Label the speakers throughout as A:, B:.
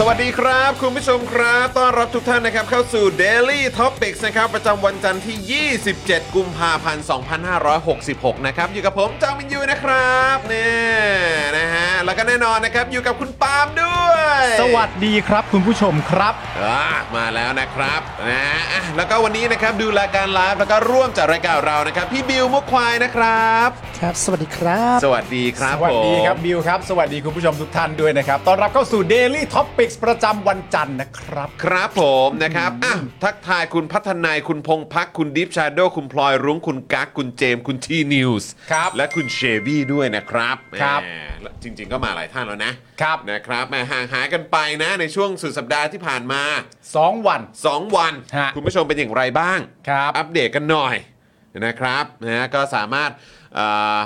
A: สวัสดีครับ คุณผู้ชมครับต้อนรับทุกท่านนะครับ เข้าสู่ Daily Topics นะครับ ประจำวันจันทร์ที่ 27 กุมภาพันธ์ 2566 นะครับ อยู่กับผมจางมินยูนะครับเนี่ยนะฮะแล้วก็แน่นอนนะครับ อยู่กับคุณปาล์มด้วย
B: สวัสดีครับคุณผู้ชมครับ
A: อ่ามาแล้วนะครับนะอ่ะแล้วก็วันนี้นะครับดูรายการไลฟ์แล้วก็ร่วมจัดรายการเรานะครับ พี่บิวมุกควายนะครับ
B: ครับ สวัสดีครับ
A: สวัสดีครับ
B: สวัสดีครับ
A: ผม
B: บิวครับ สวัสดีคุณผู้ชมทุกท่านด้วยนะครับต้อนรับเข้าสู่ Daily Topics ประจำวันจันทร์นะครับ
A: ครับผมนะครับอ่ะทักทายคุณพัฒนายคุณพงพักคุณดิฟชาโดคุณพลอยรุ้งคุณกั๊กคุณเจมส์คุณทีนิวส์
B: ครับ
A: และคุณเชบี้ด้วยนะครับ
B: ครับ
A: แหมจริง ๆ ก็มาหลายท่านแล้วนะครับ นะครับแหมห่างหายกันไปนะในช่วงสุดสัปดาห์ที่ผ่านมา
B: สองวัน
A: 2 วัน
B: ฮะ
A: คุณผู้ชมเป็นอย่างไรบ้าง
B: ครับ
A: อัปเดตกันหน่อยนะครับนะก็สามารถเอ่อ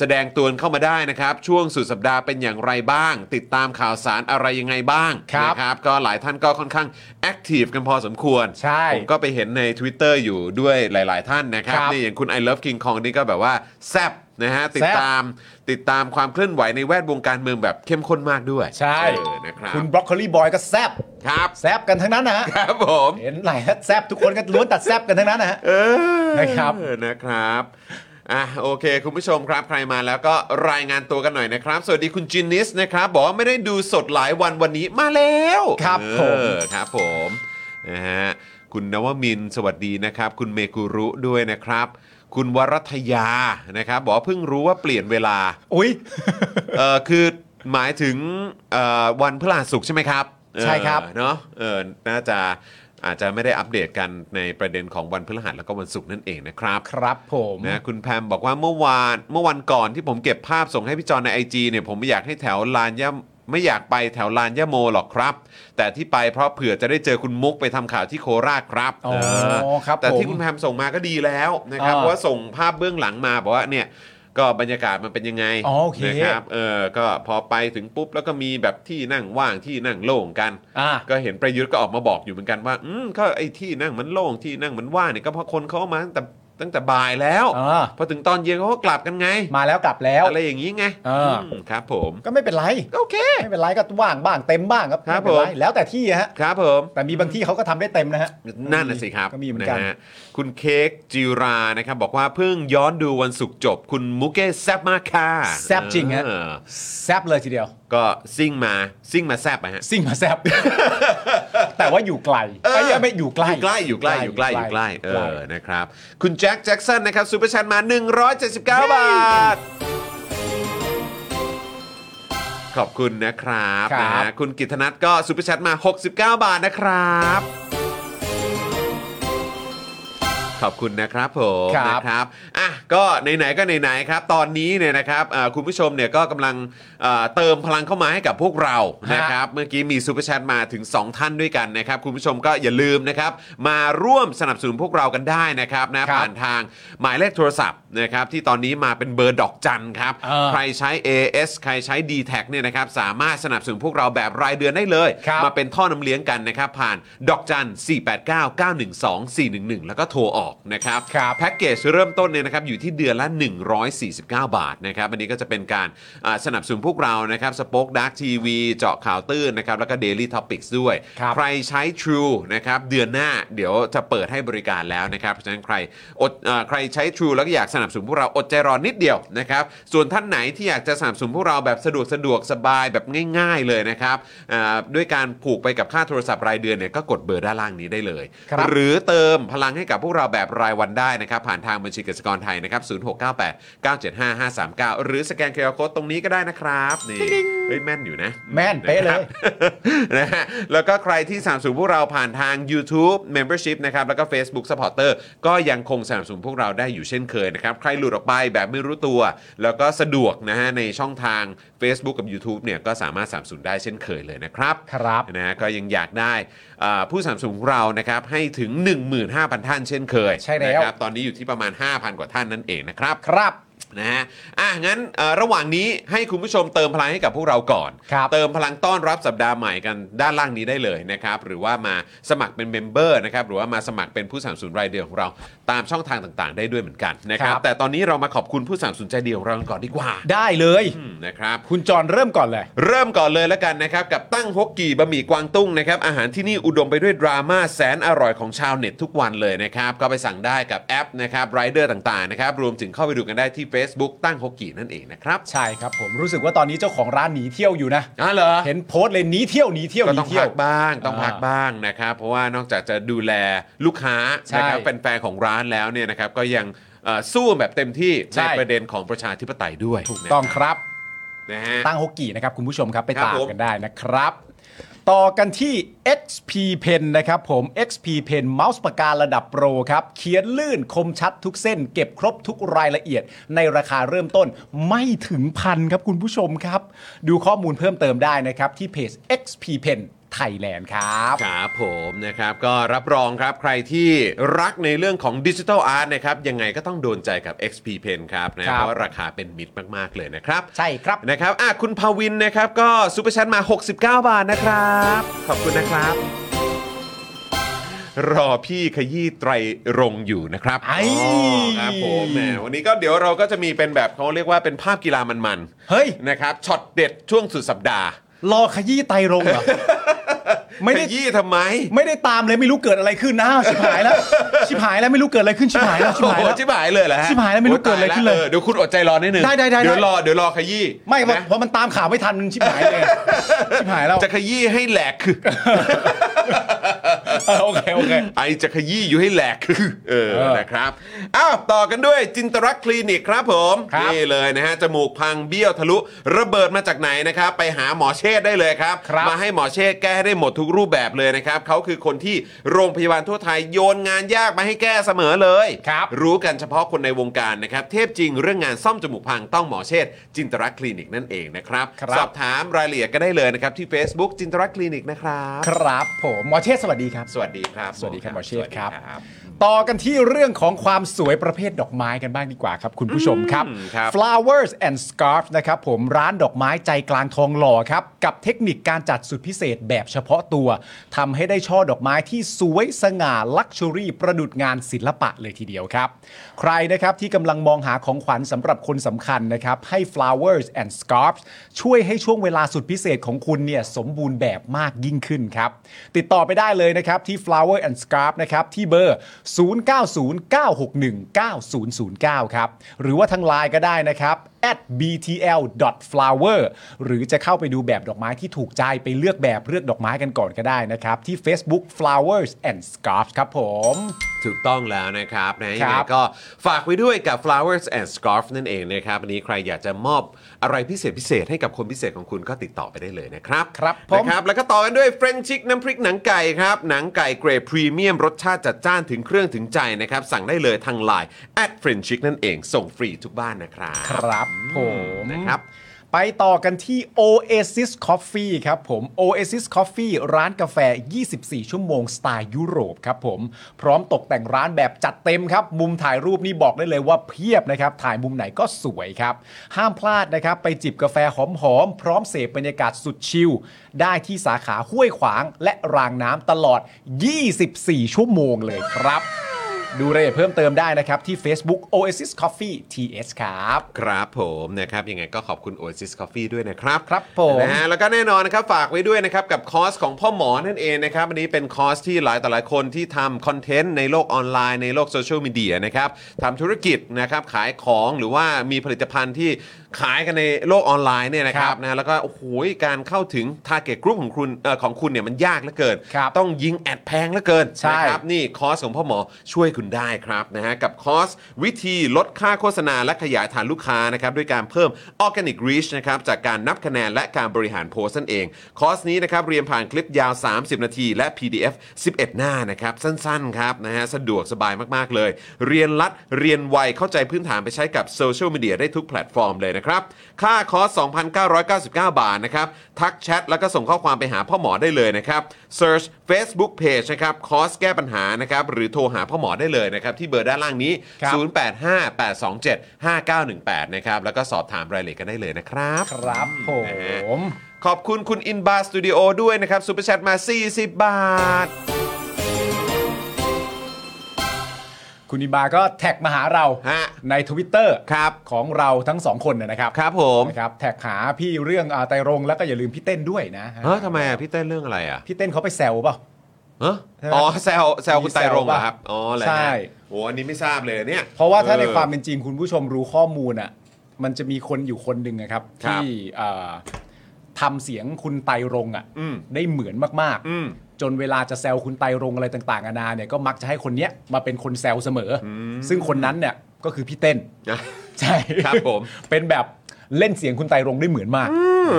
A: แสดงตัวเข้ามาได้นะครับ ช่วงสุดสัปดาห์เป็นอย่างไรบ้าง ติดตามข่าวสารอะไรยังไงบ้าง
B: ครับ
A: นะครับ ก็หลายท่านก็ค่อนข้างแอคทีฟกันพอสมควร
B: ใช่
A: ผมก็ไปเห็นใน Twitter อยู่ด้วยหลาย ๆ ท่านนะครับ
B: ครับ
A: นี่อย่างคุณ I Love King Kong นี่ก็แบบว่าแซบนะฮะติ
B: แซ่
A: ด
B: บ
A: ตามติดตามความเคลื่อนไหวในแวดวงการเมืองแบบเข้มข้นมากด้วย
B: ใช่
A: เออนะครับ
B: คุณบรอกโคลีบอยก็แซบ
A: ครับ
B: แซบกันทั้งนั้นนะฮะ
A: ครับผม
B: เห็นหลายแซบทุกคนก็ล้วนแต่แซบกันทั้งนั้นนะฮะ
A: เออ
B: นะครับ
A: นะครับอ่ะโอเค คุณผู้ชมครับใครมาแล้วก็รายงานตัวกันหน่อยนะครับ สวัสดีคุณจินนิสนะครับ บอกว่าไม่ได้ดูสดหลายวันวันนี้มาแล้ว
B: ครับ
A: เอ
B: ผ
A: อ
B: ม
A: ครับผมนะฮะคุณนวมินทร์สวัสดีนะครับ คุณเมกุรุด้วยนะครับ คุณวรัทยานะครับ บอกว่าเพิ่งรู้ว่าเปลี่ยนเวลา
B: อุ้ย
A: เออคือหมายถึงเอ่อวันพฤหัสศุกร์ใช่ไหมครับเออ
B: ใช่ครับ
A: เนาะเออน่าจะอาจจะไม่ได้อัปเดตกันในประเด็นของวันพฤหัสแล้วก็วันศุกร์นั่นเองนะครับ
B: ครับผม
A: นะคุณแพมบอกว่าเมื่อวานเมื่อวันก่อนที่ผมเก็บภาพส่งให้พี่จอนใน IG เนี่ยผมไม่อยากให้แถวลานย่าไม่อยากไปแถวลานย่าโมหรอกครับ แต่ที่ไปเพราะเผื่อจะได้เจอคุณมุกไปทำข่าวที่โคราชครับ
B: อ๋อครับ
A: เแต่ที่
B: ผม
A: คุณแพมส่งมาก็ดีแล้วนะครับ
B: อ่า
A: เพราะว่าส่งภาพเบื้องหลังมาบอกว่าเนี่ยก็บรรยากาศมันเป็นยังไง
B: อ๋อโอเค
A: นะครับเออก็พอไปถึงปุ๊บแล้วก็มีแบบที่นั่งว่างที่นั่งโล่งกัน
B: อ่ะ
A: ก็เห็นประยุทธ์ก็ออกมาบอกอยู่เหมือนกันว่า อืมก็ไอ้ที่นั่งมันโล่งที่นั่งมันว่างเนี่ยก็เพราะคนเขาเอามาตั้งแต่ตั้งแต่บ่ายแล้ว
B: อ่า
A: พอถึงตอนเย็นเขาก็กลับกันไง
B: มาแล้วกลับแล้ว
A: อะไรอย่างนี้ไง
B: อ่า
A: อืมครับผม
B: ก็ไม่เป็นไร
A: ก็โอเค
B: ไม่เป็นไรก็ว่างบ้างเต็มบ้างครับ
A: ครับ
B: ไม่เป็นไร
A: ผม
B: แล้วแต่ที่ฮะ
A: ครับผม
B: แต่มีบางที่เขาก็ทำได้เต็มนะฮะ
A: นั่นน่ะสิครับ
B: ก็มีเหมือนกัน
A: ฮคุณเค้กจิรานะครับ บอกว่าเพิ่งย้อนดูวันศุกร์จบ คุณมุกเก้แซบมากค่ะ
B: แซบจริงฮะ
A: เออ
B: แซบเลยทีเดียว
A: ก็ซิ่งมาซิ่งมาแซบอะฮะ
B: ซิ่งมาแซ บ แต่ว่าอยู่ไกล
A: เออ
B: ไอ้ยไม่อยู่ใกล้
A: อยู่ใกล้อยู่ใกล้อยู่ใกล้อยู่ใกล้เออนะครับ คุณแจ็คแจ็คสันนะครับซูเปอร์ชันมา 179 บาท ขอบคุณนะครับ
B: ครับ
A: นะฮะคุณกิตนัทก็ซูเปอร์ชันมา 69 บาทนะครับ ขอบคุณนะครับผม
B: ครับ
A: นะครับอ่ะก็ไหนๆก็ไหนๆครับ ตอนนี้เนี่ยนะครับอ่าคุณผู้ชมเนี่ยก็กำลังอ่าเติมพลังเข้ามาให้กับพวกเรานะครับ เมื่อกี้มีซูเปอร์แชทมาถึง 2 ท่านด้วยกันนะครับ คุณผู้ชมก็อย่าลืมนะครับ มาร่วมสนับสนุนพวกเรากันได้นะครับนะครับ ผ่านทางหมายเลขโทรศัพท์นะครับที่ตอนนี้มาเป็นเบอร์ดอกจันครับ
B: เออ
A: ใครใช้ AS ใครใช้ d t แทเนี่ยนะครับสามารถสนับสนุนพวกเราแบบรายเดือนได้เลย
B: ครับ
A: มาเป็นท่อน้ำเลี้ยงกันนะครับ ผ่านดอกจัน 489912411 แล้วก็โทรออกนะครับ
B: ครับ
A: แพ็กเกจเริ่มต้นเนี่ยนะครับอยู่ที่เดือนละ 149 บาทนะครับอันนี้ก็จะเป็นการอ่าสนับสนุนพวกเรานะครับสป็อคดักทีวีเจาะข่าวตื้นนะครับแล้วก็ Daily Topics ด้วย
B: ครับ
A: ใครใช้ True นะครับเดือนหน้าเดี๋ยวจะเปิดให้บริการแล้วนะครับเพราะฉะนั้นใครอดเอ่อใครใช้ True แล้วก็อยากสนับสนุนพวกเราอดใจรอนิดเดียวนะครับส่วนท่านไหนที่อยากจะสนับสนุนพวกเราแบบสะดวกสะดวกสบายแบบง่าย ๆเลยนะครับอ่าด้วยการผูกไปกับค่าโทรศัพท์รายเดือนเนี่ยก็กดเบอร์ด้านล่างนี้ได้เลย
B: ครับ
A: หรือเติมพลังให้กับพวกเราแบบรายวันได้นะครับ ผ่านทางบัญชีกสิกรไทยนะครับ 0698 975 539 หรือสแกนเคอร์โคตรงนี้ก็ได้นะครับ นี่เฮ้ยแม่นอยู่นะ
B: แม่นเป๊ะเลย
A: นะครับนะฮะแล้วก็ใครที่สนับสนุนพวกเราผ่านทาง YouTube Membership นะครับ แล้วก็ Facebook Supporter ก็ยังคงสนับสนุนพวกเราได้อยู่เช่นเคยนะครับ ใครหลุดออกไปแบบไม่รู้ตัว แล้วก็สะดวกนะฮะในช่องทาง Facebook กับ YouTube เนี่ยก็สามารถสนับสนุนได้เช่นเคยเลยนะครับ
B: ครับ
A: นะฮะก็ยังอยากได้อ่าผู้สนับสนุนของเรานะครับให้ถึง 15,000 ท่านเช่นเคย
B: ใช่แล้ว
A: นะครับตอนนี้อยู่ที่ประมาณ 5,000 กว่าท่านนั่นเองนะครับ
B: ครับ
A: นะฮะอ่ะงั้นเอ่อระหว่างนี้ให้คุณผู้ชมเติมพลังให้กับพวกเราก่อน
B: ครับ
A: เติมพลังต้อนรับสัปดาห์ใหม่กันด้านล่างนี้ได้เลยนะครับหรือว่ามาสมัครเป็นเมมเบอร์นะครับหรือว่ามาสมัครเป็นผู้สนับสนุนรายเดือนของเราตามช่องทางต่างๆ ได้ด้วยเหมือนกันนะครับ
B: ครับ
A: แต่ตอนนี้เรามาขอบคุณผู้สนับสนุนใจเดียวของเรากันก่อนดีกว่า
B: ได้เลย
A: อืมนะครับ
B: คุณจอนเริ่มก่อนเลย
A: เริ่มก่อนเลยแล้วกันนะครับ กับตั้งฮกกี่บะหมี่กวางตุ้งนะครับ อาหารที่นี่อุดมไปด้วยดราม่าแสนอร่อยของชาวเน็ตทุกวันเลยนะครับ ก็ไปสั่งได้กับแอปนะครับไรเดอร์ต่างๆนะครับ รวมถึงเข้าไปดูกันได้ที่ Facebook ตั้งฮกกี่นั่นเองนะครับ
B: ใช่ครับผมรู้สึกว่าตอนนี้เจ้าของร้านหนีเที่ยวอยู่นะ
A: อ๋อเหรอ
B: เห็นโพสต์เลยหนีเที่ยวหนีเที่ยว
A: ก็
B: หนี
A: ต้อง
B: เที่ย
A: พั
B: ว
A: กบ้างต้อง
B: อ่า
A: พักบ้างนะครับ เพราะว่านอกจากจะดูแลลูกค้า
B: ใช่
A: นะครับแฟนๆของร้านแล้วเนี่ยนะครับก็ยังเอ่อสู้แบบเต็มที่
B: ใช่
A: ในประเด็นของประชาธิปไตยด้วย
B: ถูกต้องครับ
A: นะฮะ
B: ตั้งฮกกี้นะครับ คุณผู้ชมครับ ไป
A: ครับ
B: ตาม
A: ผม
B: กันได้นะครับ ต่อกันที่ XP Pen นะครับผม XP Pen เมาส์ปากการะดับโปรครับ เขียนลื่นคมชัดทุกเส้น เก็บครบทุกรายละเอียด ในราคาเริ่มต้นไม่ถึงพันครับคุณผู้ชมครับ ดูข้อมูลเพิ่มเติมได้นะครับ ที่เพจ XP Pen Thailand ครับ
A: ครับผมนะครับก็รับรองครับใครที่รักในเรื่องของดิจิทัลอาร์ตนะครับยังไงก็ต้องโดนใจกับ XP Pen ครับนะครับ เพราะว่าราคาเป็นมิตรมากๆเลยนะครับ
B: ใช่ครับ
A: นะครับอ่ะคุณภาวินนะครับก็ซูเปอร์แชทมา 69 บาทนะครับ ขอบคุณนะครับ รอพี่ขยี้ไตรรงค์อยู่นะครับ
B: ไอ้
A: ครับผมแหมวันนี้ก็เดี๋ยวเราก็จะมีเป็นแบบเขาเรียกว่าเป็นภาพกีฬามันๆ
B: เฮ้ย
A: นะครับช็อตเด็ดช่วงสุดสัปดาห์
B: รอขยี้ไตรรง ค์เหรอ ไม่
A: ข
B: ได้
A: ยี้ทำไม
B: ไม่ได้ตามเลยไม่รู้เกิดอะไรขึ้นนะอ้าวชิบหายแล้ว ชิบหายแล้วไม่รู้เกิดอะไรขึ้นชิบหายแล้วชิบหายแล้ว
A: โอ้โชิบหายเลยแหละ
B: ชิบหายแล้วไม่รู้เกิดอะไรขึ้นเลย
A: เดี๋ยวคุณอดใจรอนิดนึง
B: ได้ได้ได้
A: เดี๋ยวรอเดี๋ยวรอขยี้
B: ไม่เพราะ
A: นะ
B: เพราะมันตามข่าวไม่ทันมันชิบหายเลย ชิบหายแล้ว
A: จะขยี้ให้แหลกคือ
B: เออโอเคโอเค
A: ไอจะขยี้อยู่ให้แหลก คือเออ
B: เออ
A: นะครับอ้าวต่อกันด้วยจินตรักษณ์คลินิกครับผม
B: ครับ
A: นี่เลยนะฮะจมูกพังเบี้ยวทะลุระเบิดมาจากไหนนะครับ ไปหาหมอเชษฐ์ได้เลยครับ
B: ครับ
A: มาให้หมอเชษฐ์แก้ให้ได้หมดทุกรูปแบบเลยนะครับเขาคือคนที่โรงพยาบาลทั่วไทยโยนงานยากมาให้แก้เสมอเลย
B: ครับ
A: รู้กันเฉพาะคนในวงการนะครับ เทพจริงเรื่องงานซ่อมจมูกพังต้องหมอเชษฐ์จินตรักษณ์คลินิกนั่นเองนะครับ
B: ครับ
A: สอบถามรายละเอียดก็ได้เลยนะครับ ที่ Facebook จินตรักษณ์คลินิกนะครับ
B: ครับผมหมอเชษฐ์สวัสดีครับ
A: สวัสดีครับ
B: สวัสดีครับหมอเชษฐ์ครับ
A: สวัสดี
B: ต่อกันที่เรื่องของความสวยประเภทดอกไม้กันบ้างดีกว่าครับ คุณผู้ชมครับ
A: อืมครับ
B: flowers and scarf นะครับผมร้านดอกไม้ใจกลางทองหล่อครับ กับเทคนิคการจัดสุดพิเศษแบบเฉพาะตัวทำให้ได้ช่อดอกไม้ที่สวยสง่าลักชัวรี่ประดุจงานศิลปะเลยทีเดียวครับ ใครนะครับที่กำลังมองหาของขวัญสำหรับคนสำคัญนะครับให้ flowers and scarf ช่วยให้ช่วงเวลาสุดพิเศษของคุณเนี่ยสมบูรณ์แบบมากยิ่งขึ้นครับ ติดต่อไปได้เลยนะครับที่ flower and scarf นะครับที่เบอร์ 0909619009 ครับ หรือว่าทางไลน์ก็ได้นะครับ at btl.flower หรือจะเข้าไปดูแบบดอกไม้ที่ถูกใจไปเลือกแบบเลือกดอกไม้กันก่อนก็ได้นะครับ ที่ Facebook flowers and scarf ครับผม
A: ถูกต้องแล้วนะครับนะ
B: ค
A: ยัง
B: รับ
A: ไงก็ฝากไว้ด้วยกับ flowers and scarf นั่นเองนะครับวันนี้ใครอยากจะมอบ อะไรพิเศษพิเศษให้กับคนพิเศษของคุณก็ติดต่อไปได้เลยนะครับ
B: ครับผม
A: นะครับ แล้วก็ต่อกันด้วยเฟรนชิกน้ำพริกหนังไก่ครับ หนังไก่เกรดพรีเมียมรสชาติจัดจ้านถึงเครื่องถึงใจนะครับ สั่งได้เลยทางไลน์ at f r e n c h i c นั่นเองส่งฟรีทุกบ้านนะครับ
B: ครับผม
A: นะครับ
B: ไปต่อกันที่ Oasis Coffee ครับผม Oasis Coffee ร้านกาแฟ 24 ชั่วโมงสไตล์ยุโรปครับผม พร้อมตกแต่งร้านแบบจัดเต็มครับ มุมถ่ายรูปนี่บอกได้เลยว่าเพียบนะครับ ถ่ายมุมไหนก็สวยครับ ห้ามพลาดนะครับ ไปจิบกาแฟหอมๆ พร้อมเสพบรรยากาศสุดชิล ได้ที่สาขาห้วยขวางและรางน้ำตลอด 24 ชั่วโมงเลยครับ ดูรายละเอียดเพิ่มเติมได้นะครับ ที่ Facebook Oasis Coffee TS ครับ
A: ครับผมนะครับยังไงก็ขอบคุณ Oasis Coffee ด้วยนะครับ
B: ครับผม
A: นะฮะแล้วก็แน่นอนนะครับฝากไว้ด้วยนะครับกับคอร์สของพ่อหมอนั่นเองนะครับอันนี้เป็นคอร์สที่หลายต่อหลายคนที่ทำคอนเทนต์ในโลกออนไลน์ในโลกโซเชียลมีเดียนะครับทำธุรกิจนะครับขายของหรือว่ามีผลิตภัณฑ์ที่ขายกันในโลกออนไลน์เนี่ยนะครั
B: ครับ บ
A: นะแล้วก็โอ้โหการเข้าถึง t a r g e t Group ของคุณเอ่อของคุณเนี่ยมันยากเหลือเกิน
B: ครับ
A: ต้องยิงแอดแพงเหลือเกิน
B: ใช่
A: นะครับ นี่คอร์สของพ่อหมอช่วยคุณได้ครับนะฮะกับคอร์สวิธีลดค่าโฆษณาและขยายฐานลูกค้านะครับด้วยการเพิ่ม Organic Reach นะครับจากการนับคะแนนและการบริหารโพสต์นั่นเอง คอร์สนี้นะครับเรียนผ่านคลิปยาว 30 นาที และ PDF 11 หน้านะครับสั้นๆครับนะฮะสะดวกสบายมากๆเลย เรียนรัดเรียนไวเข้าใจพื้นฐานไปใช้กับโซเชียลมีเดียได้ทุกแพลตฟอร์มเลยนะครับค่าคอร์ส 2,999 บาทนะครับทักแชทแล้วก็ส่งข้อความไปหาพ่อหมอได้เลยนะครับ Search Facebook Page นะครับคอร์สแก้ปัญหานะครับหรือโทรหาพ่อหมอได้เลยนะครับ ที่เบอร์ด้านล่างนี้
B: ครับ
A: 0858275918 นะครับ แล้วก็สอบถามรายละเอียดกันได้เลยนะครับ
B: ครับผม
A: ขอบคุณคุณอินบาร์สตูดิโอด้วยนะครับซูเปอร์แชทมา 40 บาท
B: คุณอิบาก็แท็กมาหาเรา
A: ฮะ
B: ใน Twitter
A: ครับ
B: ของเราทั้งสองคนนะนะครับ
A: ครับผม
B: นะครับ แท็กหาพี่เรื่องอาไตรรงค์แล้วก็อย่าลืมพี่เต้นด้วยนะ
A: เออทำไมอ่ะพี่เต้นเรื่องอะไรอ่ะ
B: พี่เต้นเขาไปแซวเปล่า
A: เอ้ออ๋อแซวแซวคุณไตรรงค์เหรอ
B: มีแซวปะ
A: ครับอ๋อแหละ
B: ใช่
A: โอ้อันนี้ไม่ทราบเลยเนี่ย
B: เพราะว่าถ้าในความเป็นจริงคุณผู้ชมรู้ข้อมูลอ่ะมันจะมีคนอยู่คนหนึ่งนะครับ
A: ครับ
B: ที่เอ่อทำเสียงคุณไตรรงค์อ่ะ
A: อืม
B: ได้เหมือนมาก
A: อืม
B: ๆ จนเวลาจะแซวคุณไตรรงค์อะไรต่างๆนานาเนี่ยก็มักจะให้คนเนี้ยมาเป็นคนแซวเสมออซึ่งคนนั้นเนี่ยก็คือพี่เต้น ใช่
A: ครับผม
B: เป็นแบบเล่นเสียงคุณไตรรงค์ได้เหมือนมาก
A: เอ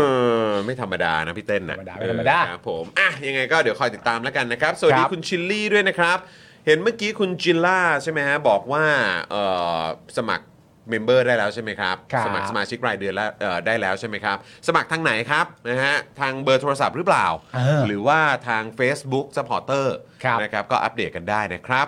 A: อไม่ธรรมดานะพี่เต้นนะ
B: ธรรมดาไม่ธรรมดา
A: เออครับผมอ่ะยังไงก็เดี๋ยวคอยติดตามแล้วกันนะครับ สวัสดี
B: ครับ
A: คุณชิลลี่ด้วยนะครับ เห็นเมื่อกี้คุณจิลล่าใช่ไหมฮะ บอกว่าเอ่อสมัครเมมเบอร์ได้แล้วใช่ไหมครับ
B: ครับ
A: สมัครสมาชิกรายเดือนแล้วเอ่อได้แล้วใช่ไหมครับ สมัครทางไหนครับนะฮะทางเบอร์โทรศัพท์หรือเปล่า
B: เออ
A: หรือว่าทาง Facebook Supporter
B: ครับ
A: นะครับก็อัปเดตกันได้นะครับ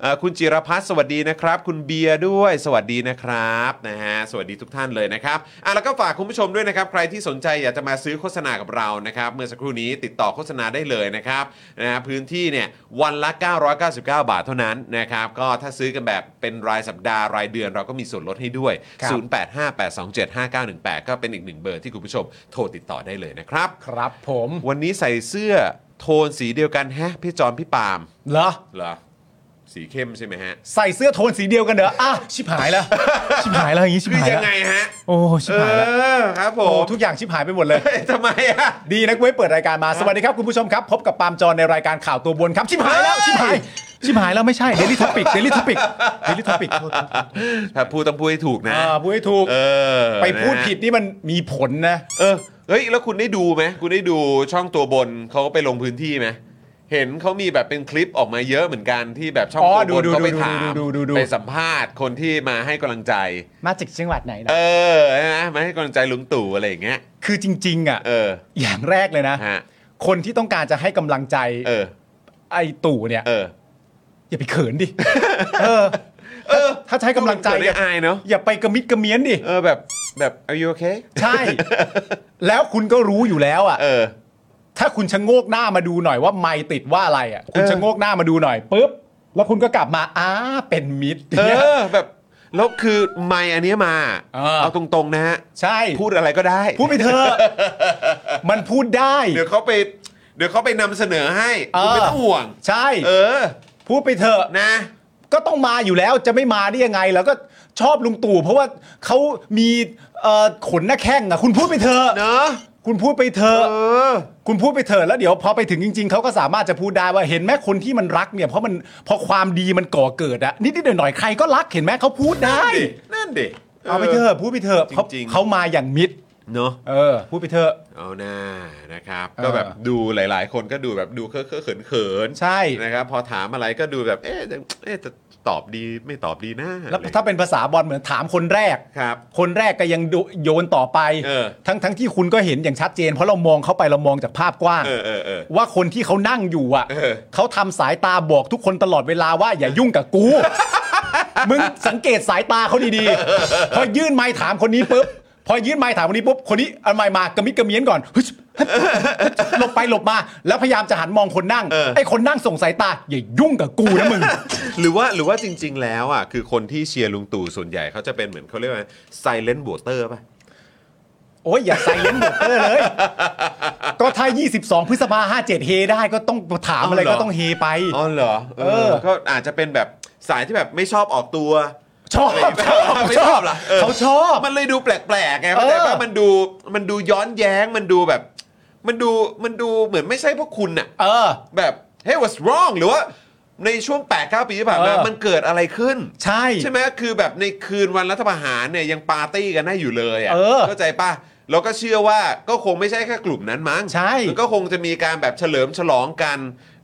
A: เอ่อคุณจิรพัฒน์สวัสดีนะครับ คุณเบียร์ด้วยสวัสดีนะครับนะฮะสวัสดีทุกท่านเลยนะครับอ่ะแล้วก็ฝากคุณผู้ชมด้วยนะครับ ใครที่สนใจอยากจะมาซื้อโฆษณากับเรานะครับ เมื่อสักครู่นี้ติดต่อโฆษณาได้เลยนะครับนะฮะพื้นที่เนี่ยวันละ 999 บาทเท่านั้นนะครับ ก็ถ้าซื้อกันแบบเป็นรายสัปดาห์รายเดือนเราก็มีส่วนลดให้ด้วย
B: ครับ
A: 0858275918 ก็เป็นอีกหนึ่งเบอร์ที่คุณผู้ชมโทรติดต่อได้เลยนะครับ
B: ครับผม
A: วันนี้ใส่เสื้อโทนสีเดียวกันแฮะพี่จอมพี่ปาล์ม
B: เหรอ
A: เหรอ สีเข้มใช่ไหมฮะ
B: ใส่เสื้อโทนสีเดียวกันเหรออ่ะชิบหายแล้ว ชิบหายแล้วอย่างนี้ชิบ
A: คือ
B: หาย
A: ยั
B: แล้ว
A: งไงฮะ
B: โอ้ชิบ
A: เอ
B: หายแล้ว
A: อครับผ
B: โอ้
A: ม
B: ทุกอย่างชิบหายไปหมดเลย
A: เฮ้ยทำไมอ่ะ
B: ดีนะกูไม่เปิดรายการมา สวัสดีครับคุณผู้ชมครับ พบกับปาล์มจอในรายการข่าวตัวบนครับ ชิบหายแล้ว ชิบหาย ชิบหายแล้วไม่ใช่ Daily Topic Daily Topic Daily Topic โทษโทษโทษ
A: ถ้าพูดต้องพูดให้ถูกนะ
B: อ่าพูดให้ถูก
A: เออ
B: ไปพูดผิด
A: นะฮะ
B: นี่มันมีผลนะ
A: เออ เฮ้ย แล้วคุณได้ดูไหม คุณได้ดูช่องตัวบนเขาไปลงพื้นที่ไหม เห็นเขามีแบบเป็นคลิปออกมาเยอะเหมือนกันที่แบบช่อง
B: อ๋อ
A: ตัวบน
B: ดูดู
A: เขาไป
B: ดู
A: ถาม
B: ดูดูดูดู
A: ไปสัมภาษณ์คนที่มาให้กำลังใจ
B: มาจากจังหวัดไหนนะ
A: เออนะมาให้กำลังใจลุงตู่อะไรอย่างเงี้ย
B: คือจริง ๆ อ่ะ
A: เออ
B: อย่างแรกเลยนะ
A: ฮะ
B: คนที่ต้องการจะให้กำลังใจ
A: เออ
B: ไอ้ตู่เนี่ย
A: เออ
B: อย่าไปเขินดิ เออ
A: เออ
B: ถ้าใช้กำลังใจ
A: เขิน
B: อย่า
A: ได้อายเนอะ
B: อย่าไปกระมิดกระเมียนดิ
A: เออแบบแบบ are you okay
B: ใช่ แล้วคุณก็รู้อยู่แล้วอ่ะ
A: เออ
B: ถ้าคุณชะโงกหน้ามาดูหน่อยว่าไม่ติดว่าอะไรอ่ะ คุณ
A: เออ
B: ชะโงกหน้ามาดูหน่อยปุ๊บ แล้วคุณก็กลับมาอ้าเป็นมิตร
A: เอ
B: เนี่ย
A: อแบบแล้วคือไมค์อันเนี้ยมา
B: เออ
A: ตรงๆนะฮะ
B: ใช่
A: พูดอะไรก็ได้
B: พูดไปเถอะ มันพูดได้
A: เดี๋ยวเขาไป เดี๋ยวเขาไปนำเสนอให้
B: เออ
A: คุณไม่ต้องห่วง
B: ใช่
A: เออ
B: พูดไปเถอะ
A: นะ
B: ก็ต้องมาอยู่แล้วจะไม่มาได้ยังไง แล้วก็ชอบลุงตู่เพราะว่าเขามีเอ่อขนหน้าแข้งอ่ะ คุณพูดไปเถอะ
A: เนอะ
B: คุณพูดไปเถอะ
A: เออ
B: คุณพูดไปเถอะแล้วเดี๋ยวพอไปถึงจริง ๆเขาก็สามารถจะพูดได้ว่าเห็นไหมคนที่มันรักเนี่ยเพราะมันพอความดีมันก่อเกิดอะนิดๆหน่อยๆใครก็รักเห็นไหมเขาพูดได้
A: นั่นดิ
B: เอาไปเถอะพูดไปเถอะเขา
A: จริงๆ
B: เขามาอย่างมิด
A: เนาะ
B: เออพูดไปเถอะ
A: เอาหน้านะครับ
B: เออ
A: ก็แบบดูหลาย ๆ คนก็ดูแบบดูเคอะเคอะเขินเขินๆ
B: ใช่
A: นะครับพอถามอะไรก็ดูแบบ เอ๊ะจะเอ๊ะจะตอบดีไม่ตอบดีนะ
B: แล้ว
A: อะไร
B: ถ้าเป็นภาษาบอลเหมือนถามคนแรก
A: ครับ
B: คนแรกก็ยังดูโยนต่อไป
A: เออ
B: ทั้งทั้งที่คุณก็เห็นอย่างชัดเจน เพราะเรามองเข้าไปเรามองจากภาพกว้าง
A: เออเออเออ
B: ว่าคนที่เขานั่งอยู่อ่ะ
A: เออ
B: เขาทำสายตาบอกทุกคนตลอดเวลาว่าอย่ายุ่งกับกู มึงสังเกตสายตาเขาดีๆ พอยื่นไม้ถามคนนี้ปุ๊บ พอยื่นไม้ถามคนนี้ปุ๊บ คนนี้เอาไม้มากระมิดกระเมียนก่อนฮึชฮึชฮึชหลบไปหลบมา แล้วพยายามจะหันมองคนนั่งไอ้คนนั่งส่งสายตา อย่ายุ่งกับกูนะมึง
A: หรือว่าหรือว่าจริง ๆ แล้วอ่ะคือคนที่เชียร์ลุงตู่ส่วนใหญ่เขาจะเป็นเหมือนเขาเรียกว่า silent voter ป่ะ
B: โอ้ยอย่าใส่เลนส์บวกเตอร์เลย ก็ถ้า 22 พฤษภา57 เฮได้ก็ต้องถามอะไร
A: เอาเหรอ
B: ก็ต้องเฮไป
A: อ๋อเหรอเอ
B: เอ
A: อ
B: อ
A: ก็อาจจะเป็นแบบสายที่แบบไม่ชอบออกตัว
B: ชอบ
A: ไม่ช
B: ช
A: อ
B: อ
A: บบ ไม่
B: ช
A: ช
B: อ
A: อบบ เหรอเออ
B: เขาชอบ
A: มันเลยดูแปลกๆไงเข้าใจ
B: เอ
A: ป่ะ
B: อ
A: มันดูมันดูย้อนแย้งมันดูแบบ มันดูมันดูเหมือนไม่ใช่พวกคุณน่ะ
B: เออ
A: แบบ hey what's wrong หรือว่าในช่วง 8 9 ปีที่ผ่านมา
B: เออ
A: มันเกิดอะไรขึ้น
B: ใช่
A: ใช่ไหมคือแบบในคืนวันรัฐประหารเนี่ยยังปาร์ตี้กันได้อยู่เลยอ่ะ
B: เออ
A: เข้าใจป่ะแล้วก็เชื่อว่าก็คงไม่ใช่แค่กลุ่มนั้นมั้ง
B: ใช่
A: มันก็คงจะมีการแบบเฉลิมฉลองกัน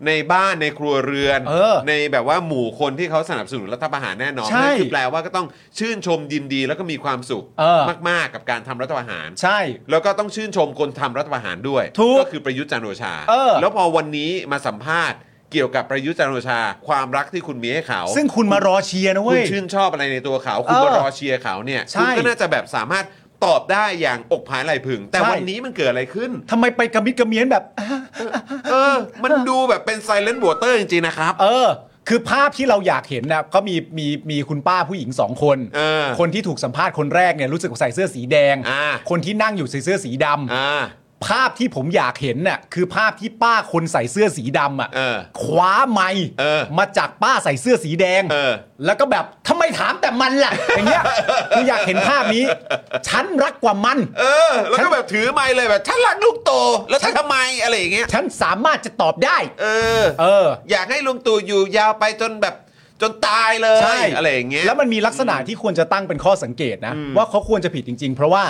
A: ในบ้านในครัวเรือน
B: เออ
A: ในแบบว่าหมู่คนที่เขาสนับสนุนรัฐประหารแน่นอน
B: ใช่
A: นั่นคือแปลว่าก็ต้องชื่นชมยินดีแล้วก็มีความสุข
B: เออ
A: มากๆกับการทำรัฐประหาร
B: ใช่
A: แล้วก็ต้องชื่นชมคนทำรัฐประหารด้วย
B: ถูก
A: คือประยุทธ์จันทร์โอชา
B: เออ
A: แล้วพอวันนี้มาสัมภาษณ์เกี่ยวกับประยุทธ์จันทร์โอชา ความรักที่คุณมีให้เขา
B: ซึ่งคุณมารอเชียร์นะ
A: คุ
B: เว้
A: ณ
B: ย
A: ชื่นชอบอะไรในตัวเขา คุณ
B: เออ
A: มารอเชียร์เขาเนี่ย
B: ใช่
A: คุณก็น่าจะแบบสามารถตอบได้อย่างอกผายไหลพึง แต่
B: ใช่
A: วันนี้มันเกิดอะไรขึ้น
B: ทำไมไปกระมิดกระเมียนแบบ
A: เออ มันดูแบบเป็นไซเลนต์บัวเตอร์จริง ๆ นะครับ
B: เออ คือภาพที่เราอยากเห็นนะก็มีมีมีคุณป้าผู้หญิงสองคน
A: เออ
B: คนที่ถูกสัมภาษณ์คนแรกเนี่ยรู้สึกว่าใส่เสื้อสีแดง
A: อ่า
B: คนที่นั่งอยู่ใส่เสื้อสีดำ
A: อ่า
B: ภาพที่ผมอยากเห็นน่ะคือภาพที่ป้าคนใส่เสื้อสีดำ
A: เออ
B: อะ่ะคว้าไม้
A: เออ
B: มาจากป้าใส่เสื้อสีแดง
A: เออ
B: แล้วก็แบบทำไมถามแต่มัน ล่ะ อย่างเงี้ยกูอยากเห็นภาพนี้ ฉันรักกว่ามัน
A: เออ แล้วก็แบบถือไม้เลยแบบฉันรักลูกโต แล้วฉันทำไมอะไรอย่างเงี้ย
B: ฉันสามารถจะตอบได้
A: เออ
B: เออ
A: อยากให้ลุงตู่อยู่ยาวไปจนแบบจนตายเลย
B: ใช่
A: อะไรอย่างเงี้ย
B: แล้วมันมีลักษณะที่ควรจะตั้งเป็นข้อสังเกตนะ ว่าเขาควรจะผิดจริง ๆ เพราะว่า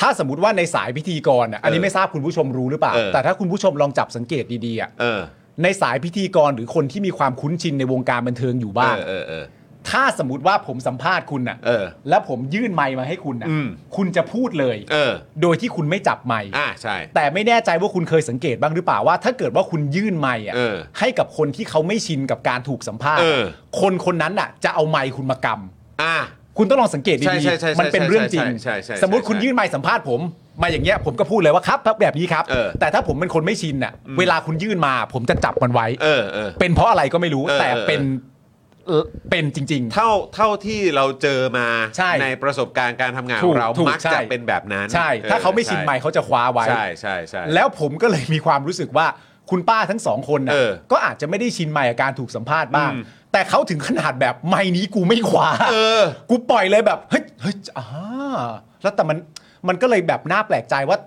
B: ถ้าสมมติว่าในสายพิธีกรอ่ะอันนี้ไม่ทราบคุณผู้ชมรู้หรือเปล่า
A: เออ
B: แต่ถ้าคุณผู้ชมลองจับสังเกตดีๆอ่ะ
A: เออ
B: ในสายพิธีกรหรือคนที่มีความคุ้นชินในวงการบันเทิงอยู่บ้าง
A: เออเออ
B: ถ้าสมมติว่าผมสัมภาษณ์คุณน่ะ
A: เออ
B: แล้วผมยื่นไมค์มาให้คุณน่ะ
A: อืม
B: คุณจะพูดเลย
A: เออ
B: โดยที่คุณไม่จับไมค์
A: อ่าใช่
B: แต่ไม่แน่ใจว่าคุณเคยสังเกตบ้างหรือเปล่าว่า ถ้าเกิดว่าคุณยื่นไมค์อ่ะ
A: เออ
B: ให้กับคนที่เขาไม่ชินกับการถูกสัมภาษณ์
A: เออ
B: คนคนนั้นน่ะ จะเอาไมค์คุณมาก
A: อ่า
B: ำคุณต้องลองสังเกต
A: ใช่
B: ดี
A: ใช่ใช่ใช่
B: ๆมันเป็นเรื่องจริง
A: ใช่ใช่ใช่
B: สมมติคุณ
A: ใช่
B: ยื่นไมค์สัมภาษณ์ผม มาอย่างเงี้ยผมก็พูดเลยว่าครับครับแบบนี้ครับ
A: เออ
B: แต่ถ้าผมเป็นคนไม่ชินน่ะ เวลาคุณยื่นมา ผมจะจับมันไว้
A: เออเออ
B: เป็นเพราะอะไรก็ไม่รู้
A: เออ
B: แต่เป็นเอ่อเป็นจริง
A: เท่าเท่าที่เราเจอมา
B: ใช่
A: ประสบการณ์การทำงานข
B: ถู
A: อก งเรา
B: ถูก
A: มัก
B: ใช่
A: จะเป็นแบบนั้น
B: ๆ ใช่
A: ออ
B: ถ้าเขาไม่ชิน
A: ใช่
B: ไมค์เขาจะคว้าไว้
A: ใช่ใช่ใช่
B: แล้วผมก็เลยมีความรู้สึกว่าคุณป้าทั้งสองคนนะ
A: เออ
B: ก็อาจจะไม่ได้ชินไมค์กับการถูกสัมภาษณ์บ้าง
A: อืม
B: แต่เขาถึงขนาดแบบไมค์นี้กูไม่คว้า
A: เออ
B: กูปล่อยเลยแบบเฮ้ยเฮ้ยอ่าแล้วแต่มันมันก็เลยแบบน่าแปลกใจว่า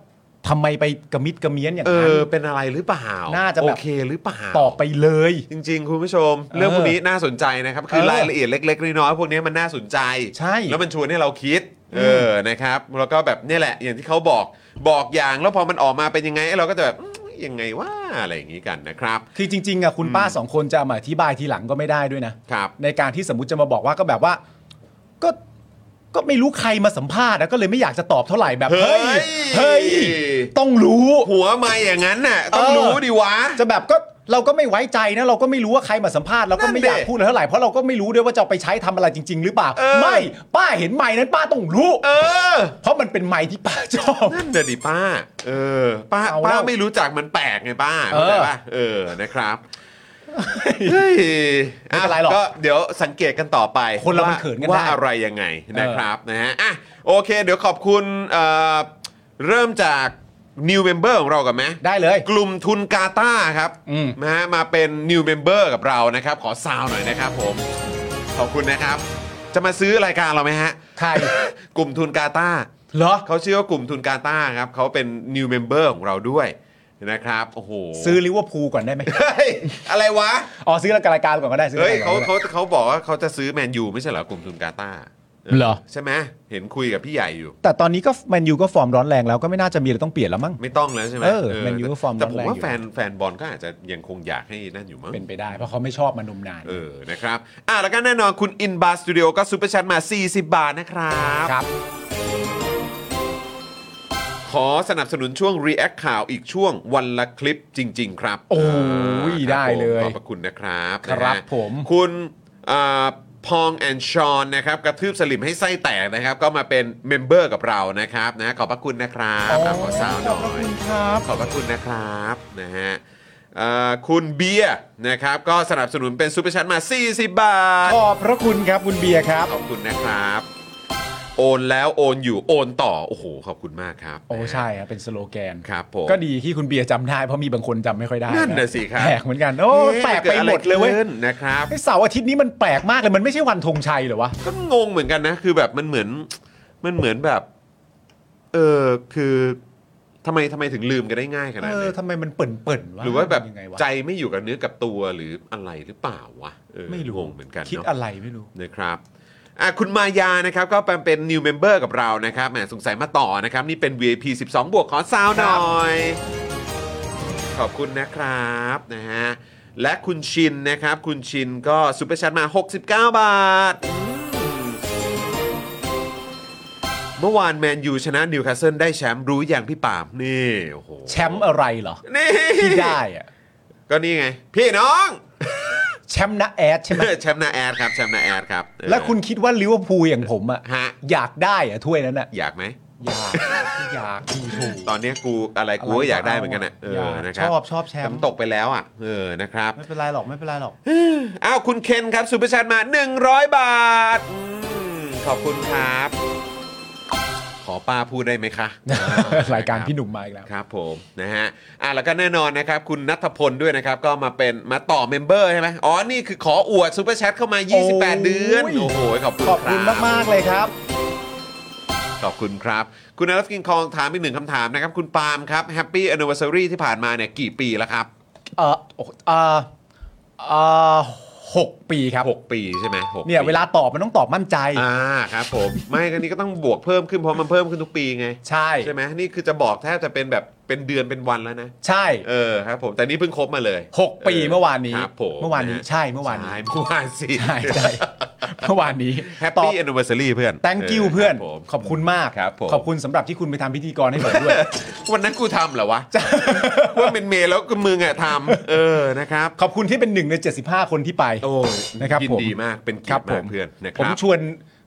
B: ทำไมไปกระมิดกระเมียนอย่าง
A: เอ
B: นั้น
A: อ เป็นอะไรหรือเปล่า
B: น่าจะแบบ
A: โอเคหรือเปล่า
B: ต่อไปเลย
A: จริง ๆ คุณผู้ชม เรื่องพวกนี้น่าสนใจนะครับ คือ
B: เออ
A: รายละเอียดเล็ก ๆ น้อยๆพวกนี้มันน่าสนใจ
B: ใช่
A: แล้วมันชวนให้เราคิด เออนะครับแล้วก็แบบเนี่ยแหละ อย่างที่เขาบอกบอกอย่างแล้วพอมันออกมาเป็นยังไงเราก็จะแบบอืมยังไงว่าอะไรอย่างนี้กันนะครับ
B: คือจริงๆอะคุณป้าสองคนจะเอามาอธิบายทีหลังก็ไม่ได้ด้วยนะ
A: ครับ
B: ในการที่สมมติจะมาบอกว่าก็แบบว่า ก็ก็ไม่รู้ใครมาสัมภาษณ์นะก็เลยไม่อยากจะตอบเท่าไหร่แบบ
A: เฮ้
B: เฮ้
A: ย
B: ยเฮ้ยต้องรู้
A: หัวมาอย่างนั้นน่ะต้อง
B: เออ
A: รู้ดิวะ
B: จะแบบก็เราก็ไม่ไว้ใจนะ เราก็ไม่รู้ว่าใครมาสัมภาษณ์เราก็
A: นั่
B: ไม่
A: นดิ
B: อยากพูดเท่าไหร่เพราะเราก็ไม่รู้ด้วยว่าจะเอาไปใช้ทำอะไรจริง ๆ หรือเปล่า
A: เออ
B: ไม่ป้าเห็นไม้นั้นป้าต้องรู้
A: เออ
B: เพราะมันเป็นไม้ที่ป้าชอบ
A: นั่นเดดิป้า เออ ป้า
B: เอา
A: ป้า
B: แล้ว
A: ไม่รู้จักมันแปลกไงป้า
B: เอ
A: เข้า
B: อ
A: ใจป่ะเออนะครับเฮ้ย
B: ไม่เป็นไรหรอก
A: ก็เดี๋ยวสังเกตกันต่อไป
B: คนเรา
A: ว่
B: นเขินกัน
A: ว่า
B: ได้
A: อะไรยังไงนะครับนะฮะอ่ะโอเค เดี๋ยวขอบคุณเอ่อเริ่มจาก new member ของเรากันไหม
B: ได้เลย
A: กลุ่มทุนกาตาร์ครับ
B: อืม
A: นะฮะมาเป็น new member กับเรานะครับ ขอซาวหน่อยนะครับผม ขอบคุณนะครับ จะมาซื้อรายการเราไหมฮะ
B: ใคร
A: กลุ่มทุนกาตาร์
B: เหรอ
A: เขาชื่อว่ากลุ่มทุนกาตาร์ครับเขาเป็น new member ของเราด้วยนะครับ โอ้โห
B: ซื้อลิเวอร์พูลก่อนได้ไหม
A: เฮ้ยอะไรวะ
B: อ๋อซื้อรายการก่อนก็ได้ซื้อ
A: เฮ้ย
B: รายการ
A: เขา
B: ก่อนก็ได้
A: เขาเขาบอกว่าเขาจะซื้อแมนยูไม่ใช่เหรอกลุ่มทุนกาตาร์
B: เหรอ
A: ใช่ไหมเห็นคุยกับพี่ใหญ่อยู่
B: แต่ตอนนี้ก็แมนยูก็ฟอร์มร้อนแรงแล้วก็ไม่น่าจะมีอะไรต้องเปลี่ยนแล้วมั้ง
A: ไม่ต้องแล้วใช่ไหม
B: เออแมนยูก็ฟอร์ม
A: แต่ผม
B: ร้อนแรง
A: ว่า
B: อยู่
A: แฟนแฟนบอลก็อาจจะยังคงอยากให้นั่นอยู่มั้ง
B: เป็นไปได้เพราะเขาไม่ชอบมานมนาน
A: เออ นะครับ อ่ะ แล้วก็แน่นอนคุณ In Bar Studio ก็ซูเปอร์แชทมา 40 บาทนะครับ
B: ครับ
A: ขอสนับสนุนช่วง React ข่าวอีกช่วงวันละคลิปจริง ๆ ครับ
B: โอ้ย
A: อ่า
B: ได้เลย
A: ขอบพระคุณนะครับ
B: ครับ
A: นะฮะ
B: ผม
A: คุณอ่าพองแอนชอนนะครับกระทืบสลิมให้ไส้แตกนะครับ ก็มาเป็นเมมเบอร์กับเรานะครับนะขอบพระคุณนะครับอ่ะขอสาวหน่อย
B: ครับ
A: ขอบพระคุณนะครับนะฮะเอ่อคุณเบียร์นะครับ ก็สนับสนุนเป็นซูเปอร์แชทมา 40 บาท
B: ขอบพระคุณครับคุณเบียร์ครับ
A: ขอบคุณนะครับ โอนแล้วโอนอยู่โอนต่อ โอ้โห ขอบคุณมากครับ
B: โอ้ใช่ครับเป็นสโลแกน
A: ครับผม
B: ก็ดีที่คุณเบียร์จำได้เพราะมีบางคนจำไม่ค่อยได้
A: นั่นน่ะสิครับ
B: แปลกเหมือนกัน โอ้
A: เอ๊ะ
B: แปลกไป
A: นอะ
B: หมดเลยเว้ย
A: ขึ้นนะครับ
B: ไอเสาร์อาทิตย์นี้มันแปลกมากเลยมันไม่ใช่วันธงชัยเหรอวะ
A: ก็งงเหมือนกันนะ คือแบบมันเหมือนมันเหมือนแบบ เออคือทำไมทำไมถึงลืมกันได้ง่ายขนาด
B: เออ
A: นี้
B: ทำไมมันเปิ่นๆวะ
A: หรือว่าแบบ
B: มันยังไงวะ
A: ใจไม่อยู่กับเนื้อกับตัวหรืออะไรหรือเปล่าวะเออ
B: ไม่รู้
A: งงเหมือนกัน
B: คิด
A: เนาะ
B: อะไรไม่รู้
A: นะครับอ่ะคุณมายานะครับก็เป็นเป็น new member กับเรานะครับแหมสงสัยมาต่อนะครับ นี่เป็น VIP 12 บวกขอซาวหน่อย ขอบคุณนะครับนะฮะและคุณชินนะครับ คุณชินก็ซูเปอร์แชทมา 69 บาทอืมเมื่อวานแมนยูชนะนิวคาสเซิลได้แชมป์รู้อย่างพี่ปาล์มนี่โอ้โห
B: แชมป์อะไรเหรอ
A: นี่
B: ที่ได้อะ
A: ก็นี่ไง พี่น้อง
B: แชมป์นะแอดใช่ไหม
A: แชมป์หนาแอดครับแชมป์หนาแอดครับเออ
B: แล้วคุณคิดว่าลิเวอร์พูลอย่างผมอะ
A: ฮะ
B: อยากได้อะถ้วยนั้นอะ
A: อยากไหม
B: อยากอยากดีถูก
A: ตอนเนี้ยกูอะไรกูก็อยากได้เหมือนกันอ่ะเออ
B: อยาก
A: นะครับ
B: ชอบชอบแชมป์
A: ตกไปแล้วอ่ะเออนะครับ
B: ไม่เป็นไรหรอกไม่เป็นไรหรอก
A: อ้าวคุณเคนครับซูเปอร์แชทมา 100 บาทอืมขอบคุณครับ ขอป้าพูดได้ไหม คะ
B: รายการพี่หนุ่มมาอีกแล้ว
A: ครับผมนะฮะอ่ะแล้วก็แน่นอนนะครับ คุณนัทพลด้วยนะครับ ก็มาเป็นมาต่อเมมเบอร์ใช่ไหมอ๋อ นี่คือขออวดซูเปอร์แชทเข้ามา 28 เดือน
B: โอ้ย
A: โอ้โห ขอบคุณ
B: ขอบคุณ
A: รับ
B: มาก ๆ เลยครับ
A: ขอบคุณครับ คุณนรัสกินคองถามอีกหนึ่งคำถามนะครับ คุณปาล์มครับแฮปปี้ n อน v ว r s a ซรีที่ผ่านมาเนี่ยกี่ปีแล้วครับ
B: เออโอ้เออเออหกปีครับ
A: 6 ปีใช่ไหมหก
B: เนี่ย
A: ปี
B: เวลาตอบมันต้องตอบมั่นใจ
A: อ่าครับผม ไม่กันนี้ก็ต้องบวกเพิ่มขึ้นเพราะมันเพิ่มขึ้นทุกปีไง
B: ใช่
A: ใช่ไหมนี่คือจะบอกแทบจะเป็นแบบเป็นเดือนเป็นวันแล้วนะ
B: ใช่
A: เออครับผมแต่นี่เพิ่งครบมาเลย
B: หกปีเมื่อวานนี้
A: ครับผม
B: เมื่อวานนี้
A: ะ
B: ใช่เมื่อวานนี้
A: ใช่เมื่อวานสิ
B: ใช่ใช่ เมื่อวานนี้
A: แฮป
B: ตอบ
A: ปี้แอนนิเวอร์ซรีเพื่อน
B: thank you เพื่อน
A: ครับผม
B: ขอบคุณมาก
A: ครับผม
B: ขอบคุณสำหรับที่คุณไปทำพิธีกรให้ผมด้วย
A: วันนั้นกูทำเหร อวะว่าเป็นเมย์แล้วก็มึงอะทำเออนะครับ
B: ขอบคุณที่เป็นหนึ่งใน 75 คนที่ไป
A: โอ้ย
B: นะครับ
A: ยิน
B: ผม
A: ดีมากเป็นเกีย
B: ค
A: ร
B: รับผม
A: ติาก
B: ม
A: เพื่อนนะค
B: ผม
A: รับ
B: ชวน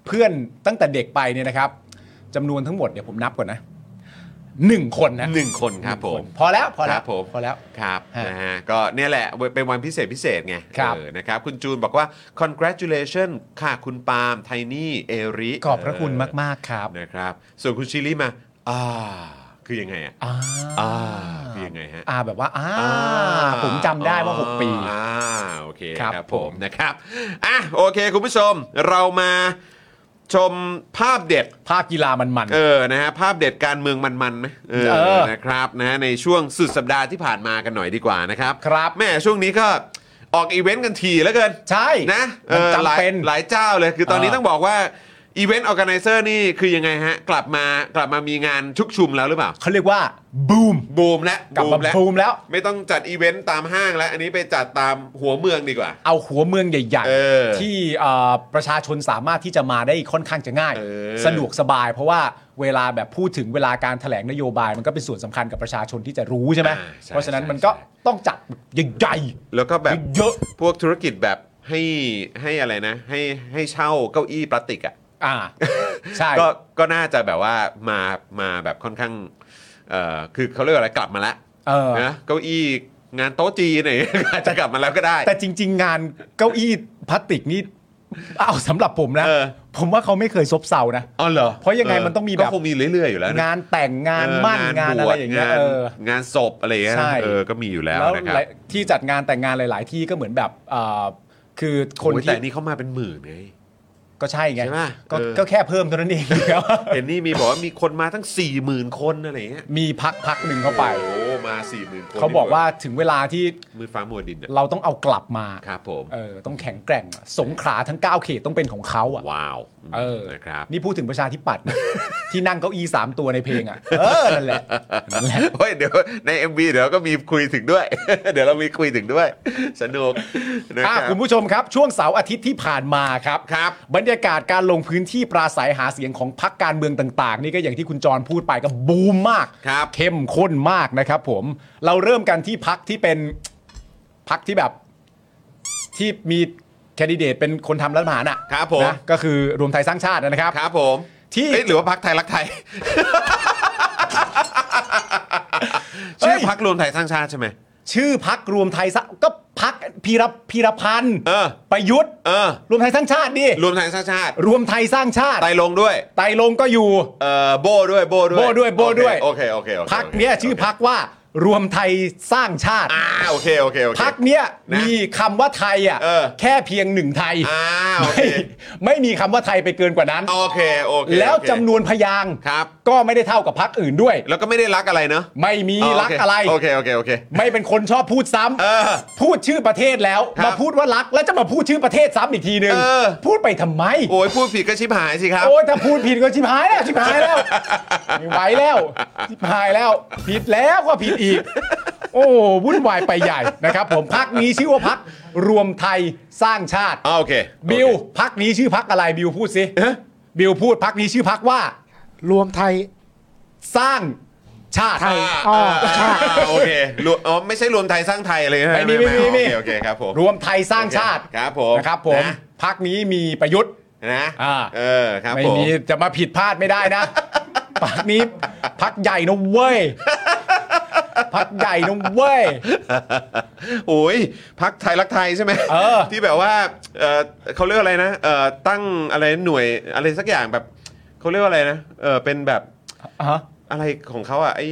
B: เพื่อนตั้งแต่เด็กไปเนี่ยนะครับจำนวนทั้งหมดเดี๋ยวผมนับก่อนนะหนึ่งคนนะ
A: หนึ่งคนครับ
B: ห
A: ผ
B: นึ่ง
A: ม
B: นพอแล้วพอแล้
A: คว รับผม
B: พอแล้ว
A: ครับ
B: ฮะ
A: นะฮะก็เนี่ยแหละเป็นวันพิเศษพิเศษไง
B: ครับ
A: เออนะครับ คุณจูนบอกว่า congratulation ค่ะคุณปาล์มไทนี่เอริ
B: ขอบพระคุณ
A: เ
B: มาก ๆ ครับ
A: นะครับ ส่วนคุณชิลลี่มา อ่า คือยังไงอ่ะ
B: อ่า
A: อ่าคือยังไงฮะ
B: อ่าแบบว่าอ่า
A: อ่า
B: ผมจำได้ว่า 6 ปี
A: อ่าโอเค
B: ครับ
A: ครับผ
B: ผม ม
A: นะครับอ่ะโอเค คุณผู้ชมเรามาชมภาพเด็ด
B: ภาพกีฬามันมัน
A: เออ นะฮะ ภาพเด็ดการเมืองมันๆไหมเอ
B: เอ
A: อ
B: อ
A: นะครับ นะฮะในช่วงสุดสัปดาห์ที่ผ่านมากันหน่อยดีกว่านะครับ
B: ครับ
A: แม่ช่วงนี้ก็ออกอีเวนต์กันทีแล้วเกิน
B: ใช่
A: นะ
B: มันจำ
A: หลาย
B: เป็น
A: หลายเจ้าเลย คือตอนนี้
B: เออ
A: ต้องบอกว่าอีเวนต์ออแกไนเซอร์นี่คือยังไงฮะ กลับมากลับมามีงานชุกชุมแล้วหรือเปล่า
B: เขาเรียกว่าบูม
A: บูมแล้ว
B: กลับมาบูมแล้ว
A: ไม่ต้องจัดอีเวนต์ตามห้างแล้ว อันนี้ไปจัดตามหัวเมืองดีกว่า
B: เอาหัวเมืองใหญ่
A: เออ
B: ๆ ที่เอ่อประชาชนสามารถที่จะมาได้ค่อนข้างจะง่าย
A: เออ
B: สะดวกสบาย เพราะว่าเวลาแบบพูดถึงเวลาการแถลงนโยบายมันก็เป็นส่วนสำคัญกับประชาชนที่จะรู้ใช่ไหม
A: อ่าใช่
B: เพราะฉะนั้น
A: ใช่
B: มันก็
A: ใช่
B: ต้องจัดใหญ่
A: แล้วก็แบบ
B: ๆเยอะ
A: พวกธุรกิจแบบให้ให้อะไรนะ ให้ให้เช่าเก้าอี้พลาสติกอะ
B: ๆอ่าใช่
A: ก็ก็น่าจะแบบว่ามามาแบบค่อนข้างเอ่อคือเขาเรียกว่าอะไรกลับมาแล้ว
B: เออ
A: นะเก้าอี้งานโต๊ะจีนเนี่ย อาจจะกลับมาแล้วก็ได้
B: แต่จริง ๆ งานเก้าอี้พลาสติกนี่เอาสำหรับผมนะ
A: เออ
B: ผมว่าเขาไม่เคยซบเซานะ
A: อ๋อเหรอ
B: เพราะยังไงมันต้องมีแบบ
A: ก็คงมีเรื่อยๆอยู่แล้วนะ
B: งานแต่งงานมั่น
A: เ
B: งานอะไรอย่างเงี้ย
A: บวช
B: เออ
A: งานศพอะไรอย่างเงี้ย
B: ใช่
A: เออก็มีอยู่แล้ว
B: แล้ว
A: นะครับ
B: หลายที่จัดงานแต่งงานหลาย ๆ ที่ก็เหมือนแบบเอ่อคือคน
A: โอ้ยแต่
B: ที่
A: นี่เขามาเป็นหมื่นไง
B: ก็ใช่ไง
A: ใช่ปะ
B: ก็
A: เออ
B: ก็แค่เพิ่มเท่านั้นเอง ครับ
A: เห็นนี่มีบอกว่ามีคนมาทั้ง 4 0,000 คนอะไรเงี้ย
B: มีพักพักหนึ่งเข้าไป
A: โอ้มา 4 0,000 คน
B: เขาบอกว่าถึงเวลาที่
A: มือฟ้ามัวดินอะ
B: เราต้องเอากลับมา
A: ครับผม
B: เออต้องแข็งแกร่งอะสงขลาทั้ง 9 เขตต้องเป็นของเขาอ่ะ
A: ว้าว
B: เออ
A: นะครับ
B: นี่พูดถึงประชาธิปัตย์นะ ที่นั่งเก้าอี้สามตัวในเพลงอ่ะ เออ นั่นแหละ นั่นแหละ
A: เฮ้ยเดี๋ยวใน MV เดี๋ยวก็มีคุยถึงด้วย เดี๋ยวเรามีคุยถึงด้วย สนุกนะ
B: อ่ะ
A: ครับ
B: คุณผู้ชมครับ ช่วงเสาร์อาทิตย์ที่ผ่านมาครับ
A: ครับ
B: บรรยากาศการลงพื้นที่ปราศัยหาเสียงของพรรคการเมืองต่าง ๆ นี่ก็อย่างที่คุณจรพูดไปก็บูมมาก
A: ครับ
B: เข้มข้นมากนะครับผมเราเริ่มกันที่พักที่เป็นพักที่แบบที่มีแคนดิเดตเป็นคนทำรัฐประหารอ่ะ
A: ครับผม
B: นะก็คือรวมไทยสร้างชาตินะครับ
A: ครับผม
B: ที่
A: เอ้ยหรือว่าพักไทยรักไท ย ชื่อพักรวมไทยสร้างชาติใช่ไหม
B: ชื่อพักรวมไทยสร้างก็พักพีรพีรพันธ์
A: เออ
B: ประยุทธ์
A: เออ
B: รวมไทยสร้างชาติดิ
A: รวมไทยสร้างชาติ
B: รวมไทยสร้างชาติ
A: ไตรลงค์ด้วย
B: ไตรลงก็อยู่
A: เอ่อโบด้วยโบด้วย
B: โบ้ด้วยโบ้ด้วย
A: โอเคโอเคโอเคโอค
B: พักเนี้ยชื่อพักว่ารวมไทยสร้างชาติ
A: อ่าโอเคโอเคโอเค
B: พักเนี้ย
A: นะ
B: มีคำว่าไทยอ่ะ
A: เออ
B: แค่เพียงหนึ่งไทย
A: อ่าโอเค
B: ไม่ไม่มีคำว่าไทยไปเกินกว่านั้น
A: โอเคโอเค
B: แล้ว
A: โอเค
B: จำนวนพยางค์
A: ครับ
B: ก็ไม่ได้เท่ากับพักอื่นด้วย
A: แล้วก็ไม่ได้รักอะไรเนอะ
B: ไม่มี
A: อ๋อ
B: รัก
A: โเค
B: อะไร
A: โอเคโอเคโอเค
B: ไม่เป็นคนชอบพูดซ้ำ
A: เออ
B: พูดชื่อประเทศแล้ว
A: ครับ
B: มาพูดว่ารักแล้วจะมาพูดชื่อประเทศซ้ำอีกทีหนึ่ง
A: เออ
B: พูดไปทำไม
A: โอ้ยพูดผิดก็ชิบหายสิครับ
B: โอ้ยถ้าพูดผิดก็ชิบหายแล้วชิบหายแล้วไม่ไหวแล้วชิบหายแล้ว ผิดแล้วก็ผิดอีก โอ้วุ่นวายไปใหญ่นะครับ ผมพักนี้ชื่อว่าพักรวมไทยสร้างชาติ
A: อ่าโอเค
B: บิวพักนี้ชื่อพักอะไรบิวพูดสิบิวพูดพักนี้ชื่อพักว่า
C: รวมไทย
B: สร้างชาติ
C: ไทย
A: อ๋อาอ่าโอเครวมอ๋อไม่ใช่รวมไทยสร้างไทยเลยใช่ไหม
B: ไม่มีไม่มีไม่มี
A: โอเคโอเคครับผม
B: รวมไทยสร้างชาติ
A: ครับผม
B: นะครับผม
A: นะ
B: พักนี้มีประยุทธ์
A: นะ
B: อ่า
A: เออครับ
B: ไม่
A: ผม
B: มีจะมาผิดพลาดไม่ได้นะ พักนี้พักใหญ่นะเว้ยพักใหญ่นะเว้ย
A: โอ้ยพักไทยรักไทยใช่ไหม
B: เออ
A: ที่แบบว่าเออเขาเรียกอะไรนะเออตั้งอะไรหน่วยอะไรสักอย่างแบบเขาเรียกว่าอะไรนะเออเป็นแบบ
B: อ่ะฮะ
A: อะไรของเขาอ่ะไอ้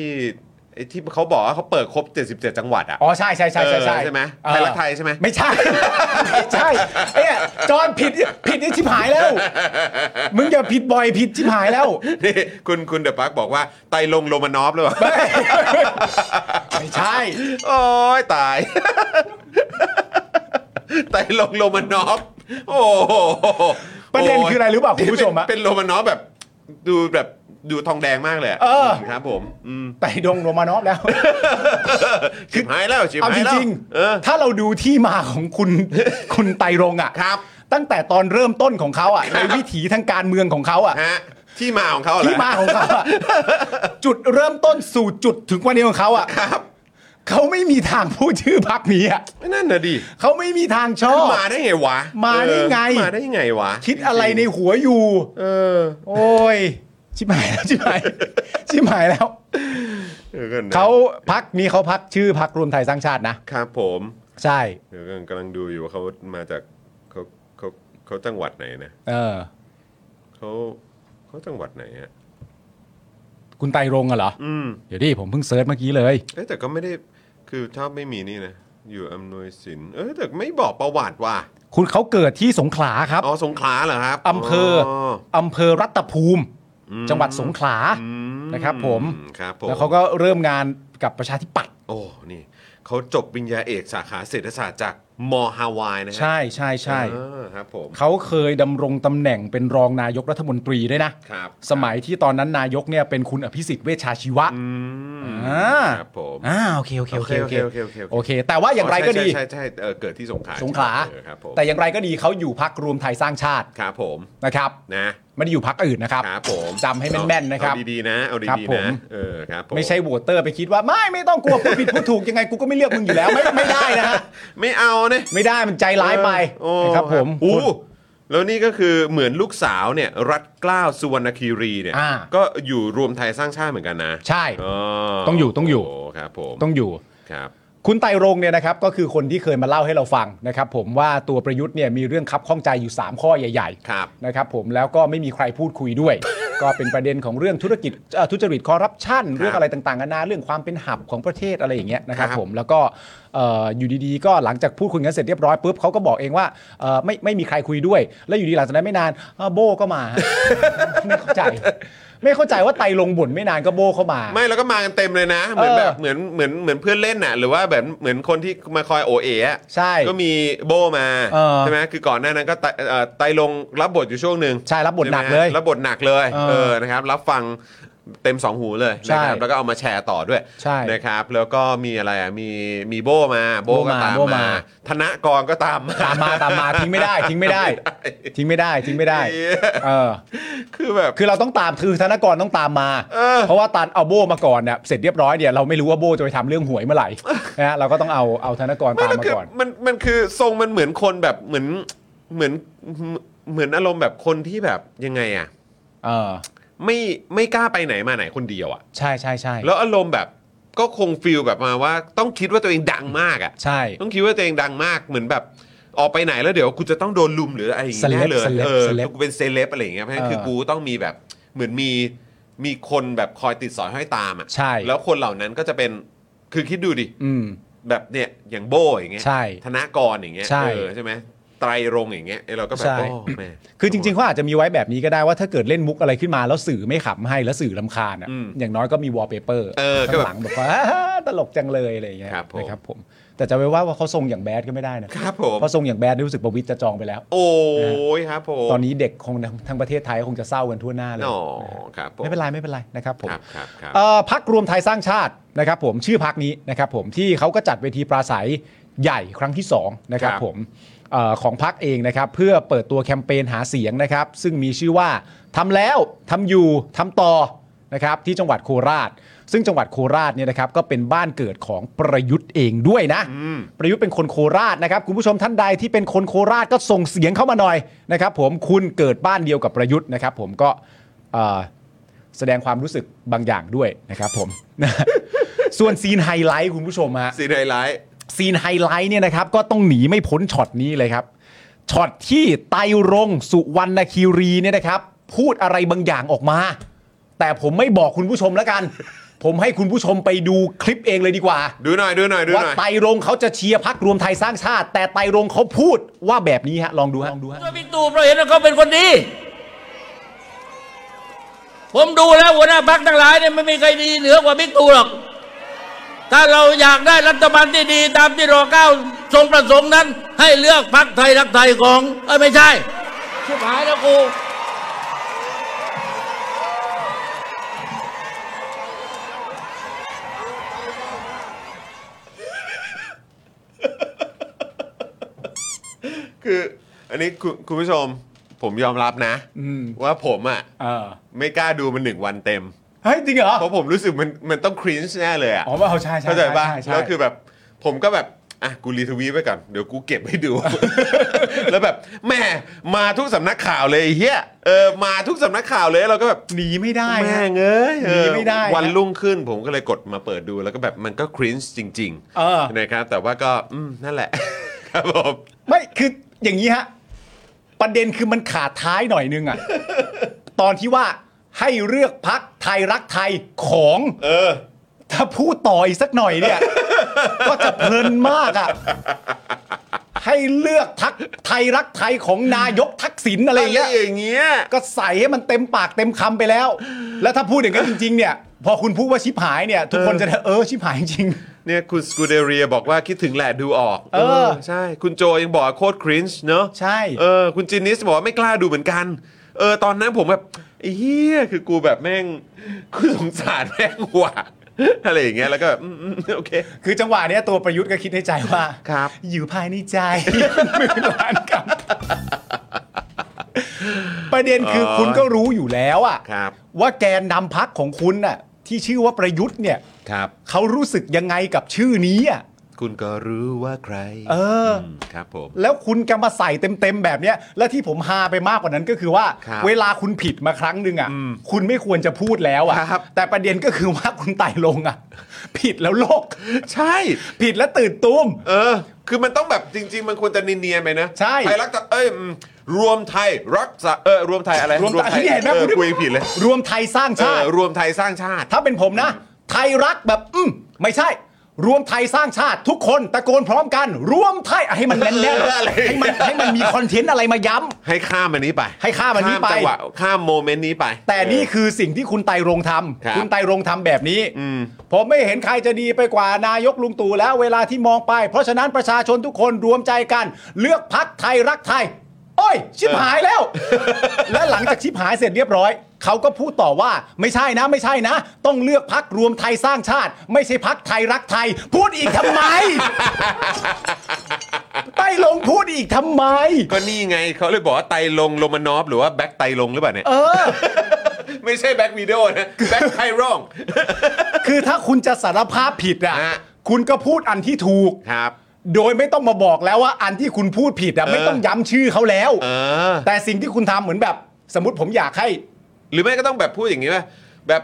A: ไอ้ที่เขาบอกว่าเขาเปิดครบ 77 จังหวัดอ่ะ
B: อ๋อใช่ใช่ใช่ใช่
A: เออใช่ไหม
B: เออ
A: ไทยรักไทยใช่ไหม
B: ไม่ใช่ ไม่ใช่เนี่ยจอนผิดผิดนี่ชิบหายแล้ว มึงอย่าผิดบ่อยผิดชิบหายแล้ว
A: นี่คุณคุณเดอะปาร์คบอกว่าไตลงโรมานอฟหรือเปล่า
B: ไม่ใช่
A: โอ้ยตาย ไตรลงค์โรมานอฟโอ้โห
B: ประเด็นคืออะไรรู้เปล่าคุณผู้ชมอะ
A: เป็นเป็นโรมานอฟแบบ ดูแบบดูทองแดงมากเลยะ
B: เออ
A: มครับผมอืม
B: ไต่ดงโรมานอฟแล้ว
A: ชิบหายแล้วชิบ
B: เอา
A: หา
B: จ
A: ยแล้ว
B: ริง
A: เออ
B: ๆถ้าเราดูที่มาของคุณ คุณไตรรงค์อ่ะ
A: ครับ
B: ตั้งแต่ตอนเริ่มต้นของเขาอ่ะในวิถีทางการเมืองของเขาอ่ะ
A: ฮะที่มาของเขาเหรอ
B: ที่มาของเขาอะจุดเริ่มต้นสู่จุดถึงวันนี้ของเขาอ่ะ
A: ครับ
B: เขาไม่มีทางพูดชื่อพักนี้อ่ะ
A: นั่นน่ะดิ
B: เขาไม่มีทางชอบ
A: มาได้ไงวะ
B: มาได้ไง
A: เออมาได้ไงวะ
B: คิดอะไรในหัวอยู่
A: เออ
B: โอ้ย ชิบหายแล้วชิบหายชิบหายแล้ว
A: เดี๋ยวก่อนนะ
B: เขาพักนี้เขาพักชื่อพักรวมไทยสร้างชาตินะ
A: ครับผม
B: ใช่
A: เดี๋ยวกอนกำลังดูอยู่ว่าเขามาจากเขาเขาเขาจังหวัดไหนนะ
B: เออ
A: เขาเขาจังหวัดไหนอะ
B: คุณไตรรงค์อะเหรอ
A: อืม
B: เดี๋ยวดิผมเพิ่งเซิร์ชเมื่อกี้เลย
A: เอ้ยแต่ก็ไม่ได้คือถ้าไม่มีนี่นะ อยู่อำนวยสิน เอ้ยแต่ไม่บอกประวัติว่ะ
B: คุณเขาเกิดที่สงขลาครับ
A: อ๋อสงขลาเหรอครับ
B: อำเภอ
A: อ
B: อำเภอรัตภูมิ
A: อืม
B: จังหวัดสงขลา
A: อื
B: นะครับผม
A: ครับผม
B: แล้วเขาก็เริ่มงานกับประชาธิปัตย์
A: โอ้นี่เขาจบปริญญาเอกสาขาเศรษฐศาสตร์จากมฮาวายนะฮะ
B: ใช่ใช่ใช่
A: เออครับผม
B: เขาเคยดำรงตำแหน่งเป็นรองนายกรัฐมนตรีด้วยนะ
A: ครับ
B: สมัยที่ตอนนั้นนายกเนี่ยเป็นคุณอภิสิทธิ์เวชชาชีวะ
A: อืม
B: อ่า
A: ครับผม
B: อ่าโอเคโอเคโอเค
A: โอเคโอเคโอเคโอเค
B: โอเค แต่ว่าอย่างไรก็ดี
A: ใช่ใช่ใช่เออเกิดที่สงขลา
B: สงขลา
A: เออครับผม
B: แต่อย่างไรก็ดีเขาอยู่พักรวมไทยสร้างชาติ
A: ครับผม
B: นะครับ
A: นะ
B: ไม่ได้อยู่พักอื่นนะครับ
A: ครับผม
B: จำให้แม่นๆนะครับ
A: เอาดีๆนะเอา
B: ครับ
A: ดี
B: ผ
A: ๆ
B: ม
A: นะเออครับผม
B: ไม่ใช่โหวตเตอร์ไปคิดว่าไม่ไม่ต้องกลัวพูดผิดพูดถูกยังไงกูก็ไม่เลือกมึงอยู่แล้วไม่ไม่ได้นะ ฮะ
A: ไม่เอาเนี่ย
B: ไม่ได้มันใจร้ายไป
A: โอ้
B: นะครับผม
A: อู้
B: คุณ
A: แล้วนี่ก็คือเหมือนลูกสาวเนี่ยรัฐเกล้าวสุวรรณคีรีเนี่ย
B: อ่า
A: ก็อยู่รวมไทยสร้างชาติเหมือนกันนะ
B: ใช่
A: อ๋อ
B: ต้องอยู่ต้องอยู่
A: โครับผม
B: ต้องอยู่
A: ครับ
B: คุณไตรรงค์เนี่ยนะครับก็คือคนที่เคยมาเล่าให้เราฟังนะครับผมว่าตัวประยุทธ์เนี่ยมีเรื่องคับข้องใจอยู่ 3 ข้อใหญ่
A: ครับ
B: นะครับผมแล้วก็ไม่มีใครพูดคุย ด้วย ก็เป็นประเด็นของเรื่องธุรกิจเอ่อทุจริตคอร์รัปชันเรื่องอะไรต่างๆนานาเรื่องความเป็นหับของประเทศอะไรอย่างเงี้ยนะครับ
A: ครับ
B: ผมแล้วก็เอ่ออยู่ดีๆ ก็หลังจากพูดคุยกันเสร็จเรียบร้อยปุ๊บเขาก็บอกเองว่าเอ่อไม่ไม่มีใครคุยด้วย แล้วอยู่ดีหลังจากนั้นไม่นานเอ่อโบก็มา ไม่เข้าใจ ไม่เข้าใจว่าไตรลงค์บ่นไม่นานก็โบเข้ามา
A: ไม่แล้วก็มากันเต็มเลยนะ เหมือน
B: เออ
A: แบบเหมือนเหมือนเหมือนเพื่อนเล่นน่ะหรือว่าแบบเหมือนคนที่มาคอยโอเอะ
B: ใช่
A: ก็มีโบมา
B: เออ
A: ใช่ไหมคือก่อนหน้านั้นก็ไตเอ่อไตลงรับบทอยู่ช่วงหนึ่ง
B: ใช่รับบทหนัก
A: ใช่ไม
B: เลย
A: รับบทหนักเลย
B: เออ
A: เออนะครับรับฟังเต็มสองหูเลย
B: ใช่
A: นะครับแล้วก็เอามาแชร์ต่อด้วย
B: ใช่
A: นะครับ แล้วก็มีอะไรอ่ะมีมีโบมาโบ
B: โบ้
A: ก็
B: มา
A: ตาม
B: โบ้
A: มา
B: มา
A: ธนกรก็ตามมา
B: ตามมาตามมาทิ้งไม่ได้ ทิ้งไม่ได้ ทิ้งไม่ได้ทิ้งไม่ได้
A: เหี้ย
B: เออ
A: คือแบบ
B: คือเราต้องตามคือธนกรต้องตามมา
A: เออ
B: เพราะว่าตันเอาโบมาก่อนเนี่ยเสร็จเรียบร้อยเนี่ยเราไม่รู้ว่าโบจะไปทำเรื่องหวยเมื่อไหร่นะฮะเราก็ต้องเอาเอาธนกร
A: ไม่
B: ตาม
A: แล้ว
B: มา
A: คือ
B: ก่อน
A: มันมันคือทรงมันเหมือนคนแบบเหมือนเหมือนเหมือนอารมณ์แบบคนที่แบบยังไงอ่ะ
B: เออ
A: ไม่ไม่กล้าไปไหนมาไหนคนเดียวอ่ะ
B: ใช่ใช่ใช่
A: แล้วอารมณ์แบบก็คงฟิลแบบมาว่า ต้องคิดว่าตัวเองดังมากอ่ะ
B: ใช่
A: ต้องคิดว่าตัวเองดังมากเหมือนแบบออกไปไหนแล้วเดี๋ยวกูจะต้องโดนลุมหรืออะไรอย่างเงี้ย
B: เซเลบ
A: แน่เลย
B: เซเลบ
A: เออ
B: เซเลบ
A: กูเป็นเซเลบอะไรอย่างเงี้ยเพราะฉะนั้น
B: เออ
A: คือกูต้องมีแบบเหมือนมีมีคนแบบคอยติดสอยห้อยตามอ่ะ
B: ใช่
A: แล้วคนเหล่านั้นก็จะเป็นคือคิดดูดิ
B: อืม
A: แบบเนี่ยอย่างโบอย่างเงี้ย
B: ใช่
A: ธนากรอย่างเงี้ย
B: ใช่
A: เออใช่ไหมไตรรงค์อย่างเงี้ยเอ้ยเราก็แบบ
B: ใช่
A: โอ้แม่
B: คือจริงๆเขาอาจจะมีไว้แบบนี้ก็ได้ว่าถ้าเกิดเล่นมุกอะไรขึ้นมาแล้วสื่อไม่ขำให้แล้วสื่อลำคาญอะ
A: อืม
B: อย่างน้อยก็มีวอลเปเปอร์
A: เออก็
B: ข้าง
A: แบบ
B: หลังแบบว่า ตลกจังเลยอะไรอย่างเงี้ย
A: ครับผม
B: นะครับผมแต่จะไปว่าว่าเขาทรงอย่างแบดก็ไม่ได้นะครับ
A: ผม
B: เพราะทรงอย่างแบดรู้สึกประวิตรจะจองไปแล้ว
A: โอ้ยครับผม
B: ตอนนี้เด็กคงทั้งประเทศไทยคงจะเศร้ากันทั่วหน้าเลย
A: หนอครับผม
B: ไม่เป็นไรไม่เป็นไรนะครับผม
A: ครับครับครับ
B: เอ่อพักรวมไทยสร้างชาตินะครับผมชื่อพักนี้นะครับผมที่เขาก็จัดเวทีปราศัยใหญ่ครั้งที่สองนะครับ
A: ครับ
B: ผมเอ่อของพักเองนะครับเพื่อเปิดตัวแคมเปญหาเสียงนะครับ ซึ่งมีชื่อว่าทำแล้วทำอยู่ทำต่อนะครับที่จังหวัดโคราช ซึ่งจังหวัดโคราชเนี่ยนะครับก็เป็นบ้านเกิดของประยุทธ์เองด้วยนะ
A: อืม
B: ประยุทธ์เป็นคนโคราชนะครับคุณผู้ชมท่านใดที่เป็นคนโคราชก็ส่งเสียงเข้ามาหน่อยนะครับผมคุณเกิดบ้านเดียวกับประยุทธ์นะครับ ผมก็เอ่อแสดงความรู้สึกบางอย่างด้วยนะครับผม ส่วนซีนไฮไลท์คุณผู้ชมฮะ
A: ซีนไฮไลท์
B: ซีนไฮไลท์เนี่ยนะครับก็ต้องหนีไม่พ้นช็อตนี้เลยครับช็อตที่ไตรรงค์สุวรรณคีรีเนี่ยนะครับ พูดอะไรบางอย่างออกมา แต่ผมไม่บอกคุณผู้ชมแล้วกัน ผมให้คุณผู้ชมไปดูคลิปเองเลยดีกว่า
A: ดูหน่อยดูหน่อยดู
B: ว่า
A: หน่อย
B: ไตรรงค์เขาจะเชียร์พักรวมไทยสร้างชาติ แต่ไตรรงค์เขาพูดว่าแบบนี้ฮะ ลองดูฮะลองดูฮะ
C: ด้วยบิ๊กตู่เราเห็นว่าเขาเป็นคนดี ผมดูแล้วหัวหน้าพักทั้งหลายเนี่ยไม่มีใครดีเหนือกว่าบิ๊กตู่หรอก ถ้าเราอยากได้รัฐบาลที่ดีตามที่รอเก้าทรงประสงค์นั้น ให้เลือกพักไทยรักไทยของ เอ้ยไม่ใช่ ชิบหายแล้วกู
A: คือ อันนี้คุณคุณผู้ชมผมยอมรับนะ
B: อืม
A: ว่าผมอ่ะ
B: เออ
A: ไม่กล้าดูมันหนึ่งวันเต็ม
B: เฮ้ยจริงเหรอ
A: เพราะผมรู้สึกมันมันต้องครีนช์แน่เลยอ่ะ
B: อ๋อว่าเอาใช่ใช่
A: เข้าใจป่ะ
B: ช่ช่
A: แล้วคือแบบผมก็แบบ อ่ะ กูรีทวีตไปก่อน เดี๋ยวกูเก็บให้ดู แล้วแบบแหม่มาทุกสำนักข่าวเลยไอ้เฮียเออมาทุกสำนักข่าวเลยเราก็แบบ
B: หนีไม่ได้ฮะ
A: แม่งเอ้ยเออ
B: หนีไม่ได้นะ
A: วันรุ่งขึ้นผมก็เลยกดมาเปิดดูแล้วก็แบบมันก็ครินช์จริง
B: เออ
A: นะครับ แต่ว่าก็อืมนั่นแหละ ครับผม
B: ไม่คืออย่างนี้ฮะ ประเด็นคือมันขาดท้ายหน่อยนึงอ่ะ ตอนที่ว่าให้เลือกพักไทยรักไทยของ
A: เออ
B: ถ้าพูดต่ออีกสักหน่อยเนี่ย ก็จะเพลินมาก อ่ะ ให้เลือกทักไทยรักไทยของนายกทักษิณอะ
A: อะไร ไร
B: อย่างเงี้ย
A: อย่างเงี้ย
B: ก็ใส่ให้มันเต็มปากเต็มคำไปแล้ว แล้วถ้าพูดอย่างนั้นจริง ๆ เนี่ย พอคุณพูดว่าชิบหายเนี่ย ทุกคนจะได้เออชิบหายจริง
A: เนี่ยคุณสกูเดเรียบอกว่าคิดถึงแหละดูออก
B: เออ
A: ใช่ คุณโจยังบอกว่าโคตรครินช์เนอะ
B: ใช่
A: เออ คุณจินนิสบอกว่าไม่กล้าดูเหมือนกัน เออ ตอนนั้นผมแบบไอ้เฮียคือกูแบบแม่ง กูสงสารแม่งว่ะอะไรอย่างเงี้ยแล้วก็แบบอืมอืมโอเค
B: คือจังหวะเนี้ยตัวประยุทธ์ก็คิดในใจว่า
A: ครับ
B: อยู่ภายในใจ หมื่นล้านคำประเด็นคือคุณก็รู้อยู่แล้วอะ
A: ครับ
B: ว่าแกนนำพักของคุณน่ะที่ชื่อว่าประยุทธ์เนี่ย
A: ครับ
B: เขารู้สึกยังไงกับชื่อนี้อะ
A: คุณก็รู้ว่าใคร
B: เออ
A: มครับผม
B: แล้วคุณกำมาใส่เต็มๆแบบเนี้ย และที่ผมฮาไปมากกว่านั้นก็คือว่า
A: ครับ
B: เวลาคุณผิดมาครั้งหนึ่งอ่ะ คุณไม่ควรจะพูดแล้วอ่ะ แต่ประเด็นก็คือว่าคุณไต่ลงอ่ะ ผิดแล้วโลก
A: ใช่
B: ผิดแล้วตื่นตุ้ม
A: เออ คือมันต้องแบบจริง ๆ มันควรจะเนียนๆไปนะ
B: ใช่
A: ไทยรักแต่เอ้ยอืมรวมไทยรักษาเออรวมไทยอะไร
B: รวมไทยเนี่ยเห็นไหม
A: เออ
B: คุณ
A: คุยผิดเลย
B: รวมไทยสร้าง
A: เอ
B: ชา
A: อ
B: ติ
A: รวมไทยสร้างชาติ
B: ถ้าเป็นผมนะ ไทยรักแบบอืมไม่ใช่ รวมไทยสร้างชาติทุกคนตะโกนพร้อมกัน รวมไทยอ่ะให้มันแน่น
A: เอออะไร
B: ๆให้มันให้มันมีคอนเทนต์อะไรมาย้ำ
A: ให้ข้ามอันนี้ไป
B: ให้ข้ามอันนี้ไป
A: จังหวะข้ามโมเมนต์นี้ไป
B: แต่นี่คือสิ่งที่คุณไตรรงค์ท
A: ครับ
B: ำคุณไตรรงค์ทำแบบนี้
A: อืม
B: ผมไม่เห็นใครจะดีไปกว่านายกลุงตู่แล้วเวลาที่มองไป เพราะฉะนั้นประชาชนทุกคนรวมใจกัน เลือกพักไทยรักไทย โอ้ย ชิบหาย แล้ว และหลังจากชิบหายเสร็จเรียบร้อย เขาก็พูดต่อว่า ไม่ใช่นะ ไม่ใช่นะ ต้องเลือกพักรวมไทยสร้างชาติ ไม่ใช่พักไทยรักไทย พูดอีกทำ ไม ไต้ลงพูดอีกทำไม
A: ก็นี่ไงเขาเลยบอกว่าไตลงโลมานอฟหรือว่าแบ็คไตลงหรือเปล่าเนี่ย
B: เออ
A: ไม่ใช่แบ็ควีดีโอนะแบ็คไทร่อง
B: คือถ้าคุณจะสารภาพผิดอ่ะ
A: ฮะ
B: คุณก็พูดอันที่ถูก
A: ครับ
B: โดยไม่ต้องมาบอกแล้วว่าอันที่คุณพูดผิดอ่ะ
A: เออ
B: ไม่ต้องย้ำชื่อเขาแล้ว
A: เออ
B: แต่สิ่งที่คุณทำเหมือนแบบ สมมติผมอยากให้
A: หรือไม่ก็ต้องแบบพูดอย่างนี้ว่าแบบ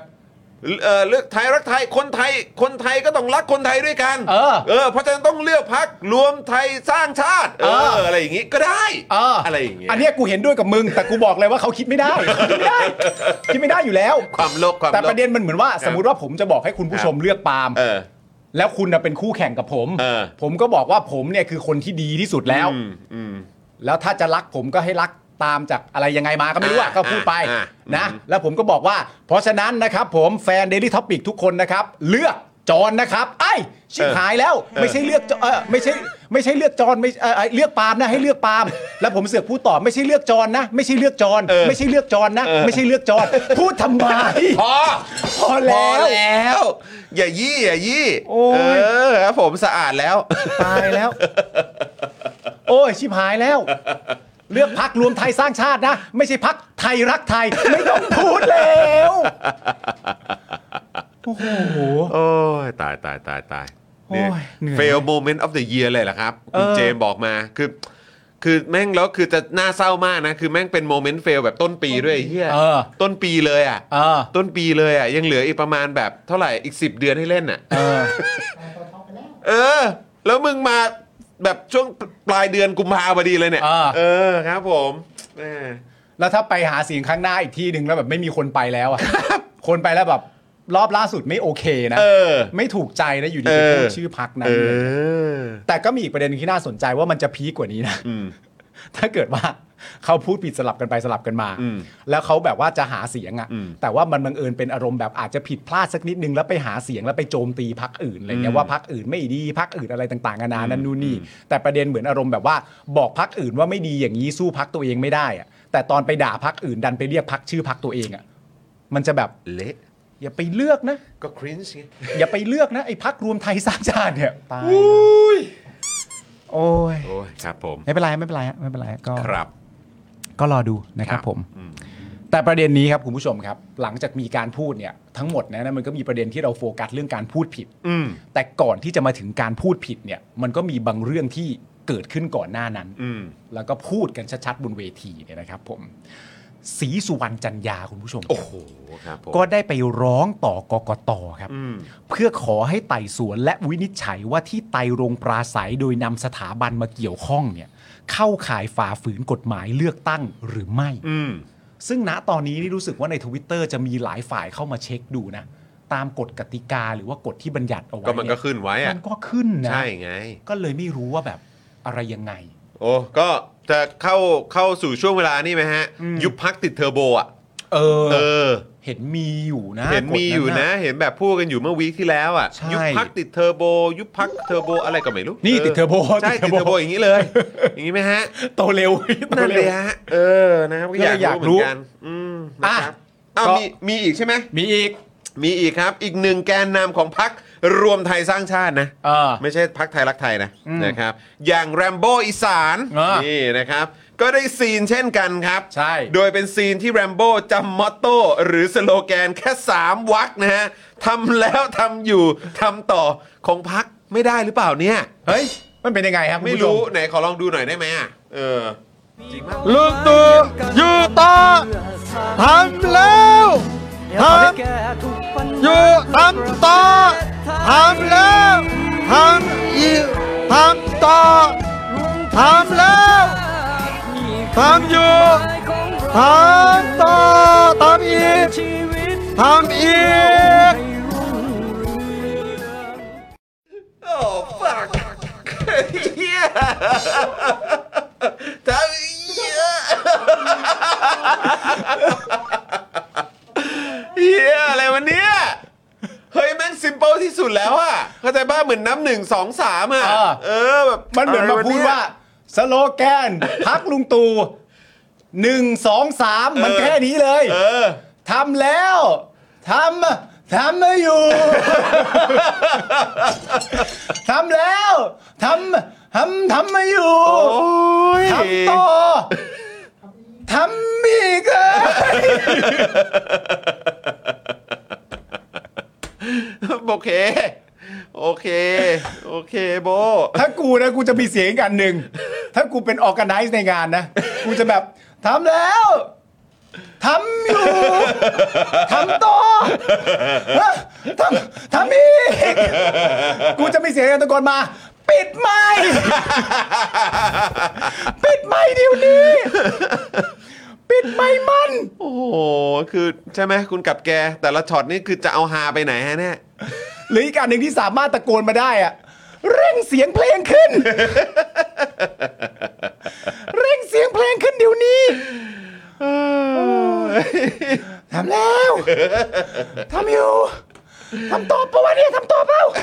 A: เออเลือกไทยรักไทยคนไทยคนไทยก็ต้องรักคนไทยด้วยกัน
B: เออ
A: เพราะฉะนั้นต้องเลือกพักรวมไทยสร้างชาติ เอ
B: เอ
A: อ
B: อ
A: อะไรอย่างนี้ก็ได้
B: เออ
A: อะไรอย่างเงี้ย
B: อันเนี้ยกูเห็นด้วยกับมึง แต่กูบอกเลยว่าเขาคิดไม่ได้ คิดไม่ ได้ คิดไม่ได้อยู่แล้ว
A: ความโลกความ
B: แต่
A: โลก
B: ประเด็นมันเหมือนว่า สมมติว่าผมจะบอกให้คุณผู้ชม
A: ครับ
B: เลือกปาล์ม
A: เออ
B: แล้วคุณน่ะเป็นคู่แข่งกับผม
A: เออ
B: ผมก็บอกว่าผมเนี่ยคือคนที่ดีที่สุดแล้ว
A: อืมอืม
B: แล้วถ้าจะรักผมก็ให้รักตามจากอะไรยังไงมาก็ไม่รู้อะ
A: อ่า
B: ก็พูดไป
A: อ่า
B: นะ
A: อืม
B: แล้วผมก็บอกว่า เพราะฉะนั้นนะครับผมแฟน Daily Topic ทุกคนนะครับ เลือกจอนนะครับไอ้ชิบหายแล้ว ไม่ใช่เลือกจอเออไม่ใช่ไม่ใช่เลือกจอนไม่เออเอ่อเลือกปาล์มนะให้เลือกปาล์มแล้วผมเสือกพูดต่อไม่ใช่เลือกจอนนะ ไม่ใช่เลือกจอนไม่ใช่เลือกจอนนะ ไม่ใช่เลือกจอนพูดทำไม
A: พอ
B: พอแล้ว
A: วอย่ายี่อย่ายี่
B: โอ้
A: เอย อครับผมสะอาดแล้ว
B: ตายแล้ว โอ้ยชิบหายแล้ว เลือกพักรวมไทยสร้างชาตินะ ไม่ใช่พักไทยรักไทย ไม่ต้องพูดแล้วโอ้โห
A: โอ้ยตายตายตายตาย
B: โอ้ยเหนื่อย
A: เฟลโมเมนต์ออฟเดอะเยีย fail moment of the year เลยเหรอครับ คุณ
B: เออ
A: เจมส์บอกมาคือ คือแม่งแล้วคือจะน่าเศร้ามากนะ คือแม่งเป็นโมเมนต์เฟลแบบต้นปีด้วยไอ้เฮีย
B: เออ
A: ต้นปีเลยอ่ะ
B: เออ
A: ต้นปีเลยอ่ะ ยังเหลืออีกประมาณแบบเท่าไหร่อีก 10 เดือนให้เล่นอ่ะ
B: เออ
A: เออ แล้วมึงมาแบบช่วงปลายเดือนกุมภาพอดีเลยเนี่ย
B: เออ
A: เออครับผมแหม
B: แล้วถ้าไปหาเสียงข้างหน้าอีกที่หนึ่งแล้วแบบไม่มีคนไปแล้ว อะคนไปแล้วแบบ รอบล่าสุดไม่โอเคนะ
A: เออ
B: ไม่ถูกใจนะอยู่ดี
A: เออ
B: ไปพูดชื่อพักนั้น
A: เอ
B: เลย
A: อ
B: แต่ก็มีอีกประเด็นที่น่าสนใจว่ามันจะพีกกว่านี้นะ
A: อืม
B: ถ้าเกิดว่า เขาพูดผิดสลับกันไปสลับกันมา
A: อืม
B: แล้วเขาแบบว่าจะหาเสียง
A: อื
B: อะ่ะ
A: ม
B: แต่ว่ามันบังเอิญเป็นอารมณ์แบบอาจจะผิดพลาดสักนิดนึงแล้วไปหาเสียงแล้วไปโจมตีพักอื่นอะไรเงี้ยว่าพักอื่นไม่ดีพักอื่นอะไรต่างๆนานานั่นนู่นนี่แต่ประเด็นเหมือนอารมณ์แบบว่าบอกพักอื่นว่าไม่ดีอย่างนี้สู้พักตัวเองไม่ได้อะแต่ตอนไปด่าพักอื่นดันไปเรียกพักชื่อพักตัวเองอะ่ะมันจะแบบ
A: เละ
B: อย่าไปเลือกนะ
A: ก็คริ้นช์ไง
B: อย่าไปเลือกนะไอ้พักรวมไทยสร้างชาติเนี่ยตายโอ้ย
A: โอ้ยครับผม
B: ไม่เป็นไรไม่เป็นไรฮะไม่เป็นไรก็
A: ครับ
B: ก็รอดูนะครับผม แต่ประเด็นนี้ครับคุณผู้ชมครับ หลังจากมีการพูดเนี่ยทั้งหมดนะนะมันก็มีประเด็นที่เราโฟกัสเรื่องการพูดผิด
A: อืม
B: แต่ก่อนที่จะมาถึงการพูดผิดเนี่ยมันก็มีบางเรื่องที่เกิดขึ้นก่อนหน้านั้น
A: อืม
B: แล้วก็พูดกันชัดๆบนเวทีเนี่ยนะครับผมสีสุวรรณจันยาคุณผู้ชมครับ
A: โอ้โห ครับผม
B: ก็ได้ไปร้องต่อกกตครับ
A: อืม
B: เพื่อขอให้ไต่สวนและวินิจฉัยว่าที่ไต่รงปราศัยโดยนำสถาบันมาเกี่ยวข้องเนี่ยเข้าข่ายฝ่าฝืนกฎหมายเลือกตั้งหรือไม่
A: อืม
B: ซึ่งณตอนนี้นี่รู้สึกว่าใน Twitter จะมีหลายฝ่ายเข้ามาเช็คดูนะ ตามกฎกติกาหรือว่ากฎที่บัญญัติเอาไว้
A: ก็มันก็ขึ้นไว้
B: เนี่ย
A: อะ
B: มันก็ขึ้นนะ
A: ใช่ไง
B: ก็เลยไม่รู้ว่าแบบอะไรยังไง
A: โอ้ ก็จะเข้าเข้าสู่ช่วงเวลานี่ไหมฮะ ยุบพักติดเทอร์โบอ่ะ
B: เออ
A: เออ
B: เห็นมีอยู่นะ
A: เห็นมีอยู่
B: กฎ
A: นะ เห็นแบบพูดกันอยู่เมื่อวีคที่แล้วอ่ะ
B: ใช่
A: ยุบพักติดเทอร์โบ ยุบพักเทอร์โบอะไรก็ไม่รู้
B: นี่ติดเทอร์โบ
A: ใช่
B: ติ
A: ติด
B: ด
A: เท
B: เท
A: อ
B: อร์
A: ร์โบ
B: โบ
A: อย่างนี้เลย อย่างนี้ไหมฮะ
B: โตเร็วโต
A: นั่นเล
B: เร็
A: ยว ฮะ เออ นะครับก็
B: ก็อ
A: อาย
B: ยากกรู้
A: รู้เหมือนกันอืมนะครับ
B: อ่ะ
A: อ้าว
B: ก็
A: มีมีอีกใช่ไหม
B: มีอีก
A: มีอีกครับ อีกหนึ่งแกนนำของพักรวมไทยสร้างชาตินะ
B: เออ
A: ไม่ใช่พักไทยรักไทยนะนะครับ อย่างแรมโบ้อีสาน
B: อ่านี่
A: นี่นะครับ ก็ได้ซีนเช่นกันครับ
B: ใช่
A: โดยเป็นซีนที่แรมโบ้จำมอตโต้หรือสโลแกนแค่ 3 วักนะฮะทำแล้วทำอยู่ทำต่อของพัก ไม่ได้หรือเปล่าเนี่ย
B: เฮ้ย มันเป็นยังไงครับคุณ
A: ไม่
B: ผู้ช
A: รู้
B: ม
A: ไหนขอลองดูหน่อยได้ไหมอ่ะเออจริงมาก
D: ลืมตัวอยู่ต่อทำแล้วทำอยู่ทำต่อทำแล้วทำอีกทำต่อทำแล้วทำอยู่ทำต่อทำอีกทำอีก
A: โอ้ fuck เฮียทำเฮียเฮียอะไรวันเนี้ยเฮ้ยแม่งซิมเปิลที่สุดแล้วอะเข้าใจป่ะเหมือนน้ำหนึ่งสองสามอะ
B: เออ
A: เออแบบ
B: มันเหมือนมาพูดว่า สโลแกน พักลุงตู่หนึ่งสองสามมันแค่นี้เลย
A: เออ
B: ทำแล้วทำทำไม่อยู่ ทำแล้วทำทำทำไม่อยู่
A: โอ้ย
B: ทำ ต่อทำอีกอะ
A: โอเค โอเค โอเคโบ
B: ถ้ากูนะกูจะมีเสียงอีกอันหนึ่ง ถ้ากูเป็นออ g a แกไนซ์ในงานนะ กูจะแบบทำแล้วทำอยู่ทำต่อฮะทำทำอีก กูจะมีเสียงตะโกนมา ปิดไม่ ปิดไม่เดี๋ยวนี้ ปิดไม่มัน
A: โอ้โห คือใช่ไหมคุณกับแก แต่ละช็อตนี่คือจะเอาฮาไปไหนฮะเนี่ย
B: หรืออีกอันหนึ่งที่สามารถตะโกนมาได้อะเร่งเสียงเพลงขึ้น เร่งเสียงเพลงขึ้นเดี๋ยวนี้ ทำแล้วทำอยู่ทำต่อเปล่าวะเนี่ยทำต่อเปล่า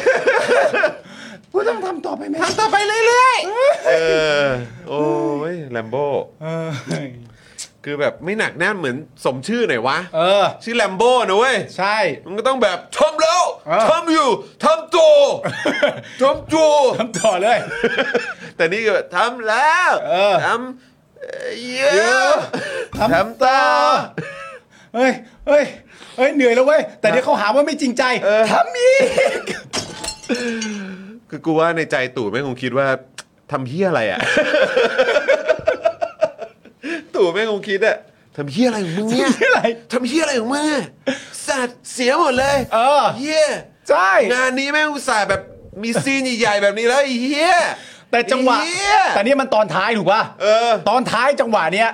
B: กูต้องทำต่อไปไหมทำต่อไปเรื่อย
A: เออ โอ้ยแลมโบ
B: ๆ
A: คือแบบไม่หนักแน่นเหมือนสมชื่อหน่อยวะ
B: เออ
A: ชื่อแลมโบ้นะเว้ย
B: ใช่
A: มันก็ต้องแบบทำแล้ว
B: เออ
A: ทำอยู่ทำ ตัวทำตัว
B: ทำต่อเลย
A: แต่นี่ก็แบบทำแล้ว
B: เออ
A: ทำเอ่อเยอะทำต่อ
B: เฮ้ยเฮ้ยเฮ้ยเหนื่อยแล้วเว้ยแต่เดี๋ยวเขาหาว่าไม่จริงใจ
A: เออ
B: ทำอีก
A: คือกูว่าในใจตู่แม่งคงคิดว่าทำเฮี้ยอะไรอ่ะ ตู่แม่งคงคิดอะทำเฮี้ยอะไรของมึงเนี่ย
B: ทำเหี้ยอะไร
A: ทำเฮี้ยอะไรของมึงอะสัตว์เสียหมดเลย
B: เออ
A: เฮี้ย
B: ใช่
A: งานนี้แม่งอุตส่าห์แบบมีซีนใหญ่ๆแบบนี้แล้วไอ้เฮี้ย
B: แต่จังหวะ
A: ไอ้เหี้ย
B: แต่เนี่ยมันตอนท้ายถูกป่ะ
A: เออ
B: ตอนท้ายจังหวะเนี้ย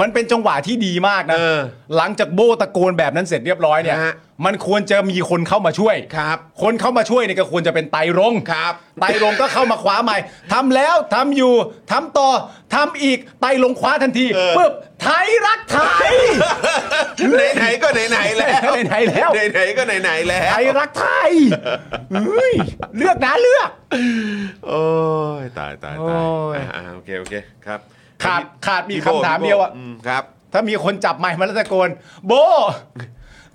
B: มันเป็นจังหวะที่ดีมากนะ
A: เออ
B: หลังจากโบตะโกนแบบนั้นเสร็จเรียบร้อยเนี่ย
A: ฮะ
B: มันควรจะมีคนเข้ามาช่วย
A: ครับ
B: คนเข้ามาช่วยเนี่ยก็ควรจะเป็นไตรรงค์
A: ครับ
B: ไตรรงค์ก็เข้ามาคว้าใหม่ทำแล้วทำอยู่ทำต่อทำอีกไตรรงค์คว้าทันทีปึ๊บไทยรักไทย
A: ไหนๆก็ไหนๆแล้ว
B: ไหนๆแล้ว
A: ไหนๆก็ไหนๆแล้
B: ไท
A: วย
B: รักไทยเฮ้ยเลือกนะเลือก
A: โอ้ยตายตาย
B: โอ้
A: ตาย
B: ย
A: อ่าๆโอเคโอเคครับ
B: ขาดขาดมี
A: พี่
B: คำถาม
A: พี่โบ้
B: เดียวอะ
A: มครับ
B: ถ้ามีคนจับไมค์มาแล้วตะโกน โบ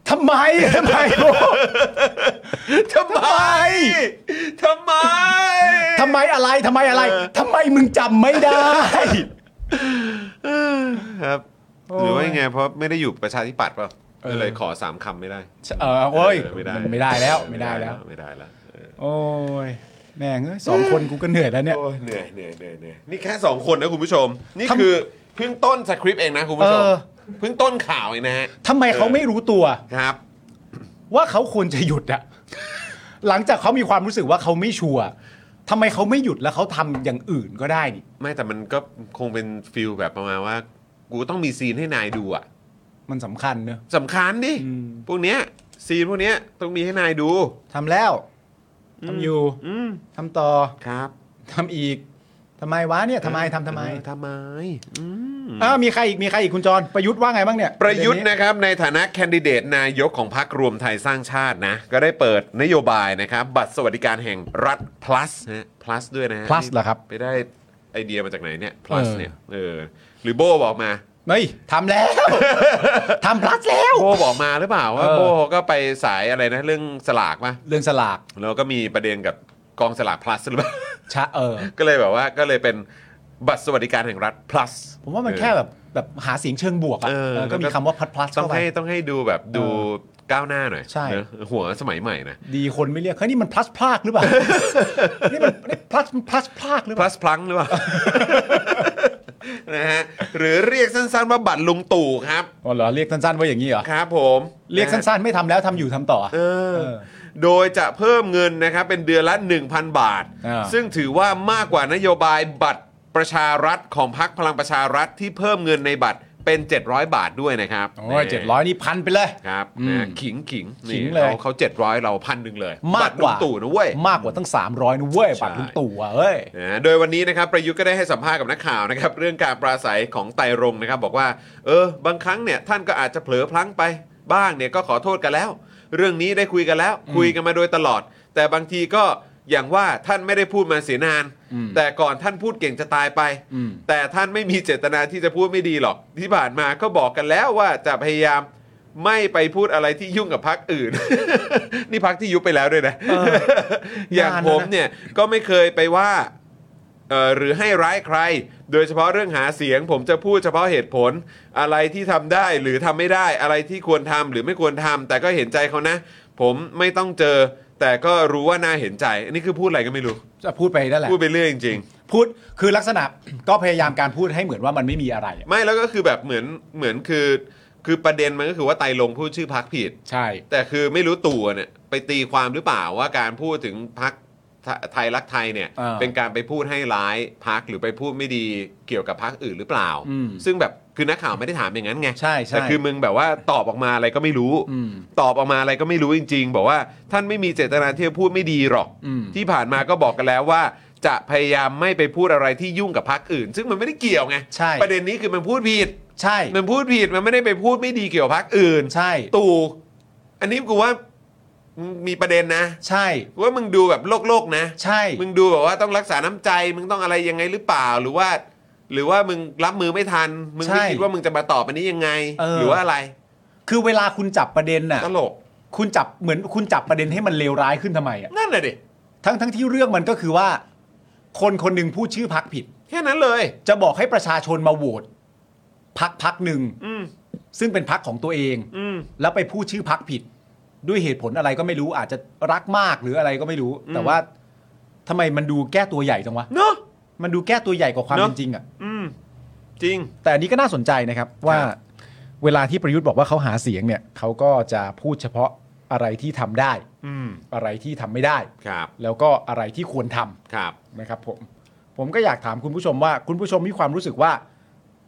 B: ทำไมทำไมโบ
A: ทำไม ทำไม
B: ทำไมอะไรทำไมอะไรทำไมมึงจำไม่ได้
A: ครับ หรือว่ายังไง เพราะไม่ได้อยู่ประชาธิปัตย์เปล่า
B: เออ
A: ก็เลยขอสามคำไม่ได้
B: เออโอ้ย
A: เออไม่ได้
B: มันไม่ได้แล้วไม่ได้แล้ว
A: ไม่ได้แล้วเออ
B: โอ้ยแม่งเอ้ยสองคนกูก็เหนื่อยแล้วเนี่ย
A: โอ้ยเหนื่อยเหนื่อยเหนื่อยเหนื่อยนี่แค่สองคนนะคุณผู้ชม นี่
B: ทำ
A: คือเพิ่งต้นสคริปต์เองนะคุณผู้ชม
B: เออ
A: เพิ่งต้นข่าวเองนะฮะ
B: ทำไมเขาไม่รู้ตัว
A: ครับ
B: ว่าเขาควรจะหยุดอะหลังจากเขามีความรู้สึกว่าเขาไม่ชัวร์ทำไมเขาไม่หยุดแล้วเขาทำอย่างอื่นก็ได้นี่
A: ไม่แต่มันก็คงเป็นฟิลแบบประมาณว่า กูต้องมีซีนให้นายดูอ่ะ
B: มันสำคัญเนอะ
A: สำคัญดิ
B: อืม
A: พวกเนี้ยซีนพวกเนี้ยต้องมีให้นายดู
B: ทำแล้วทำอยู่
A: อืม
B: ทำต่อ
A: ครับ
B: ทำอีกทำไมวะเนี่ยทำไมทำทำไม
A: เออทำไมอืม
B: อ้าวมีใครอีกมีใครอีกคุณจรประยุทธ์ว่าไงบ้างเนี่ย
A: ประยุทธ์นะครับในฐานะแคนดิเดตนายกของพรรครวมไทยสร้างชาตินะ ก็ได้เปิดนโยบายนะครับ บัตรสวัสดิการแห่งรัฐ plus นะ plus ด้วยนะฮะ
B: plus เหรอครับ
A: ไปได้ไอเดียมาจากไหนเนี่ย plus
B: เออ
A: เนี่ยเออหรือโบบอกมา
B: เฮ้ยทำแล้ว ทำพลัสแล้ว
A: โบบอกมาหรือเปล่าว่า
B: เออ
A: โบก็ไปสายอะไรนะ เรื่องสลากมา
B: เรื่องสลาก
A: แล้วก็มีประเด็นกับกองสลาก plus หรือเปล่า
B: ชะเออ
A: ก็เลยแบบว่าก็เลยเป็น บัตรสวัสดิการแห่งรัฐ plus
B: ผมว่ามันแค่แบบแบบหาเสียงเชิงบวกอะ
A: เออ
B: เออก็มี
A: แล้ว
B: คำว่า plus plus
A: ต้อ
B: เข้าง ไป
A: ให้ต้องให้ดูแบบดู
B: เออ
A: ก้าวหน้าหน่อย
B: ใช่
A: เนอะหัวสมัยใหม่นะ
B: ดีคนไม่เรียกเฮ้ยนี่มัน plus พลากหรื อเปล่า นี่มันนี่ plus plus พลากหรือเปล่า
A: plus พลังหรือเปล่า นะฮะหรือเรียกสั้นๆว่าบัตรลุงตู่ครับ
B: อ๋อเหรอเรียกสั้นๆว่าอย่างนี้เหรอ
A: ครับผม
B: เรียกสั้นๆ ไม่ทำแล้วทำอยู่ทำต่อ
A: เออโดยจะเพิ่มเงินนะครับ เป็นเดือนละ 1,000 บาท
B: อ่า
A: ซึ่งถือว่ามากกว่านโยบายบัตรประชารัฐของพรรคพลังประชารัฐที่เพิ่มเงินในบัตรเป็น 700 บาทด้วยนะครับ
B: โอ้ยเจ็ดร้อยนี่พันไปเลย
A: ครับ
B: อืม
A: นะขิงขิง
B: ขิ
A: นี่
B: งเลย
A: เขาเขา700 เราพันหนึ่งเลย
B: มากกว่า
A: บัตรลุงตู่นะเว้ย
B: มากกว่าตั้ง 300นะเว้ย
A: ใช่
B: บัตรลุงตู่อะเอ้ย
A: นะโดยวันนี้นะครับประยุทธ์ก็ได้ให้สัมภาษณ์กับนักข่าวนะครับเรื่องการปราศัยของไตรรงค์นะครับ บอกว่าเออบางครั้งเนี่ยท่านก็อาจจะเผลอพลั้งไป บ้างเนี่ยก็ขอโทษกันแล้ว เรื่องนี้ได้คุยกันแล้ว คุยกันมาโดยตลอด แต่บางทีก็อย่างว่าท่านไม่ได้พูดมาเสียนาน แต่ก่อนท่านพูดเก่งจะตายไป
B: อืม
A: แต่ท่านไม่มีเจตนาที่จะพูดไม่ดีหรอกที่ผ่านมาก็บอกกันแล้วว่าจะพยายามไม่ไปพูดอะไรที่ยุ่งกับพักอื่น นี่พักที่ยุบไปแล้วด้วยนะ อย่าง
B: นาน
A: ผ
B: แล้วนะ
A: มเนี่ยก็ไม่เคยไปว่าเอ่อหรือให้ร้ายใคร โดยเฉพาะเรื่องหาเสียง ผมจะพูดเฉพาะเหตุผล อะไรที่ทำได้หรือทำไม่ได้อะไรที่ควรทำหรือไม่ควรทำแต่ก็เห็นใจเขานะ ผมไม่ต้องเจอ แต่ก็รู้ว่าน่าเห็นใจ อันนี้คือพูดอะไรก็ไม่รู้
B: จะพูดไปนั่นแหละ
A: พูดไปเรื่อยจริง
B: พูดคือลักษณะ ก็พยายามการพูดให้เหมือนว่ามันไม่มีอะไร
A: ๆ
B: อะ
A: ไม่แล้วก็คือแบบเหมือนเหมือนคือ คือประเด็นมันก็คือว่าไตรลงค์พูดชื่อพักผิด
B: ใช่
A: แต่คือไม่รู้ตัวเนี่ยไปตีความหรือเปล่าว่าการพูดถึงพักไทยรักไทยเนี่ย
B: อ่า
A: เป็นการไปพูดให้ร้ายพักหรือไปพูดไม่ดีเกี่ยวกับพักอื่นหรือเปล่า
B: อืม
A: ซึ่งแบบคือนักข่าวไม่ได้ถามอย่างนั้นไง
B: ใช่ใช่
A: แต่คือมึงแบบว่าตอบออกมาอะไรก็ไม่รู้
B: อืม
A: ตอบออกมาอะไรก็ไม่รู้จริง ๆ บอกว่าท่านไม่มีเจตนาที่จะพูดไม่ดีหรอก
B: อืม
A: ที่ผ่านมาก็บอกกันแล้วว่า จะพยายามไม่ไปพูดอะไรที่ยุ่งกับพักอื่น ซึ่งมันไม่ได้เกี่ยวไง
B: ใช่
A: ประเด็นนี้คือมันพูดผิด
B: ใช่
A: มันพูดผิดมันไม่ได้ไปพูดไม่ดีเกี่ยวกับพักอื่น
B: ใช่
A: ตู่อันนี้กูว่ามึงมีประเด็นนะ
B: ใช่
A: กูว่ามึงดูแบบโลกโลกๆนะ
B: ใช่
A: มึงดูแบบว่าต้องรักษาน้ำใจ มึงต้องอะไรยังไงหรือเปล่า หรือว่า หรือว่ามึงรับมือไม่ทัน มึงไม่คิดว่ามึงจะมาตอบอันนี้ยังไง หรือว่าอะไร
B: คือเวลาคุณจับประเด็นน่ะ
A: ตลก
B: คุณจับเหมือนคุณจับประเด็นให้มันเลวร้ายขึ้นทำไมอ่ะ
A: นั่นแหละดิ
B: ทั้งทั้งที่เรื่องมันก็คือว่า คนคนหนึ่งพูดชื่อพักผิด
A: แค่นั้นเลย
B: จะบอกให้ประชาชนมาโหวตพักพักหนึ่ง
A: อืม
B: ซึ่งเป็นพักของตัวเอง
A: อืม
B: แล้วไปพูดชื่อพักผิด ด้วยเหตุผลอะไรก็ไม่รู้อาจจะรักมากหรืออะไรก็ไม่รู้ แต่ว่าทำไมมันดูแก้ตัวใหญ่จังวะ
A: เนอะ
B: มันดูแก้ตัวใหญ่กว่าความ
A: เนอะ
B: เป็นจริงอ่ะ
A: อืม จริง
B: แต่อันนี้ก็น่าสนใจนะครับว่า
A: ครับ
B: เวลาที่ประยุทธ์บอกว่าเขาหาเสียงเนี่ยเขาก็จะพูดเฉพาะอะไรที่ทำได้
A: อืม
B: อะไรที่ทำไม่ได้
A: ครับ
B: แล้วก็อะไรที่ควรทำ
A: ครับ
B: นะครับผมผมก็อยากถามคุณผู้ชมว่า คุณผู้ชมมีความรู้สึกว่า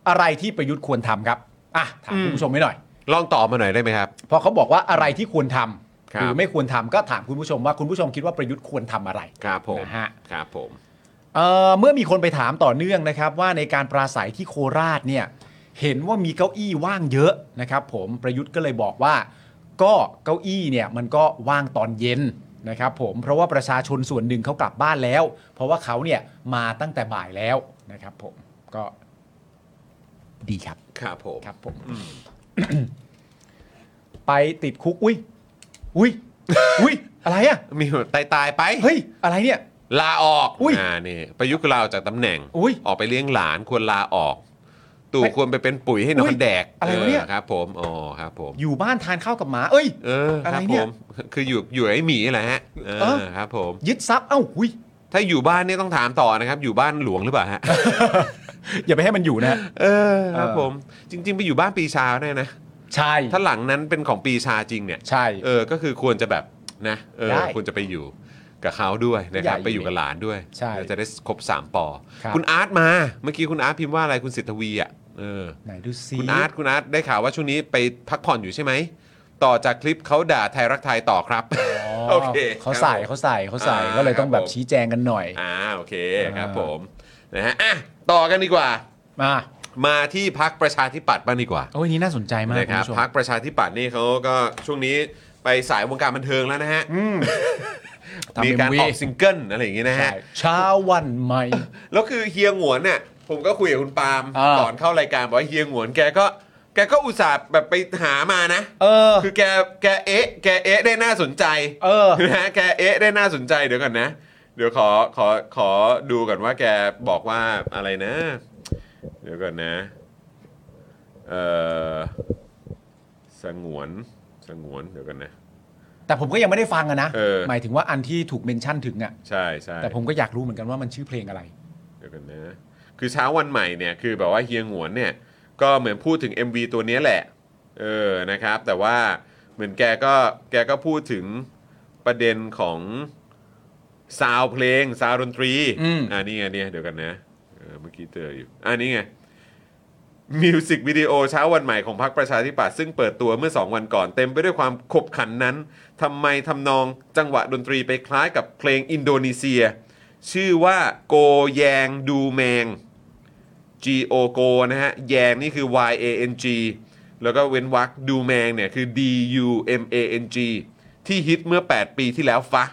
B: อะไรที่ประยุทธ์ควรทำครับอ่ะถามคุณผู้ชมไว้หน่อย
A: ลองตอบมาหน่อยได้ไหมครับ
B: พอเขาบอกว่าอะไรที่ควรทำ
A: ครับ
B: หรือไม่ควรทำก็ถามคุณผู้ชมว่าคุณผู้ชมคิดว่าประยุทธ์ควรทำอะไร
A: ครับผม
B: นะฮะ
A: ครับผม
B: เอ่อเมื่อมีคนไปถามต่อเนื่องนะครับ ว่าในการปราศัยที่โคราชเนี่ยเห็นว่ามีเก้าอี้ว่างเยอะนะครับ ผมประยุทธ์ก็เลยบอกว่า ก็เก้าอี้เนี่ยมันก็ว่างตอนเย็นนะครับ ผมเพราะว่าประชาชนส่วนหนึ่งเขากลับบ้านแล้ว เพราะว่าเขาเนี่ยมาตั้งแต่บ่ายแล้วนะครับ ผมก็ดีครับ
A: ครับผม
B: ครับผม ไปติดคุกอุ้ยอุ้ยอุ้ยอะไรอะ
A: มีตายตายๆไป
B: เฮ้ยอะไรเนี่ย
A: ลาออก
B: อุ๊ย
A: อ่านี่ประยุทธ์ลาออกจากตำแหน่ง
B: อุ๊ย
A: ออกไปเลี้ยงหลานควรลาออก ตู่
B: ไม่
A: ควรไปเป็นปุ๋ยให้หนอ
B: อุ๊
A: น
B: ย
A: แดก
B: อะไรวะเนี่ย
A: ครับ ผมอ๋อครับผม
B: อยู่บ้านทานข้าวกับหมาเอ้ย
A: เออค
B: อะไร
A: รับ
B: เนี่
A: ผ
B: ย
A: ม คืออยู่อยู่ไอ้หมีแหละฮะเอ
B: เอ
A: อ
B: อ
A: ครับผม
B: ยึดทรัพย์เอ้าอุ้ย
A: ถ้าอยู่บ้านเนี่ยต้องถามต่อนะครับ อยู่บ้านหลวงหรือเปล่าฮะ
B: อย่าไปให้มันอยู่นะ
A: เออครับ
B: เออ
A: ผม จริง ๆ ไปอยู่บ้านปีชาได้นะ
B: ใช่
A: ถ้าหลังนั้นเป็นของปีชาจริงเนี่ย
B: ใช่
A: เออ ก็คือควรจะแบบนะ เออ
B: ได้
A: ควรจะไปอยู่กับเขาด้วยนะครับ
B: อย่าอ
A: ไปอ
B: ยู่
A: ยู่กับหลานด้วย
B: ใช่
A: เดี๋ยวจะได้ครบ3ปอ
B: ครับ
A: คุณอาร์ตมา เมื่อกี้คุณอาร์ตพิมพ์ว่าอะไร คุณสิทธวีอ่ะ เออ
B: ไหนดูซิ
A: คุณอาร์ตคุณอาร์ตได้ข่าวว่าช่วงนี้ไปพักผ่อนอยู่ใช่ไหม ต่อจากคลิปเขาด่าไทยรักไทยต่อครับ
B: อ๋อ
A: โอเค
B: เขาใส่
A: ครับผม
B: เขาใส่เขาใส่
A: อ่า
B: ก็เลยต้อ
A: ค
B: ง
A: รับ
B: แบ
A: ผ
B: บ
A: ม
B: ชี้แจงกันหน่อย
A: อ่าโอเคครับ
B: อ่า
A: ผมนะฮะอ่ะต่อกันดีกว่า
B: มา
A: มาที่พักประชาธิปัตย์บ้างดีกว่า
B: โอ้ยนี่น่าสนใจมาก
A: นะ
B: คุ
A: ค
B: ณ
A: รับ
B: ผู้ชม
A: พักประชาธิปัตย์นี่เขาก็ช่วงนี้ไปสายวงการบันเทิงแล้วนะฮะ
B: ทำ
A: มี
B: เป็น
A: การ
B: วี
A: ออกซิงเกิลอะไรอย่างงี้นะ
B: ใช่
A: ฮะ
B: เช้าวันใหม่
A: แล้วคือเฮียหงวนเนี่ยผมก็คุยกับคุณปาล์ม
B: อ่า
A: ก่อนเข้ารายการบอกว่าเฮียหงวนแกก็แกก็อุตส่าห์แบบไปหามานะ
B: เออ
A: คือแกแกเอ๊ะแกเอ๊ะได้น่าสนใจ
B: เออ
A: นะแกเอ๊ะได้น่าสนใจเดี๋ยวก่อนนะ เดี๋ยวขอขอขอดูก่อนว่าแกบอกว่าอะไรนะ เดี๋ยวก่อนนะเออสงวนสงวนเดี๋ยวกันนะ
B: แต่ผมก็ยังไม่ได้ฟังอะนะ
A: เออ
B: หมายถึงว่าอันที่ถูกเมนชั่นถึงอะ
A: ใช่ใช่
B: แต่ผมก็อยากรู้เหมือนกันว่ามันชื่อเพลงอะไร
A: เดี๋ยวกันนะ คือเช้าวันใหม่เนี่ย คือแบบว่าเฮียหงวนเนี่ย ก็เหมือนพูดถึง MV ตัวเนี้ยแหละ เออ นะครับ แต่ว่าเหมือนแกก็ แกก็พูดถึงประเด็นของซาวด์เพลง ซาวด์ดนตรี
B: อืม
A: อ่านี่ไงเนี่ยเดี๋ยวกันนะเออเมื่อกี้เจออยู่ อ่านี่ไง มิวสิกวิดีโอเช้าวันใหม่ของพรรคประชาธิปัตย์ซึ่งเปิดตัวเมื่อ 2 วันก่อนเต็มไปด้วยความขบขันนั้นทำไมทำนองจังหวะดนตรีไปคล้ายกับเพลงอินโดนีเซีย ชื่อว่าโกแยงดูแมง G O โกนะฮะ แยงนี่คือ Y A N G แล้วก็เว้นวรรคดูแมงเนี่ยคือ D U M A N G ที่ฮิตเมื่อ 8 ปีที่แล้วฟะ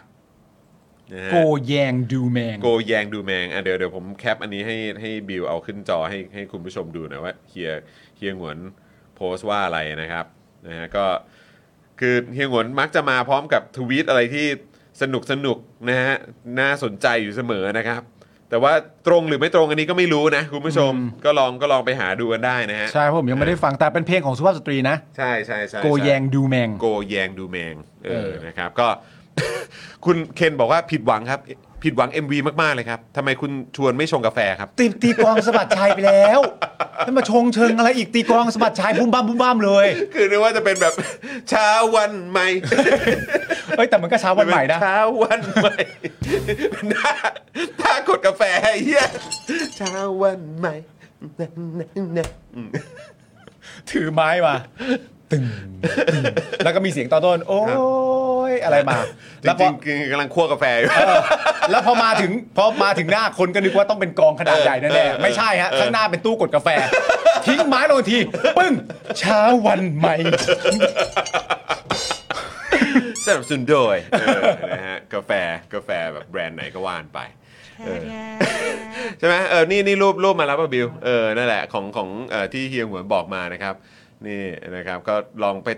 A: นะฮะ
B: โกแยงดูแมง
A: โกแยงดูแมงอ่ะเดี๋ยวเดี๋ยวผมแคปอันนี้ให้ให้บิวเอาขึ้นจอให้ให้คุณผู้ชมดูหนะว่าเฮียเฮียหงวนโพสต์ว่าอะไรนะครับนะฮะก็คือเฮียหงวนมักจะมาพร้อมกับทวีตอะไรที่สนุกสนุกนะฮะน่าสนใจอยู่เสมอนะครับ แต่ว่าตรงหรือไม่ตรงอันนี้ก็ไม่รู้นะคุณผู้ชมก็ลองก็ลองไปหาดูกันได้นะฮะ
B: ใช่ผมยังไม่ได้ฟังแต่เป็นเพลงของสุภาพสตรีนะ
A: ใช่ใช่ใช่
B: โกแยงดูแมง
A: โกแยงดูแมงเอ
B: เอ
A: อ
B: อ
A: นะครับก็ คุณเคนบอกว่าผิดหวังครับ ผิดหวัง MV มากๆเลยครับทำไมคุณชวนไม่ชงกาแฟครับ
B: ตีตีกลองสะบัดชายไปแล้วแล้วมาชงเชิงอะไรอีกตีกลองสะบัดชายบุ้มบ้ามบุ้มบ้ามเลย
A: คือนึกว่าจะเป็นแบบ เช้าวันใหม่
B: เอ้ยแต่มันก็เช้าวันใหม่นะ
A: เช้าวันใหม่ถ้าถ้ากดกาแฟไอ้เฮียเช้าวันใหม่ นะนะนะ
B: ถือไม้มาตึงตึงแล้วก็มีเสียงตอนต้น โอ้ยอะไรมา
A: จ
B: แล้วพ
A: ริ
B: อง
A: ๆคือกำลังคั่วกาแฟอยู่
B: เออแล้วพอมาถึงพอมาถึงหน้าคนก็นึกว่าต้องเป็นกองขนาดใหญ่
A: เอ
B: แน่
A: อเออ
B: ๆไม่ใช่ฮะ
A: เออ
B: ข้างหน้าเป็นตู้กดกาแฟ ทิ้งไม้ลงที ปึ้งเช้าวันใหม่
A: สนับสนุนโดยเออนะฮะกาแฟกาแฟแบบแบรนด์ไหนก็ว่านไปเออใช่ไหมเออนี่นี่รูปรูปมาแล้วป่ะบิวเออนั่นแหละของของเอ่อที่เฮียงหวนบอกมานะครับนี่นะครับก็ลองไป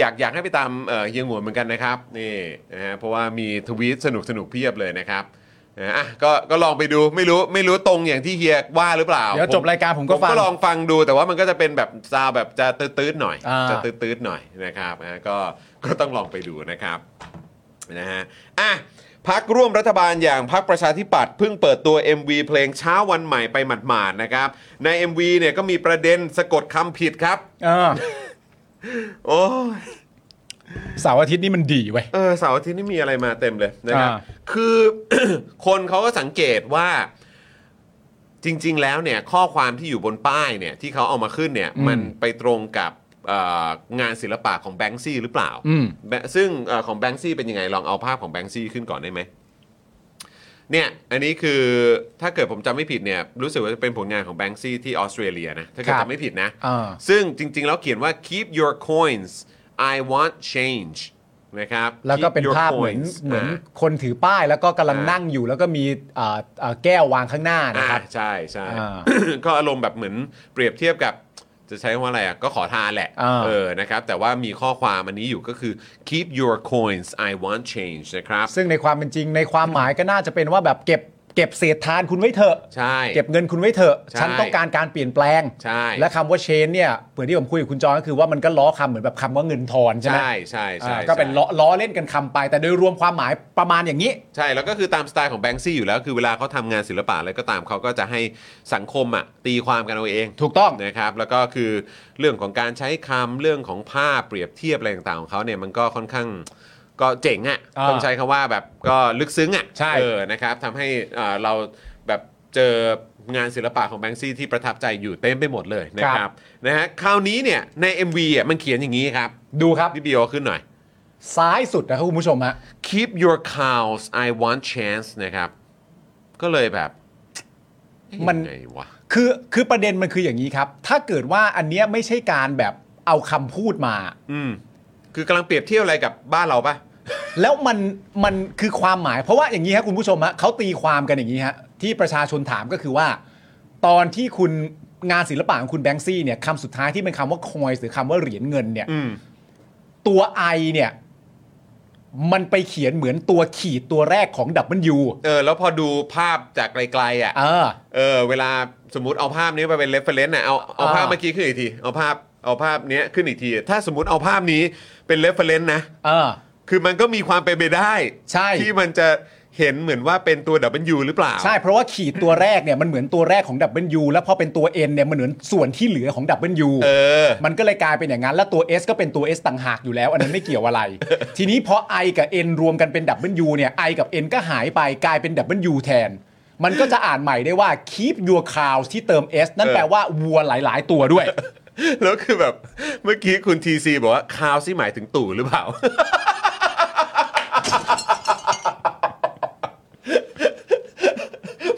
A: อยากอยากให้ไปตามเอ่อเฮียงหวนเหมือนกันนะครับนี่นะฮะเพราะว่ามีทวีตสนุกสนุกเพียบเลยนะครับนะอ่ะก็ก็ลองไปดูไม่รู้ไม่รู้ตรงอย่างที่เฮียว่าหรือเปล่า
B: เดี๋ยวจบรายการผมก็ฟัง
A: ก็ลองฟังดูแต่ว่ามันก็จะเป็นแบบซาวด์แบบจะตื้ดๆหน่อย
B: อ่า
A: จะตื้ดๆหน่อยนะครับอ่ะก็ก็ต้องลองไปดูนะครับ นะฮะ อ่ะ พักร่วมรัฐบาลอย่างพักประชาธิปัตย์เพิ่งเปิดตัว MV เพลงเช้าวันใหม่ไปหมาดๆนะครับ ใน MV เนี่ยก็มีประเด็นสะกดคำผิดครับ
B: เออ
A: โอ้ย
B: เสาร์อาทิตย์นี่มันดีเว้ย
A: เออเสาร์อาทิตย์นี่มีอะไรมาเต็มเลยนะครับ
B: อ่า
A: คือ คนเขาก็สังเกตว่าจริง ๆ แล้วเนี่ยข้อความที่อยู่บนป้ายเนี่ยที่เขาเอามาขึ้นเนี่ยมันไปตรงกับเอ่องานศิลปะของแบงซี่หรือเปล่า
B: อืม
A: แบซึ่งเอ่อของแบงซี่เป็นยังไง ลองเอาภาพของแบงซี่ขึ้นก่อนได้ไหมเนี่ยอันนี้คือถ้าเกิดผมจำไม่ผิดเนี่ยรู้สึกว่าจะเป็นผลงานของแบงซี่ที่ออสเตรเลียนะ ถ้าเกิด
B: ครับ
A: จำไม่ผิดนะ
B: อ่า
A: ซึ่งจริง ๆ แล้วเขียนว่า keep your coins I want change นะครับ
B: แล้วก็เป็น
A: Keep your
B: ภาพเหมือน
A: coins
B: เหมือนา คนถือป้ายแล้วก็กำลัง
A: อ่านั่
B: นั่งอยู่ แล้วก็มีอ่าอ่าแก้ววางข้างหน้านะ
A: อ่า
B: ครับ
A: ใช่ใช่
B: อ่า
A: ก็อารมณ์แบบเหมือนเปรียบเทียบกับจะใช้คำว่าอะไรอ่ะก็ขอทานแหละ
B: อ่า
A: เออนะครับแต่ว่ามีข้อความอันนี้อยู่ก็คือ keep your coins I want change นะครับ
B: ซึ่งในความเป็นจริงในความหมายก็น่าจะเป็นว่าแบบเก็บเก็บเศษทานคุณไว้เถอะ
A: ใช่
B: เก็บเงินคุณไว้เถอะ
A: ใช่
B: ฉันต้องการการเปลี่ยนแปลง
A: ใช่
B: และคำว่าเชนเนี่ยเหมือนที่ผมคุยกับคุณจอนก็คือว่ามันก็ล้อคำเหมือนแบบคำว่าเงินทอนใช่ไหม
A: ใช่ใช่ใช่
B: อ่าก็เป็นล้อล้อเล่นกันคำไป แต่โดยรวมความหมายประมาณอย่างนี้
A: ใช่แล้วก็คือตามสไตล์ของแบงซี่อยู่แล้ว คือเวลาเขาทำงานศิลปะอะไรก็ตามเขาก็จะให้สังคมอ่ะตีความกันเอาเอง
B: ถูกต้อง
A: นะครับ แล้วก็คือเรื่องของการใช้คำเรื่องของภาพเปรียบเทียบอะไรต่างๆของเขาเนี่ยมันก็ค่อนข้างก็เจ๋งอ่ะ
B: อ่า
A: ต้องใช้คำว่าแบบก็ลึกซึ้งอ่ะ
B: ใช่
A: เออนะครับทำให้เอ่อเราแบบเจองานศิลปะของแบงซี่ที่ประทับใจอยู่เต็มไปหมดเลยนะครับนะฮะคราวนี้เนี่ยใน MV อ่ะมันเขียนอย่างนี้ครับ
B: ดูครับ
A: พี่บีเอาขึ้นหน่อย
B: ซ้ายสุดนะครับคุณผู้ชมฮะ
A: keep your cows I want chance นะครับ ก็เลยแบบ
B: มัน
A: ยังไงวะ
B: คือคือประเด็นมันคืออย่างนี้ครับ ถ้าเกิดว่าอันเนี้ยไม่ใช่การแบบเอาคำพูดมา
A: อืม คือกำลังเปรียบเทียบอะไรกับบ้านเราปะ
B: แล้วมันมันคือความหมาย เพราะว่าอย่างนี้ครับคุณผู้ชมฮะเขาตีความกันอย่างนี้ฮะที่ประชาชนถามก็คือว่า ตอนที่คุณงานศิลปะของคุณแบงซี่เนี่ยคำสุดท้ายที่เป็นคำว่าคอยหรือคำว่าเหรียญเงินเนี่ย
A: อืม
B: ตัวไอเนี่ย มันไปเขียนเหมือนตัวขีดตัวแรกของ W
A: เออ แล้วพอดูภาพจากไกลๆอ่ะ
B: เออ
A: เออ เวลาสมมติเอาภาพนี้ไปเป็นเรฟเฟรนซ์น่ะเอาเอา
B: อ่า
A: ภาพเมื่อกี้ขึ้นอีกที เอาภาพเอาภาพเนี้ยขึ้นอีกที ถ้าสมมติเอาภาพนี้เป็นเรฟเฟรนซ์นะ
B: เออ
A: คือมันก็มีความเป็นไปได้
B: ใช่
A: ที่มันจะเห็นเหมือนว่าเป็นตัว W หรือเปล่า
B: ใช่ เพราะว่าขีดตัวแรกเนี่ยมันเหมือนตัวแรกของ W แล้วพอเป็นตัว N เนี่ยมันเหมือนส่วนที่เหลือของ W
A: เออ
B: มันก็เลยกลายเป็นอย่างนั้น แล้วตัว S ก็เป็นตัว S ต่างหากอยู่แล้ว อันนั้นไม่เกี่ยว อะไร ทีนี้พอ I กับ N รวมกันเป็น W เนี่ย I กับ N ก็หายไปกลายเป็น W แทน มันก็จะอ่านใหม่ได้ว่า keep your cows ที่เติม S นั่น
A: เออ
B: แปลว่าวัวหลาย ๆ ตัวด้วย
A: แล้วคือแบบเมื่อกี้คุณทีซีบอกว่าคาวซี่หมายถึงตู่หรือเปล่า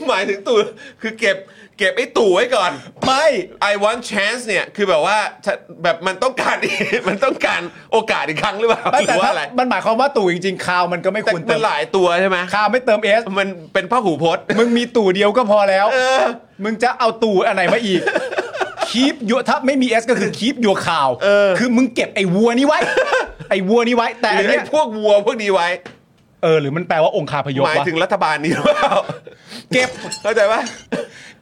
A: หมายถึงตู่คือเก็บเก็บไอ้ตู่ ไว้ก่อน
B: ไม่
A: I want chance เนี่ย คือแบบว่าถ้าแบบมันต้องการ มันต้องการโอกาสอีกครั้งหรือเปล่า
B: ไม่
A: หรื
B: แต่
A: อว่า
B: ถ้า
A: อะไร
B: มันหมายความว่าตู่จริง ๆ คาวมันก็ไม่
A: แต่
B: ควร
A: มั
B: เติ
A: น
B: ม
A: หลายตัวใช่ไหม
B: คาวไม่เติม S
A: มันเป็นผ้าหูพจน์
B: มึงมีตู่เดียวก็พอแล้ว
A: เออ
B: มึงจะเอาตู่อันไหนมาอี ก คีปยัวถ้าไม่มี S ก็คือคีปยัวข่าว
A: เออ
B: คือมึงเก็บไอ้วัวนี้ ไว้ ไอ้วัวนี้ไว้ แต่
A: ห
B: อั
A: รื
B: น
A: อ
B: เนี้
A: ไอ้
B: ย
A: พวกวัวพวกนี้ไว้
B: เออหรือมันแปลว่าองคาพยพ
A: หมาย
B: ปะ
A: ถึงรัฐบาลนี้หรือเปล่า
B: เก็บ
A: เข้าใจปะ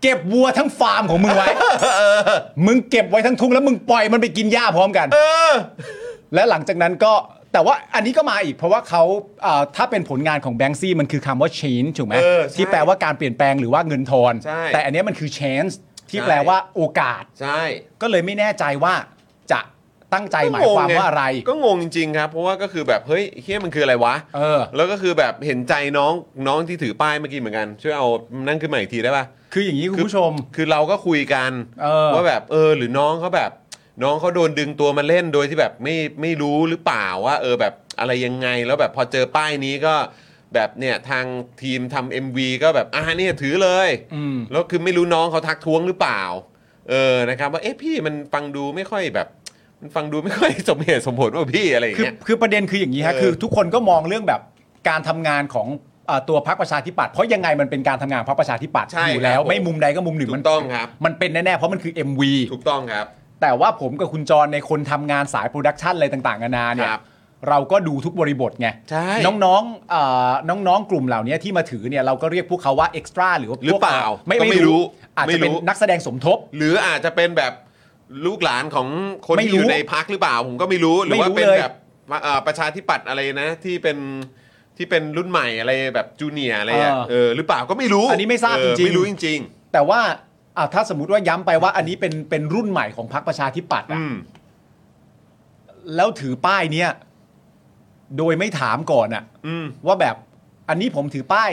B: เก็บวัวทั้งฟาร์มของมึงไว้ มึงเก็บไว้ทั้งทุ่งแล้วมึงปล่อยมันไปกินหญ้าพร้อมกัน และหลังจากนั้นก็แต่ว่าอันนี้ก็มาอีก เพราะว่าเขาเอ่อถ้าเป็นผลงานของแบงซี่มันคือคำว่า change ถูกไหม
A: เออใช่
B: ที่แปลว่าการเปลี่ยนแปลงหรือว่าเงินทอน
A: ใช่
B: แต่อันเนี้ยมันคือ chance ที่
A: ใช่
B: แปลว่าโอกาส
A: ใช่
B: ก็เลยไม่แน่ใจว่าจะตั้งใจหมายความ
A: ก็งงง
B: ว่าอะไร
A: ก็งงจริงๆครับ เพราะว่าก็คือแบบเฮ้ยเฮียมันคืออะไรวะ
B: เออ
A: แล้วก็คือแบบเห็นใจน้องน้องที่ถือป้ายเมื่อกี้เหมือนกัน ช่วยเอานั่งขึ้นมาอีกทีได้ปะ
B: คืออย่างนี้คุณผู้ชม
A: คือเราก็คุยกัน
B: เออ
A: ว่าแบบเออหรือน้องเขาแบบ น้องเขาโดนดึงตัวมาเล่นโดยที่แบบไม่ไม่รู้หรือเปล่าว่า เออแบบอะไรยังไงแล้วแบบพอเจอป้ายนี้ก็แบบเนี่ยทางทีมทำ MV ก็แบบอ่าเนี่ยถือเลย
B: อืม
A: แล้วคือไม่รู้น้องเขาทักท้วงหรือเปล่า เออนะครับว่าเอ๊ะพี่มันฟังดูไม่ค่อยแบบ มันฟังดูไม่ค่อย สมเหตุสมผลว่าพี่อะไรอย่าง
B: คือ
A: เงี้ย
B: คือประเด็นคืออย่างนี้ฮะ
A: เออ
B: คือทุกคนก็มองเรื่องแบบการทำงานของเอ่อตัวพรรคประชาธิปัตย์เพราะยังไงมันเป็นการทำงานพรรคประชาธิปัตย์
A: ใช่
B: อยู่แล้
A: ค
B: ว
A: รับผม
B: ไม่มุมใดก็มุมหนึ่ง
A: ถูก
B: มัน
A: ต้องครับ
B: มันเป็นแน่ๆเพราะมันคือ MV
A: ถูกต้องครับ
B: แต่ว่าผมกับคุณจรในคนทำงานสายโปรดักชันอะไรต่างๆนานาเนี่ย
A: ครับ
B: เราก็ดูทุกบริบทไง
A: ใช่
B: น้องๆเอ่อน้องๆกลุ่มเหล่านี้ที่มาถือเนี่ยเราก็เรียกพวกเขาว่าเอ็กซ์ตร้าหรือว่า
A: หรือ
B: พวก
A: เปล่า
B: ไม่
A: ก็ไม่
B: ไม่
A: รู้
B: รู้ อาจจะเป็น
A: ไม่รู้
B: นักแสดงสมทบ
A: หรืออาจจะเป็นแบบลูกหลานของคน
B: ไม่
A: ที่
B: รู้
A: อยู่ในพักหรือเปล่า ผมก็ไม่รู้หรือว่า
B: ไม่รู้
A: เป็น
B: เลย
A: แบบเอ่อประชาธิปัตย์อะไรนะ ที่เป็นที่เป็นรุ่นใหม่อะไรแบบจูเนียร์อะไรอ่ะเออหรือเปล่าก็ไม่รู้
B: อันนี้ไม่ทราบ
A: เอ
B: จ
A: อ
B: ริงๆ
A: ไม่รู้จริง
B: แต่ว่าอ่ะถ้าสมมติว่าย้ำไปว่าอันนี้เป็นเป็นรุ่นใหม่ของพรรคประชาธิปัตย์
A: ๆ
B: อะ
A: อืม
B: แล้วถือป้ายเนี่ยโดยไม่ถามก่อนอะ
A: อืม
B: ว่าแบบอันนี้ผมถือป้าย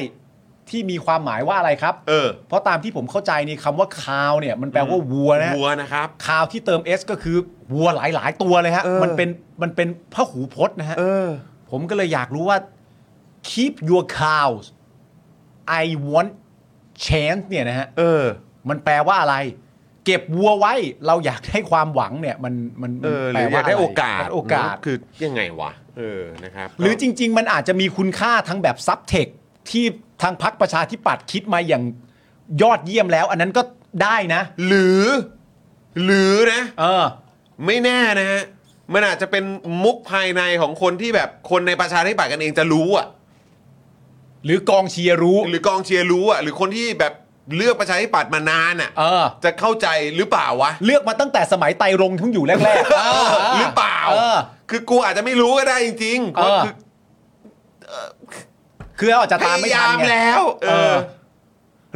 B: ที่มีความหมายว่าอะไรครับ
A: เออ
B: เพราะตามที่ผมเข้าใจนี่คำว่าคาวเนี่ย มันแปลว่าวัวนะ
A: วัวนะครับ
B: คาวที่เติม S ก็คือวัวหลาย ๆ ตัวเลยฮะ
A: เออ
B: มันเป็นมันเป็นพหูพจน์นะฮะ
A: เออ
B: ผมก็เลยอยากรู้ว่า keep your cows I want chance เนี่ยนะฮะ
A: เออ
B: มันแปลว่าอะไร เก็บวัวไว้เราอยากให้ความหวังเนี่ยมันมัน
A: เออห
B: แปล
A: รือ
B: ว่า
A: อากได้
B: ยะร
A: โอกาส
B: โอกาส
A: คือยังไงวะเออนะครับ
B: หรือจริง ๆ มันอาจจะมีคุณค่าทั้งแบบซับเทคที่ทางพักประชาธิปัตย์คิดมาอย่างยอดเยี่ยมแล้ว อันนั้นก็ได้นะ
A: หรือ หรือนะ
B: เออ
A: ไม่แน่นะฮะมันอาจจะเป็นมุกภายในของคนที่แบบคนในประชาธิปัตย์กันเองจะรู้อ่ะ
B: หรือกองเชียร์รู้
A: หรือกองเชียร์รู้อ่ะหรือคนที่แบบเลือกประชาธิปัตย์มานานอ่ะ
B: เออ
A: จะเข้าใจหรือเปล่าวะ
B: เลือกมาตั้งแต่สมัยไตรรงค์ทั้งอยู่แรกๆ
A: เออหรือเปล่า
B: เออ
A: คือกูอาจจะไม่รู้ก็ได้จริงๆ
B: เออ
A: คือ
B: คือเราอาจจะ
A: พ
B: ตามไม่
A: ยา
B: ทัน
A: ยาม
B: ไง
A: แล้วเอ
B: เอ
A: อ
B: อ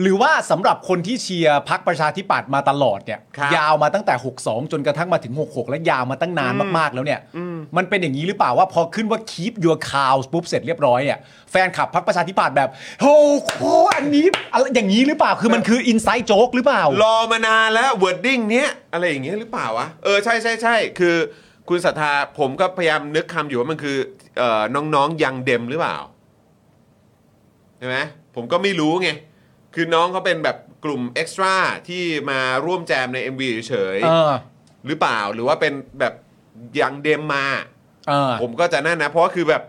B: หรือว่าสำหรับคนที่เชียร์พักประชาธิปัตย์มาตลอดเนี่ย
A: ครับ
B: ยาวมาตั้งแต่ 62 จนกระทั่งมาถึง 66 และยาวมาตั้งนานมากๆแล้วเนี่ย มันเป็นอย่างนี้หรือเปล่าว่าพอขึ้นว่า keep your cows ปุ๊บเสร็จเรียบร้อยเนี่ยแฟนขับพักประชาธิปัตย์แบบโอ้โหอันนี้อะไรอย่างนี้หรือเปล่าคือมันคือ inside joke หรือเปล่า
A: รอมานานแล้ววอร์ดดิ้งเนี้ยอะไรอย่างเงี้ยหรือเปล่าวะเออใช่ใช่ใช่คือ คุณศรัทธาผมก็พยายามนึกคำอยู่ว่ามันคือเอ่อน้องๆยังเดมหรือเปล่าใช่ไหมผมก็ไม่รู้ไงคือน้องเขาเป็นแบบกลุ่มเอ็กซ์ตร้าที่มาร่วมแจมใน MV เฉยๆ
B: เออ
A: หรือเปล่าหรือว่าเป็นแบบยังเดมมา
B: เออ
A: ผมก็จะนั่นนะ เพราะว่าคือแบบ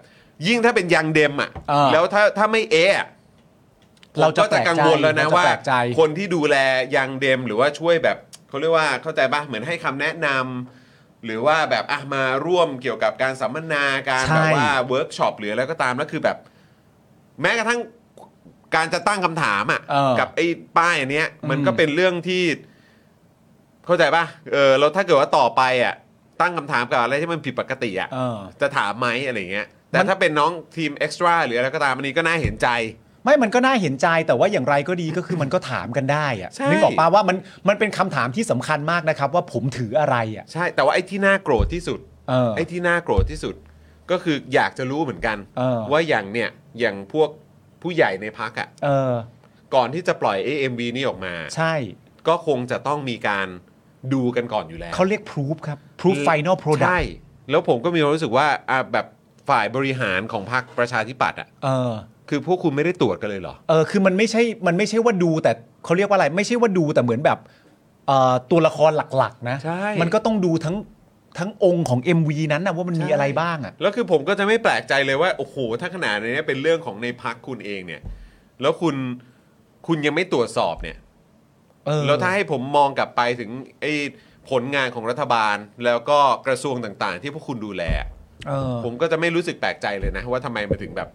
A: ยิ่งถ้าเป็นยังเดมอ่ะ
B: เออ
A: แล้วถ้าถ้าไม่เอะอะ
B: เรา
A: ผม
B: จะ
A: ก็จะกังวลแล้วนะว่า
B: แปลกใจเราจะแปลกใจ
A: คนที่ดูแลยังเดมหรือว่าช่วยแบบเขาเรียกว่าเข้าใจป่ะเหมือนให้คำแนะนำ หรือว่าแบบอ่ะมาร่วมเกี่ยวกับการสัมมนาการ
B: ใช่
A: แบบว่าเวิร์กช็อปหรืออะไรก็ตามแล้วคือแบบ แม้กระทั่งการจะตั้งคำถามอ่ะ
B: เออ
A: กับไอ้ป้ายอันเนี้ย มัน
B: อืม
A: ก็เป็นเรื่องที่ เข้าใจป่ะเออแล้วถ้าเกิดว่าต่อไปอ่ะ ตั้งคำถามกับอะไรที่มันผิดปกติอ่ะ
B: เออ
A: จะถามไหมอะไรอย่างเงี้ย แต่
B: มัน
A: ถ้าเป็นน้องทีมเอ็กซ์ตร้าหรืออะไรก็ตามอันนี้ก็น่าเห็นใจ
B: ไม่มันก็น่าเห็นใจแต่ว่าอย่างไรก็ดีก็คือมันก็ถามกันได้อะ
A: ใช่
B: นึกออกปะว่ามันมันเป็นคำถามที่สำคัญมากนะครับ ว่าผมถืออะไรอ่ะ
A: ใช่ แต่ว่าไอ้ที่น่าโกรธที่สุด
B: เออ
A: ไอ้ที่น่าโกรธที่สุด ก็คืออยากจะรู้เหมือนกัน
B: เออ
A: ว่าอย่างเนี่ยอย่างพวกผู้ใหญ่ในพักอะ่ะ
B: เออ
A: ก่อนที่จะปล่อย AMV นี่ออกมา
B: ใช่
A: ก็คงจะต้องมีการดูกันก่อนอยู่แล้ว
B: เขาเรียก proof ครับ proof final product
A: ใช่แล้วผมก็มีความรู้สึกว่าอ่ะแบบฝ่ายบริหารของพรรคประชาธิปัตย์อ่ะ
B: เออ
A: คือพวกคุณไม่ได้ตรวจกันเลยเหรอ
B: เออคือมันไม่ใช่ มันไม่ใช่ว่าดูแต่เขาเรียกว่าอะไร ไม่ใช่ว่าดูแต่เหมือนแบบเอ่อตัวละครหลักๆ นะ
A: ใช่
B: มันก็ต้องดูทั้งทั้งองค์ของ MV นั้นนะว่ามันมีอะไรบ้างอ่ะ
A: แล้วคือผมก็จะไม่แปลกใจเลยว่า โอ้โห ถ้าขนาดนี้เป็นเรื่องของในพักคุณเองเนี่ย แล้วคุณคุณยังไม่ตรวจสอบเนี่ย
B: เออ
A: แล้วถ้าให้ผมมองกลับไปถึงไอ้ผลงานของรัฐบาล แล้วก็กระทรวงต่างๆ ที่พวกคุณดูแล
B: เออ
A: ผมก็จะไม่รู้สึกแปลกใจเลยนะ ว่าทำไมมันถึงแบบ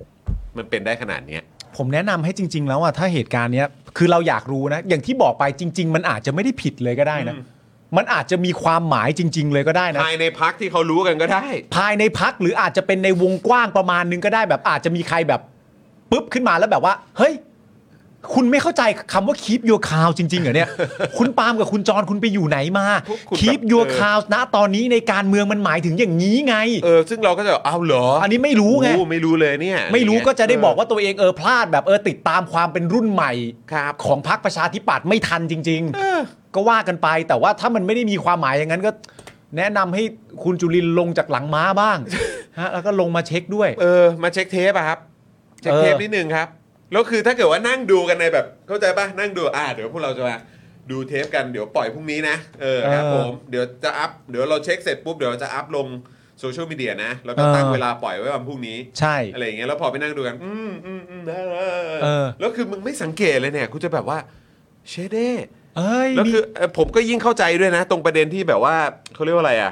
A: มันเป็นได้ขนาดเนี้ย
B: ผมแนะนำให้จริง ๆ แล้วอ่ะถ้าเหตุการณ์เนี้ยคือเราอยากรู้นะ อย่างที่บอกไปจริง ๆ มันอาจจะไม่ได้ผิดเลยก็ได้นะ
A: อืม
B: มันอาจจะมีความหมายจริง ๆ เลยก็ได้นะ
A: ภายในพักที่เขารู้กันก็ได้
B: ภายในพักหรืออาจจะเป็นในวงกว้างประมาณนึงก็ได้แบบอาจจะมีใครแบบปุ๊บขึ้นมาแล้วแบบว่า เฮ้ย คุณไม่เข้าใจคำว่า keep your cow จริงๆเหรอเนี่ย คุณปาล์มกับคุณจรคุณไปอยู่ไหนมา
A: พวกคุณแบบ
B: keep your cow ณตอนนี้ในการเมืองมันหมายถึงอย่างนี้ไง
A: เออ ซึ่งเราก็จะแบบเอาเหรอ
B: อั
A: อั
B: นนี้ไม่รู้ไง
A: ไม่รู้เลยเนี่ย
B: ไม่รู้ก็จะได้บอกว่า
A: เ
B: ตัวเองเออพลาดแบบเออติดตามความเป็นรุ่นใหม่
A: ครับ
B: ของพรรคประชาธิปัตย์ไม่ทันจริง ๆ ก็ว่ากันไปแต่ว่าถ้ามันไม่ได้มีความหมายอย่างนั้นก็ แนะนำให้คุณจุลินลงจากหลังม้า บ้าง ฮะแล้วก็ลงมาเช็คด้วย
A: เออ มาเช็คเทปอะครับ เช็คเทป
B: เออ
A: นิดนึงครับ แล้วคือถ้าเกิดว่านั่งดูกันในแบบ เข้าใจป่ะ นั่งดู อ่า เดี๋ยวพวกเราจะมาดูเทปกันเดี๋ยวปล่อยพรุ่งนี้นะ เออครับผม เดี๋ยวจะอัพ เดี๋ยวเราเช็คเสร็จปุ๊บ เดี๋ยวจะอัพลงโซเชียลมีเดียนะ แล้วก็ตั้งเวลาปล่อยไว้วันพรุ่งนี้
B: ใช่
A: อะไรอย่างเงี้ย แล้วพอไปนั่งดูกัน อืมอืมอืมเออ
B: เออ
A: แล้วคือมึงไม่สังเกตเลยเนี่ย กูจะแบบว่า เชเด้
B: เอ้ย
A: แล้ว
B: มี
A: คือเอ่อผมก็ยิ่งเข้าใจด้วยนะ ตรงประเด็นที่แบบว่าเขาเรียกว่าอะไรอ่ะ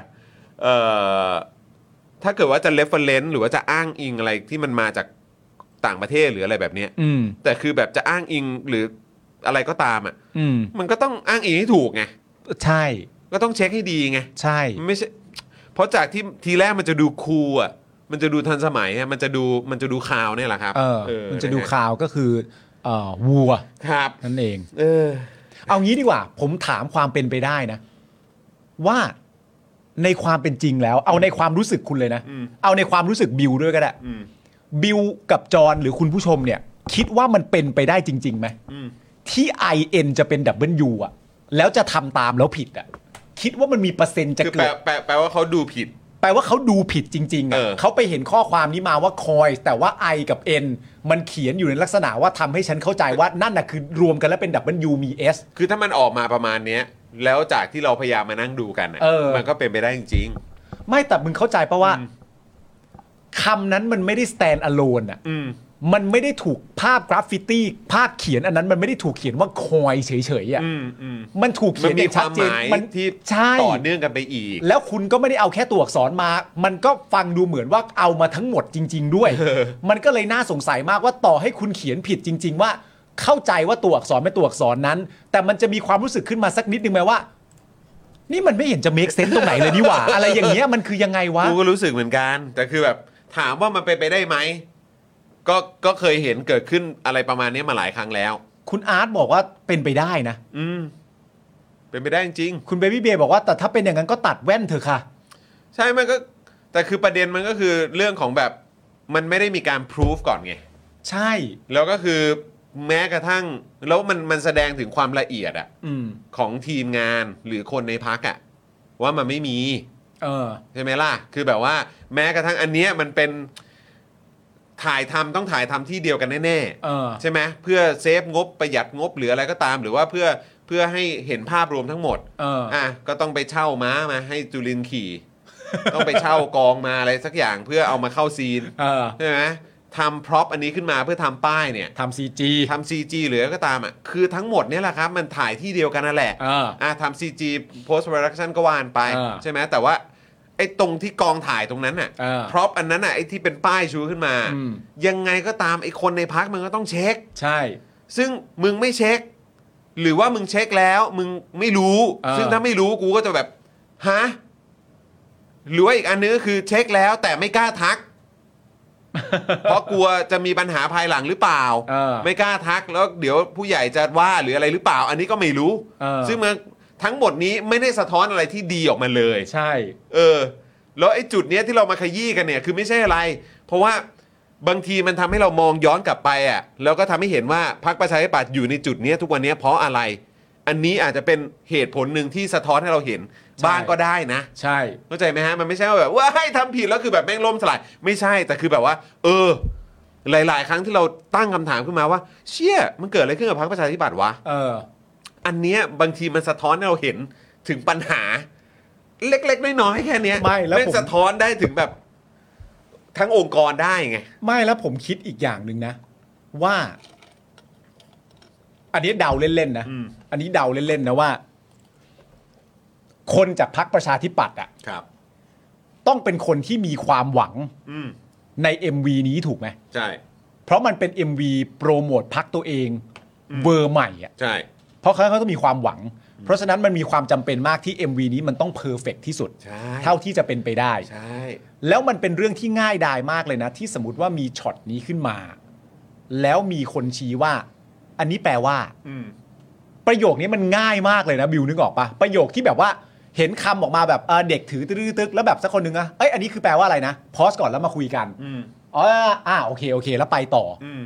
A: เอ่อถ้าเกิดว่าจะเลฟเฟลนหรือว่าจะอ้างอิงอะไรที่มันมาจากต่างประเทศหรืออะไรแบบเนี้ย
B: อืม
A: แต่คือแบบจะอ้างอิงหรืออะไรก็ตามอ่ะ
B: อืม
A: มันก็ต้องอ้างอิงให้ถูกไง
B: ใช่
A: ก็ต้องเช็คให้ดีไง
B: ใช่
A: มันไม่ใช่เพราะจากที่ทีแรกมันจะดูคูลอ่ะมันจะดูทันสมัยอะมันจะดูมันจะดูข่าวเนี่ยแหละครับ
B: เออ
A: เ
B: มันจะดูข่าวก็คือเอ่อวัว
A: ครับ
B: นั่นเอง
A: เออ
B: เอางี้ดีกว่า ผมถามความเป็นไปได้นะ ว่าในความเป็นจริงแล้ว เอาในความรู้สึกคุณเลยนะ
A: อืม
B: เอาในความรู้สึกบิวด้วยก็ได้
A: อืม
B: บิวกับจอนหรือคุณผู้ชมเนี่ย คิดว่ามันเป็นไปได้จริงๆไหม
A: อืม
B: ที่ IN จะเป็น W อ่ะ แล้วจะทำตามแล้วผิดอ่ะ คิดว่ามันมีเปอร์เซ็นต์จะ
A: คือแป
B: เกิ
A: ล
B: ด
A: แปลแปลว่าเขาดูผิด
B: แปลว่าเขาดูผิดจริงๆ
A: เอ
B: อะ
A: อ
B: เขาไปเห็นข้อความนี้มาว่าคอย แต่ว่า I กับ N มันเขียนอยู่ในลักษณะว่าทำให้ฉันเข้าใจว่านั่นน่ะคือรวมกันแล้วเป็น W มี S
A: คือถ้ามันออกมาประมาณเนี้ยแล้วจากที่เราพยายามมานั่งดูกันน่ะ
B: เออ
A: มันก็เป็นไปได้จริง
B: ไม่แต่มึงเข้าใจปะว่าคำนั้นมันไม่ได้ stand alone อ่ะ
A: ๆ อืม
B: มันไม่ได้ถูกภาพกราฟฟิตี้ ภาพเขียนอันนั้นมันไม่ได้ถูกเขียนว่าคอยเฉยๆอ่ะ
A: อืมอืม
B: มันถูก
A: มั
B: เขี
A: น
B: ยนอ
A: มี
B: ย่าง
A: ค
B: ชัด
A: วาม
B: เจ
A: ห
B: น
A: มาย
B: มัน
A: ที่
B: ใช่
A: ต่อเนื่องกันไปอีก
B: แล้วคุณก็ไม่ได้เอาแค่ตัวอักษรมา มันก็ฟังดูเหมือนว่าเอามาทั้งหมดจริง ๆ ด้วย มันก็เลยน่าสงสัยมากว่าต่อให้คุณเขียนผิดจริง ๆ ว่า เข้าใจว่าตัวอักษรเป็นตัวอักษรนั้น แต่มันจะมีความรู้สึกขึ้นมาสักนิดนึงไหมว่า นี่มันไม่เห็นจะเมคเซนต์ตรงไหนเลยนี่หว่า อะไรอย่างเงี้ยมันคือยังไงวะ
A: กูก็รู้สึกเหมือนกัน แต่คือแบบถามว่ามันเป็นไปได้ไหม ก็ก็เคยเห็นเกิดขึ้นอะไรประมาณเนี้ยมาหลายครั้งแล้ว
B: คุณอาร์ตบอกว่าเป็นไปได้นะ
A: อืม เป็นไปได้จริง
B: คุณเบบี้เบย์บอกว่าแต่ถ้าเป็นอย่างนั้นก็ตัดแว่นเถอะค่ะ
A: ๆใช่มันก็ แต่คือประเด็นมันก็คือเรื่องของแบบมันไม่ได้มีการพิสูจก่อนไง
B: ใช่
A: แล้วก็คือแม้กระทั่ง แล้วมันมันแสดงถึงความละเอียดอะ
B: อืม
A: ของทีมงานหรือคนในพักอะว่ามันไม่มี
B: เออ
A: ใช่ไหมล่ะ คือแบบว่าแม้กระทั่งอันเนี้ยมันเป็นถ่ายทำต้องถ่ายทำที่เดียวกันแน่
B: เออ
A: ๆใช่ไหมเพื่อเซฟงบประหยัดงบหรืออะไรก็ตาม หรือว่าเพื่อเพื่อให้เห็นภาพรวมทั้งหมด
B: เออ
A: อ่ะก็ต้องไปเช่าม้ามาให้จุลินขี่ ต้องไปเช่ากองมาอะไรสักอย่างเพื่อเอามาเข้าซีน
B: เออ
A: ใช่ไหมทำพร็อพอันนี้ขึ้นมาเพื่อทำป้ายเนี่ย
B: ทำซีจี
A: ทำ CG หรืออะไรก็ตามอ่ะคือทั้งหมดเนี่ยแหละครับ มันถ่ายที่เดียวกันนั่นแหละ
B: เออ
A: อ่ะทำ CG post production ก็วานไป
B: เออ
A: ใช่ไหมแต่ว่า อ้ตรงที่กองถ่ายตรงนั้นน่ะ
B: เออ
A: พร็อพอันนั้นน่ะไอ้ที่เป็นป้ายชูขึ้นมา
B: อืม
A: ยังไงก็ตามไอ้คนในพักมันก็ต้องเช็ค
B: ใช่
A: ซึ่งมึงไม่เช็ค หรือว่ามึงเช็คแล้วมึงไม่รู้
B: เออ
A: ซึ่งถ้าไม่รู้กูก็จะแบบฮะหรือว่าอีกอันนึงก็คือเช็คแล้วแต่ไม่กล้าทัก เพราะกลัวจะมีปัญหาภายหลังหรือเปล่า
B: เออ
A: ไม่กล้าทักแล้วเดี๋ยวผู้ใหญ่จะว่าหรืออะไรหรือเปล่า อันนี้ก็ไม่รู้
B: เออ
A: ซึ่งมันทั้งหมดนี้ไม่ได้สะท้อนอะไรที่ดีออกมาเลย
B: ใช่
A: เออ แล้วไอ้จุดเนี้ยที่เรามาขยี้กันเนี่ยคือไม่ใช่อะไร เพราะว่าบางทีมันทำให้เรามองย้อนกลับไปอ่ะแล้วก็ทำให้เห็นว่าพรรคประชาธิปัตย์อยู่ในจุดเนี้ยทุกวันเนี้ยเพราะอะไร อันนี้อาจจะเป็นเหตุผลหนึ่งที่สะท้อนให้เราเห็นบ้างก็ได้นะ
B: ใช่
A: เข้าใจไหมฮะมันไม่ใช่ว่าแบบว่าให้ทำผิดแล้วคือแบบแม่งล่มสลายไม่ใช่แต่คือแบบว่า เออ หลาย ๆ ครั้งที่เราตั้งคำถามขึ้นมาว่า เชี่ยมันเกิดอะไรขึ้นกับพรรคประชาธิปัตย์วะ
B: เออ
A: อันเนี้ยบางทีมันสะท้อนให้เราเห็นถึงปัญหา เล็กๆน้อยๆแค่เนี้ย
B: ไม่แล้วผม
A: แงสะท้อนได้ถึงแบบ ทั้งองค์กรได้ไง
B: ไม่แล้วผมคิดอีกอย่างหนึ่งนะ ว่า อันนี้เดาเล่นๆนะ
A: อืม
B: อันนี้เดาเล่นๆนะว่า คนจากพักประชาธิปัตย์อะ
A: ครับ
B: ต้องเป็นคนที่มีความหวัง
A: อืม
B: ใน MV นี้ถูกไหม
A: ใช่
B: เพราะมันเป็น MV โปรโมทพักตัวเองเวอร์ใหม่อะ
A: ใช่
B: เพราะเขาเขาต้องมีความหวัง เพราะฉะนั้นมันมีความจำเป็นมากที่ MV นี้มันต้องเพอร์เฟกที่สุด
A: ใช่
B: เท่าที่จะเป็นไปได้
A: ใช่
B: แล้วมันเป็นเรื่องที่ง่ายดายมากเลยนะ ที่สมมติว่ามีช็อตนี้ขึ้นมา แล้วมีคนชี้ว่า อันนี้แปลว่า
A: อืม
B: ประโยคนี้มันง่ายมากเลยนะบิวนึกออกปะประโยคที่แบบว่าเห็นคำออกมาแบบเอ่อเด็กถือตื้อตึกแล้วแบบสักคนหนึงอะเอ้ยอันนี้คือแปลว่าอะไรนะพอสก่อนแล้วมาคุยกัน
A: อืม
B: อ๋ออ่าโอเคโอเค แล้วไปต่อ
A: อืม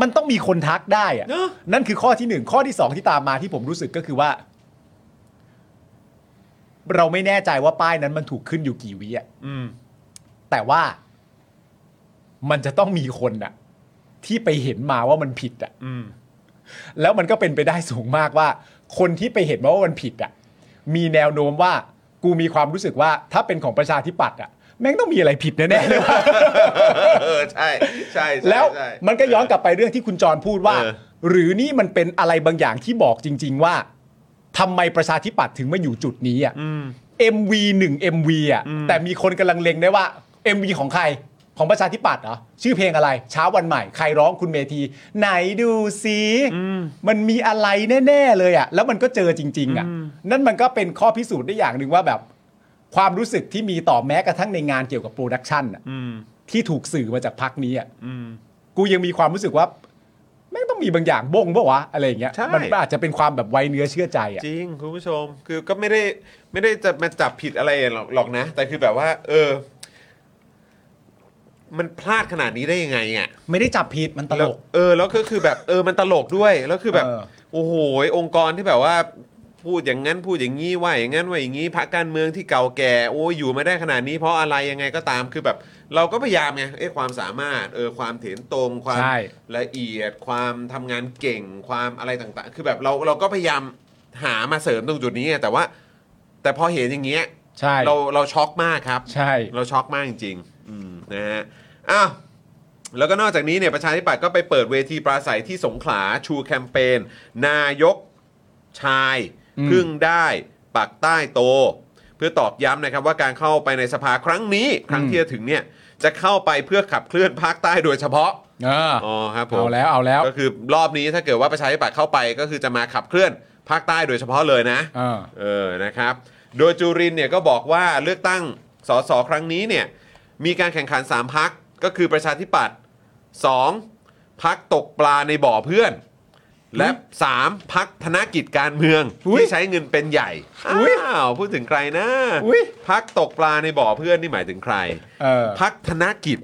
B: มันต้องมีคนทักได้อะ
A: เนอะ
B: นั่นคือข้อที่หนึ่งข้อที่สองที่ตามมาที่ผมรู้สึกก็คือว่า เราไม่แน่ใจว่าป้ายนั้นมันถูกขึ้นอยู่กี่วิอะ
A: อืม
B: แต่ว่ามันจะต้องมีคนอะที่ไปเห็นมาว่ามันผิดอะ
A: อืม
B: แล้วมันก็เป็นไปได้สูงมากว่า คนที่ไปเห็นมาว่ามันผิดอะมีแนวโน้มว่า กูมีความรู้สึกว่า ถ้าเป็นของประชาธิปัตย์อะแม่งต้องมีอะไรผิดแน่ๆเลยว่า
A: เออใช่ใช่ใช่
B: แล้ว
A: ใช่
B: มันก็ย้อนกลับไปเรื่องที่คุณจรพูดว่า
A: เออ
B: หรือนี่มันเป็นอะไรบางอย่างที่บอกจริง ๆ ว่าทำไมประชาธิปัตย์ถึงมาอยู่จุดนี้อ่ะ
A: อืม
B: MV หนึ่ง MV อ่ะแต่มีคนกำลังเล็งได้ว่า MV ของใครของประชาธิปัตย์เหรอชื่อเพลงอะไร เช้าวันใหม่ ใครร้องคุณเมธี ไหนดูสิมันมีอะไรแน่ ๆ เลยอ่ะ แล้วมันก็เจอจริง ๆ อ่ะ นั่นมันก็เป็นข้อพิสูจน์ได้อย่างหนึ่งว่าแบบ ความรู้สึกที่มีต่อแม้กระทั่งในงานเกี่ยวกับโปรดักชันอ่ะ
A: อืม
B: ที่ถูกสื่อมาจากพักนี้อ่ะ
A: อืม
B: กูยังมีความรู้สึกว่าแม่งต้องมีบางอย่างบ้งปะวะอะไรอย่างเงี้ย
A: ใช่
B: มันอาจจะเป็นความแบบไวเนื้อเชื่อใจอ่ะ
A: จริงคุณผู้ชมคือก็ไม่ได้ไม่ได้จะมาจับผิดอะไรหรอกหรอกนะ แต่คือแบบว่า เออ มันพลาดขนาดนี้ได้ยังไงอ่ะ
B: ไม่ได้จับผิดมันตลก
A: แล้วเออแล้วก็คือแบบเออมันตลกด้วยแล้วคือแบบ
B: เออ
A: โอ้โหองค์กรที่แบบว่า พูดอย่างนั้นพูดอย่างนี้ว่าอย่างนั้นว่าอย่างนี้พรรคการเมืองที่เก่าแก่โอ้ยอยู่ไม่ได้ขนาดนี้เพราะอะไรยังไงก็ตามคือแบบ เราก็พยายามไงเอ้ยความสามารถเออความเถนตรงความ
B: ใช่
A: ละเอียด ความทำงานเก่งความอะไรต่าง ๆ คือแบบเราเราก็พยายามหามาเสริมตรงจุดนี้ไงแต่ว่า แต่พอเห็นอย่างเงี้ย
B: ใช่
A: เราเราช็อกมากครับ
B: ใช่
A: เราช็อกมากจริงๆอืมนะฮะ อ้าว แล้วก็นอกจากนี้เนี่ยประชาธิปัตย์ก็ไปเปิดเวทีปราศัยที่สงขลาชูแคมเปญนายกชายพึ่งได้ปักใต้โต เพื่อตอบย้ำนะครับว่าการเข้าไปในสภาครั้งนี้ ครั้งที่จะถึงเนี่ย จะเข้าไปเพื่อขับเคลื่อนภาคใต้โดยเฉพาะ
B: เออ
A: อ๋อครับผม
B: เอาแล้วเอาแล้ว
A: ก็คือรอบนี้ถ้าเกิดว่าประชาธิปัตย์เข้าไปก็คือจะมาขับเคลื่อนภาคใต้โดยเฉพาะเลยนะ
B: เออ
A: เออนะครับ โดยจุรินทร์เนี่ยก็บอกว่าเลือกตั้งสสครั้งนี้เนี่ยมีการแข่งขัน 3 พักก็คือประชาธิปัตย์2พักตกปลาในบ่อเพื่อน และ 3 พักธนกิจการเมือง
B: อุ๊ย
A: ที่ใช้เงินเป็นใหญ่
B: อุ๊ย
A: อ้าว พูดถึงใครนะ
B: อุ๊ย
A: พักตกปลาในบ่อเพื่อนนี่หมายถึงใคร
B: เออ
A: พักธนกิจ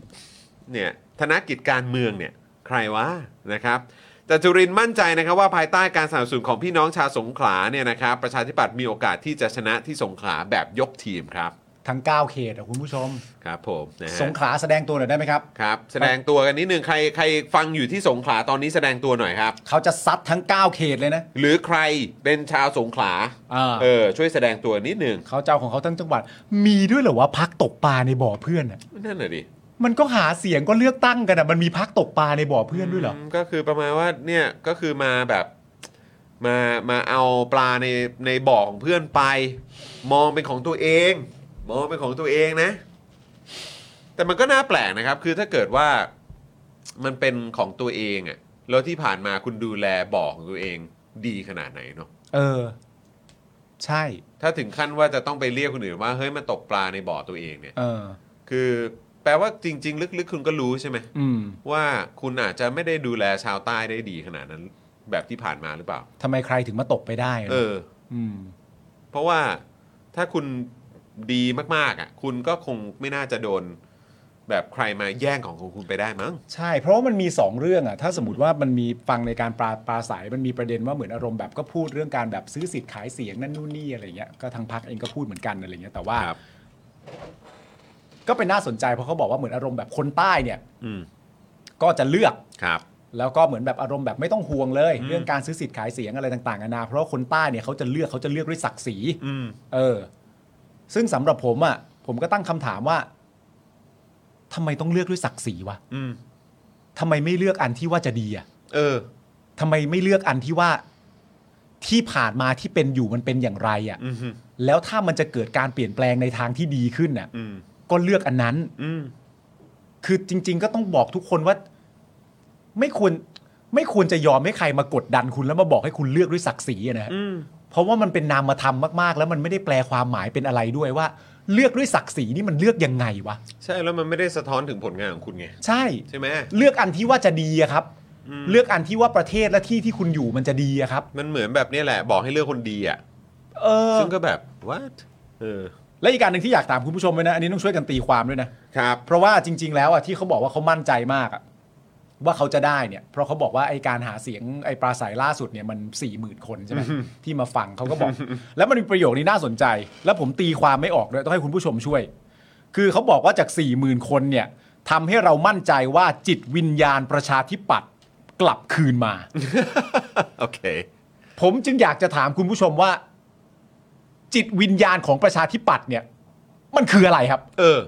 A: เนี่ยธนกิจการเมืองเนี่ยใครวะนะครับแต่จุรินทร์มั่นใจนะครับว่าภายใต้การสนับสนุนของพี่น้องชาวสงขลาเนี่ยนะครับประชาธิปัตย์มีโอกาสที่จะชนะที่สงขลาแบบยกทีมครับ
B: ทั้ง9เขตอะคุณผู้ชม
A: ครับผมนะฮะ
B: สงขลาแสดงตัวหน่อยได้ไหมครับ
A: ครับแสดงตัวกันนิดนึงใครใครฟังอยู่ที่สงขลาตอนนี้แสดงตัวหน่อยครับ
B: เขาจะซัดทั้ง 9 เขตเลยนะ
A: หรือใครเป็นชาวสงขลา
B: อ่า
A: เออช่วยแสดงตัวนิดนึง
B: เขาเจ้าของเขาทั้งจังหวัด มีด้วยเหรอว่าพักตกปลาในบ่อเพื่อนอะ
A: นั่นแหละดิ
B: มันก็หาเสียงก็เลือกตั้งกันอะมันมีพักตกปลาในบ่อเพื่อนด้วยเหรอ
A: มก็คือประมาณว่าเนี่ยก็คือมาแบบมามาเอาปลาในในบ่อของเพื่อนไป มองเป็นของตัวเอง มองว่าเป็นของตัวเองนะ แต่มันก็น่าแปลกนะครับ คือถ้าเกิดว่ามันเป็นของตัวเองอะแล้วที่ผ่านมาคุณดูแลบ่อของตัวเองดีขนาดไหนเนาะ
B: เออ ใช่
A: ถ้าถึงขั้นว่าจะต้องไปเรียกคนอื่นว่าเฮ้ยมาตกปลาในบ่อตัวเองเนี่ย
B: เออ
A: คือแปลว่าจริง ๆ ลึกๆ คุณก็รู้ใช่ไหม
B: อืม
A: ว่าคุณอาจจะไม่ได้ดูแลชาวใต้ได้ดีขนาดนั้น แบบที่ผ่านมาหรือเปล่า
B: ทำไมใครถึงมาตกไปได้นะ
A: เออ
B: อืม
A: เพราะว่าถ้าคุณดีมากๆอ่ะ คุณก็คงไม่น่าจะโดน แบบใครมาแย่งของของคุณไปได้มั้ง
B: ใช่ เพราะว่ามันมี 2 เรื่องอะถ้าสมมติว่ามันมีฟังในการปราปราศัยมันมีประเด็นว่าเหมือนอารมณ์แบบก็พูดเรื่องการแบบซื้อสิทธิ์ขายเสียงนั่นนู่นนี่อะไรเงี้ยก็ทางพักเองก็พูดเหมือนกันอะไรเงี้ยแต่ว่า
A: ครับ
B: ก็เป็นน่าสนใจเพราะเขาบอกว่าเหมือนอารมณ์แบบคนใต้เนี่ย
A: อืม
B: ก็จะเลือก
A: ครับ
B: แล้วก็เหมือนแบบอารมณ์แบบไม่ต้องห่วงเลย เรื่องการซื้อสิทธิ์ขายเสียงอะไรต่างๆนานาเพราะว่าคนใต้เนี่ยเขาจะเลือกเขาจะเลือกด้วยศักดิ์ศรี
A: อืม
B: เออ ซึ่งสำหรับผมอะผมก็ตั้งคำถามว่าทำไมต้องเลือกด้วยศักดิ์ศรีวะ
A: อืม
B: ทำไมไม่เลือกอันที่ว่าจะดีอะ
A: เออ
B: ทำไมไม่เลือกอันที่ว่าที่ผ่านมาที่เป็นอยู่มันเป็นอย่างไรอะ่ะ
A: อืม
B: แล้วถ้ามันจะเกิดการเปลี่ยนแปลงในทางที่ดีขึ้นน่ะ
A: อืม
B: ก็เลือกอันนั้น
A: อืม
B: คือจริง ๆ ก็ต้องบอกทุกคนว่า ไม่ควรไม่ควรจะยอมให้ใครมากดดันคุณแล้วมาบอกให้คุณเลือกด้วยศักดิ์ศรีอะนะฮะ
A: อืม
B: เพราะว่ามันเป็นนามธรรมมากๆ แล้วมันไม่ได้แปลความหมายเป็นอะไรด้วยว่า เลือกด้วยศักดิ์ศรีนี่มันเลือกยังไงวะ
A: ใช่แล้วมันไม่ได้สะท้อนถึงผลงานของคุณไง
B: ใช่
A: ใช่ไหม
B: เลือกอันที่ว่าจะดีอะครับ เลือกอันที่ว่าประเทศและที่ที่คุณอยู่มันจะดีอะครับ
A: มันเหมือนแบบเนี้ยแหละ บอกให้เลือกคนดีอ่ะ
B: เออ
A: ซึ่งก็แบบ what เออ
B: และอีกการหนึ่งที่อยากถามคุณผู้ชมไว้นะ อันนี้ต้องช่วยกันตีความด้วยนะ
A: ครับ
B: เพราะว่าจริง ๆ แล้วอ่ะที่เขาบอกว่าเขามั่นใจมากอ่ะว่าเขาจะได้เนี่ย เพราะเขาบอกว่าไอการหาเสียงไอปราศัยล่าสุดเนี่ยมัน4ี่หมื่นคนใช่ไหมที่มาฟังเขาก็บอก แล้วมันมีประโยคนี้น่าสนใจ แล้วผมตีความไม่ออกด้วยต้องให้คุณผู้ชมช่วย คือเขาบอกว่าจาก4ี่หมื่นคนเนี่ยทำให้เรามั่นใจว่าจิตวิญญาณประชาธิปัตย์กลับคืนมา
A: โอเค
B: ผมจึงอยากจะถามคุณผู้ชมว่า จิตวิญญาณของประชาธิปัตย์เนี่ย มันคืออะไรครับ
A: เออ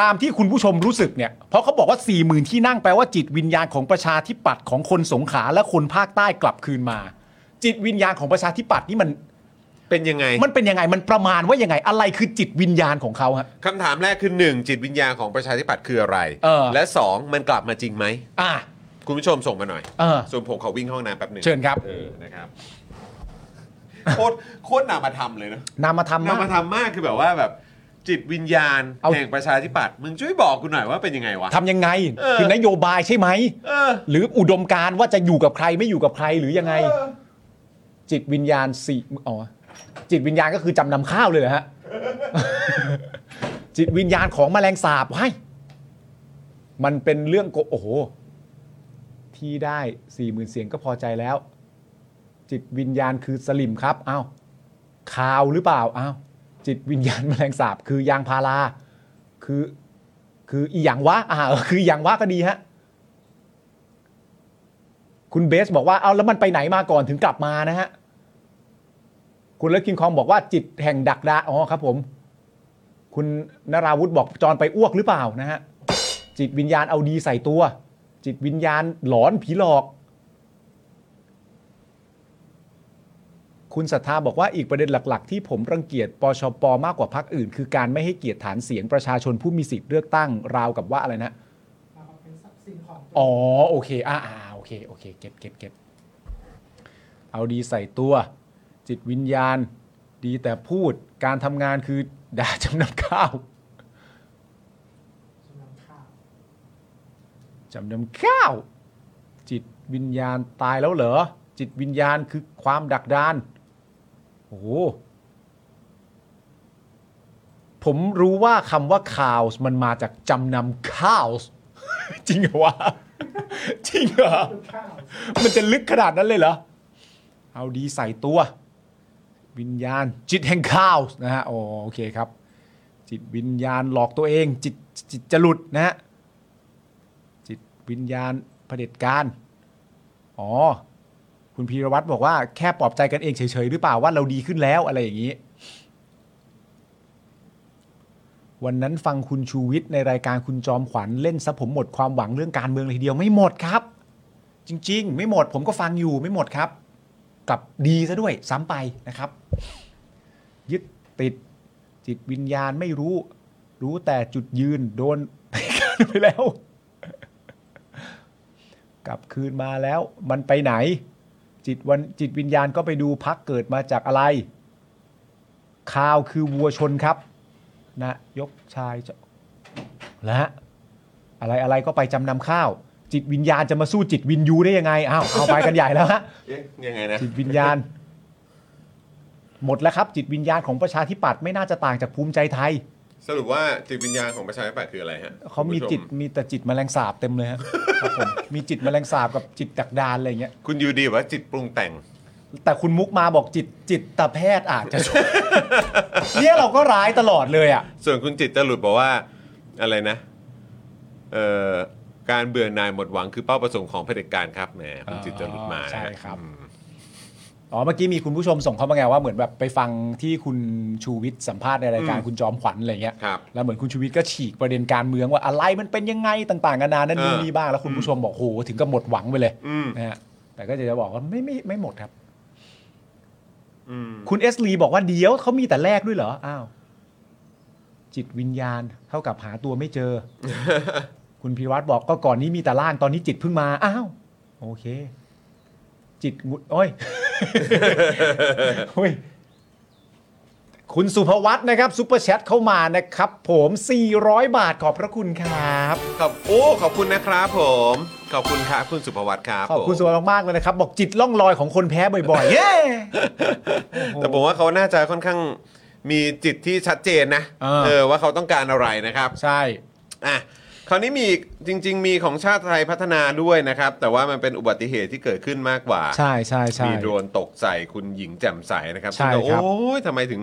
B: ตามที่คุณผู้ชมรู้สึกเนี่ย เพราะเขาบอกว่า 4 0,000 ที่นั่งแปลว่าจิตวิญญาณของประชาธิปัตย์ของคนสงขลาและคนภาคใต้กลับคืนมา จิตวิญญาณของประชาธิปัตย์นี่มัน
A: เป็นยังไง
B: มันเป็นยังไงมันประมาณว่ายังไงอะไรคือจิตวิญญาณของเขาฮะ
A: คำถามแรกคือหนึ่งจิตวิญญาณของประชาธิปัตย์คืออะไร
B: เออ
A: และสองมันกลับมาจริงไหม
B: อ่า
A: คุณผู้ชมส่งมาหน่อย
B: เออ
A: ส่วนผมขอวิ่งห้องน้ำแป๊บหนึ่ง
B: เชิญครับ
A: เออ นะครับ โคตร โคตรนามาทำเลยนะ
B: นามธรรม
A: นา
B: าม
A: มาก ทำมากคือแบบว่าแบบ จิตวิญญาณ
B: เอา
A: แห่งประชาธิปัตย์ มึงช่วยบอกกูหน่อยว่าเป็นยังไงวะ
B: ทำยังไง
A: เออ
B: คือนโยบายใช่ไหม
A: เออ
B: หรืออุดมการณ์ว่าจะอยู่กับใครไม่อยู่กับใครหรือยังไง
A: เออ
B: จิตวิญญาณสี่อ๋อจิตวิญญาณก็คือจำนำข้าวเลยเหรอฮะ จิตวิญญาณของแมลงสาบให้ยมันเป็นเรื่องโกโอ้โห ที่ได้สี่หมื่นเสียงก็พอใจแล้ว จิตวิญญาณคือสลิมครับอ้าวข่าวหรือเปล่าอ้าวจิตวิญญาณแมลงสาบ คือยางพาราคือ คืออีหยังวะอ่าเออคืออีหยังวะก็ดีฮะ คุณเบสบอกว่าเอาแล้วมันไปไหนมาก่อนถึงกลับมานะฮะ คุณเลิศคิงคองบอกว่าจิตแห่งดักดาอ๋อครับผม คุณนราวุธบอกจอนไปอ้วกหรือเปล่านะฮะ จิตวิญญาณเอาดีใส่ตัว จิตวิญญาณหลอนผีหลอก คุณศรัทธาบอกว่าอีกประเด็นหลัก ๆ ที่ผมรังเกียจปชปมากกว่าพรรคอื่น คือการไม่ให้เกียรติฐานเสียงประชาชนผู้มีสิทธิ์เลือกตั้งราวกับว่าอะไรนะ อ๋อโอเคอ่าอ่าโอเคโอเคเก็บเก็บเก็บเอาดีใส่ตัว จิตวิญญาณ ดีแต่พูดการทำงานคือ ด่าจำนำข้าวจำนำข้าว จิตวิญญาณตายแล้วเหรอ จิตวิญญาณคือความดักดานโอ้โหผมรู้ว่าคำว่าข่าวมันมาจากจำนำข้าว จริงเหรอวะ จริงเหรอ มันจะลึกขนาดนั้นเลยเหรอ เอาดีใส่ตัว วิญญาณ จิตแห่งข้าวนะฮะ อ๋อโอเคครับ จิตวิญญาณหลอกตัวเอง จิตจิตจะหลุดนะฮะ จิตวิญญาณเผด็จการ อ๋อ คุณพีรวัตรบอกว่าแค่ปลอบใจกันเองเฉยๆหรือเปล่าว่าเราดีขึ้นแล้วอะไรอย่างนี้ วันนั้นฟังคุณชูวิทย์ในรายการคุณจอมขวัญเล่นซะผมหมดความหวังเรื่องการเมืองเลยทีเดียวไม่หมดครับ จริง ๆ ไม่หมดผมก็ฟังอยู่ไม่หมดครับกลับดีซะด้วยซ้ำไปนะครับ ยึดติด จ จิตวิญญาณไม่รู้ รู้แต่จุดยืนโดน ไปแล้ว กลับคืนมาแล้ว มันไปไหน จิตวันจิตวิญญาณก็ไปดูพักเกิดมาจากอะไร ข่าวคือวัวชนครับ นะยกชายจะและฮะอะไรอะไรก็ไปจำนำข้าว จิตวิญญาณจะมาสู้จิตวินยูได้ยังไงอ้าวเอาไปกันใหญ่แล้วฮะ
A: เอ๊ะยังไงนะ
B: จิตวิญญาณ หมดแล้วครับ จิตวิญญาณของประชาธิปัตย์ไม่น่าจะต่างจากภูมิใจไทย
A: สรุปว่าจิตวิญญาณของประชาธิปัตย์คืออะไรฮะ
B: เขา
A: คุ
B: มี
A: ณผู้ช
B: จิตมีแต่จิตแมลงสาบเต็มเลยฮะ ครับผมมีจิตแมลงสาบกับจิตดักดานอะไรอย่างเงี้ย
A: คุณยูดีบอกว่าจิตปรุงแต่ง
B: แต่คุณมุกมาบอกจิตจิตตแพทย์อาจจะช่วย เนี่ยเราก็ร้ายตลอดเลยอ่ะ
A: ส่วนคุณจิตตะหลุดบอกว่าอะไรนะเอ่อการเบื่อหน่ายหมดหวังคือเป้าประสงค์ของเผด็จการครับแหมคุณจิตตะหลุดมานะฮะ
B: ใช่ครับ อ๋อเมื่อกี้มีคุณผู้ชมส่งเข้ามาไงว่าเหมือนแบบไปฟังที่คุณชูวิทย์สัมภาษณ์ในรายการคุณจอมขวัญอะไรเงี้ย
A: ครับ
B: แล้วเหมือนคุณชูวิทย์ก็ฉีกประเด็นการเมืองว่าอะไรมันเป็นยังไงต่างๆนานานั่นนู่น
A: เออ
B: นี่บ้างแล้วคุณผู้ชมบอกโหถึงกับหมดหวังไปเลย
A: อืม
B: นะฮะแต่ก็จะจะบอกว่าไม่ไม่ไม่หมดครับ
A: อืม
B: คุณเอสลีบอกว่าเดี๋ยวเขามีแต่แรกด้วยเหรออ้าวจิตวิญญาณเท่ากับหาตัวไม่เจอ คุณพิวัตรบอกก็ก่อนนี้มีแต่ล่างตอนนี้จิตเพิ่งมาอ้าวโอเค จิตงุดโอ้ย โอ้ย คุณสุภวัตนะครับซุปเปอร์แชทเข้ามานะครับ ผม 400 บาทขอบพระคุณครับ
A: ขอบโอ้ขอบคุณนะครับผม ขอบคุณครับคุณสุภวัตครับ
B: ขอบคุณ
A: ผม
B: สุภวัตมากๆเลยนะครับ บอกจิตล่องลอยของคนแพ้บ่อยๆเย้
A: แต่ผมว่าเขาน่าจะค่อนข้างมีจิตที่ชัดเจนนะ
B: เออ
A: เออว่าเขาต้องการอะไรนะครับ
B: ใช่
A: อ่ะคราวนี้มีอีกจริง ๆ มีของชาติไทยพัฒนาด้วยนะครับ แต่ว่ามันเป็นอุบัติเหตุที่เกิดขึ้นมากกว่า
B: ใช่ใช่ใช่
A: มีโดรนตกใส่คุณหญิงแจ่มใสนะครับ
B: ใช่
A: ซึ่ง
B: ครั
A: เรา
B: บ
A: โอ้ยทำไมถึง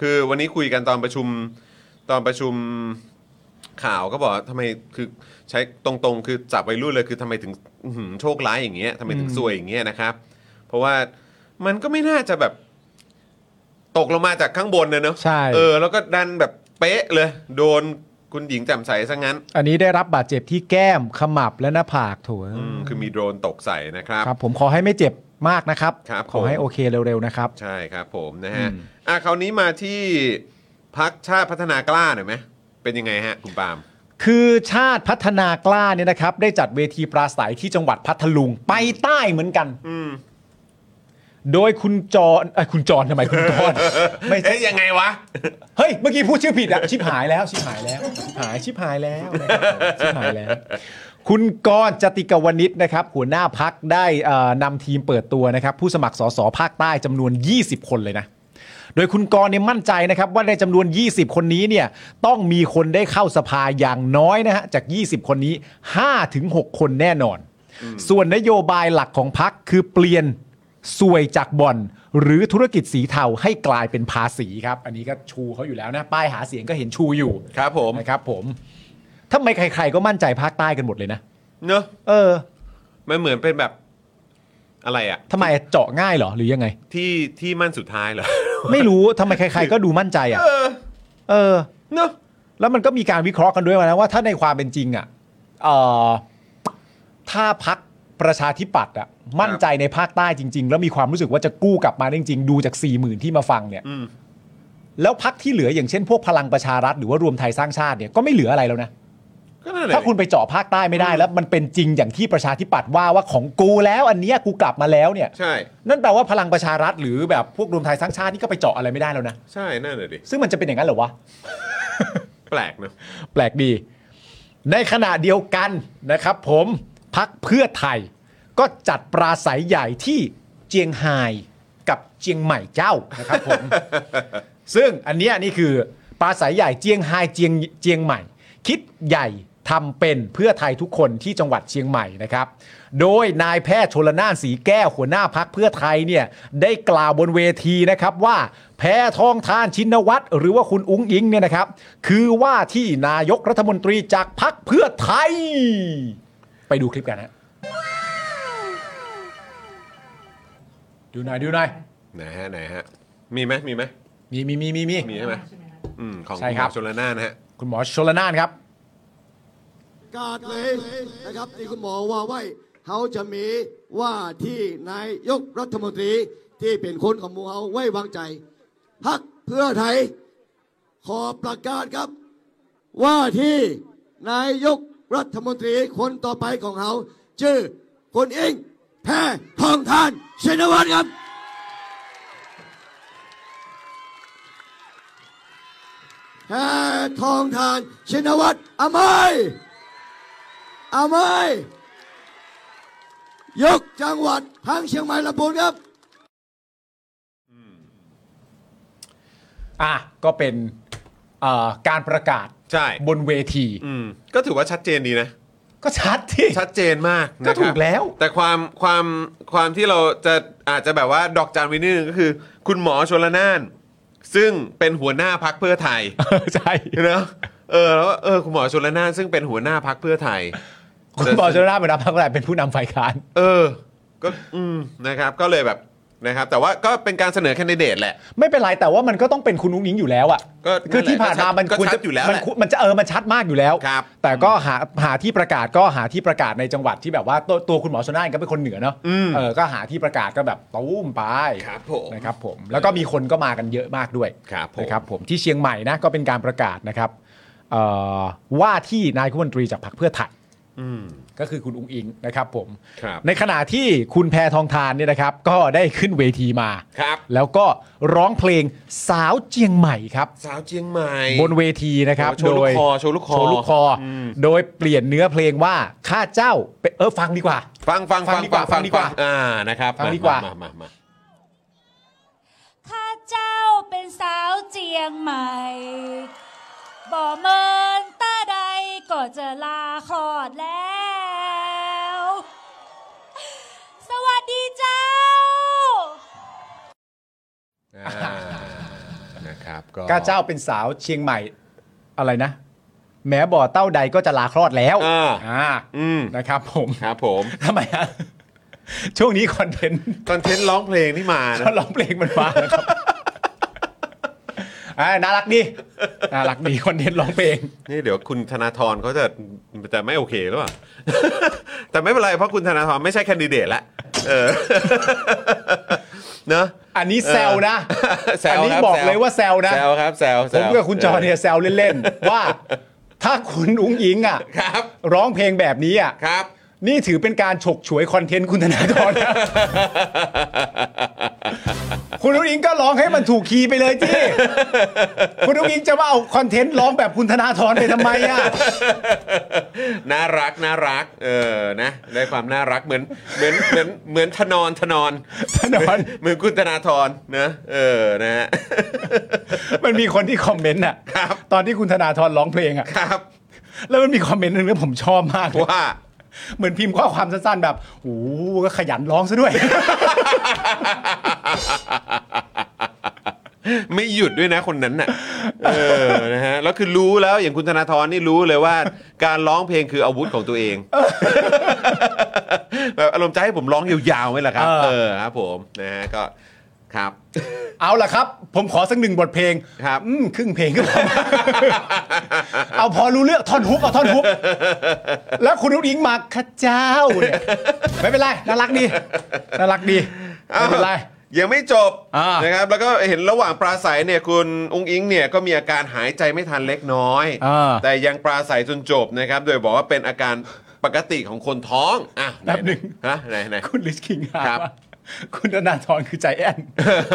A: คือวันนี้คุยกันตอนประชุมตอนประชุมข่าวก็บอกว่าทำไมคือใช้ตรงๆ คือจับไปรุ่นเลยคือทำไมถึงอื้อหือโชคร้ายอย่างเงี้ยทำไมถึงซวยอย่างเงี้ยนะครับ เพราะว่ามันก็ไม่น่าจะแบบตกลงมาจากข้างบนเลยเนอะ
B: ใช่
A: เออ แล้วก็ดันแบบเป๊ะเลย โดนคุณหญิงแจ่มใสซะงั้น
B: อันนี้ได้รับบาดเจ็บที่แก้มขมับและหน้าผากโถู
A: อืมคือมีโดรนตกใส่นะครับ
B: ครับ ผมขอให้ไม่เจ็บมากนะครับ
A: ครับ
B: ขอให้
A: ผม
B: โอเคเร็วๆนะครับ
A: ใช่ครับผมนะฮะ
B: อืม
A: อ่ะคราวนี้มาที่พักชาติพัฒนากล้าหน่อยไหม เป็นยังไงฮะ คุณปาล์ม
B: คือชาติพัฒนากล้าเนี่ยนะครับ ได้จัดเวทีปราศัยที่จังหวัดพัทลุงไปใต้เหมือนกัน
A: อืม
B: โดยคุณจรเอยคุณจรทำไมคุณจ ร ไม่ใช่
A: เอ๊ะยังไงวะ
B: เฮ้ย เมื่อกี้พูดชื่อผิดอะชิบหายแล้วชิบหายแล้วชิบหายชิบหายแล้วนะครับชิบหายแล้ว คุณกรณ์จติกวนิชนะครับ หัวหน้าพักได้เอ่อนำทีมเปิดตัวนะครับ ผู้สมัครสสภาคใต้จำนวน 20 คนเลยนะ โดยคุณกรณ์เนี่ยมั่นใจนะครับ ว่าในจำนวน 20 คนนี้เนี่ยต้องมีคนได้เข้าสภาอย่างน้อยนะฮะจาก 20 คนนี้5ถึง6คนแน่นอน ส่วนนโยบายหลักของพักคือเปลี่ยนสวยจากบ่อน หรือธุรกิจสีเทาให้กลายเป็นภาษีครับ อันนี้ก็ชูเขาอยู่แล้วนะ ป้ายหาเสียงก็เห็นชูอยู่
A: ครับผม
B: นะครับผมทำไมใคร ๆ ก็มั่นใจภาคใต้กันหมดเลยนะ
A: เนอะ
B: เออ
A: มันเหมือนเป็นแบบอะไรอะ
B: ทำไมเจาะง่ายเหรอหรือยังไง
A: ที่ที่มั่นสุดท้ายเหรอ
B: ไม่รู้ทำไมใคร ๆ ก็ดูมั่นใจอ่ะ
A: เออ
B: เออ
A: เนอะ
B: แล้วมันก็มีการวิเคราะห์กันด้วยนะว่าถ้าในความเป็นจริงอ่ะเอ่อถ้าพักประชาธิปัตย์อ่ะมั่นใจในภาคใต้จริง ๆ แล้วมีความรู้สึกว่าจะกู้กลับมาได้จริง ๆ ดูจาก4ี่หมื่นที่มาฟังเนี่ย
A: อืม
B: แล้วพักที่เหลืออย่างเช่นพวกพลังประชารัฐหรือว่ารวมไทยสร้างชาติเนี่ยก็ไม่เหลืออะไรแล้วนะ
A: ก็นั่นแหละ
B: ถ้าคุณไปเจาะภาคใต้ไม่ได้แล้วมันเป็นจริงอย่างที่ประชาธิปัตย์ว่าว่าของกูแล้วอันเนี้ยกูกลับมาแล้วเนี่ย
A: ใช่
B: นั่นแปลว่าพลังประชารัฐหรือแบบพวกรวมไทยสร้างชาตินี่ก็ไปเจาะอะไรไม่ได้แล้วนะ
A: ใช่นั่นแหละดิ
B: ซึ่งมันจะเป็นอย่างนั้นเหรอวะ
A: แปลกเนอะ
B: แปลกดี ในขณะเดียวกันนะครับผมพักเพื่อไทย ก็จัดปราศัยใหญ่ที่เจียงไฮ้กับเจียงใหม่เจ้านะครับผม ซึ่งอันเนี้ยนี่คือปราศัยใหญ่เจียงไฮ้เจียงเจียงใหม่ คิดใหญ่ทำเป็นเพื่อไทยทุกคนที่จังหวัดเชียงใหม่นะครับ โดยนายแพทย์ชลนานสีแก้วหัวหน้าพักเพื่อไทยเนี่ยได้กล่าวบนเวทีนะครับว่าแพ้ทองทานชินวัตรหรือว่าคุณอุ้งอิงเนี่ยนะครับ คือว่าที่นายกรัฐมนตรีจากพักเพื่อไทย ไปดูคลิปกันฮะดูหน่อยดูหน่อย
A: ไหนฮะไหนฮะ มีไหมมีไหม
B: มีมีมีมีมี
A: มีใช่ไหมอืมของ
B: ใช่ครับ
A: ณหมอชลนานนะฮะ
B: คุณหมอชลนานครับ
E: กาดเลยนะครับที่คุณหมอว่าไว้เขาจะมีว่าที่นายกรัฐมนตรีที่เป็นคนของหมูเฮาไว้วางใจพักเพื่อไทย ขอประกาศครับ ว่าที่นายกรัฐมนตรีคนต่อไปของเขาชื่อคุณอิงแพทองทานชินวัตรครับ แพทองทานชินวัตรอามยอามยยกจังหวัดทั้งเชียงใหม่ลำพูนครับ
B: อ่ะก็เป็นเอ่อการประกาศ
A: ใช่
B: บนเวที
A: อืมก็ถือว่าชัดเจนดีนะ
B: ก็ชัดที่
A: ชัดเจนมาก
B: ก็
A: นะครับ
B: ถูกแล้ว
A: แต่ความความความที่เราจะอาจจะแบบว่าดอกจันไวินิดนึงก็คือ คุณหมอชลนาน ซึ่งเป็นหัวหน้าพักเพื่อไทย
B: ใช่
A: เนอะเออแล้วเออคุณหมอชลนานซึ่งเป็นหัวหน้าพักเพื่อไทย
B: คุณบอชนนาเป็นนักพักอะไรเป็นผู้นำฝ่ายค้าน
A: เออ ก็อืมนะครับก็เลยแบบนะครับ แต่ว่าก็เป็นการเสนอแคนดิเดตแหละ
B: ไม่เป็นไรแต่ว่ามันก็ต้องเป็นคุณอุ้งอิงอยู่แล้วอ่ะ
A: ก็
B: คือที่ผ่านมามัน
A: ก็ชัด
B: ควรจะ
A: อยู่แล้วแหละ
B: มันควรมันจะเออมันชัดมากอยู่แล้ว
A: ครับ
B: แต่ก็หาหาที่ประกาศก็หาที่ประกาศในจังหวัดที่แบบว่าตัวตัวคุณหมอชนน่านก็เป็นคนเหนือเนาะ
A: อืม
B: เออก็หาที่ประกาศก็แบบตู้มไป
A: ครับผม
B: นะครับผมแล้วก็มีคนก็มากันเยอะมากด้วย
A: ครับผม
B: นะครับผมที่เชียงใหม่นะก็เป็นการประกาศนะครับเอ่อว่าที่นายกรัฐมนตรีจากพรรคเพื่อไทย
A: อืม
B: ก็คือคุณอุ้งอิงนะครับผม
A: ครับ
B: ในขณะที่คุณแพทองทานเนี่ยนะครับ ก็ได้ขึ้นเวทีมา
A: ครับ
B: แล้วก็ร้องเพลงสาวเจียงใหม่ครับ
A: สาวเจียงใหม่
B: บนเวทีนะครับ
A: โอ้โชว์ลูกคอโชว์ลูกคอ
B: โชว์ลูกคออ
A: ม
B: โดยเปลี่ยนเนื้อเพลงว่าข้าเจ้าเป็นเออฟังดีกว่า
A: ฟังฟัง
B: ฟั
A: ฟั
B: ง
A: ง
B: ดีกว่าฟังดีกว่า
A: อ่านะครับ
B: ฟังดีกว่า
A: มามามา
F: ข้าเจ้าเป็นสาวเจียงใหม่ บ่เมินตาใดก็เจะลาคลอดแล้ว สวัสดีเจ้า
A: อ่านะครับก็
B: ข้าเจ้าเป็นสาวเชียงใหม่อะไรนะ แม้บ่อเต้าใดก็จะลาคลอดแล้ว
A: อ่า
B: อ่า
A: อืม
B: นะครับผม
A: ครับผม
B: ทำไมฮะช่วงนี้คอนเท นต์
A: คอนเทนต์ร้องเพลงนี่มานะ
B: เขาร้องเพลงมันมา นะครับอ่าน่ารักดี น่ารักดีคอนเทนต์ร้องเพลง
A: นี่เดี๋ยวคุณธนาธรเขาจะจะไม่โอเคหรือเปล่า แต่ไม่เป็นไรเพราะคุณธนาธรไม่ใช่แคนดิเดตละเออ เนอะ
B: อันนี้แซวนะ
A: แซว
B: อันนี้
A: ครับ
B: บอก
A: แซว
B: เลยว่าแซวนะ
A: แซวครับแซวแซ
B: ผ
A: ว
B: มกับคุณจอเนี่ยแซวเล่นๆ ว่า ถ้าคุณอุ้งอิงอ่ะ
A: ครับ
B: ร้องเพลงแบบนี้อ่ะ
A: ครับ
B: นี่ถือเป็นการฉกฉวยคอนเทนต์คุณธนาธร นะ คุณอุ้งอิงก็ร้องให้มันถูกคีย์ไปเลยที่ คุณอุ้งอิงจะมาเอาคอนเทนต์ร้องแบบคุณธนาธรไปทำไมอ่ะ
A: น่ารักน่ารัก เออนะได้ความน่ารักเหมือนเหมือนเหมือนเหมือนธนอนธนอน
B: ธนอน
A: เหมือนคุณธนาธรนะเออนะฮ ะ
B: มันมีคนที่คอมเมนต์อ่ะ
A: ครับ
B: ตอนที่คุณธนาธรร้องเพลงอ่ะ
A: ครับ
B: แล้วมันมีคอมเมนต์หนึงที่ผมชอบมากเลย
A: ว่า
B: เหมือนพิมพ์ข้อความสั้นๆแบบโอ้โหก็ขยันร้องซะด้วย
A: ไม่หยุดด้วยนะคนนั้นน่ะ เออ นะฮะ แล้วคือรู้แล้วอย่างคุณธนาธรนี่รู้เลยว่า การร้องเพลงคืออาวุธของตัวเอง แบบอารมณ์จะให้ผมร้องยาวๆไหมล่ะครับเอ
B: เออ
A: อครับผม นะฮะ ก็ครับ
B: เอาล่ะครับ ผมขอสักหนึ่งบทเพลง
A: ครับ
B: อืมครึ่งเพลงก็พอ เอาพอรู้เรื่องท่อนฮุกเอาท่อน ฮุก แล้วคุณอุ้งอิงมาข้าเจ้าเนี่ยไม่เป็นไรน่ารักดีน่ารักดีไม่เป็นไร
A: อ้าวยังไม่จบ
B: อ่าน
A: นะครับ แล้วก็เห็นระหว่างปราศัยเนี่ยคุณอุ้งอิงเนี่ยก็มีอาการหายใจไม่ทันเล็กน้อย
B: อ่า
A: แต่ยังปราศัยจนจบนะครับ โดยบอกว่าเป็นอาการปกติของคนท้อง อ่ะไ
B: แป๊บหนึ่ง
A: ฮะไหนไหน
B: คุณลิชคิงหา
A: ครับ
B: ว่าคุณธนาธรคือใจแอน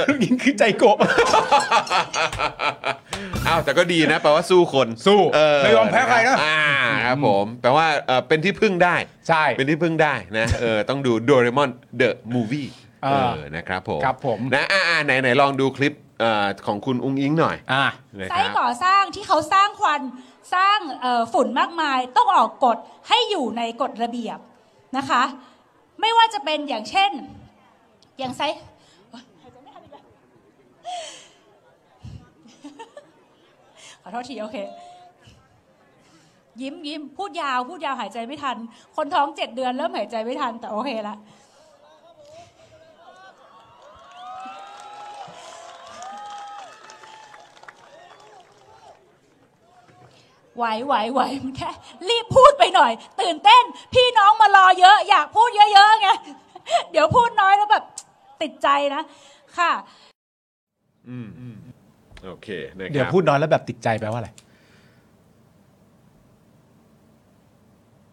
B: คุณอุ้งอิงคือใจโกะ
A: อ้าวแต่ก็ดีนะแปลว่าสู้คน
B: สู้
A: เ
B: ไม่ยอมแพ้ใครนะ
A: อ่าครับผมแปลว่าเอ่อเป็นที่พึ่งได้
B: ใช่
A: เป็นที่พึ่งได้นะเออต้องดูโดเรมอนเดอะมูวี่
B: เอ
A: เออ
B: อ
A: นะครับผม
B: ครับผม
A: นะอ่าไหนไหนๆลองดูคลิปเอ่อของคุณอุ้งอิงหน่อย
B: อ่า
A: นะ
F: ไซ
A: ครั
F: ต์
A: บ
F: ก่อสร้างที่เขาสร้างควันสร้างเอ่อฝุ่นมากมาย ต้องออกกฎให้อยู่ในกฎระเบียบนะคะ ไม่ว่าจะเป็นอย่างเช่น อย่างไซต์ ขอโทษที โอเค ยิ้มยิ้มพูดยาว พูดยาวหายใจไม่ทัน คนท้องเจ็ดเดือนเริ่มหายใจไม่ทัน แต่โอเคละ ไหวไหวไหวมันแค่รีบพูดไปหน่อย ตื่นเต้น พี่น้องมารอเยอะ อยากพูดเยอะๆไง เดี๋ยวพูดน้อยแล้วแบบ ติดใจนะ ค่ะ
A: เ โอเคนะค
B: เดี๋ยว
A: รับ
B: พูดน้อยแล้วแบบติดใจแปลว่าอะไร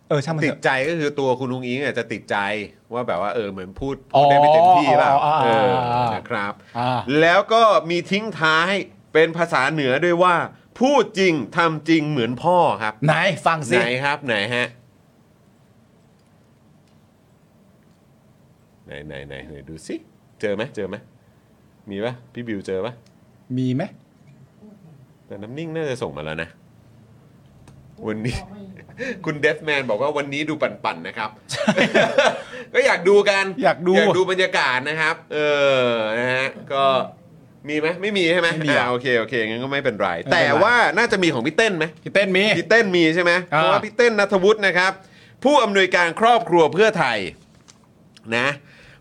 B: เออช่างมัน
A: ติ
B: เถ
A: ด
B: อะ
A: ใจก็คือตัวคุณลุงอิงอ่ะจะติดใจว่าแบบว่าเออเหมือนพูดพูดได้ไม่เต็มที่เปล่า
B: อ๋ออ๋ออ๋
A: เอ
B: อ
A: อ
B: อ๋อ
A: นะครับ
B: อ่า
A: แล้วก็มีทิ้งท้ายเป็นภาษาเหนือด้วยว่า พูดจริงทำจริงเหมือนพ่อครับ
B: ไหนฟังสิ
A: ไหนครับ ไหนฮะ ไหนไหนไหนไหนดูสิ เจอไหมเจอไหมมีปะพี่บิวเจอปะ
B: มีไหม
A: แต่น้ำนิ่งน่าจะส่งมาแล้วนะ วันนี้ คุณเดฟแมนบอกว่าวันนี้ดูปั่นๆนะครับ ก็อยากดูกัน
B: อยากดู
A: อยากดูบรรยากาศนะครับ เออนะฮะก็มีไหมไม่มีใช่ไหม
B: ไม่มี
A: อ่า
B: อ่ะ
A: โอเคโอเคงั้นก็ไม่เป็นไร
B: ไม่เป็นไร
A: แต่ว่าน่าจะมีของพี่เต้นไหม
B: พี่เต้นมี
A: พี่เต้นมีใช่ไหมเพ
B: อ่า
A: ราะว่าพี่เต้นนัทวุฒินะครับ ผู้อำนวยการครอบครัวเพื่อไทยนะ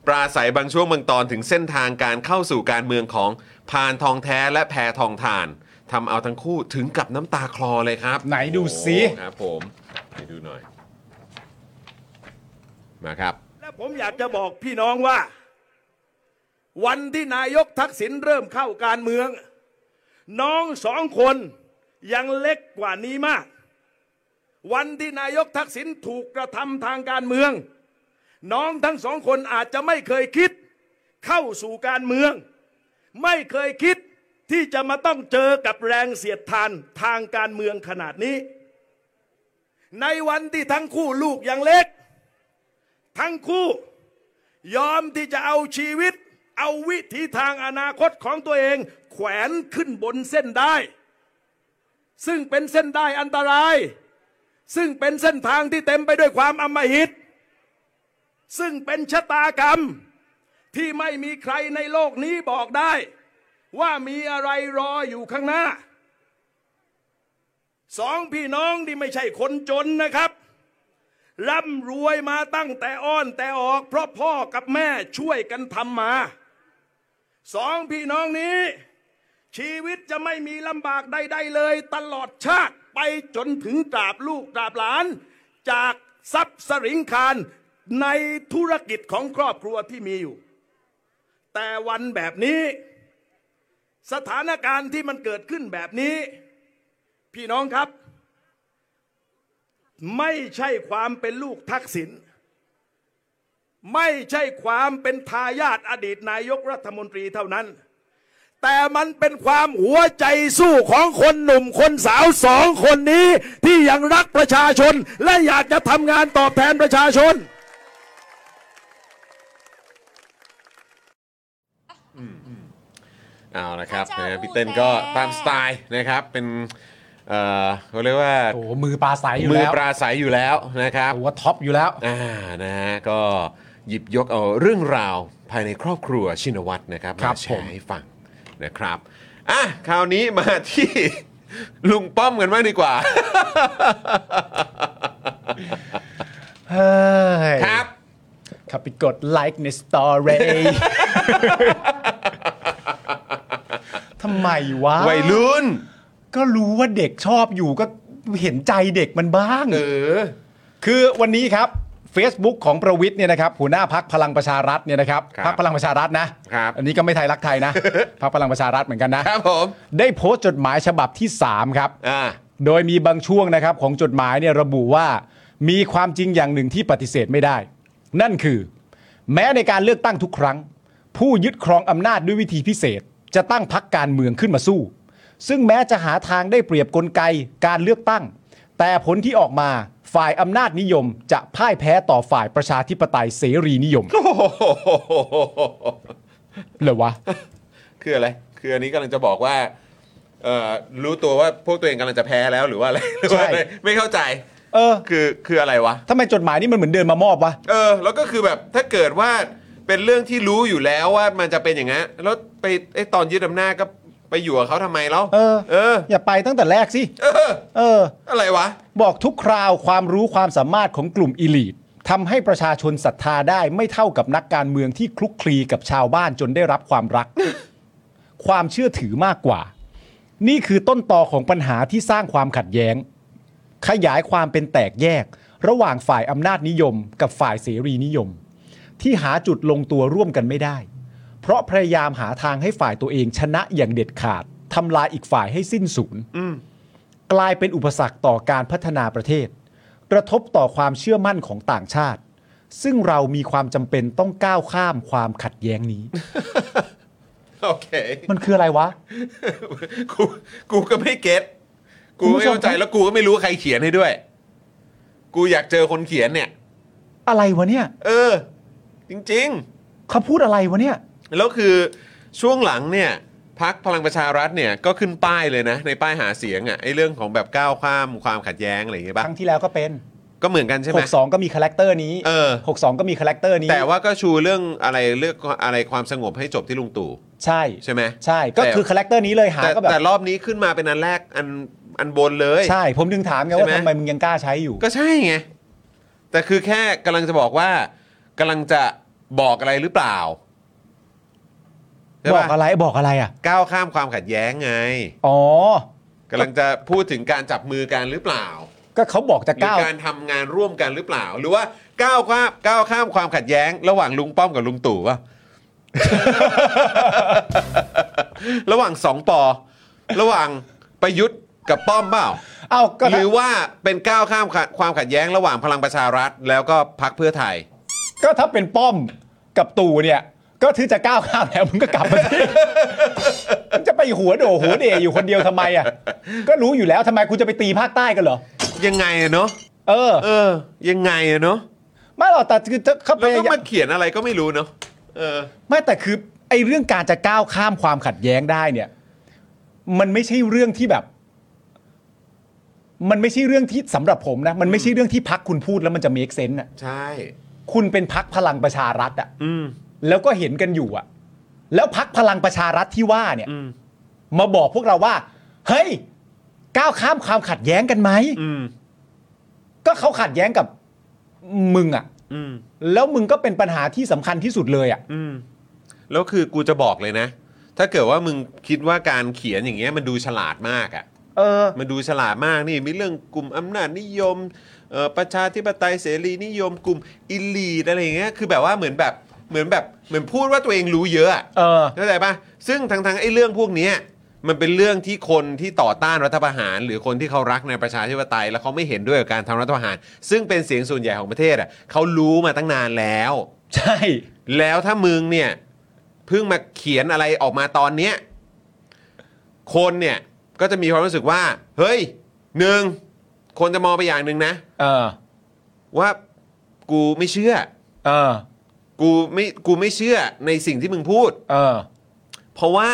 A: ปราศัยบางช่วงบางตอนถึงเส้นทางการเข้าสู่การเมืองของพานทองแท้และแพทองทานทำเอาทั้งคู่ถึงกับน้ำตาคลอเลยครับ
B: ไหนดูสิ
A: โอ้ครับผมไปดูหน่อย มาครับ
G: และผมอยากจะบอกพี่น้องว่า วันที่นายกทักษิณเริ่มเข้าการเมือง น้องสองคนยังเล็กกว่านี้มาก วันที่นายกทักษิณถูกกระทำทางการเมือง น้องทั้งสองคนอาจจะไม่เคยคิดเข้าสู่การเมือง ไม่เคยคิดที่จะมาต้องเจอกับแรงเสียดทานทางการเมืองขนาดนี้ ในวันที่ทั้งคู่ลูกยังเล็ก ทั้งคู่ยอมที่จะเอาชีวิต เอาวิถีทางอนาคตของตัวเอง แขวนขึ้นบนเส้นได้ ซึ่งเป็นเส้นได้อันตราย ซึ่งเป็นเส้นทางที่เต็มไปด้วยความอำมหิต ซึ่งเป็นชะตากรรมที่ไม่มีใครในโลกนี้บอกได้ ว่ามีอะไรรออยู่ข้างหน้า สองพี่น้องที่ไม่ใช่คนจนนะครับ ร่ำรวยมาตั้งแต่อ้อนแต่ออกเพราะพ่อกับแม่ช่วยกันทำมา สองพี่น้องนี้ ชีวิตจะไม่มีลำบากใดๆเลย ตลอดชาติไปจนถึงตราบลูกตราบหลาน จากทรัพย์สริงคารในธุรกิจของครอบครัวที่มีอยู่ แต่วันแบบนี้ สถานการณ์ที่มันเกิดขึ้นแบบนี้ พี่น้องครับ ไม่ใช่ความเป็นลูกทักษิณไม่ใช่ความเป็นทายาทอดีตนายกรัฐมนตรีเท่านั้น แต่มันเป็นความหัวใจสู้ของคนหนุ่มคนสาวสองคนนี้ ที่ยังรักประชาชน และอยากจะทำงานตอบแทนประชาชน
A: เอาละครับ
F: พระเจ้า
A: นะฮะ
F: อู้
A: พี่เต้นก็
F: แต่
A: ตามสไตล์นะครับเป็นเอ่อเขาเรียกว่า
B: โอ้มือปลาใสอยู่
A: มือ
B: แล้ว
A: ปราศัยอยู่แล้วนะครับ
B: หัวท็อปอยู่แล้ว
A: อ่านะฮะก็หยิบยกเอาเรื่องราวภายในครอบครัวชินวัตรนะครับ
B: ครั
A: มา
B: บ
A: แช
B: ผม
A: ร์ให้ฟังนะครับอ่ะคราวนี้มาที่ ลุงป้อมกันบ้างดีกว่า
B: เฮ้ย
A: ครับ
B: ขับไปกดไลค์ในสตอรี่ ทำไมวะ
A: วัยรุ่น
B: ก็รู้ว่าเด็กชอบอยู่ก็เห็นใจเด็กมันบ้าง
A: เออ
B: คือวันนี้ครับ Facebook ของประวิทย์เนี่ยนะครับหัวหน้าพักพลังประชารัฐเนี่ยนะครับ
A: ครับ
B: พัพลังประชารัฐนะครับ อันนี้ก็ไม่ไทยรักไทย นะ พักพลังประชารัฐเหมือนกันนะ
A: ครับผม
B: ได้โพสต์จดหมายฉบับที่ 3 ครับ
A: อ่า
B: โดยมีบางช่วงนะครับของจดหมายเนี่ยระบุว่ามีความจริงอย่างหนึ่งที่ปฏิเสธไม่ได้ นั่นคือ แม้ในการเลือกตั้งทุกครั้ง ผู้ยึดครองอำนาจด้วยวิธีพิเศษ จะตั้งพักการเมืองขึ้นมาสู้ ซึ่งแม้จะหาทางได้เปรียบกลไกการเลือกตั้ง แต่ผลที่ออกมาฝ่ายอำนาจนิยม จะพ่ายแพ้ต่อฝ่ายประชาธิปไตยเสรีนิยม เหรอวะ
A: คืออะไร คืออันนี้กำลังจะบอกว่าเอ่อรู้ตัวว่าพวกตัวเองกำลังจะแพ้แล้วหรือว่าอะไรหรือว่าอะไร
B: ใช่
A: ไม่เข้าใจ
B: เออ
A: คือคืออะไรวะ
B: ทำไมจดหมายนี่มันเหมือนเดินมามอบวะ
A: เออแล้วก็คือแบบถ้าเกิดว่าเป็นเรื่องที่รู้อยู่แล้วว่ามันจะเป็นอย่างนั้นแล้วไปไอ้ตอนยึดอำนาจก็ไปอยู่กับเขาทำไมเล่า
B: เออ
A: เออ
B: อย่าไปตั้งแต่แรกสิ
A: เออ
B: เออ
A: อะไรวะ
B: บอกทุกคราวความรู้ความสามารถของกลุ่มอิลีททำให้ประชาชนศรัทธาได้ไม่เท่ากับนักการเมืองที่คลุกคลีกับชาวบ้านจนได้รับความรัก ความเชื่อถือมากกว่า นี่คือต้นตอของปัญหาที่สร้างความขัดแย้ง ขยายความเป็นแตกแยก ระหว่างฝ่ายอำนาจนิยม กับฝ่ายเสรีนิยม ที่หาจุดลงตัวร่วมกันไม่ได้ เพราะพยายามหาทางให้ฝ่ายตัวเองชนะอย่างเด็ดขาด ทำลายอีกฝ่ายให้สิ้นสูญกลายเป็นอุปสรรคต่อการพัฒนาประเทศ กระทบต่อความเชื่อมั่นของต่างชาติ ซึ่งเรามีความจำเป็นต้องก้าวข้ามความขัดแย้งนี้
A: โอเค
B: มันคืออะไรวะ
A: กูกูก็ไม่เก็ตกูไม่เข้าใจแล้วกูก็ไม่รู้ใครเขียนให้ด้วย กูอยากเจอคนเขียนเนี่ย
B: อะไรวะเนี่ย
A: เออ จริง ๆ
B: เขาพูดอะไรวะเนี่ย
A: แล้วคือช่วงหลังเนี่ยพักพลังประชารัฐเนี่ยก็ขึ้นป้ายเลยนะ ในป้ายหาเสียงอะ่ะไอ้เรื่องของแบบก้าวข้ามความขัดแย้งอะไรอย่างเงี้ย
B: ค
A: ป่ะ
B: รั้งที่แล้วก็เป็น
A: ก็เหมือนกันใช่ไหม
B: 62 ก็มีคาแรคเตอร์นี้
A: เออ
B: 62 ก็มีคาแรคเตอร์นี้
A: แต่ว่าก็ชูเรื่องอะไรเรื่องอะไรความสงบให้จบที่ลุงตู่
B: ใช่
A: ใช่ไหม
B: ใช่ก็คือคาแรคเตอร์นี้เลยหา
A: แต่
B: ก็แบบ
A: แต่รอบนี้ขึ้นมาเป็นอันแรกอันอันบนเลย
B: ใช่ ผมดึงถามไงว่า
A: ใช่ไหม
B: ทำไมมึงยังกล้าใช้อยู่
A: ก็ใช่ไงแต่คือแค่กำลังจะบอกว่ากำลังจะบอกอะไรหรือเปล่าใช่
B: บอ
A: ปะ
B: กอะไรบอกอะไรอ่ะ
A: ก้าวข้ามความขัดแย้งไง
B: อ๋อ
A: กำลังจะพูดถึงการจับมือกันหรือเปล่า
B: ก็เขาบอกจะ
A: หรือ
B: ก้าว
A: การทำงานร่วมกันหรือเปล่า หรือว่าก้าวข้ามก้าวข้ามความขัดแย้ง ระหว่างลุงป้อมกับลุงตู่วะ ระหว่างสองปอระหว่างประยุทธ์กับป้อมเปล่า
B: เอ้าก็
A: หรือว่าเป็นก้าวข้ามขัดความขัดแย้ง ระหว่างพลังประชารัฐ แล้วก็พักเพื่อไทย
B: ก็ถ้าเป็นป้อมกับตู่เนี่ย ก็ถือจะก้าวข้ามแล้วมึงก็กลับมาที่ มึงจะไปหัวโดหัวเดอยู่คนเดียวทำไมอ่ะ ก็รู้อยู่แล้วทำไมกูจะไปตีภาคใต้กันเหรอ
A: ยังไงอะเนาะ
B: เออ
A: เออ ยังไงอะเนาะ
B: ไม่หรอกแต่คือเขาพ
A: แล้ว
B: ยา
A: ก็
B: ยาม
A: มาเขียนอะไรก็ไม่รู้เนาะเออ
B: ไม่แต่คือไอ้เรื่องการจะก้าวข้ามความขัดแย้งได้เนี่ย มันไม่ใช่เรื่องที่แบบ มันไม่ใช่เรื่องที่สำหรับผมนะ มันไม่ใช่เรื่องที่พักคุณพูดแล้วมันจะ make sense อ่ะ
A: ใช่
B: คุณเป็นพักพลังประชารัฐอ่ะ
A: อืม
B: แล้วก็เห็นกันอยู่อ่ะ แล้วพักพลังประชารัฐที่ว่าเนี่ย
A: อืม
B: มาบอกพวกเราว่า เฮ้ยก้าวข้ามความขัดแย้งกันไหม
A: อืม
B: ก็เขาขัดแย้งกับมึงอ่ะ
A: อืม
B: แล้วมึงก็เป็นปัญหาที่สำคัญที่สุดเลยอ่ะ
A: อืมแล้วคือกูจะบอกเลยนะ ถ้าเกิดว่ามึงคิดว่าการเขียนอย่างเงี้ยมันดูฉลาดมากอะ่ะ
B: เออ
A: มันดูฉลาดมากนี่มีเรื่องกลุ่มอำนาจนิยมเอ่อประชาธิปไตยเสรีนิยมกลุ่มอิลีดอะไรอย่างเงี้ยคือแบบว่าเหมือนแบบเหมือนแบบเหมือนพูดว่าตัวเองรู้เยอะอะ
B: เออ
A: เข้าใจปะซึ่งทั้งๆไอ้เรื่องพวกเนี้ยมันเป็นเรื่องที่คนที่ต่อต้านรัฐประหาร หรือคนที่เขารักในประชาธิปไตย แล้วเขาไม่เห็นด้วยกับการทำรัฐประหาร ซึ่งเป็นเสียงส่วนใหญ่ของประเทศอ่ะเขารู้มาตั้งนานแล้ว
B: ใช่
A: แล้วถ้ามึงเนี่ยเพิ่งมาเขียนอะไรออกมาตอนเนี้ยคนเนี่ยก็จะมีความรู้สึกว่า เฮ้ยหนึ่งคนจะมองไปอย่างหนึ่งนะ
B: เออ
A: ว่ากูไม่เชื่อ
B: เออ
A: กูไม่กูไม่เชื่อในสิ่งที่มึงพูด
B: เออ
A: เพราะว่า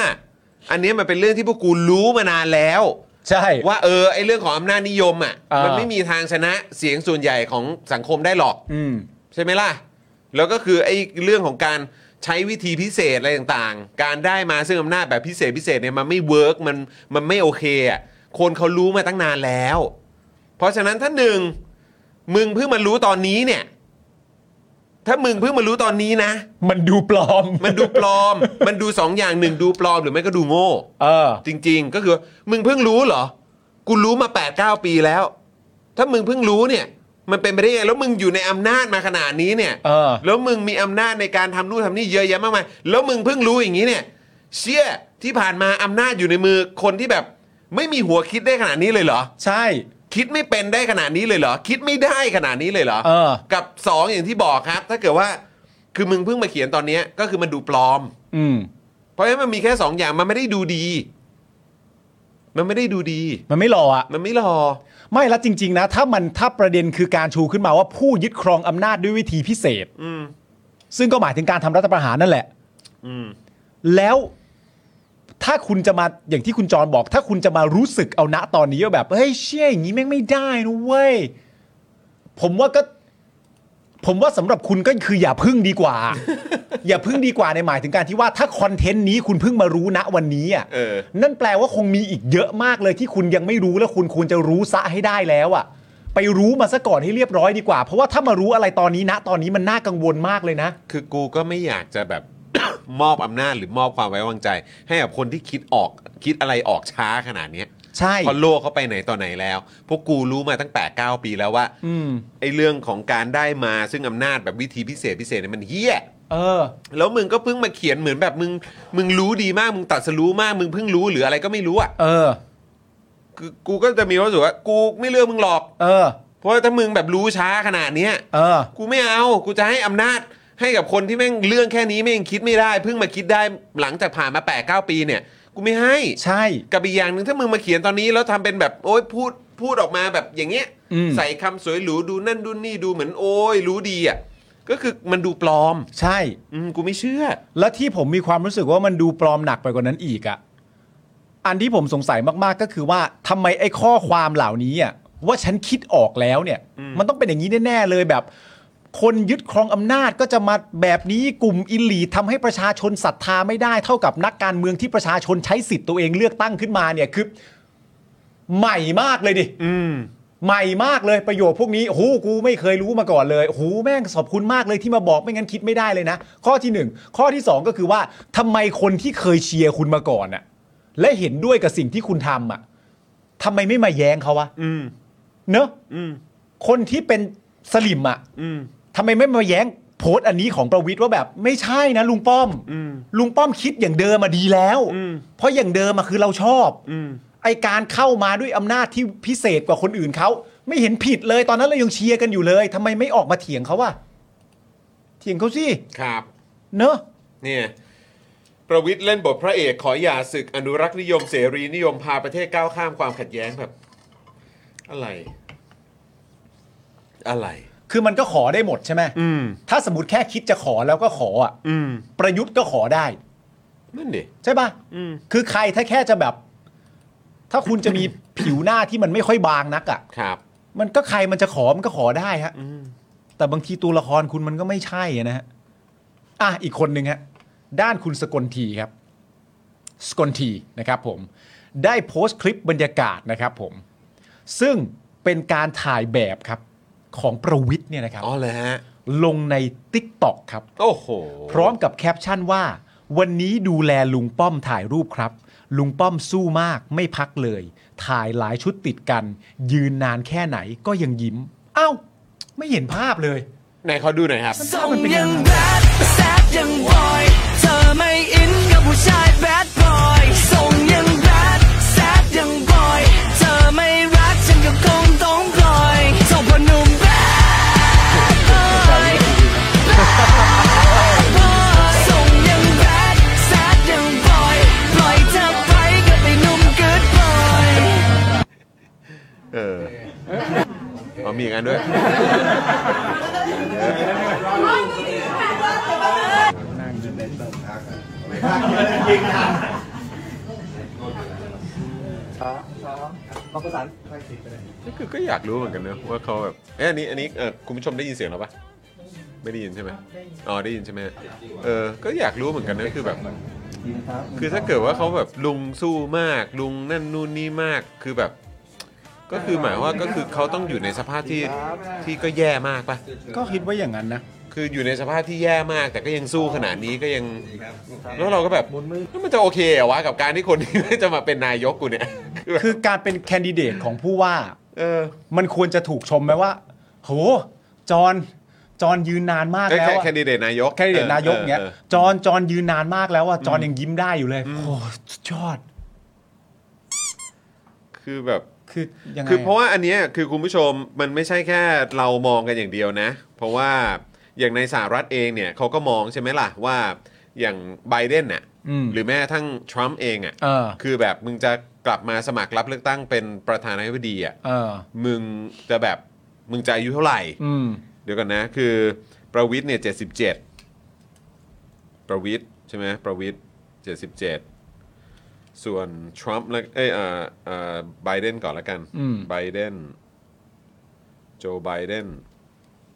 A: อันเนี้ยมันเป็นเรื่องที่พวกกูรู้มานานแล้ว
B: ใช่
A: ว่าเออไอเรื่องของอำนาจนิยมอ่ะ
B: อ่ามั
A: มันไม่มีทางชนะเสียงส่วนใหญ่ของสังคมได้หรอก
B: อืม
A: ใช่ไหมล่ะ แล้วก็คือไอ้เรื่องของการใช้วิธีพิเศษอะไรต่างๆ การได้มาซึ่งอำนาจแบบพิเศษพิเศษเนี่ยมันไม่เวิร์กมันมันไม่โอเคอ่ะ คนเขารู้มาตั้งนานแล้ว เพราะฉะนั้นถ้าหนึ่งมึงเพิ่งมารู้ตอนนี้เนี่ย ถ้ามึงเพิ่งมารู้ตอนนี้นะ
B: มันดูปลอม
A: มันดูปลอม มันดูสองอย่างหนึ่งดูปลอมหรือไม่ก็ดูโง่
B: เออ
A: จริงๆ ก็คือมึงเพิ่งรู้เหรอ กูรู้มา 8 9 ปีแล้ว ถ้ามึงเพิ่งรู้เนี่ย มันเป็นไปได้ไง แล้วมึงอยู่ในอำนาจมาขนาดนี้เนี่ย
B: เออ
A: แล้วมึงมีอำนาจในการทำนู่นทำนี่เยอะแยะมากมาย แล้วมึงเพิ่งรู้อย่างนี้เนี่ย เชี่ยที่ผ่านมาอำนาจอยู่ในมือคนที่แบบ ไม่มีหัวคิดได้ขนาดนี้เลยเหรอ
B: ใช่
A: คิดไม่เป็นได้ขนาดนี้เลยเหรอ คิดไม่ได้ขนาดนี้เลยเหรอ
B: เออ
A: กับ 2 อย่างที่บอกครับ ถ้าเกิดว่า คือมึงเพิ่งมาเขียนตอนเนี้ยก็คือมันดูปลอม
B: อืม
A: เพราะฉะนั้นมันมีแค่สองอย่างมันไม่ได้ดูดี มันไม่ได้ดูดี
B: มันไม่หล่ออ่ะ
A: มันไม่รอ
B: ไม่และจริง ๆ นะ ถ้ามันถ้าประเด็นคือการชูขึ้นมาว่าผู้ยึดครองอำนาจด้วยวิธีพิเศษ
A: อืม
B: ซึ่งก็หมายถึงการทำรัฐประหารนั่นแหละ
A: อืม
B: แล้วถ้าคุณจะมาอย่างที่คุณจรบอก ถ้าคุณจะมารู้สึกเอาณตอนนี้ว่าแบบเฮ้ยเชี่ยอย่างนี้แม่งไม่ได้นะเว้ย ผมว่าก็ ผมว่าสำหรับคุณก็คืออย่าพึ่งดี กว่า อย่าพึ่งดีกว่าในหมายถึงการที่ว่าถ้าคอนเทนต์นี้คุณเพิ่งมารู้ณวันนี้อ่ะ
A: เออ
B: นั่นแปลว่าคงมีอีกเยอะมากเลยที่คุณยังไม่รู้แล้วคุณควรจะรู้ซะให้ได้แล้วอ่ะ ไปรู้มาซะก่อนให้เรียบร้อยดีกว่า เพราะว่าถ้ามารู้อะไรตอนนี้ณตอนนี้มันน่ากังวลมากเลยนะ
A: คือกูก็ไม่อยากจะแบบ มอบอำนาจหรือมอบความไว้วางใจ ให้กับคนที่คิดออก คิดอะไรออกช้าขนาดเนี้ย
B: ใช่
A: เพราะโลกเขาไปไหนต่อไหนแล้ว พวกกูรู้มาตั้งแต่9ปีแล้วว่า
B: อืม
A: ไอ้เรื่องของการได้มาซึ่งอำนาจแบบวิธีพิเศษพิเศษเนี่ยมันเฮี้ย
B: เออ
A: แล้วมึงก็เพิ่งมาเขียนเหมือนแบบมึงมึงรู้ดีมากมึงตัดสรู้มากมึงเพิ่งรู้หรืออะไรก็ไม่รู้อ่ะ
B: เออ
A: คือกูก็จะมีความรู้สึกว่ากูไม่เลือกมึงหรอก
B: เออ
A: เพราะว่าถ้ามึงแบบรู้ช้าขนาดเนี้ย
B: เออ
A: กูไม่เอากูจะให้อำนาจให้กับคนที่แม่งเรื่องแค่นี้แม่งคิดไม่ได้เพิ่งมาคิดได้หลังจากผ่านมา8ปดเปีเนี่ย กูไม่ให้
B: ใช่
A: กับอีกอย่างหนึ่งถ้ามึงมาเขียนตอนนี้แล้วทำเป็นแบบโอ้ยพูดพูดออกมาแบบอย่างเงี้ย
B: อืม
A: ใส่คำสวยหรูดูนั่นดูนี่ดูเหมือนโอ้ยรู้ดีอ่ะก็คือมันดูปลอม
B: ใช่
A: อืมกูไม่เชื่อ
B: แล้วที่ผมมีความรู้สึกว่ามันดูปลอมหนักไปกว่านั้นอีกอะ่ะ อันที่ผมสงสัยมากๆก็คือว่าทำไมไอ้ข้อความเหล่านี้อะ่ะว่าฉันคิดออกแล้วเนี่ย มันต้องเป็นอย่างนี้แน่ๆเลยแบบ คนยึดครองอำนาจก็จะมาแบบนี้กลุ่มอิลีททำให้ประชาชนศรัทธาไม่ได้เท่ากับนักการเมืองที่ประชาชนใช้สิทธิ์ตัวเองเลือกตั้งขึ้นมาเนี่ยคือ ใหม่มากเลยดิ
A: อืม
B: ใหม่มากเลยประโยคพวกนี้หูกูไม่เคยรู้มาก่อนเลยหูแม่งขอบคุณมากเลยที่มาบอกไม่งั้นคิดไม่ได้เลยนะ ข้อที่หนึ่งข้อที่สองก็คือว่าทำไมคนที่เคยเชียร์คุณมาก่อนอะและเห็นด้วยกับสิ่งที่คุณทำอะทำไมไม่มาแย้งเขาวะ
A: อืม
B: เนอะ
A: อืม
B: คนที่เป็นสลิมอะ
A: อืม
B: ทำไมไม่มาแย้งโพสต์อันนี้ของประวิทย์ว่าแบบไม่ใช่นะลุงป้อม
A: อืม
B: ลุงป้อมคิดอย่างเดิมมาดีแล้ว
A: อืม
B: เพราะอย่างเดิมมาคือเราชอบ
A: อืม
B: ไอการเข้ามาด้วยอำนาจที่พิเศษกว่าคนอื่นเขาไม่เห็นผิดเลยตอนนั้นเรายังเชียร์กันอยู่เลยทำไมไม่ออกมาเถียงเขาวะเถียงเขาสิ
A: ครับ
B: เนอะ
A: เนี่ย ประวิทย์เล่นบทพระเอกขออย่าศึกอนุรักษ์นิยมเสรีนิยมพาประเทศก้าวข้ามความขัดแย้งแบบ อะไร อะไร
B: คือมันก็ขอได้หมดใช่ไหม
A: อืม
B: ถ้าสมมติแค่คิดจะขอแล้วก็ขออ่ะ
A: อืม
B: ประยุทธ์ก็ขอได้
A: นั่นดิ
B: ใช่ปะ
A: อืม
B: คือใครถ้าแค่จะแบบ ถ้าคุณจะมี ผิวหน้าที่มันไม่ค่อยบางนักอ่ะ
A: ครับ
B: มันก็ใครมันจะขอมันก็ขอได้ฮะแต่บางทีตัวละครคุณมันก็ไม่ใช่อะนะฮะอ่ะอีกคนหนึ่งฮะด้านคุณสกลทีครับ สกลทีนะครับผม ได้โพสต์คลิปบรรยากาศนะครับผม ซึ่งเป็นการถ่ายแบบครับของประวิทย์เนี่ยนะครับ
A: อ๋อเลยฮะ
B: ลงใน t ิ k t o k ครับ
A: โอ้โห
B: พร้อมกับแคปชั่นว่า วันนี้ดูแลลุงป้อมถ่ายรูปครับ ลุงป้อมสู้มากไม่พักเลย ถ่ายหลายชุดติดกัน ยืนนานแค่ไหนก็ยังยิ้ม เอ้า ไม่เห็นภาพเลย
A: ไหนเขาดูหน่อยครับ
H: ทรงยังแบดแซดยังบอย เธอไม่อินกับผู้ชายแบดบอยทรงยังแบดแซดยังบอย เธอไม่รักฉันก็คงต้องปล่อยเจ้าพอหนุ่มแบดบอยทรงยังแบดแซดยังบอย ปล่อยเธอไปกับไอ้หนุ่มเกิดบอย
A: เอออ๋อมีอย่างนั้นด้วย นี่คือก็อยากรู้เหมือนกันเนอะว่าเขาแบบเอ้ยอันนี้อันนี้เออคุณผู้ชมได้ยินเสียงหรอปะไม่ได้ยินใช่ไหมอ๋อได้ยินใช่ไหมเออก็อยากรู้เหมือนกันนะคือแบบ คือถ้าเกิดว่าเขาแบบลุงสู้มาก ลุงนั่นนู่นนี่มากคือแบบ ก็คือหมายว่าก็คือเขาต้องอยู่ในสภาพที่ที่ก็แย่มากปะ
B: ก็คิดว่าอย่างนั้นนะ
A: คืออยู่ในสภาพที่แย่มาก แต่ก็ยังสู้ขนาดนี้ก็ยัง แล้วเราก็แบบแล้วมันจะโอเคเหรอวะกับการที่คนที่ จะมาเป็นนายกกูเนี่ยคือแบบ
B: คือการเป็นแคนดิเดตของผู้ว่า
A: เออ
B: มันควรจะถูกชมไหมว่า โห จอนจอนยืนนานมาก
A: แค่
B: แล้ว
A: แค่
B: อะ
A: แคนดิเดตนายก
B: แคนดิเดตนายกเนี้ย
A: ออออ
B: จอนจอนยืนนานมากแล้วอะจอนยังยิ้มได้อยู่เลยโอ้สุดยอด
A: คือแบบ
B: คือยังไง
A: คือเพราะว่าอันเนี้ยคือคุณผู้ชมมันไม่ใช่แค่เรามองกันอย่างเดียวนะ เพราะว่าอย่างในสหรัฐเองเนี่ยเขาก็มองใช่ไหมล่ะว่าอย่างไบเดนน่ะ
B: อืม
A: หรือแม้กระทั้งทรัมป์เองอ่ะ
B: เออ
A: คือแบบมึงจะกลับมาสมัครรับเลือกตั้งเป็นประธานาธิบดีอ่ะ
B: เออ
A: มึงจะแบบมึงจะอายุเท่าไหร่
B: อืม
A: เดี๋ยวกันนะ คือประวิทย์เนี่ยเจ็ดสิบเจ็ดประวิทย์ใช่ไหมประวิทย์เจ็ดสิบเจ็ดส่วนทรัมป์และเอยเอ่อเอ่อไบเดนก่อนละกัน
B: อืม
A: ไบเดนโจไบเดน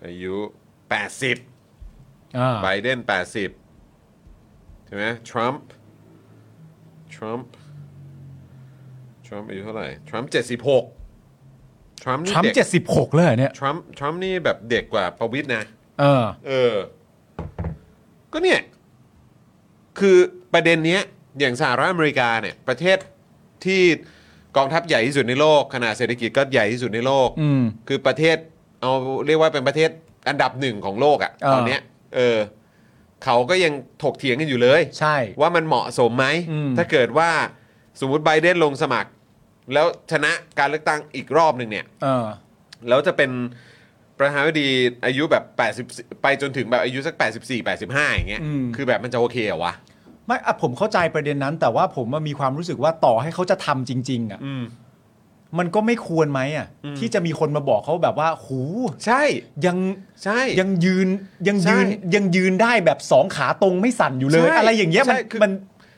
A: อายุ 80
B: อ่า
A: ไบเดน80 ใช่ไหมทรัมป์ทรัมป์ทรัมป์อายุเท่าไหร่ทรัมป์76ทรัมป์
B: ท
A: นี่
B: รัม
A: เด็ก
B: ป์เจ็ดสิบหกเลยเหรอเนี่ย
A: ทรัมป์ทรัมป์นี่แบบเด็กกว่าประวิทย์นะ
B: เออ
A: เออ ก็เนี่ย คือประเด็นเนี้ย อย่างสหรัฐอเมริกาเนี่ย ประเทศที่กองทัพใหญ่ที่สุดในโลก ขนาดเศรษฐกิจก็ใหญ่ที่สุดในโลก
B: อืม
A: คือประเทศ เอาเรียกว่าเป็นประเทศอันดับหนึ่งของโลกอะ
B: เออ
A: ตอนเนี้ย เออ เขาก็ยังถกเถียงกันอยู่เลย
B: ใช่
A: ว่ามันเหมาะสมไหม
B: อืม
A: ถ้าเกิดว่าสมมติไบเดนลงสมัคร แล้วชนะการเลือกตั้งอีกรอบหนึ่งเนี่ย
B: เออ
A: แล้วจะเป็นประธานาธิบดีอายุแบบ 80 ไปจนถึงแบบอายุสัก 84 85 อย่างเงี้ย
B: อืม
A: คือแบบมันจะโอเคเหรอวะ
B: ไม่อะผมเข้าใจประเด็นนั้น แต่ว่าผมอะมีความรู้สึกว่าต่อให้เขาจะทำจริง ๆ อ่ะ
A: อืม
B: มันก็ไม่ควรไหมอ่ะ
A: อืม
B: ที่จะมีคนมาบอกเขาแบบว่า หู
A: ใช่
B: ยัง
A: ใช่
B: ยังยืนยังยืน
A: ใช่
B: ยังยืนได้แบบสองขาตรงไม่สั่นอยู่เลย
A: ใช่
B: อะไรอย่างเงี้ย
A: ใช่
B: มัน
A: คือ
B: มัน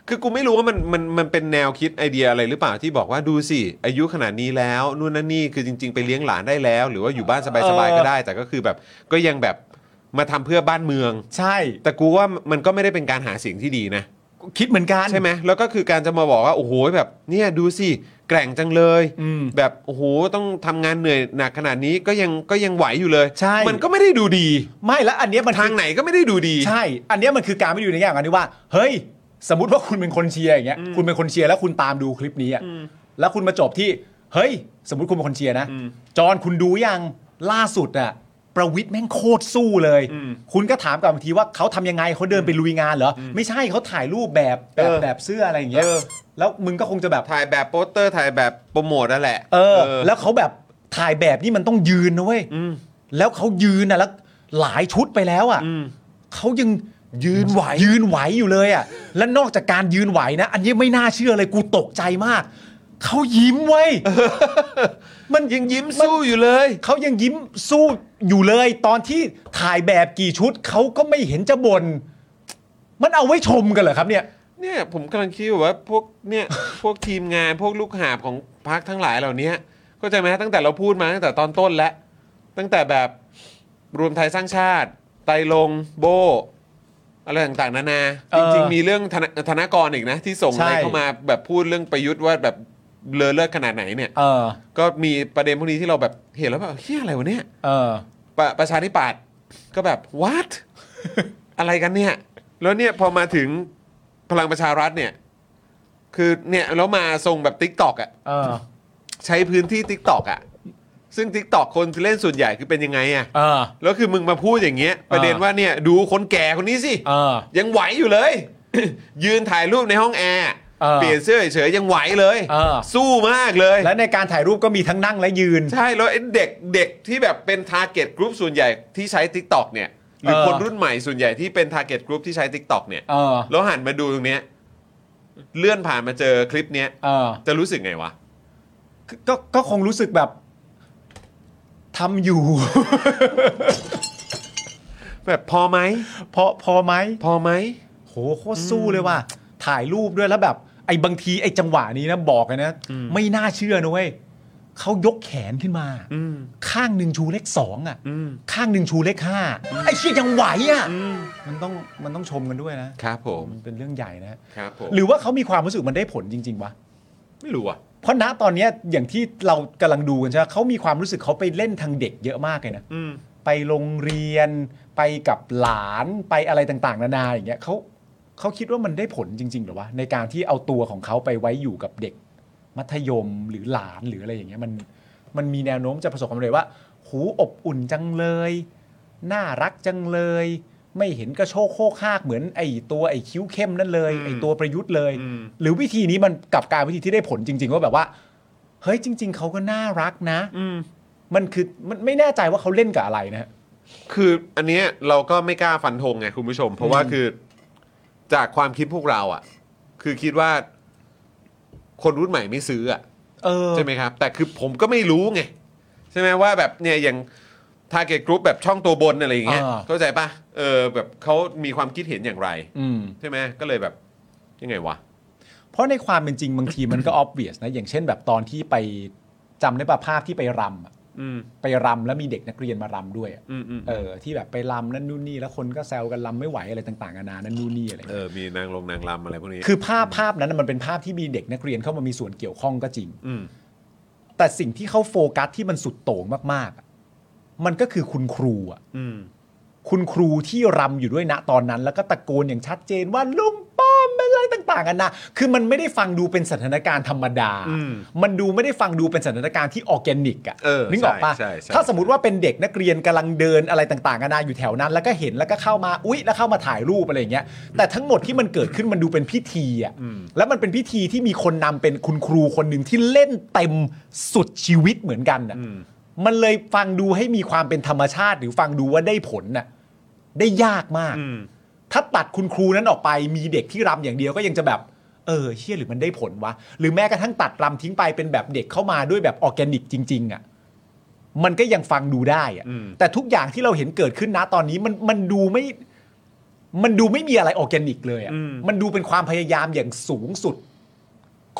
A: คือกูไม่รู้ว่ามันมันมันเป็นแนวคิดไอเดียอะไรหรือเปล่าที่บอกว่าดูสิอายุขนาดนี้แล้วนู่นนั่นนี่คือจริง ๆ ไปเลี้ยงหลานได้แล้ว หรือว่าอยู่บ้านสบาย
B: เออ
A: ๆก็ได้ แต่ก็คือแบบก็ยังแบบมาทำเพื่อบ้านเมือง
B: ใช่
A: แต่กูว่ามันก็ไม่ได้เป็นการหาเสียงที่ดีนะ
B: คิดเหมือนกัน
A: ใช่ไหมแล้วก็คือการจะมาบอกว่า โอ้โหแบบเนี่ยดูสิ แกร่งจังเลย
B: อืม
A: แบบโอ้โหต้องทำงานเหนื่อยหนักขนาดนี้ก็ยังก็ยังไหวอยู่เลย
B: ใช่
A: มันก็ไม่ได้ดูดี
B: ไม่แล้วอันเนี้ยมันคือ
A: ทางไหนก็ไม่ได้ดูดี
B: ใช่ อันเนี้ยมันคือการไม่ดูในแง่ของการที่ว่า เฮ้ย สมมติว่าคุณเป็นคนเชียร์อย่างเงี้ย คุณเป็นคนเชียร์แล้วคุณตามดูคลิปนี้อะแล้วคุณมาจบที่ เฮ้ย สมมติคุณเป็นคนเชียร์นะ จอห์นคุณดูยังล่าสุดอะประวิทย์แม่งโคตรสู้เลย
A: อืม
B: คุณก็ถามกลับบางทีว่าเขาทำยังไงเขาเดินไปลุยงานเหรอ ไม่ใช่เขาถ่ายรูปแบบแบบ
A: เออ
B: แบบเสื้ออะไรอย่างเงี้ย
A: เออ
B: แล้วมึงก็คงจะแบบ
A: ถ่ายแบบโปสเตอร์ถ่ายแบบโปรโมทนั่นแหละ
B: เออ แล้วเขาแบบถ่ายแบบนี่มันต้องยืนนะเว้ยแล้วเขายืนนะแล้วหลายชุดไปแล้วอะ่ะเขายังยืนไหวยืนไหวอยู่เลยอะ่ะ และนอกจากการยืนไหวนะ อันนี้ไม่น่าเชื่อเลยกูตกใจมาก เขายิ้มเว้ยมัน
A: ยังยิ้มสู้อยู่เลย
B: เขายังยิ้มสู้อยู่เลย ตอนที่ถ่ายแบบกี่ชุดเขาก็ไม่เห็นจะบน่นมันเอาไว้ชมกันเหรอครับเนี่ย
A: เนี่ยผมกำลังคิดอยู่ว่าพวกเนี่ย พวกทีมงานพวกลูกหาบของพักทั้งหลายเหล่านี้ก็จะไหมฮะตั้งแต่เราพูดมาตั้งแต่ตอนต้นแล้ว ตั้งแต่แบบรวมไทยสร้างชาติ ไตรลงค์โบอะไรต่างๆนานา
B: เอ
A: จ
B: อ
A: ริงๆ มีเรื่องธนธนากรอีกนะ ที่ส่งอะไร
B: ใช่
A: เข้ามาแบบพูดเรื่องประยุทธ์ว่าแบบเลอเลิศขนาดไหนเนี่ย
B: เออ
A: ก็มีประเด็นพวกนี้ที่เราแบบเห็นแล้วแบบเฮียอะไรวะเนี่ย
B: เออ
A: ปะประชาธิปัตย์ก็แบบ what อะไรกันเนี่ย แล้วเนี่ยพอมาถึงพลังประชารัฐเนี่ย คือเนี่ยแล้วมาทรงแบบติ๊กตอกอ่ะ
B: เออ
A: ใช้พื้นที่ติ๊กตอกอ่ะ ซึ่งติ๊กตอกคนเล่นส่วนใหญ่คือเป็นยังไงอ่ะ
B: เออ
A: แล้วคือมึงมาพูดอย่างเงี้ย ประเด็นว่าเนี่ย ดูคนแก่คนนี้สิ
B: เออ
A: ยังไหวอยู่เลย ยืนถ่ายรูปในห้องแอร์
B: เออ
A: เปลี่ยนเสื้อเฉยๆยังไหวเลย
B: เออ
A: สู้มากเลย
B: และในการถ่ายรูปก็มีทั้งนั่งและยืน
A: ใช่ แล้วไอ้เด็กเด็กที่แบบเป็นทาร์เก็ตกลุ่มส่วนใหญ่ที่ใช้ Tik t o อกเนี่ย หรือ
B: เออ
A: คนรุ่นใหม่ส่วนใหญ่ที่เป็นทาร์เก็ตกลุ่มที่ใช้ Tik t o อกเนี่ย
B: เออ
A: แล้วหันมาดูตรงเนี้ยเลื่อนผ่านมาเจอคลิปเนี้ย
B: เออ
A: จะรู้สึกไงวะ
B: ก็ก็คงรู้สึกแบบทำอยู่
A: แบบพอไหม
B: พอพอไหม
A: พอไหม
B: โหโคตรสู้เลยว่ะถ่ายรูปด้วยแล้วแบบ ไอ้บางทีไอ้จังหวะนี้นะบอกเลยนะ ไม่น่าเชื่อนะเว้ยเขายกแขนขึ้นมา
A: อืม
B: ข้างหนึ่งชูเลขสองอ่ะ
A: อืม
B: ข้างหนึ่งชูเลขห้าไอ้เชี่ยยังไหวอ่ะมันต้องมันต้องชมกันด้วยนะครับ
A: ผม
B: มันเป็นเรื่องใหญ่นะ
A: ครับผม
B: หรือว่าเขามีความรู้สึกมันได้ผลจริง ๆวะ
A: ไม่รู้อ่ะ
B: เพราะณตอนเนี้ยอย่างที่เรากำลังดูกันใช่ไหมเขามีความรู้สึกเขาไปเล่นทางเด็กเยอะมากเลยนะ
A: อืม
B: ไปโรงเรียนไปกับหลานไปอะไรต่างๆ นานาอย่างเงี้ยเขาเขาคิดว่ามันได้ผลจริง ๆ หรอวะ ในการที่เอาตัวของเขาไปไว้อยู่กับเด็ก มัธยมหรือหลานหรืออะไรอย่างเงี้ยมันมันมีแนวโน้มจะประสบความสำเร็จว่า หูอบอุ่นจังเลย น่ารักจังเลย ไม่เห็นกระโชกโคกหากเหมือนไอ้ตัวไอ้คิ้วเข้มนั่นเลย
A: อืม
B: ไอ้ตัวประยุทธ์เลย
A: อืม
B: หรือวิธีนี้มันกลับกลารวิธีที่ได้ผลจริง ๆ ว่าแบบว่า เฮ้ยจริง ๆเขาก็น่ารักนะ
A: อืม
B: มันคือมันไม่แน่ใจว่าเขาเล่นกับอะไรนะฮะ
A: คืออันเนี้ยเราก็ไม่กล้าฟันธงไงคุณผู้ชม เพราะว่า
B: อืม
A: คือจากความคิดพวกเราอ่ะ คือคิดว่า คนรุ่นใหม่ไม่ซื้ออ่ะ
B: เออ
A: ใช่ไหมครับ แต่คือผมก็ไม่รู้ไง ใช่ไหมว่าแบบเนี่ยอย่างทาร์เก็ตกรุ๊ปแบบช่องตัวบนอะไรอย่างเงี้ย
B: อ่า
A: เข้าใจปะเออแบบเขามีความคิดเห็นอย่างไร
B: อืม
A: ใช่ไหมก็เลยแบบยังไงวะ
B: เพราะในความเป็นจริงบางทีมันก็ obvious นะ อย่างเช่นแบบตอนที่ไปจำได้ป่ะภาพที่ไปรำอะ
A: อืม
B: ไปรำแล้วมีเด็กนักเรียนมารำด้วยอะ
A: อืมอืม
B: เออ ที่แบบไปรำนั่นนู่นนี่แล้วคนก็แซวกันรำไม่ไหวอะไรต่างๆนานานั่นนู่นนี่อะไร
A: เออ มีนางลงนางรำอะไรพวกนี้
B: คือภาพภาพนั้นนะมันเป็นภาพที่มีเด็กนักเรียนเข้ามามีส่วนเกี่ยวข้องก็จริง
A: ม
B: แต่สิ่งที่เขาโฟกัสที่มันสุดโต่งมากๆอะมันก็คือคุณครูอะ
A: อืม
B: คุณครูที่รำอยู่ด้วยณตอนนั้น แล้วก็ตะโกนอย่างชัดเจนว่าลุงป้อมอะไร อะไรต่างๆกันนะคือมันไม่ได้ฟังดูเป็นสถานการณ์ธรรมดา มันดูไม่ได้ฟังดูเป็นสถานการณ์ที่ออร์แกนิกอะ
A: เออ
B: นึกออกปะ
A: ใช่ใช่ใช่
B: ถ้าสมมติว่าเป็นเด็กนักเรียนกำลังเดินอะไรต่างๆกันานาอยู่แถวนั้น แล้วก็เห็นแล้วก็เข้ามาอุ๊ยแล้วเข้ามาถ่ายรูปอะไรอย่างเงี้ยแต่ทั้งหมดที่มันเกิดขึ้นมันดูเป็นพิธีอะแล้วมันเป็นพิธีที่มีคนนำเป็นคุณครูคนหนึ่งที่เล่นเต็มสุดชีวิตเหมือนกันอะมันเลยฟังดูให้มีความเป็นธรรมชาติ หรือฟังดูว่าได้ผลน่ะได้ยากมาก ถ้าตัดคุณครูนั้นออกไปมีเด็กที่รำอย่างเดียวก็ยังจะแบบ เออเชี่ยหรือมันได้ผลวะ หรือแม้กระทั่งตัดรำทิ้งไปเป็นแบบเด็กเข้ามาด้วยแบบออร์แกนิกจริง ๆอะ่ะมันก็ยังฟังดูได้อะแต่ทุกอย่างที่เราเห็นเกิดขึ้นนะตอนนี้มันมันดูไม่ มันดูไม่มีอะไรออร์แกนิกเลยอะ
A: อืม
B: มันดูเป็นความพยายามอย่างสูงสุด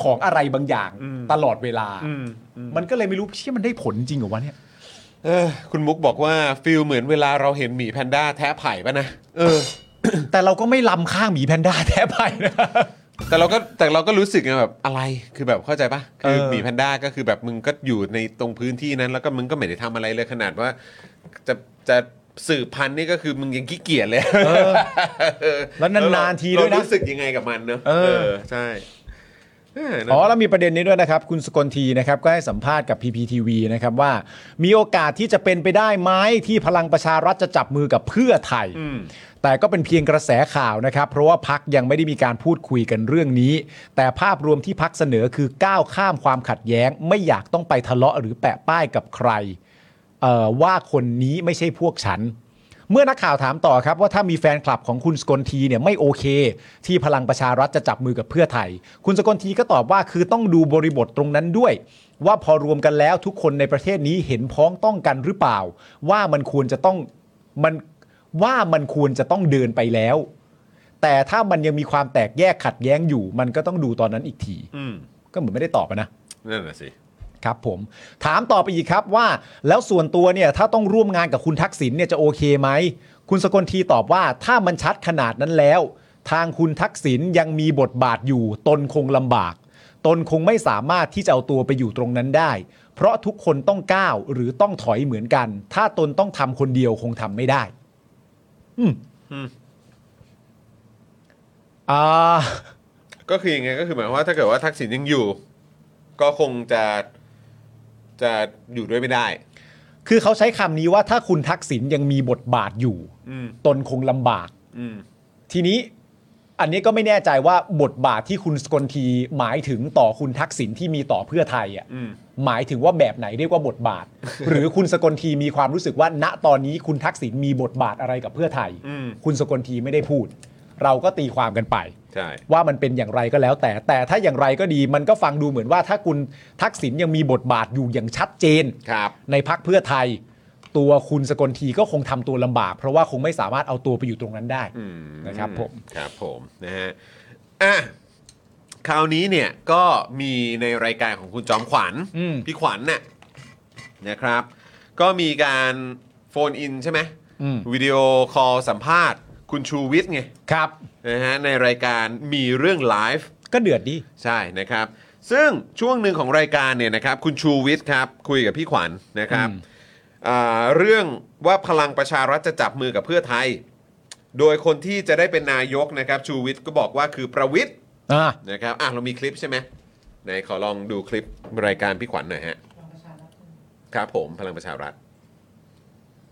B: ของอะไรบางอย่าง
A: อืม
B: ตลอดเวลา
A: อืมอืม
B: มันก็เลยไม่รู้เชี่ยมันได้ผลจริงเหรอวะเนี่ย
A: เออคุณมุกบอกว่าฟิลเหมือนเวลาเราเห็นหมีแพนด้าแท้ไผ่ปะนะเออ
B: แต่เราก็ไม่ลำข้างหมีแพนด้าแท้ไปนะ
A: แต่เราก็แต่เราก็รู้สึกไงแบบอะไรคือแบบเข้าใจปะคือ
B: เออ
A: หมีแพนด้าก็คือแบบมึงก็อยู่ในตรงพื้นที่นั้น แล้วก็มึงก็ไม่ได้ทำอะไรเลยขนาดว่า จะจะสืบพันธุ์นี่ก็คือมึงยังขี้เกียจเลยเออ
B: แล้วนานๆทีด้วย
A: เรา
B: นะ
A: รู้สึกยังไงกับมันเนอะ
B: เออ
A: ใช่เออนะ
B: อ๋อแล้วมีประเด็นนี้ด้วยนะครับ คุณสกลทีนะครับก็ให้สัมภาษณ์กับ PPTV นะครับว่า มีโอกาสที่จะเป็นไปได้ไหมที่พลังประชารัฐจะจับมือกับเพื่อไทย แต่ก็เป็นเพียงกระแสข่าวนะครับ เพราะว่าพักยังไม่ได้มีการพูดคุยกันเรื่องนี้ แต่ภาพรวมที่พักเสนอคือก้าวข้ามความขัดแย้ง ไม่อยากต้องไปทะเลาะหรือแปะป้ายกับใคร เอ่อว่าคนนี้ไม่ใช่พวกฉัน เมื่อนักข่าวถามต่อครับว่าถ้ามีแฟนคลับของคุณสกลทีเนี่ยไม่โอเค ที่พลังประชารัฐจะจับมือกับเพื่อไทย คุณสกลทีก็ตอบว่าคือต้องดูบริบทตรงนั้นด้วย ว่าพอรวมกันแล้วทุกคนในประเทศนี้เห็นพ้องต้องกันหรือเปล่า ว่ามันควรจะต้องมันว่ามันควรจะต้องเดินไปแล้ว แต่ถ้ามันยังมีความแตกแยกขัดแย้งอยู่ มันก็ต้องดูตอนนั้นอีกที
A: อืม
B: ก็เหมือนไม่ได้ตอบอะนะ
A: นั่นแหะสิ
B: ครับผมถามต่อไปอีกครับว่า แล้วส่วนตัวเนี่ยถ้าต้องร่วมงานกับคุณทักษิณเนี่ยจะโอเคไหม คุณสกลทีตอบว่าถ้ามันชัดขนาดนั้นแล้ว ทางคุณทักษิณยังมีบทบาทอยู่ ตนคงลำบาก ตนคงไม่สามารถที่จะเอาตัวไปอยู่ตรงนั้นได้ เพราะทุกคนต้องก้าวหรือต้องถอยเหมือนกัน ถ้าตนต้องทำคนเดียวคงทำไม่ได้ อืม
A: อืม
B: อ่า
A: ก็คือยังไงก็คือหมายความว่าถ้าเกิดว่าทักษิณยังอยู่ ก็คงจะจะอยู่ด้วยไม่ได้
B: คือเขาใช้คำนี้ว่าถ้าคุณทักษิณยังมีบทบาทอยู่
A: อืม
B: ตนคงลำบาก
A: อืม
B: ทีนี้อันนี้ก็ไม่แน่ใจว่าบทบาทที่คุณสกลทีหมายถึงต่อคุณทักษิณที่มีต่อเพื่อไทยอ่ะ
A: อืม
B: หมายถึงว่าแบบไหนเรียกว่าบทบาท หรือคุณสกลทีมีความรู้สึกว่า ณตอนนี้คุณทักษิณมีบทบาทอะไรกับเพื่อไทย
A: อืม
B: คุณสกลทีไม่ได้พูด เราก็ตีความกันไป
A: ใช่
B: ว่ามันเป็นอย่างไรก็แล้วแต่แต่ถ้าอย่างไรก็ดี มันก็ฟังดูเหมือนว่าถ้าคุณทักษิณยังมีบทบาทอยู่อย่างชัดเจน
A: ครับ
B: ในพักเพื่อไทย ตัวคุณสกลทีก็คงทำตัวลำบาก เพราะว่าคงไม่สามารถเอาตัวไปอยู่ตรงนั้นได้
A: อืม
B: นะครับผม
A: ครับผมนะฮะอ่ะคราวนี้เนี่ยก็มีในรายการของคุณจอมขวัญ
B: อืม
A: พี่ขวัญน่ะนะครับ ก็มีการโฟนอินใช่ไหม
B: อืม
A: วิดีโอคอลสัมภาษณ์ คุณชูวิทย์ไง
B: ครับ
A: นะฮะในรายการมีเรื่องไลฟ์
B: ก็เดือดดี
A: ใช่นะครับ ซึ่งช่วงหนึ่งของรายการเนี่ยนะครับ คุณชูวิทย์ครับ คุยกับพี่ขวัญนะครับ
B: อืม
A: อ่าเรื่องว่าพลังประชารัฐจะจับมือกับเพื่อไทย โดยคนที่จะได้เป็นนายกนะครับ ชูวิทย์ก็บอกว่าคือประวิทย์
B: อ่า
A: นะครับอ่ะเรามีคลิปใช่ไหมไหนขอลองดูคลิปรายการพี่ขวัญหน่อยฮะครับผมพลังประชารัฐ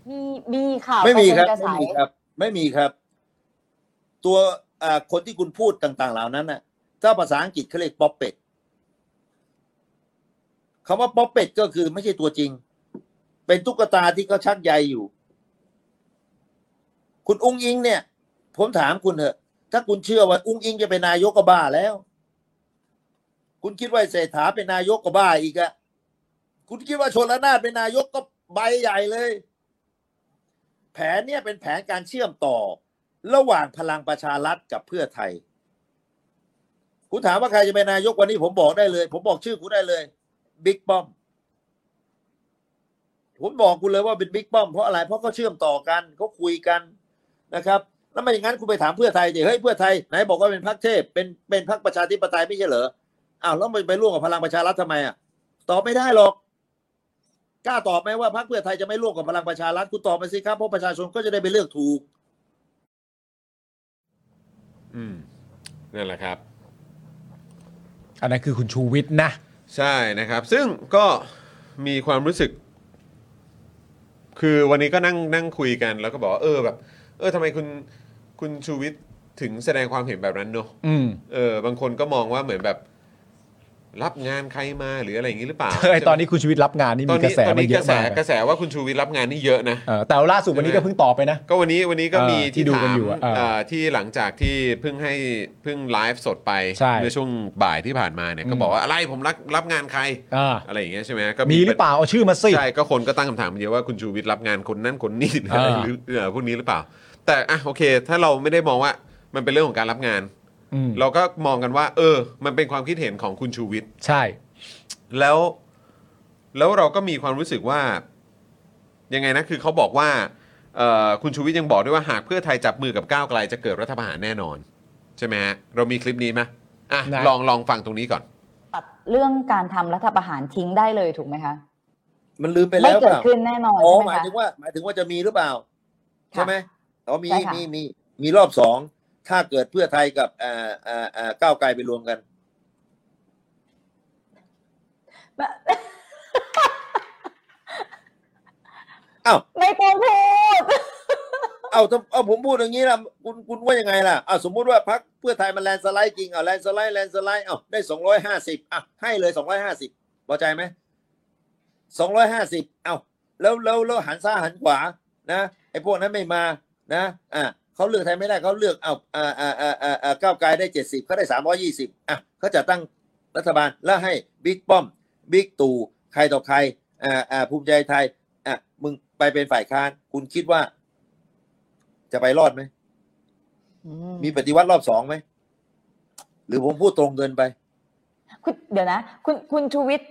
I: มีมีข่าว
G: ไม่มีครับ
I: กะ
G: ไม่
I: สาย
G: มีครับ ไม่มีครับ ตัวอ่าคนที่คุณพูดต่าง ๆ เหล่านั้นน่ะ ถ้าภาษาอังกฤษเขาเรียกป๊อปเป็ดคำว่าป๊อปเป็ดก็คือไม่ใช่ตัวจริง เป็นตุ๊กตาที่เขาชักใยอยู่ คุณอุ้งอิง เนี่ย ผมถามคุณเถอะ ถ้าคุณเชื่อว่าอุ้งอิงจะเป็นนายกก็บ้าแล้ว คุณคิดว่าเศรษฐาเป็นนายกก็บ้าอีกอะคุณคิดว่าชนละนานเป็นนายกก็ใบใหญ่เลย แผนเนี่ยเป็นแผนการเชื่อมต่อ ระหว่างพลังประชารัฐกับเพื่อไทย คุณถามว่าใครจะเป็นนายกวันนี้ผมบอกได้เลย ผมบอกชื่อคุณได้เลยบิ๊กป้อม ผมบอกคุณเลยว่าเป็นบิ๊กป้อมเพราะอะไร เพราะเขาเชื่อมต่อกันเขาคุยกันนะครับ แล้วไม่อย่างนั้นคุณไปถามเพื่อไทยดิเฮ้ยเพื่อไทยไหนบอกว่าเป็นพรรคเทพเป็นเป็นพรรคประชาธิปไตยไม่ใช่เหรออ้าวแล้วมันไปร่วมกับพลังประชารัฐทำไมอ่ะตอบไม่ได้หรอก กล้าตอบไหมว่าพรรคเพื่อไทยจะไม่ร่วมกับพลังประชารัฐคุณตอบมาสิครับเพราะประชาชนก็จะได้ไปเลือกถูก
A: นั่นแหละครับ
B: อันนั้นคือคุณชูวิทย์นะ
A: ใช่นะครับ ซึ่งก็มีความรู้สึก คือวันนี้ก็นั่งนั่งคุยกันแล้วก็บอกว่าเออแบบ เออทำไมคุณคุณชูวิทย์ถึงแสดงความเห็นแบบนั้นเนอะ
B: อืม
A: เออบางคนก็มองว่าเหมือนแบบ รับงานใครมาหรืออะไรอย่างนี้หรือเปล่า
B: ไอตอนนี้คุณชูวิทย์รับงานนี่
A: ตอ
B: มี
A: น
B: กระ
A: นี้
B: แส
A: ตอน
B: มัน
A: นี้
B: เย
A: กระ
B: อะ
A: แส
B: มาก
A: กระแสว่าคุณชูวิทย์รับงานนี่เยอะนะ
B: เออแต่ล่าสุดวันนี้ก็เพิ่งตอบไปนะ
A: ก็วันนี้วันนี้ก็มี
B: เออที่ดูกันอยู่อะ
A: ถาม
B: เออ
A: เอ่อที่หลังจากที่เพิ่งให้เพิ่งไลฟ์สดไป
B: ใช่
A: เมื่อช่วงบ่ายที่ผ่านมาเนี่ยก็
B: อืม
A: บอกว่าอะไรผมรับรับงานใคร
B: อ่า
A: อะไรอย่างเงี้ยใช่ไหมก็
B: มีหรือเปล่าเอาชื่อมาสิ
A: ใช่ก็คนก็ตั้งคำถามเยอะว่าคุณชูวิทย์รับงานคนนั่นคนนี่หรืออะไร
B: อ่า
A: หรือเอ่อพวกนี้หรือเปล่า แต่อ่ะโอเค ถ้าเราไม่ได้มองว่ามันเป็นเรื่องของการรับงาน
B: อืม
A: เราก็มองกันว่า เออ มันเป็นความคิดเห็นของคุณชูวิทย์
B: ใช่
A: แล้วแล้วเราก็มีความรู้สึกว่า ยังไงนะ คือเขาบอกว่าเอ่อคุณชูวิทย์ยังบอกด้วยว่าหากเพื่อไทยจับมือกับก้าวไกลจะเกิดรัฐประหารแน่นอน ใช่ไหมฮะ เรามีคลิปนี้ไหมอ่ะ
B: นะ
A: ลองลองฟังตรงนี้ก่อน
I: ตัดเรื่องการทำรัฐประหารทิ้งได้เลยถูกไหมคะ
G: มันลืมไป
I: ไม่
G: แล้ว
I: เกิ
G: เป
I: ด
G: ล่า
I: ขึ้นแน่นอน
G: อ๋อ
I: ใช่
G: ห
I: ไหม
G: มาย
I: คะ
G: ถึงว่า หมายถึงว่าจะมีหรือเปล่า ใช่ไหมอ๋อมี
I: ใช่ค่ะ
G: มีมีมีรอบสองถ้าเกิดเพื่อไทยกับอ่าอ่าอ่าก้าวไกลไปรวมกัน อ้าว
I: ไม่ต้องพูด
G: เอาถ้าเอาผมพูดอย่างนี้ล่ะคุณคุณว่ายังไงล่ะเอาสมมุติว่าพักเพื่อไทยมันแลนด์สไลด์จริงเอาแลนด์สไลด์แลนด์สไลด์เอาได้สองร้อยห้าสิบอ่ะให้เลยสองร้อยห้าสิบพอใจไหมสองร้อยห้าสิบเอาแล้วแล้วแล้วหันซ้ายหันขวานะไอ้พวกนั้นไม่มานะอ่ะเขาเลือกไทยไม่ได้เขาเลือกเอาอ่าอ่าอ่าอ่าอ่าก้าวไกลได้เจ็ดสิบเขาได้สามร้อยี่สิบอ่ะเขาจะตั้งรัฐบาลแล้วให้บิ๊กป้อมบิ๊กตู่ใครต่อใครอ่าอ่าภูมิใจไทยอ่ะมึงไปเป็นฝ่ายค้านคุณคิดว่า จะไปรอดไหม มีปฏิวัติรอบสองไหม หรือผมพูดตรงเกินไป
I: คุณเดี๋ยวนะ คุณคุณชูวิทย์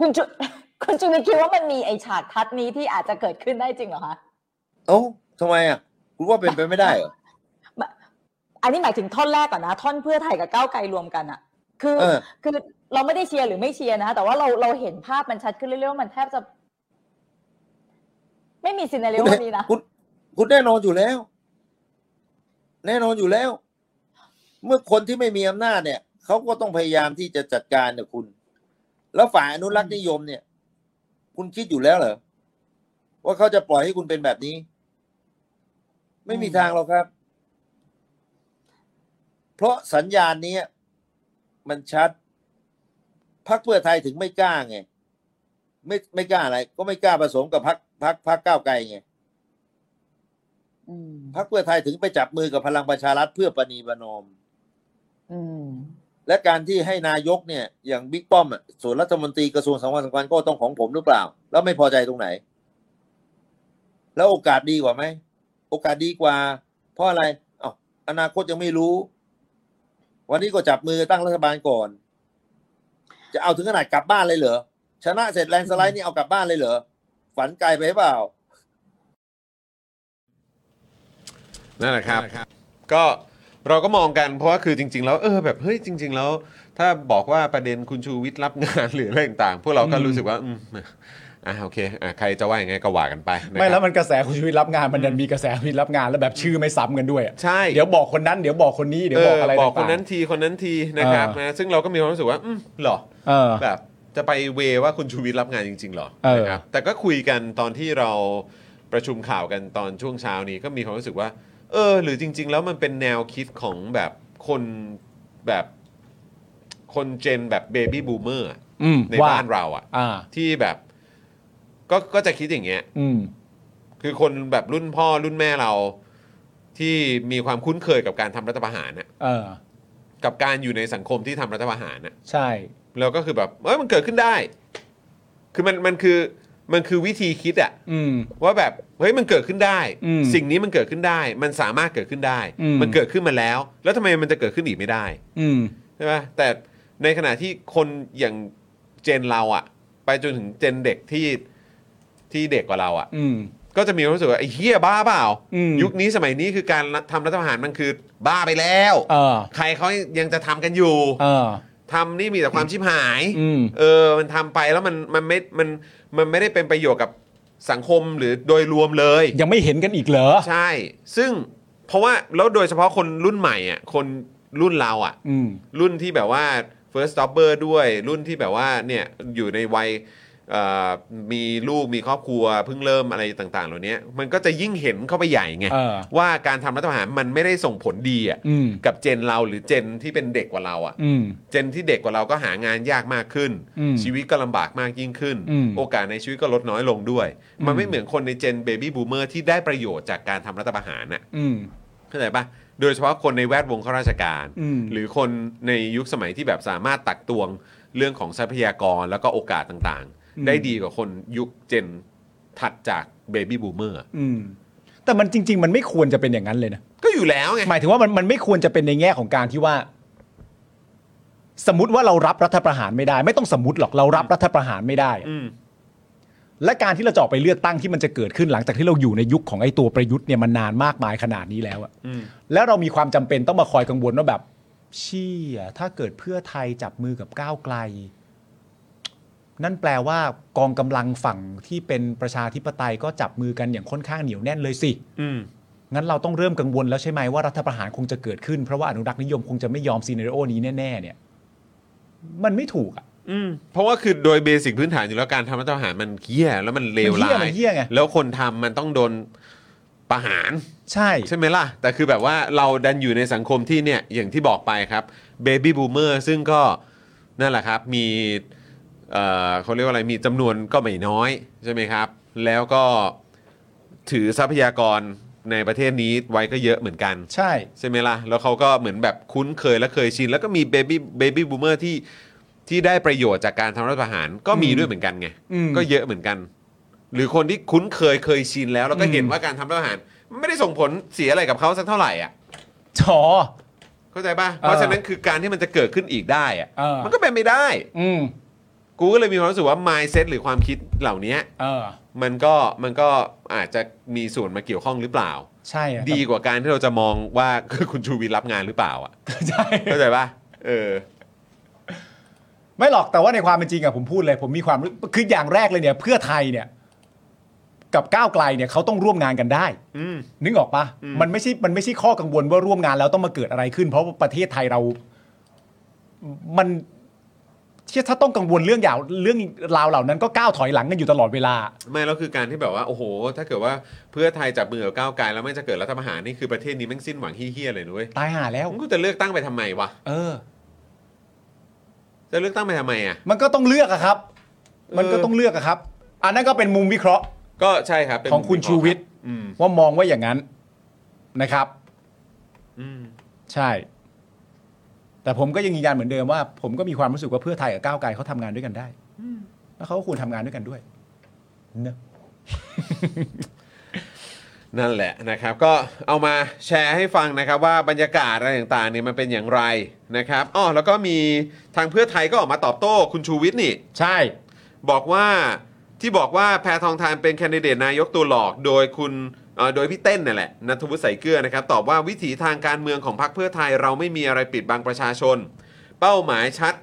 I: คุณชู คุณชูวิทย์คิดว่ามันมีไอฉากทัดนี้ที่อาจจะเกิดขึ้นได้จริงเหรอคะ
G: เอ้าทำไมอ่ะ คุณว่าเป็นไปไม่ได้เหรอ
I: อันนี้หมายถึงท่อนแรกก่อนนะ ท่อนเพื่อไทยกับก้าวไกลรวมกันอะคือ
G: เออ
I: คือเราไม่ได้เชียร์หรือไม่เชียร์นะ แต่ว่าเราเราเห็นภาพมันชัดขึ้นเรื่อยๆว่ามันแทบจะ ไม่มีซีนารีโอนี้นะ
G: คุณคุณแน่นอนอยู่แล้ว แน่นอนอยู่แล้ว เมื่อคนที่ไม่มีอำนาจเนี่ย เขาก็ต้องพยายามที่จะจัดการกับคุณ แล้วฝ่ายอนุรักษ์นิยมเนี่ย คุณคิดอยู่แล้วเหรอ ว่าเขาจะปล่อยให้คุณเป็นแบบนี้ ไม่มีทางหรอกครับ เพราะสัญญาณนี้มันชัดพักเพื่อไทยถึงไม่กล้าไง ไม่ไม่กล้าอะไร ก็ไม่กล้าผสมกับพักพักพักก้าวไกลไง
I: อืม
G: พรรคเพื่อไทยถึงไปจับมือกับพลังประชารัฐเพื่อประนีประนอม
I: อืม
G: และการที่ให้นายกเนี่ย อย่างบิ๊กป้อมอะส่วนรัฐมนตรีกระทรวงสำคัญสำคัญก็ต้องของผมหรือเปล่า แล้วไม่พอใจตรงไหน แล้วโอกาสดีกว่าไหม โอกาสดีกว่า เพราะอะไรเอาอนาคตยังไม่รู้ วันนี้ก็จับมือตั้งรัฐบาลก่อน จะเอาถึงขนาดกลับบ้านเลยเหรอชนะเสร็จแลนด์สไลด์นี่เอากลับบ้านเลยเหรอฝันไกลไปหรือเปล่า
A: นั่นแหละครับ ก็เราก็มองกันเพราะว่าคือจริง ๆ แล้วเออแบบเฮ้ยจริง ๆ แล้ว ถ้าบอกว่าประเด็นคุณชูวิทย์รับงาน หรืออะไรต่างๆพวกเราก็รู้สึกว่าอืมอ่ะโอเคอ่ะใครจะว่ายังไงก็ว่ากันไปนะครับ
B: ไม่แล้วมันกระแสคุณชูวิทย์รับงานมันดันมีกระแสคุณชูวิทย์รับงานแล้วแบบชื่อไม่ซ้ำกันด้วยอะ
A: ใช่
B: เดี๋ยวบอกคนนั้นเดี๋ยวบอกคนนี้เดี๋ยวบอกอะไร
A: เบอกคน
B: ต่าง
A: นั้นทีคนนั้นทีนะครับ
B: เออ
A: นะซึ่งเราก็มีความรู้สึกว่าอืมเหรอ
B: ๆเออ
A: แบบจะไปเวว่าคุณชูวิทย์รับงานจริง ๆ เหรอ
B: เออ
A: นะครับแต่ก็คุยกันตอนที่เราประชุมข่าวกันตอนช่วงเช้านี้ก็มีความรู้สึกว่า เออ หรือจริง ๆ แล้วมันเป็นแนวคิดของแบบคนแบบคนเจนแบบเบบี้บูมเมอร์
B: อืม
A: ใน
B: ว่า
A: บ้านเราอะ
B: อ่า
A: ที่แบบก็ก็จะคิดอย่างเงี้ย
B: อืม
A: คือคนแบบรุ่นพ่อรุ่นแม่เรา ที่มีความคุ้นเคยกับการทำรัฐประหารน่ะ
B: เออ
A: กับการอยู่ในสังคมที่ทำรัฐประหารน่ะ
B: ใช่
A: แล้วก็คือแบบเอ้ยมันเกิดขึ้นได้ คือมันมันคือมันคือวิธีคิดอะ
B: อืม
A: ว่าแบบเฮ้ยมันเกิดขึ้นได้
B: อืม
A: สิ่งนี้มันเกิดขึ้นได้ มันสามารถเกิดขึ้นได้
B: อืม
A: มันเกิดขึ้นมาแล้ว แล้วทำไมมันจะเกิดขึ้นอีกไม่ได้
B: อืม
A: ใช่ไหมแต่ในขณะที่คนอย่างเจนเราอะไปจนถึงเจนเด็กที่ที่เด็กกว่าเราอะ
B: อืม
A: ก็จะมีความรู้สึกว่าไอ้เฮียบ้าเปล่า
B: อืม
A: ยุคนี้สมัยนี้คือการทำรัฐประหารมันคือบ้าไปแล้ว
B: เออ
A: ใครเขายังจะทำกันอยู่
B: เออ
A: ทำนี่มีแต่ความชิบหาย
B: อืม
A: เออ มันทำไปแล้วมันมันไม่ มัน มันไม่ได้เป็นประโยชน์กับสังคมหรือโดยรวมเลย
B: ยังไม่เห็นกันอีกเหรอ
A: ใช่ ซึ่งเพราะว่าแล้วโดยเฉพาะคนรุ่นใหม่อ่ะ คน รุ่นเราอ่ะ
B: อืม
A: รุ่นที่แบบว่า first stopper ด้วย รุ่นที่แบบว่าเนี่ยอยู่ในวัยเอ่อมีลูกมีครอบครัวเพิ่งเริ่มอะไรต่างๆ เหล่านี้มันก็จะยิ่งเห็นเข้าไปใหญ่ไง
B: เออ
A: ว่าการทำรัฐประหารมันไม่ได้ส่งผลดีอ่ะ
B: อืม
A: กับเจนเราหรือเจนที่เป็นเด็กกว่าเราอ่ะ
B: อืม
A: เจนที่เด็กกว่าเราก็หางานยากมากขึ้น
B: อืม
A: ชีวิตก็ลำบากมากยิ่งขึ้น
B: อืม
A: โอกาสในชีวิตก็ลดน้อยลงด้วย มัน
B: อืม
A: ไม่เหมือนคนในเจนเบบี้บูมเมอร์ที่ได้ประโยชน์จากการทำรัฐประหารน่ะ
B: อืม
A: เข้าใจปะโดยเฉพาะคนในแวดวงข้าราชการ
B: อืม
A: หรือคนในยุคสมัยที่แบบสามารถตักตวงเรื่องของทรัพยากรแล้วก็โอกาสต่าง
B: อืม
A: ๆ ได้ดีกว่าคนยุคเจนถัดจากเบบี้บูมเมอร์
B: อืม แต่มันจริง ๆ มันไม่ควรจะเป็นอย่างนั้นเลยนะ
A: ก็อยู่แล้วไง
B: หมายถึงว่ามันมันไม่ควรจะเป็นในแง่ของการที่ว่า สมมติว่าเรารับรัฐประหารไม่ได้ ไม่ต้องสมมติหรอกเรารับรัฐประหารไม่ได้อะ
A: อืม
B: และการที่เราจะออกไปเลือกตั้งที่มันจะเกิดขึ้นหลังจากที่เราอยู่ในยุคของไอ้ตัวประยุทธ์เนี่ยมันนานมากมายขนาดนี้แล้วอะ
A: อืม
B: แล้วเรามีความจำเป็นต้องมาคอยกังวลว่าแบบ เชี่ยถ้าเกิดเพื่อไทยจับมือกับก้าวไกล นั่นแปลว่ากองกำลังฝั่งที่เป็นประชาธิปไตยก็จับมือกันอย่างค่อนข้างเหนียวแน่นเลยสิ
A: อืม
B: งั้นเราต้องเริ่มกังวลแล้วใช่ไหมว่ารัฐประหารคงจะเกิดขึ้น เพราะว่าอนุรักษ์นิยมคงจะไม่ยอมซีเนโรนี้แน่ๆเนี่ย มันไม่ถูกอ่ะ
A: อืมเพราะว่าคือโดยเบสิกพื้นฐานอยู่แล้วการทำรัฐประหารมันเหี้ยแล้วมันเลวร้าย
B: มันเหี้ยมันเหี้ยไง
A: แล้วคนทำมันต้องโดนประหาร
B: ใช่
A: ใช่ไหมล่ะ แต่คือแบบว่าเราดันอยู่ในสังคมที่เนี่ยอย่างที่บอกไปครับเบบี้บูมเมอร์ซึ่งก็นั่นแหละครับมีเอ่อเขาเรียกว่าอะไรมีจำนวนก็ไม่น้อยใช่ไหมครับ แล้วก็ถือทรัพยากรในประเทศนี้ไว้ก็เยอะเหมือนกัน
B: ใช่
A: ใช่ไหมล่ะ แล้วเขาก็เหมือนแบบคุ้นเคยและเคยชิน แล้วก็มีเบบี้เบบี้บูมเมอร์ที่ที่ได้ประโยชน์จากการทำรัฐประหารก็มี
B: อืม
A: ด้วยเหมือนกันไง
B: อืม
A: ก็เยอะเหมือนกัน หรือคนที่คุ้นเคยเคยชินแล้ว แล้วก็
B: อืม
A: เห็นว่าการทำรัฐประหารมันไม่ได้ส่งผลเสียอะไรกับเขาสักเท่าไหร่อ่ะ
B: ชอ
A: เข้าใจป่ะ เพราะ
B: เออ
A: ฉะนั้นคือการที่มันจะเกิดขึ้นอีกได้อ่ะ
B: เออ
A: มันก็เป็นไม่ได้
B: อืม
A: กูก็เลยมีความรู้สึกว่า mindset หรือความคิดเหล่านี้
B: เออ
A: มันก็มันก็อาจจะมีส่วนมาเกี่ยวข้องหรือเปล่า
B: ใช่อะ
A: ดีกว่าการที่เราจะมองว่า คือคุณชูวิทย์รับงานหรือเปล่าอ่ะ
B: ใช่
A: เข้าใจป่ะ เออ
B: ไม่หรอกแต่ว่าในความเป็นจริงอะผมพูดเลย ผมมีความรู้คืออย่างแรกเลยเนี่ย เพื่อไทยเนี่ย กับก้าวไกลเนี่ยเขาต้องร่วมงานกันได้
A: อืม
B: นึกออกปะ
A: อืม
B: มันไม่ใช่ มันไม่ใช่ข้อกังวลว่าร่วมงานแล้วต้องมาเกิดอะไรขึ้น เพราะว่าประเทศไทยเรา มันเชื่อถ้าต้องกังวลเรื่องยาวเรื่องราวเหล่านั้นก็ก้าวถอยหลังกันอยู่ตลอดเวลา
A: ไม่แล้วคือการที่แบบว่าโอ้โห ถ้าเกิดว่าเพื่อไทยจับมือกับก้าวไกลแล้วไม่จะเกิดรัฐประหารนี่คือประเทศนี้แม่งสิ้นหวังเฮี้ยๆเลยนุ้ย
B: ตายห่าแล้ว
A: มึงกูจะเลือกตั้งไปทำไมวะ
B: เออ
A: จะเลือกตั้งไปทำไมอ่ะ
B: มันก็ต้องเลือกอะครับ มันก็ต้องเลือกอะครับ อันนั้นก็เป็นมุมวิเคราะห์
A: ก็ใช่ครับเป็น
B: ของคุณชูวิทย์
A: อืม
B: ว่ามองว่าอย่างนั้นนะครับ
A: อืม
B: ใช่ แต่ผมก็ยังยืนยันเหมือนเดิมว่า ผมก็มีความรู้สึกว่าเพื่อไทยกับก้าวไกลเขาทำงานด้วยกันได้แล้วเขาก็ควรทำงานด้วยกันด้วยเนอะ
A: นั่นแหละนะครับ ก็เอามาแชร์ให้ฟังนะครับว่าบรรยากาศอะไรต่างๆเนี่ยมันเป็นอย่างไรนะครับอ๋อแล้วก็มีทางเพื่อไทยก็ออกมาตอบโต้คุณชูวิทย์นี่
B: ใช่
A: บอกว่าที่บอกว่าแพทองทานเป็นแคนดิเดตนายกตัวหลอกโดยคุณเอ่อโดยพี่เต้นนั่นแหละนัทวุฒิใส่เกลือนะครับ ตอบว่าวิถีทางการเมืองของพรรคเพื่อไทยเราไม่มีอะไรปิดบังประชาชน เป้าหมายชัด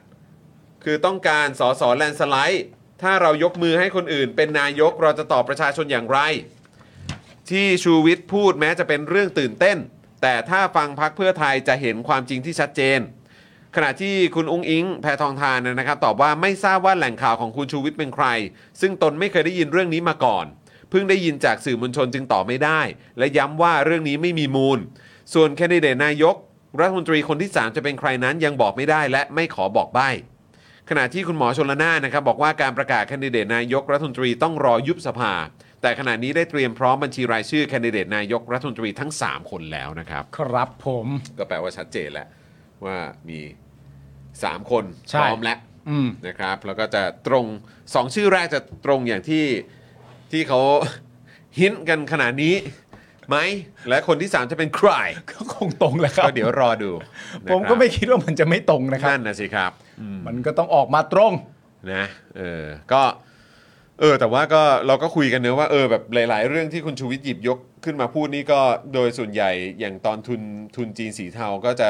A: คือต้องการสอสอแลนสไลด์ ถ้าเรายกมือให้คนอื่น เป็นนายกเราจะตอบประชาชนอย่างไร ที่ชูวิทย์พูดแม้จะเป็นเรื่องตื่นเต้น แต่ถ้าฟังพักเพื่อไทยจะเห็นความจริงที่ชัดเจน ขณะที่คุณอุ้งอิง แพทองทานเนี่ยนะครับ ตอบว่าไม่ทราบว่าแหล่งข่าวของคุณชูวิทย์เป็นใคร ซึ่งตนไม่เคยได้ยินเรื่องนี้มาก่อน เพิ่งได้ยินจากสื่อมวลชนจึงตอบไม่ได้ และย้ำว่าเรื่องนี้ไม่มีมูล ส่วนแคนดิเดตนายก รัฐมนตรีคนที่ 3 จะเป็นใครนั้นยังบอกไม่ได้และไม่ขอบอกใบ้ ขณะที่คุณหมอชนละนานนะครับ บอกว่าการประกาศแคนดิเดตนายกรัฐมนตรีต้องรอยุบสภา แต่ขณะนี้ได้เตรียมพร้อมบัญชีรายชื่อแคนดิเดตนายกรัฐมนตรีทั้ง 3 คนแล้วนะครับ
B: ครับผม
A: ก็แปลว่าชัดเจนแล้วว่ามี 3 คน
B: ใช่
A: พร้อมแล้ว
B: อื ม
A: นะครับ แล้วก็จะตรง 2 ชื่อแรกจะตรงอย่างที่ที่เขา หินกันขนาดนี้ไหม และคนที่ 3 จะเป็นใคร
B: ก็คงตรงแหละครับ
A: ก็เดี๋ยวรอดูนะ
B: ผม
A: รับ
B: ก็ไม่คิดว่ามันจะไม่ตรงนะครับ
A: นั่นนะสิครับอืม
B: มันก็ต้องออกมาตรง
A: นะเออก็เออแต่ว่าก็เราก็คุยกันเนอะว่าเออแบบหลาย ๆ เรื่องที่คุณชูวิทย์หยิบยกขึ้นมาพูดนี่ก็โดยส่วนใหญ่อย่างตอนทุนทุนจีนสีเทาก็จะ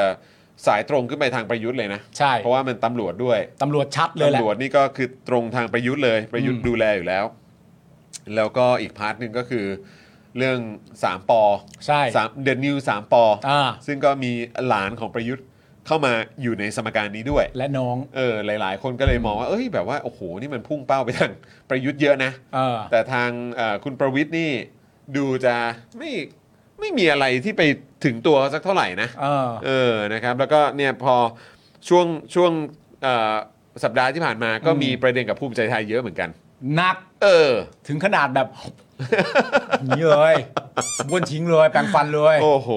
A: สายตรงขึ้นไปทางประยุทธ์เลยนะ
B: ใช่
A: เพราะว่ามันตำรวจด้วย
B: ตำรวจชัดเลยแหละ
A: ตำรวจนี่ก็คือตรงทางประยุทธ์เลยประยุทธ์
B: อืม
A: ดูแลอยู่แล้ว แล้วก็อีกพาร์ทหนึ่งก็คือเรื่อง3ปอ
B: ใช่
A: สามเดนิวสามปอ
B: อ่า
A: ซึ่งก็มีหลานของประยุทธ์ เข้ามาอยู่ในสมการนี้ด้วย
B: และน้อง
A: เออหลาย ๆ คนก็เลยมองว่าเอ้ยแบบว่าโอ้โหนี่มันพุ่งเป้าไปทาง ประยุทธ์เยอะนะ
B: เออ
A: แต่ทางเอ่อคุณประวิทย์นี่ดูจะไม่ไม่มีอะไรที่ไปถึงตัวเขาสักเท่าไหร่นะ
B: เออ
A: เออ นะครับ แล้วก็เนี่ยพอช่วงช่วงเอ่อสัปดาห์ที่ผ่านมาก็มีประเด็นกับภูมิใจไทยเยอะเหมือนกัน
B: หนัก
A: เออ
B: ถึงขนาดแบบ นี้ เลยบ้วนทิ้งเลยแปรงฟันเลย
A: โอ้โห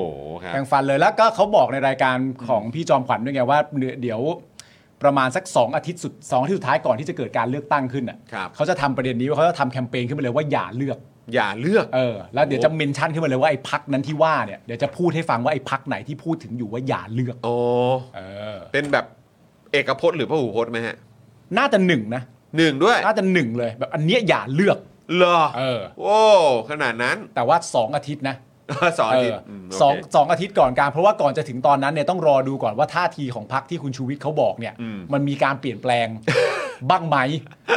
A: ครับ
B: แปรงฟันเลยแล้วก็เขาบอกในรายการของพี่จอมขวัญด้วยไงว่าเดี๋ยวประมาณสัก 2 อาทิตย์สุดสองอาทิตย์สุดท้ายก่อนที่จะเกิดการเลือกตั้งขึ้นอ่ะ
A: ครับ
B: เขาจะทำประเด็นนี้ว่าเขาจะทำแคมเปญขึ้นมาเลยว่าอย่าเลือก
A: อย่าเลือก
B: เออแล้วเดี๋ยวจะเมนชั่นขึ้นมาเลยว่าไอ้พักนั้นที่ว่าเนี่ยเดี๋ยวจะพูดให้ฟังว่าไอ้พักไหนที่พูดถึงอยู่ว่าอย่าเลือก
A: โอ้
B: เออ
A: เป็นแบบเอกพจน์หรือพหูพจน์ไหมฮะ
B: น่าจะหนึ่งนะ
A: หนึ่งด้วย
B: น่าจะหนึ่งเลยแบบอันเนี้ยอย่าเลือก
A: เหรอ
B: เออ
A: โอ้ขนาดนั้น
B: แต่ว่า 2 อาทิตย์นะ
A: สองอาทิตย์
B: เออ
A: ม
B: สอง
A: โเค
B: สองอาทิตย์ก่อนการเพราะว่าก่อนจะถึงตอนนั้นเนี่ยต้องรอดูก่อนว่าท่าทีของพักที่คุณชูวิทย์เขาบอกเนี่ย
A: อืม
B: นมีการเปลี่ยนแปลง บ้างไหม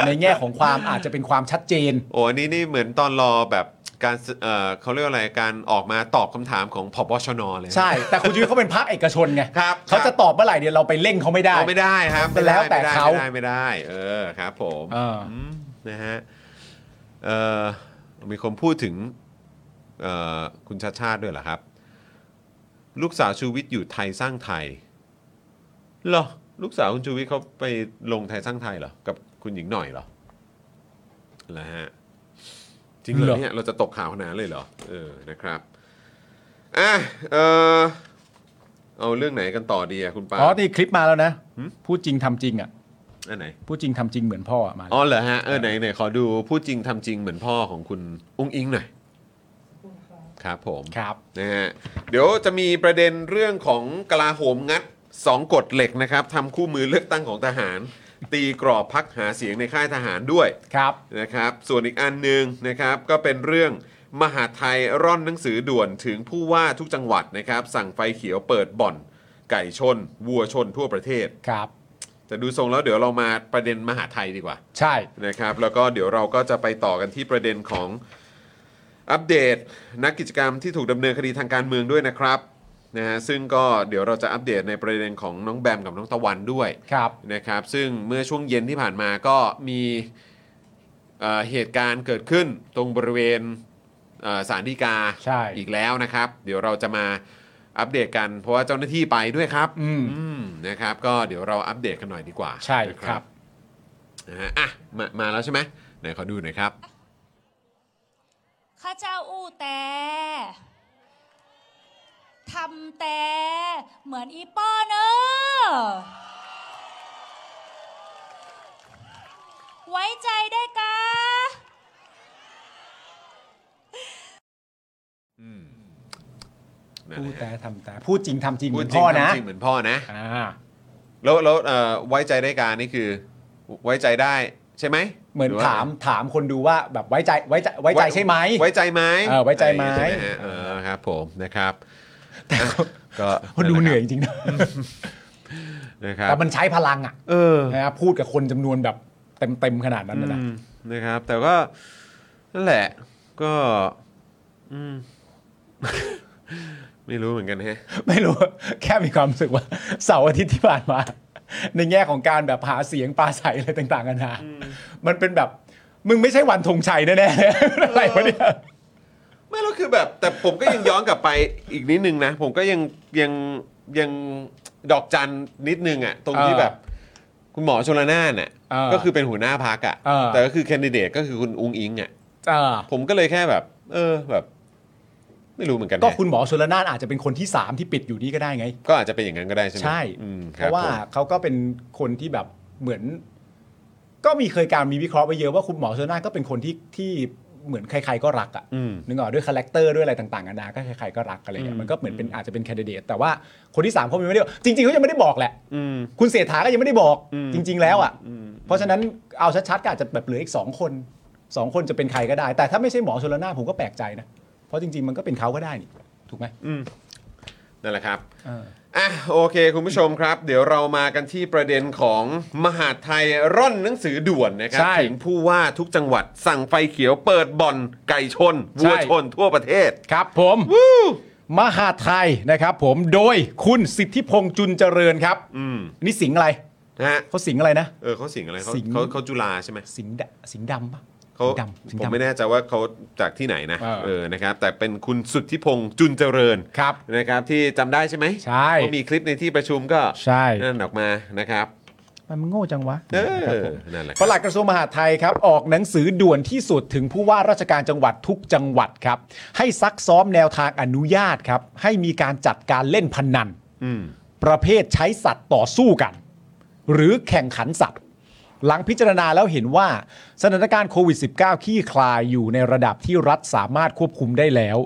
B: ในแง่ของความอาจจะเป็นความชัดเจน
A: โอ้อันนี้นี่เหมือนตอนรอแบบการสเอ่อเขาเรียกว่าอะไรการออกมาตอบคำถามของพบชนเลยนะ
B: ใช่ แต่คุณชูวิทย์เขาเป็นพักเอกชนไง
A: ครับ
B: เขาจะตอบเมื่อไหร่เนี่ยเราไปเร่งเขาไม่ได้
A: เอาไม่ได้ครับไม่
B: แล้ว
A: ได้
B: แต่
A: ไม่ได้
B: เขา
A: ไม่ได้ไม่ได้ เออครับผม
B: เอออื
A: มนะฮะเอ่อมีคนพูดถึงเอ่อคุณชาติชาติด้วยเหรอครับ ลูกสาวชูวิทย์อยู่ไทยสร้างไทยเหรอลูกสาวคุณชูวิทย์เขาไปลงไทยสร้างไทยเหรอกับคุณหญิงหน่อยเหรอนะฮะจริงเหรอเนี่ยเราจะตกข่าวขนาดนั้นเลยเหรอเออนะครับอ่ะเออเอาเรื่องไหนกันต่อดีอะคุณปาล์ม
B: อ๋อนี่คลิปมาแล้วนะ พูดจริงทำจริงอ่ะ
A: อันไหน
B: พูดจริงทำจริงเหมือนพ่ออะมาแล้ว
A: อ๋อเหรอฮะ เออไหนไหนขอดูพูดจริงทำจริงเหมือนพ่อของคุณอุ้งอิงหน่อย ครับผม
B: ครับ
A: นะฮะเดี๋ยวจะมีประเด็นเรื่องของกลาโหมงัด 2กฎเหล็กนะครับทำคู่มือเลือกตั้งของทหาร ตีกรอบพักหาเสียงในค่ายทหารด้วย
B: ครับ
A: นะครับส่วนอีกอันหนึ่งนะครับก็เป็นเรื่องมหาดไทยร่อนหนังสือด่วนถึงผู้ว่าทุกจังหวัดนะครับสั่งไฟเขียวเปิดบ่อน ไก่ชน วัวชนทั่วประเทศ
B: ครับ
A: แต่ดูทรงแล้วเดี๋ยวเรามาประเด็นมหาดไทยดีกว่า
B: ใช่
A: นะครับแล้วก็เดี๋ยวเราก็จะไปต่อกันที่ประเด็นของอัปเดตนักกิจกรรมที่ถูกดำเนินคดีทางการเมืองด้วยนะครับนะฮะซึ่งก็เดี๋ยวเราจะอัปเดตในประเด็นของน้องแบมกับน้องตะวันด้วย
B: ครับ
A: นะครับซึ่งเมื่อช่วงเย็นที่ผ่านมาก็มีเอ่อเหตุการณ์เกิดขึ้นตรงบริเวณเอ่อสารดีกา
B: ใช่
A: อีกแล้วนะครับ เดี๋ยวเราจะมาอัปเดตกันเพราะว่าเจ้าหน้าที่ไปด้วยครับ
B: อืม
A: อืมนะครับก็เดี๋ยวเราอัปเดตกันหน่อยดีกว่า
B: ใช่
A: นะ
B: ครับ
A: นะฮะอ่ะมามาแล้วใช่ไหมไหนขอดูหน่อยครับ
F: ข้าเจ้าอู้แต่ทำแต่ เหมือนอีป้อเนอะไว้ใจได้กะ
A: นั่น
B: พู
A: แหละ
B: ดแต่ทำแต่พูดจริงทำจริงเห
A: พู
B: มื
A: ดจริ
B: อนพ่
A: ง
B: อนะ
A: ทำจริงเหมือนพ่อนะ
B: อ่า
A: แล้วแล้วเอ่อไว้ใจได้การนี่คือ ไว้ใจได้ใช่ไหม
B: เหมือน
A: รืว่
B: ถามถามคนดูว่าแบบไว้ใจไว้ใจไว้ใจใช่ไหม
A: ไว้ใจไหม
B: เออไว้ใจไหม
A: ใช่ฮะเออครับผมนะครับก็
B: คน ดูเหนื่อยจริงๆนะ
A: นะครับ
B: แต่มันใช้พลังอ่ะ
A: เออ
B: นะครับพูดกับคนจำนวนแบบเต็มๆขนาดนั้นนะนะ
A: อืมนะครับ แต่ก็นั่นแหละก็อืม ไม่รู้เหมือนกันแฮะ
B: ไม่รู้ แค่มีความ รู้สึกว่า เสาร์อาทิตย์ที่ผ่าน มา ในแง่ของการแบบหาเสียงปลาใสอะไรต่างๆกันานะมันเป็นแบบ มึงไม่ใช่วันธงชัยแน่ๆ อะไรวะเนี่ย
A: ไม่แล้วคือแบบแต่ผมก็ยังย้อนกลับไปอีกนิดนึงนะ ผมก็ยังยังยังดอกจันนิดนึงอะ่ะตรงที่
B: เออ
A: แบบ คุณหมอชลนานน่ะ
B: เออ
A: ก็คือเป็นหัวหน้าพักอะ
B: เออ
A: แต่ก็คือแคนดิเดตก็คือคุณอุงอิงอะ่ะ
B: อ่า
A: ผมก็เลยแค่แบบ เออแบบ ไม่รู้เหมือนกันนะ
B: ก็คุณหมอชลนานอาจจะเป็นคนที่สามที่ปิดอยู่นี่ก็ได้ไง
A: ก็อาจจะเป็นอย่างนั้นก็ได้ใช่ไหม
B: ใช่
A: อืมค
B: เพ
A: บ
B: ราะว่า
A: ผม
B: เขาก็เป็นคนที่แบบเหมือน ก็มีเคยการมีวิเคราะห์ไปเยอะว่าคุณหมอชนน่านก็เป็นคนที่ที่เหมือนใครๆก็รักอ่ะ
A: อืม
B: นึกออกด้วยคาแรคเตอร์ด้วยอะไรต่างๆกันานาก็ใครๆก็รักอะไรเงี้
A: อื
B: ย
A: ม
B: มันก็เหมือนเป็นอาจจะเป็นแคนดิเดตแต่ว่าคนที่สามเขายังไม่ได้บอกจริงๆเขายังไม่ได้บอกแหละ
A: อืม
B: คุณเศรษฐาก็ยังไม่ได้บอก
A: อืม
B: จริง ๆ แล้วอ่ะ
A: อืม
B: เพราะฉะนั้นเอาชัดๆก็อาจจะแบบเหลืออีกสองคนสองคนจะเป็นใครก็ได้ แต่ถ้าไม่ใช่หมอชนละนานผมก็แปลกใจนะเพราะจริง ๆ มันก็เป็นเขาก็ได้นี่ถูกไหม
A: อืมนั่นแหละครับ
B: เออ
A: อ่ะโอเค คุณผู้ชมครับ เดี๋ยวเรามากันที่ประเด็นของมหาดไทยร่อนหนังสือด่วนนะครับ
B: ใช่
A: ถึงผู้ว่าทุกจังหวัดสั่งไฟเขียวเปิดบ่อนไก่ชน วัว
B: ใช่
A: ชนทั่วประเทศ
B: ครับ ผม มหาดไทยนะครับผมโดยคุณสิทธิพงษ์จุนเจริญครับนี่สิงห์อะไร
A: ฮะ
B: เขาสิงห์อะไรนะ
A: เออเขาสิงห์อะไรเขา
B: สิงห์
A: เขาเขาจุฬาใช่ไหม
B: สิงห์ดสิงห์ดำปะ
A: เขา
B: ดำสิงห์
A: ผ
B: ดำ
A: มไม่แน่ใจว่าเขาจากที่ไหนนะ
B: เออ
A: เออนะครับแต่เป็นคุณสุทธิพงษ์จุนเจริญ
B: ครับ
A: นะครับที่จำได้ใช่ไหม
B: ใช่
A: เขามีคลิปในที่ประชุมก็
B: ใช่
A: นั่นออกมานะครับ
B: มันโง่จังวะ
A: เออนั่นแหละค
B: ป
A: รับ
B: ลัดกระทรวงมหาดไทยครับออกหนังสือด่วนที่สุดถึงผู้ว่าราชการจังหวัดทุกจังหวัดครับ ให้ซักซ้อมแนวทางอนุญาตครับ ให้มีการจัดการเล่นพนัน
A: อืม
B: ประเภทใช้สัตว์ต่อสู้กัน หรือแข่งขันสัตว์ หลังพิจารณาแล้วเห็นว่าสถานการณ์โควิด -19 ขี้คลายอยู่ในระดับที่รัฐสามารถควบคุมได้แล้ว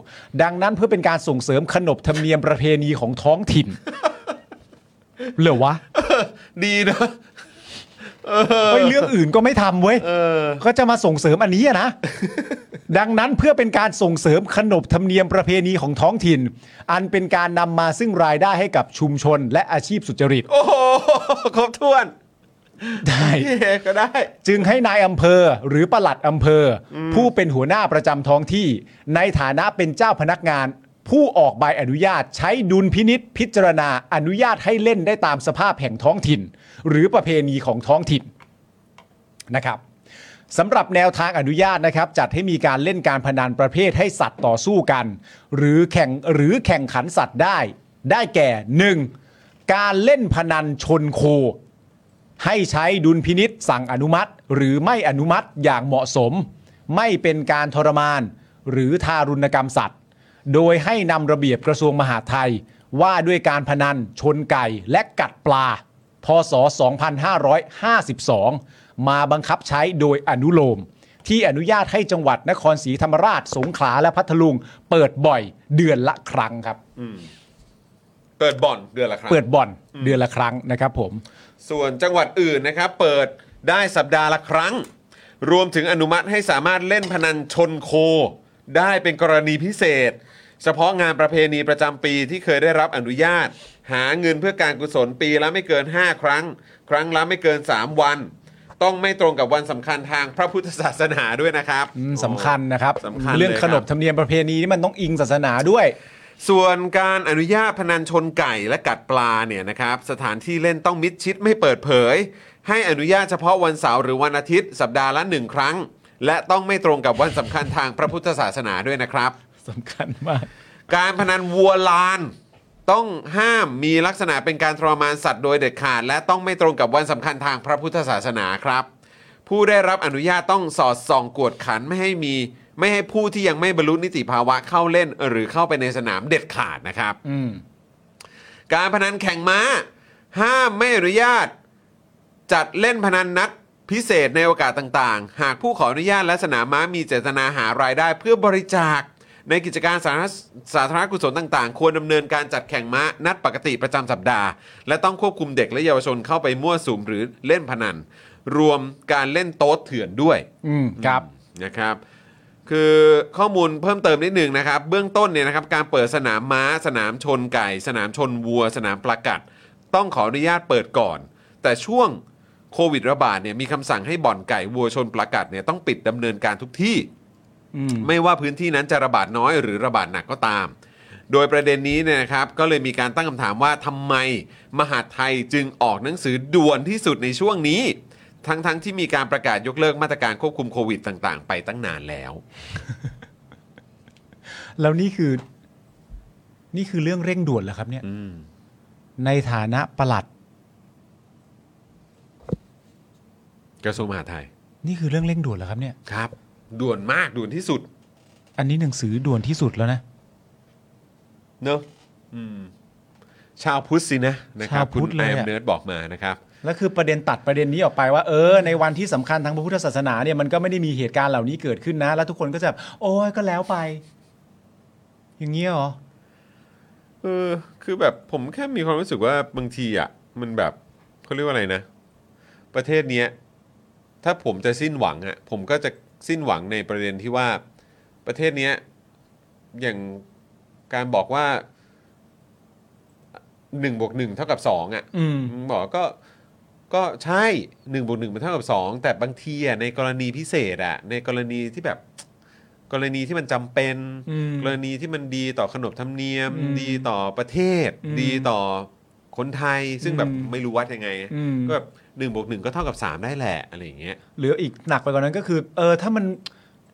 B: ดังนั้นเพื่อเป็นการส่งเสริมขนบธรรมเนียมประเพณีของท้องถิ่น เหรอวะ
A: ดีนะ
B: เฮ้ยเรื่องอื่นก็ไม่ทำเว้ย
A: เออ
B: ก็จะมาส่งเสริมอันนี้ อะนะ ดังนั้นเพื่อเป็นการส่งเสริมขนบธรรมเนียมประเพณีของท้องถิ่น อันเป็นการนำมาซึ่งรายได้ให้กับชุมชนและอาชีพสุจริต
A: โอ้โห ครบถ้วน
B: ได้
A: พี่เอกก็ได้
B: จึงให้นายอำเภอหรือปลัดอำเภออผู้เป็นหัวหน้าประจำท้องที่ ในฐานะเป็นเจ้าพนักงาน ผู้ออกใบอนุญาตใช้ดุลพินิษพิจารณาอนุญาตให้เล่นได้ตามสภาพแห่งท้องถิ่น หรือประเพณีของท้องถิ่นนะครับสำหรับแนวทางอนุญาตนะครับ จัดให้มีการเล่นการพนันประเภทให้สัตว์ต่อสู้กัน หรือแข่งหรือแข่งขันสัตว์ได้ ได้แก่ 1. การเล่นพนันชนโค ให้ใช้ดุลพินิษสั่งอนุมัติ หรือไม่อนุมัติอย่างเหมาะสม ไม่เป็นการทรมาน หรือทารุณกรรมสัตว์ โดยให้นำระเบียบกระทรวงมหาดไทย ว่าด้วยการพนันชนไก่และกัดปลา พศ 2552 มาบังคับใช้โดยอนุโลม ที่อนุญาตให้จังหวัดนครศรีธรรมราช สงขลาและพัทลุง เปิดบ่อยเดือนละครั้งครับ
A: เปิดบ่อนเดือนละครั้ง
B: เปิดบ่อนเดือนละครั้งนะครับผม
A: ส่วนจังหวัดอื่นนะครับ เปิดได้สัปดาห์ละครั้ง รวมถึงอนุมัติให้สามารถเล่นพนันชนโค ได้เป็นกรณีพิเศษ เฉพาะงานประเพณีประจำปีที่เคยได้รับอนุญาต หาเงินเพื่อการกุศลปีละไม่เกิน 5 ครั้ง ครั้งละไม่เกิน 3 วัน ต้องไม่ตรงกับวันสำคัญทางพระพุทธศาสนาด้วยนะครับ
B: อืมสำคัญนะครับ
A: สำคัญเลยครับ
B: เรื่องขนบธรรมเนียมประเพณีนี่มันต้องอิงศาสนาด้วย
A: ส่วนการอนุญาตพนันชนไก่และกัดปลาเนี่ยนะครับ สถานที่เล่นต้องมิดชิดไม่เปิดเผย ให้อนุญาตเฉพาะวันเสาร์หรือวันอาทิตย์ สัปดาห์ละหนึ่งครั้ง และต้องไม่ตรงกับวันสำคัญทางพระพุทธศาสนาด้วยนะครับ
B: สำคัญมาก
A: การพนันวัวลาน ต้องห้ามมีลักษณะเป็นการทรมานสัตว์โดยเด็ดขาด และต้องไม่ตรงกับวันสำคัญทางพระพุทธศาสนาครับ ผู้ได้รับอนุญาตต้องสอดส่องกวดขันไม่ให้มี ไม่ให้ผู้ที่ยังไม่บรรลุนิติภาวะเข้าเล่น หรือเข้าไปในสนามเด็ดขาดนะครับ
B: อืม
A: การพนันแข่งม้า ห้ามไม่อนุญาต จัดเล่นพนันนัดพิเศษในโอกาสต่างๆ หากผู้ขออนุญาตและสนามม้ามีเจตนาหารายได้เพื่อบริจาค ในกิจการสาธารณสาธารณกุศลต่างๆ ควรดำเนินการจัดแข่งม้านัดปกติประจำสัปดาห์ และต้องควบคุมเด็กและเยาวชนเข้าไปมั่วสุมหรือเล่นพนัน รวมการเล่นโต๊ะเถื่อนด้วย
B: อืม ครับ
A: นะครับ คือข้อมูลเพิ่มเติมนิดหนึ่งนะครับ เบื้องต้นเนี่ยนะครับการเปิดสนามม้า สนามชนไก่ สนามชนวัว สนามปลากัด ต้องขออนุญาตเปิดก่อน แต่ช่วงโควิดระบาดเนี่ยมีคำสั่งให้บ่อนไก่วัวชนปลากัดเนี่ยต้องปิดดำเนินการทุกที่
B: อืม
A: ไม่ว่าพื้นที่นั้นจะระบาดน้อยหรือระบาดหนักก็ตาม โดยประเด็นนี้เนี่ยนะครับก็เลยมีการตั้งคำถามว่าทำไมมหาดไทยจึงออกหนังสือด่วนที่สุดในช่วงนี้ ทั้งๆทที่มีการประกาศยกเลิกมาตรการควบคุมโควิดต่างๆ ไปตั้งนานแล้ว
B: แล้วนี่คือ นี่คือเรื่องเร่งด่วนเหรอครับเนี่ย
A: อืม
B: ในฐานะประหลัด
A: กระทรวงมหาดไทย
B: นี่คือเรื่องเร่งด่วนเหรอครับเนี่ย
A: ครับ ด่วนมากด่วนที่สุด
B: อันนี้หนังสือด่วนที่สุดแล้วนะ
A: เนอะอืม ชาวพุทธสินะนะครับ
B: ชาวพุ
A: คุ
B: ทธ
A: ณ
B: เล
A: นาย ย
B: อะ
A: เนิร์ดบอกมานะครับ
B: แล้วคือประเด็นตัดประเด็นนี้ออกไปว่าเออในวันที่สำคัญทางพระพุทธศาสนาเนี่ยมันก็ไม่ได้มีเหตุการณ์เหล่านี้เกิดขึ้นนะ แล้วทุกคนก็จะแบบโอ้ยก็แล้วไป อย่างเงี้ยเหรอ
A: เออคือแบบผมแค่มีความรู้สึกว่าบางทีอ่ะมันแบบเขาเรียกว่าอะไรนะ ประเทศเนี้ยถ้าผมจะสิ้นหวังอ่ะผมก็จะสิ้นหวังในประเด็นที่ว่าประเทศเนี้ยอย่างการบอกว่าหนึ่งบวกหนึ่งเท่ากับสองอ่ะ
B: อืม
A: มึงบอกก็ก็ใช่หนึ่งบวกหนึ่งมันเท่ากับสองแต่บางทีอ่ะในกรณีพิเศษอ่ะในกรณีที่แบบ กรณีที่มันจำเป็น
B: อืม
A: กรณีที่มันดีต่อขนบธรรมเนียม
B: อืม
A: ดีต่อประเทศ
B: อืม
A: ดีต่อคนไทย ซึ่งแบบไม่รู้วัดยังไง
B: อืม
A: ก็แบบหนึ่งบวกหนึ่งก็เท่ากับสามได้แหละอะไรอย่างเงี้ย
B: หรืออีกหนักไปกว่านั้นก็คือ เออ ถ้ามัน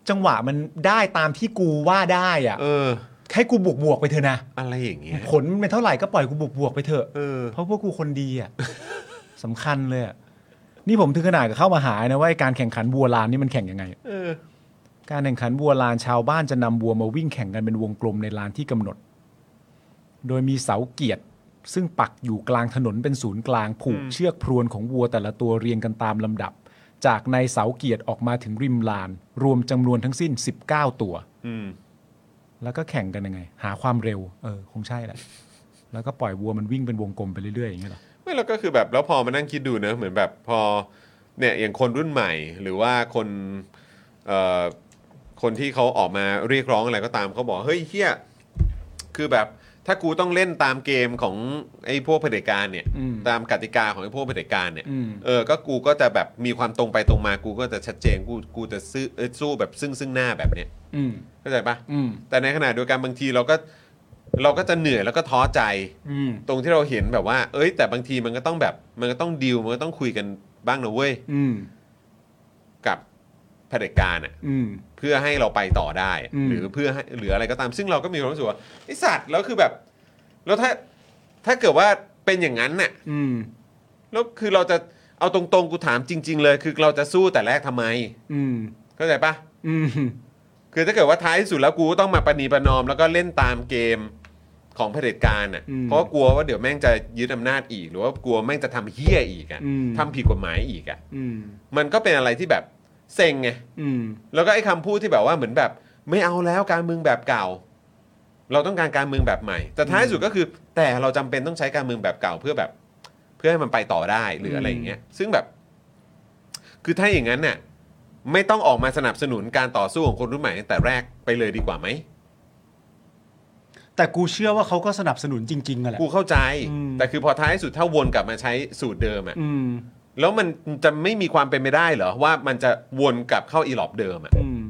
B: จังหวะมันได้ตามที่กูว่าได้อะ
A: เออ
B: ให้กูบวกบวกๆไปเถอะนะ
A: อะไรอย่างเงี้ย
B: ผลมันเป็นเท่าไหร่ก็ปล่อยกูบวกบวกๆไปเถอะ
A: เออ
B: เพราะพวกกูคนดีอ่ะ สำคัญเลยอะนี่ผมถึงขนาดกับเข้ามาหานะว่าไอ้การแข่งขันบัวลานนี่มันแข่งยังไง
A: เออ
B: การแข่งขันบัวลานชาวบ้านจะนำบัวมาวิ่งแข่งกันเป็นวงกลมในลานที่กำหนด โดยมีเสาเกียรติซึ่งปักอยู่กลางถนนเป็นศูนย์กลางผูก
A: อืม
B: เชือกพรวนของวัวแต่ละตัวเรียงกันตามลำดับ จากในเสาเกียรติออกมาถึงริมลาน รวมจำนวนทั้งสิ้น 19 ตัว
A: อืม
B: แล้วก็แข่งกันยังไง หาความเร็ว เออ คงใช่แหละ แล้วก็ปล่อยวัวมันวิ่งเป็นวงกลมไปเรื่อยๆอย่างเงี้ยเหรอ
A: ไม่แล้วก็คือแบบแล้วพอมานั่งคิดดูเนอะเหมือนแบบพอเนี่ยอย่างคนรุ่นใหม่ หรือว่าคนเอ่อคนที่เขาออกมาเรียกร้องอะไรก็ตามเขาบอกเฮ้ยเฮียคือแบบถ้ากูต้องเล่นตามเกมของไอ้พวกเผด็จการเนี่ย
B: อืม
A: ตามกติกาของไอ้พวกเผด็จการเนี่ย
B: อืม
A: เออ ก็กูก็จะแบบมีความตรงไปตรงมากูก็จะชัดเจนกูกูจะซื้อเออสู้แบบซึ่งซึ่งหน้าแบบเนี้ย
B: อืม
A: เข้าใจปะ
B: อืม
A: แต่ในขณะเดียวกันบางทีเราก็เราก็จะเหนื่อยแล้วก็ท้อใจ
B: อืม
A: ตรงที่เราเห็นแบบว่า เอ้ย แต่บางทีมันก็ต้องแบบ มันก็ต้องดีล มันก็ต้องคุยกันบ้างนะเว้ย
B: อืม
A: กับเผด็จการอ่ะ
B: อืม
A: เพื่อให้เราไปต่อได้
B: อืม
A: หรือเพื่อให้หรืออะไรก็ตาม ซึ่งเราก็มีความรู้สึกว่าไอสัตว์ แล้วคือแบบ แล้วถ้า ถ้าเกิดว่าเป็นอย่างนั้นน่ะ
B: อืม
A: แล้วคือเราจะ เอาตรงๆ กูถามจริง ๆ เลย คือเราจะสู้แต่แรกทำไม
B: อืม
A: เข้าใจปะ
B: อืม
A: คือถ้าเกิดว่าท้ายที่สุดแล้วกูก็ต้องมาประนีประนอม แล้วก็เล่นตามเกมของเผด็จการอ่ะ
B: อืม
A: เพราะว่ากลัวว่าเดี๋ยวแม่งจะยึดอำนาจอีก หรือว่ากลัวแม่งจะทำเหี้ยอีกอ่ะ
B: อืม
A: ทำผิดกฎหมายอีกอ่ะ
B: อืม
A: มันก็เป็นอะไรที่แบบเซ็งไง
B: อืม
A: แล้วก็ไอ้คำพูดที่แบบว่าเหมือนแบบ ไม่เอาแล้วการเมืองแบบเก่า เราต้องการการเมืองแบบใหม่ แต่ท้ายสุดก็คือ แต่เราจำเป็นต้องใช้การเมืองแบบเก่าเพื่อแบบ เพื่อให้มันไปต่อได้หรืออะไรอย่างเงี้ย ซึ่งแบบ คือถ้าอย่างนั้นเนี่ยไม่ต้องออกมาสนับสนุนการต่อสู้ของคนรุ่นใหม่ตั้งแต่แรกไปเลยดีกว่าไหม
B: แต่กูเชื่อว่าเขาก็สนับสนุนจริงๆอะแหละ
A: กูเข้าใจ
B: อืม
A: แต่คือพอท้ายสุดถ้าวนกลับมาใช้สูตรเดิมอะ
B: อืม
A: แล้วมันจะไม่มีความเป็นไปได้เหรอว่ามันจะวนกลับเข้าอีหลอบเดิมอะ
B: อืม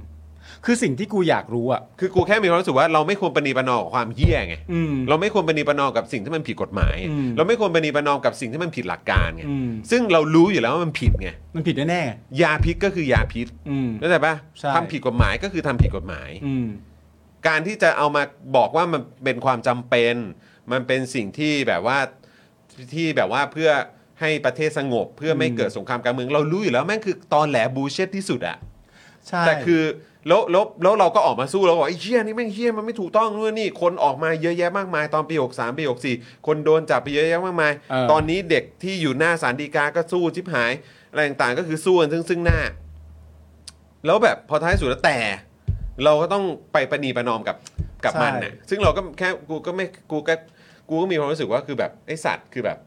B: คือสิ่งที่กูอยากรู้อ่ะ
A: คือกูแค่มีความรู้สึกว่าเราไม่ควรประนีประนอมกับความเหี้ยไง
B: อืม
A: เราไม่ควรประนีประนอมกับสิ่งที่มันผิดกฎหมาย
B: อืม
A: เราไม่ควรประนีประนอมกับสิ่งที่มันผิดหลักการไง
B: อืม
A: ซึ่งเรารู้อยู่แล้วว่ามันผิดไง
B: มันผิดแน่
A: ยาพิษก็คือยาพิษ
B: ๆอืม
A: เข้าใจปะ
B: ใช่
A: ทำผิดกฎหมายก็คือทำผิดกฎหมาย
B: อืม
A: การที่จะเอามาบอกว่ามันเป็นความจำเป็น มันเป็นสิ่งที่แบบว่าที่แบบว่าเพื่อให้ประเทศสงบ เพื่อไม่
B: อืม
A: เกิดสงครามการเมือง เรารู้อยู่แล้วแม่งคือตอนแหลบูเชตที่สุดอะ
B: ใช่
A: แต่คือแล้วแล้วแล้วเราก็ออกมาสู้แล้วบอกไอ้เชี่ยนี่แม่งเชี่ยมันไม่ถูกต้องด้วยนี่ คนออกมาเยอะแยะมากมายตอนปี63ปี64คนโดนจับไปเยอะแยะมากมาย
B: เออ
A: ตอนนี้เด็กที่อยู่หน้าสารดีกาก็สู้ชิบหายอะไรต่างๆก็คือสู้กันซึ่งซึ่งหน้า แล้วแบบพอท้ายสุดแล้วแต่ เราก็ต้องไปประนีประนอมกับกับมันน่ะซึ่งเราก็แค่กูก็ไม่กูก็กูก็มีความรู้สึกว่าคือแบบไอ้สัตว์คือแบบ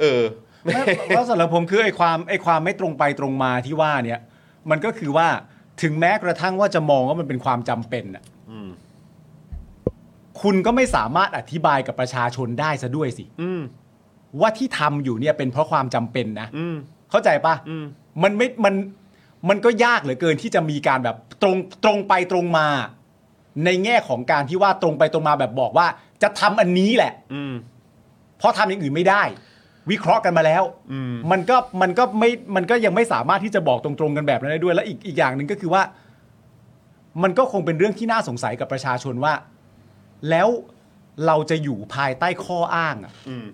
A: เออ
B: ไม่แล้วสำหรับผมคือไอ้ความไอ้ความไม่ตรงไปตรงมาที่ว่าเนี่ย มันก็คือว่าถึงแม้กระทั่งว่าจะมองว่ามันเป็นความจำเป็นอ่ะ
A: อืม
B: คุณก็ไม่สามารถอธิบายกับประชาชนได้ซะด้วยสิ
A: อืม
B: ว่าที่ทำอยู่เนี่ยเป็นเพราะความจำเป็นนะ
A: อืม
B: เข้าใจปะ
A: อืม
B: มันไม่ มัน มันก็ยากเหลือเกินที่จะมีการแบบตรงตรงไปตรงมา ในแง่ของการที่ว่าตรงไปตรงมาแบบบอกว่า จะทำอันนี้แหละ
A: อืม
B: เพราะทำอย่างอื่นไม่ได้ วิเคราะห์กันมาแล้ว
A: อืม
B: มันก็มันก็ไม่มันก็ยังไม่สามารถที่จะบอกตรงๆกันแบบนั้นได้ด้วย และอีกอีกอย่างหนึ่งก็คือว่า มันก็คงเป็นเรื่องที่น่าสงสัยกับประชาชนว่า แล้วเราจะอยู่ภายใต้ข้ออ้างอะ
A: อืม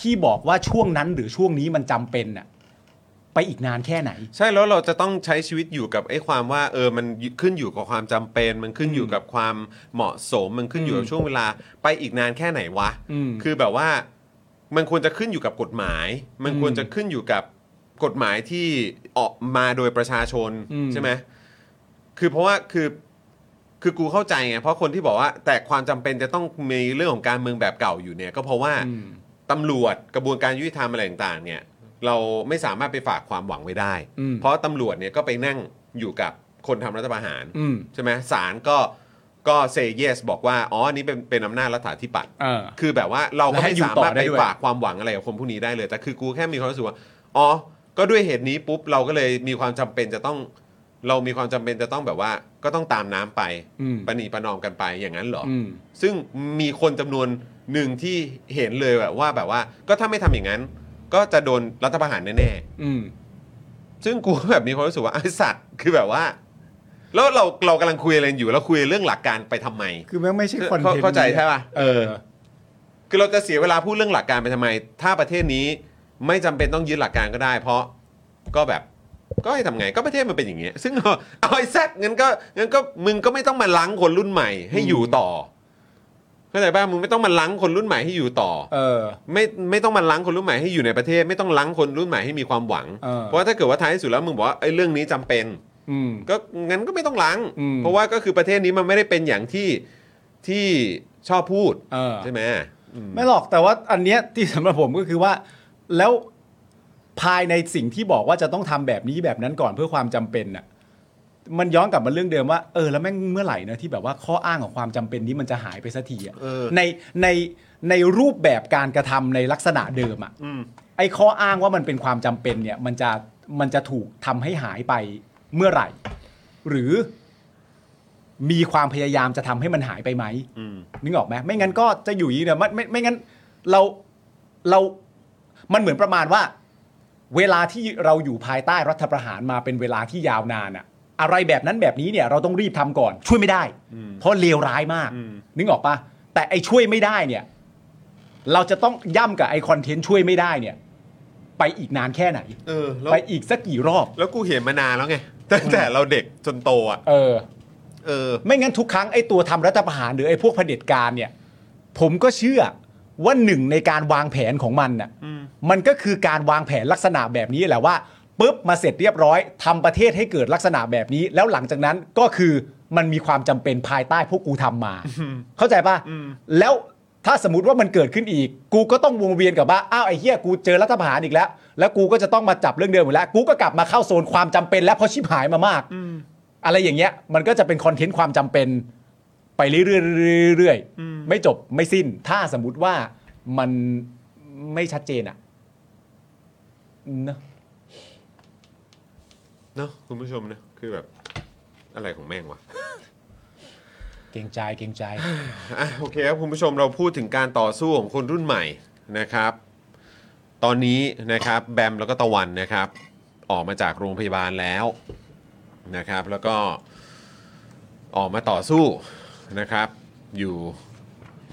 B: ที่บอกว่าช่วงนั้นหรือช่วงนี้มันจำเป็นอะไปอีกนานแค่ไหน
A: ใช่แล้วเราจะต้องใช้ชีวิตอยู่กับไอ้ความว่าเออมันขึ้นอยู่กับความจำเป็น มันขึ้นอยู่กับความเหมาะสม มันขึ้นอยู่กับช่วงเวลาไปอีกนานแค่ไหนวะ
B: อืม
A: คือแบบว่ามันควรจะขึ้นอยู่กับกฎหมาย มัน
B: อืม
A: ควรจะขึ้นอยู่กับกฎหมายที่ออกมาโดยประชาชน
B: อืม
A: ใช่ไหมคือเพราะว่าคือคือกูเข้าใจไงเพราะคนที่บอกว่า แต่ความจำเป็นจะต้องมีเรื่องของการเมืองแบบเก่าอยู่เนี่ย ก็เพราะว่า
B: อืม
A: ตำรวจกระบวนการยุติธรรมอะไรต่างๆเนี่ยเราไม่สามารถไปฝากความหวังไว้ได้
B: อืม
A: เพราะตำรวจเนี่ยก็ไปนั่งอยู่กับคนทำรัฐประหาร
B: อืม
A: ใช่ไหมศาลก็ก็เซเยสบอกว่า อ๋ออันนี้เป็นเป็นอำนาจรัฐาธิปัตย์
B: เออ
A: คือแบบว่าเราก็
B: และให้
A: ไม่
B: อยู่
A: สา
B: ต่อ
A: มารถ
B: ได้
A: ไป
B: ด้วย
A: ฝากความหวังอะไรกับคนพวกนี้ได้เลยแต่คือกูแค่มีความรู้สึกว่าอ๋อก็ด้วยเหตุนี้ปุ๊บเราก็เลยมีความจำเป็นจะต้อง เรามีความจำเป็นจะต้องแบบว่าก็ต้องตามน้ำไป
B: อืม
A: ประนีประนอมกันไปอย่างนั้นเหรอ
B: อืม
A: ซึ่งมีคนจำนวนหนึ่งที่เห็นเลยแบบว่าแบบว่า ก็ถ้าไม่ทำอย่างนั้น ก็จะโดนรัฐประหารแน่
B: อืม
A: ๆซึ่งกูแบบมีความรู้สึกว่าไอสัตว์คือแบบว่า แล้วเราเรากำลังคุยอะไรอยู่แล้วคุยเรื่องหลักการไปทำไม
B: คือแม่งไม่ใช่คอนเทนต์
A: เข้าใจใช่ปะ
B: เออ
A: คือเราจะเสียเวลาพูดเรื่องหลักการไปทำไม ถ้าประเทศนี้ไม่จำเป็นต้องยึดหลักการก็ได้ เพราะก็แบบก็ให้ทำไงก็ประเทศมันเป็นอย่างเงี้ยซึ่งเราเอาไอ้แซดงั้นก็งั้นก็มึงก็ไม่ต้องมาล้างคนรุ่นใหม่ให้อยู่ต่อเข้าใจป่ะมึงไม่ต้องมาล้างคนรุ่นใหม่ให้อยู่ต่อ
B: เออ
A: ไม่ไม่ต้องมาล้างคนรุ่นใหม่ให้อยู่ในประเทศ ไม่ต้องล้างคนรุ่นใหม่ให้มีความหวัง
B: เออ
A: เพราะว่าถ้าเกิดว่าท้ายที่สุดแล้วมึงบอกว่าไอ้เรื่องนี้จำเป็น
B: อืม
A: ก็งั้นก็ไม่ต้องล้าง
B: อืม
A: เพราะว่าก็คือประเทศนี้มันไม่ได้เป็นอย่างที่ที่ชอบพูด
B: เออ
A: ใช่ไหมอืม
B: ไม่หรอกแต่ว่าอันเนี้ยที่สำหรับผมก็คือว่า แล้วภายในสิ่งที่บอกว่าจะต้องทำแบบนี้แบบนั้นก่อนเพื่อความจำเป็นน่ะมันย้อนกลับมาเรื่องเดิมว่าเออแล้วแม่งเมื่อไหร่นะที่แบบว่าข้ออ้างของความจำเป็นนี้มันจะหายไปสักทีอะ
A: เออ
B: ในในในรูปแบบการกระทำในลักษณะเดิมอ่ะ
A: อืม
B: ไอ้ข้ออ้างว่ามันเป็นความจำเป็นเนี่ย มันจะมันจะถูกทำให้หายไปเมื่อไหร่ หรือมีความพยายามจะทำให้มันหายไปไหม
A: อืม
B: นึกออกไหมไม่งั้นก็จะอยู่อย่างนี้เนี่ยมันไม่ไม่งั้นเราเรา มันเหมือนประมาณว่า เวลาที่เราอยู่ภายใต้รัฐประหารมาเป็นเวลาที่ยาวนานอะอะไรแบบนั้นแบบนี้เนี่ย เราต้องรีบทำก่อน ช่วยไม่ได้
A: อืม
B: เพราะเลวร้ายมาก
A: อืม
B: นึกออกปะแต่ไอ้ช่วยไม่ได้เนี่ย เราจะต้องย่ำกับไอ้คอนเทนต์ช่วยไม่ได้เนี่ย ไปอีกนานแค่ไหน
A: เออแล้ว
B: ไปอีกสักกี่รอบ
A: แล้วกูเห็นมานานแล้วไงตั้งแต่เราเด็กจนโตอ่ะ
B: เออ
A: เออ
B: ไม่งั้นทุกครั้งไอ้ตัวทำรัฐประหารหรือไอ้พวกเผด็จการเนี่ย ผมก็เชื่อว่าหนึ่งในการวางแผนของมันน่ะ
A: อืม
B: มันก็คือการวางแผนลักษณะแบบนี้แหละว่าปุ๊บมาเสร็จเรียบร้อยทำประเทศให้เกิดลักษณะแบบนี้ แล้วหลังจากนั้นก็คือมันมีความจำเป็นภายใต้พวกกูทำมา เข้าใจปะแล้วถ้าสมมติว่ามันเกิดขึ้นอีก กูก็ต้องวงเวียนกับว่าอ้าวไอ้เหี้ยกูเจอรัฐประหารอีกแล้ว แล้วกูก็จะต้องมาจับเรื่องเดิมอีกแล้ว กูก็กลับมาเข้าโซนความจำเป็นแล้วเพราะชิบหายมามาก อะไรอย่างเงี้ยมันก็จะเป็นคอนเทนต์ความจำเป็นไปเรื่อยๆเรื่อยๆเรื่อยๆไม่จบไม่สิ้น ถ้าสมมุติว่ามันไม่ชัดเจนอะเนอะ
A: เนาะคุณผู้ชมนะคือแบบ อะไรของแม่งวะ
B: เกรงใจเกรงใจ
A: อ่ะโอเคครับคุณผู้ชมเราพูดถึงการต่อสู้ของคนรุ่นใหม่นะครับ ตอนนี้นะครับแบมแล้วก็ตะวันนะครับ ออกมาจากโรงพยาบาลแล้วนะครับ แล้วก็ออกมาต่อสู้นะครับ อยู่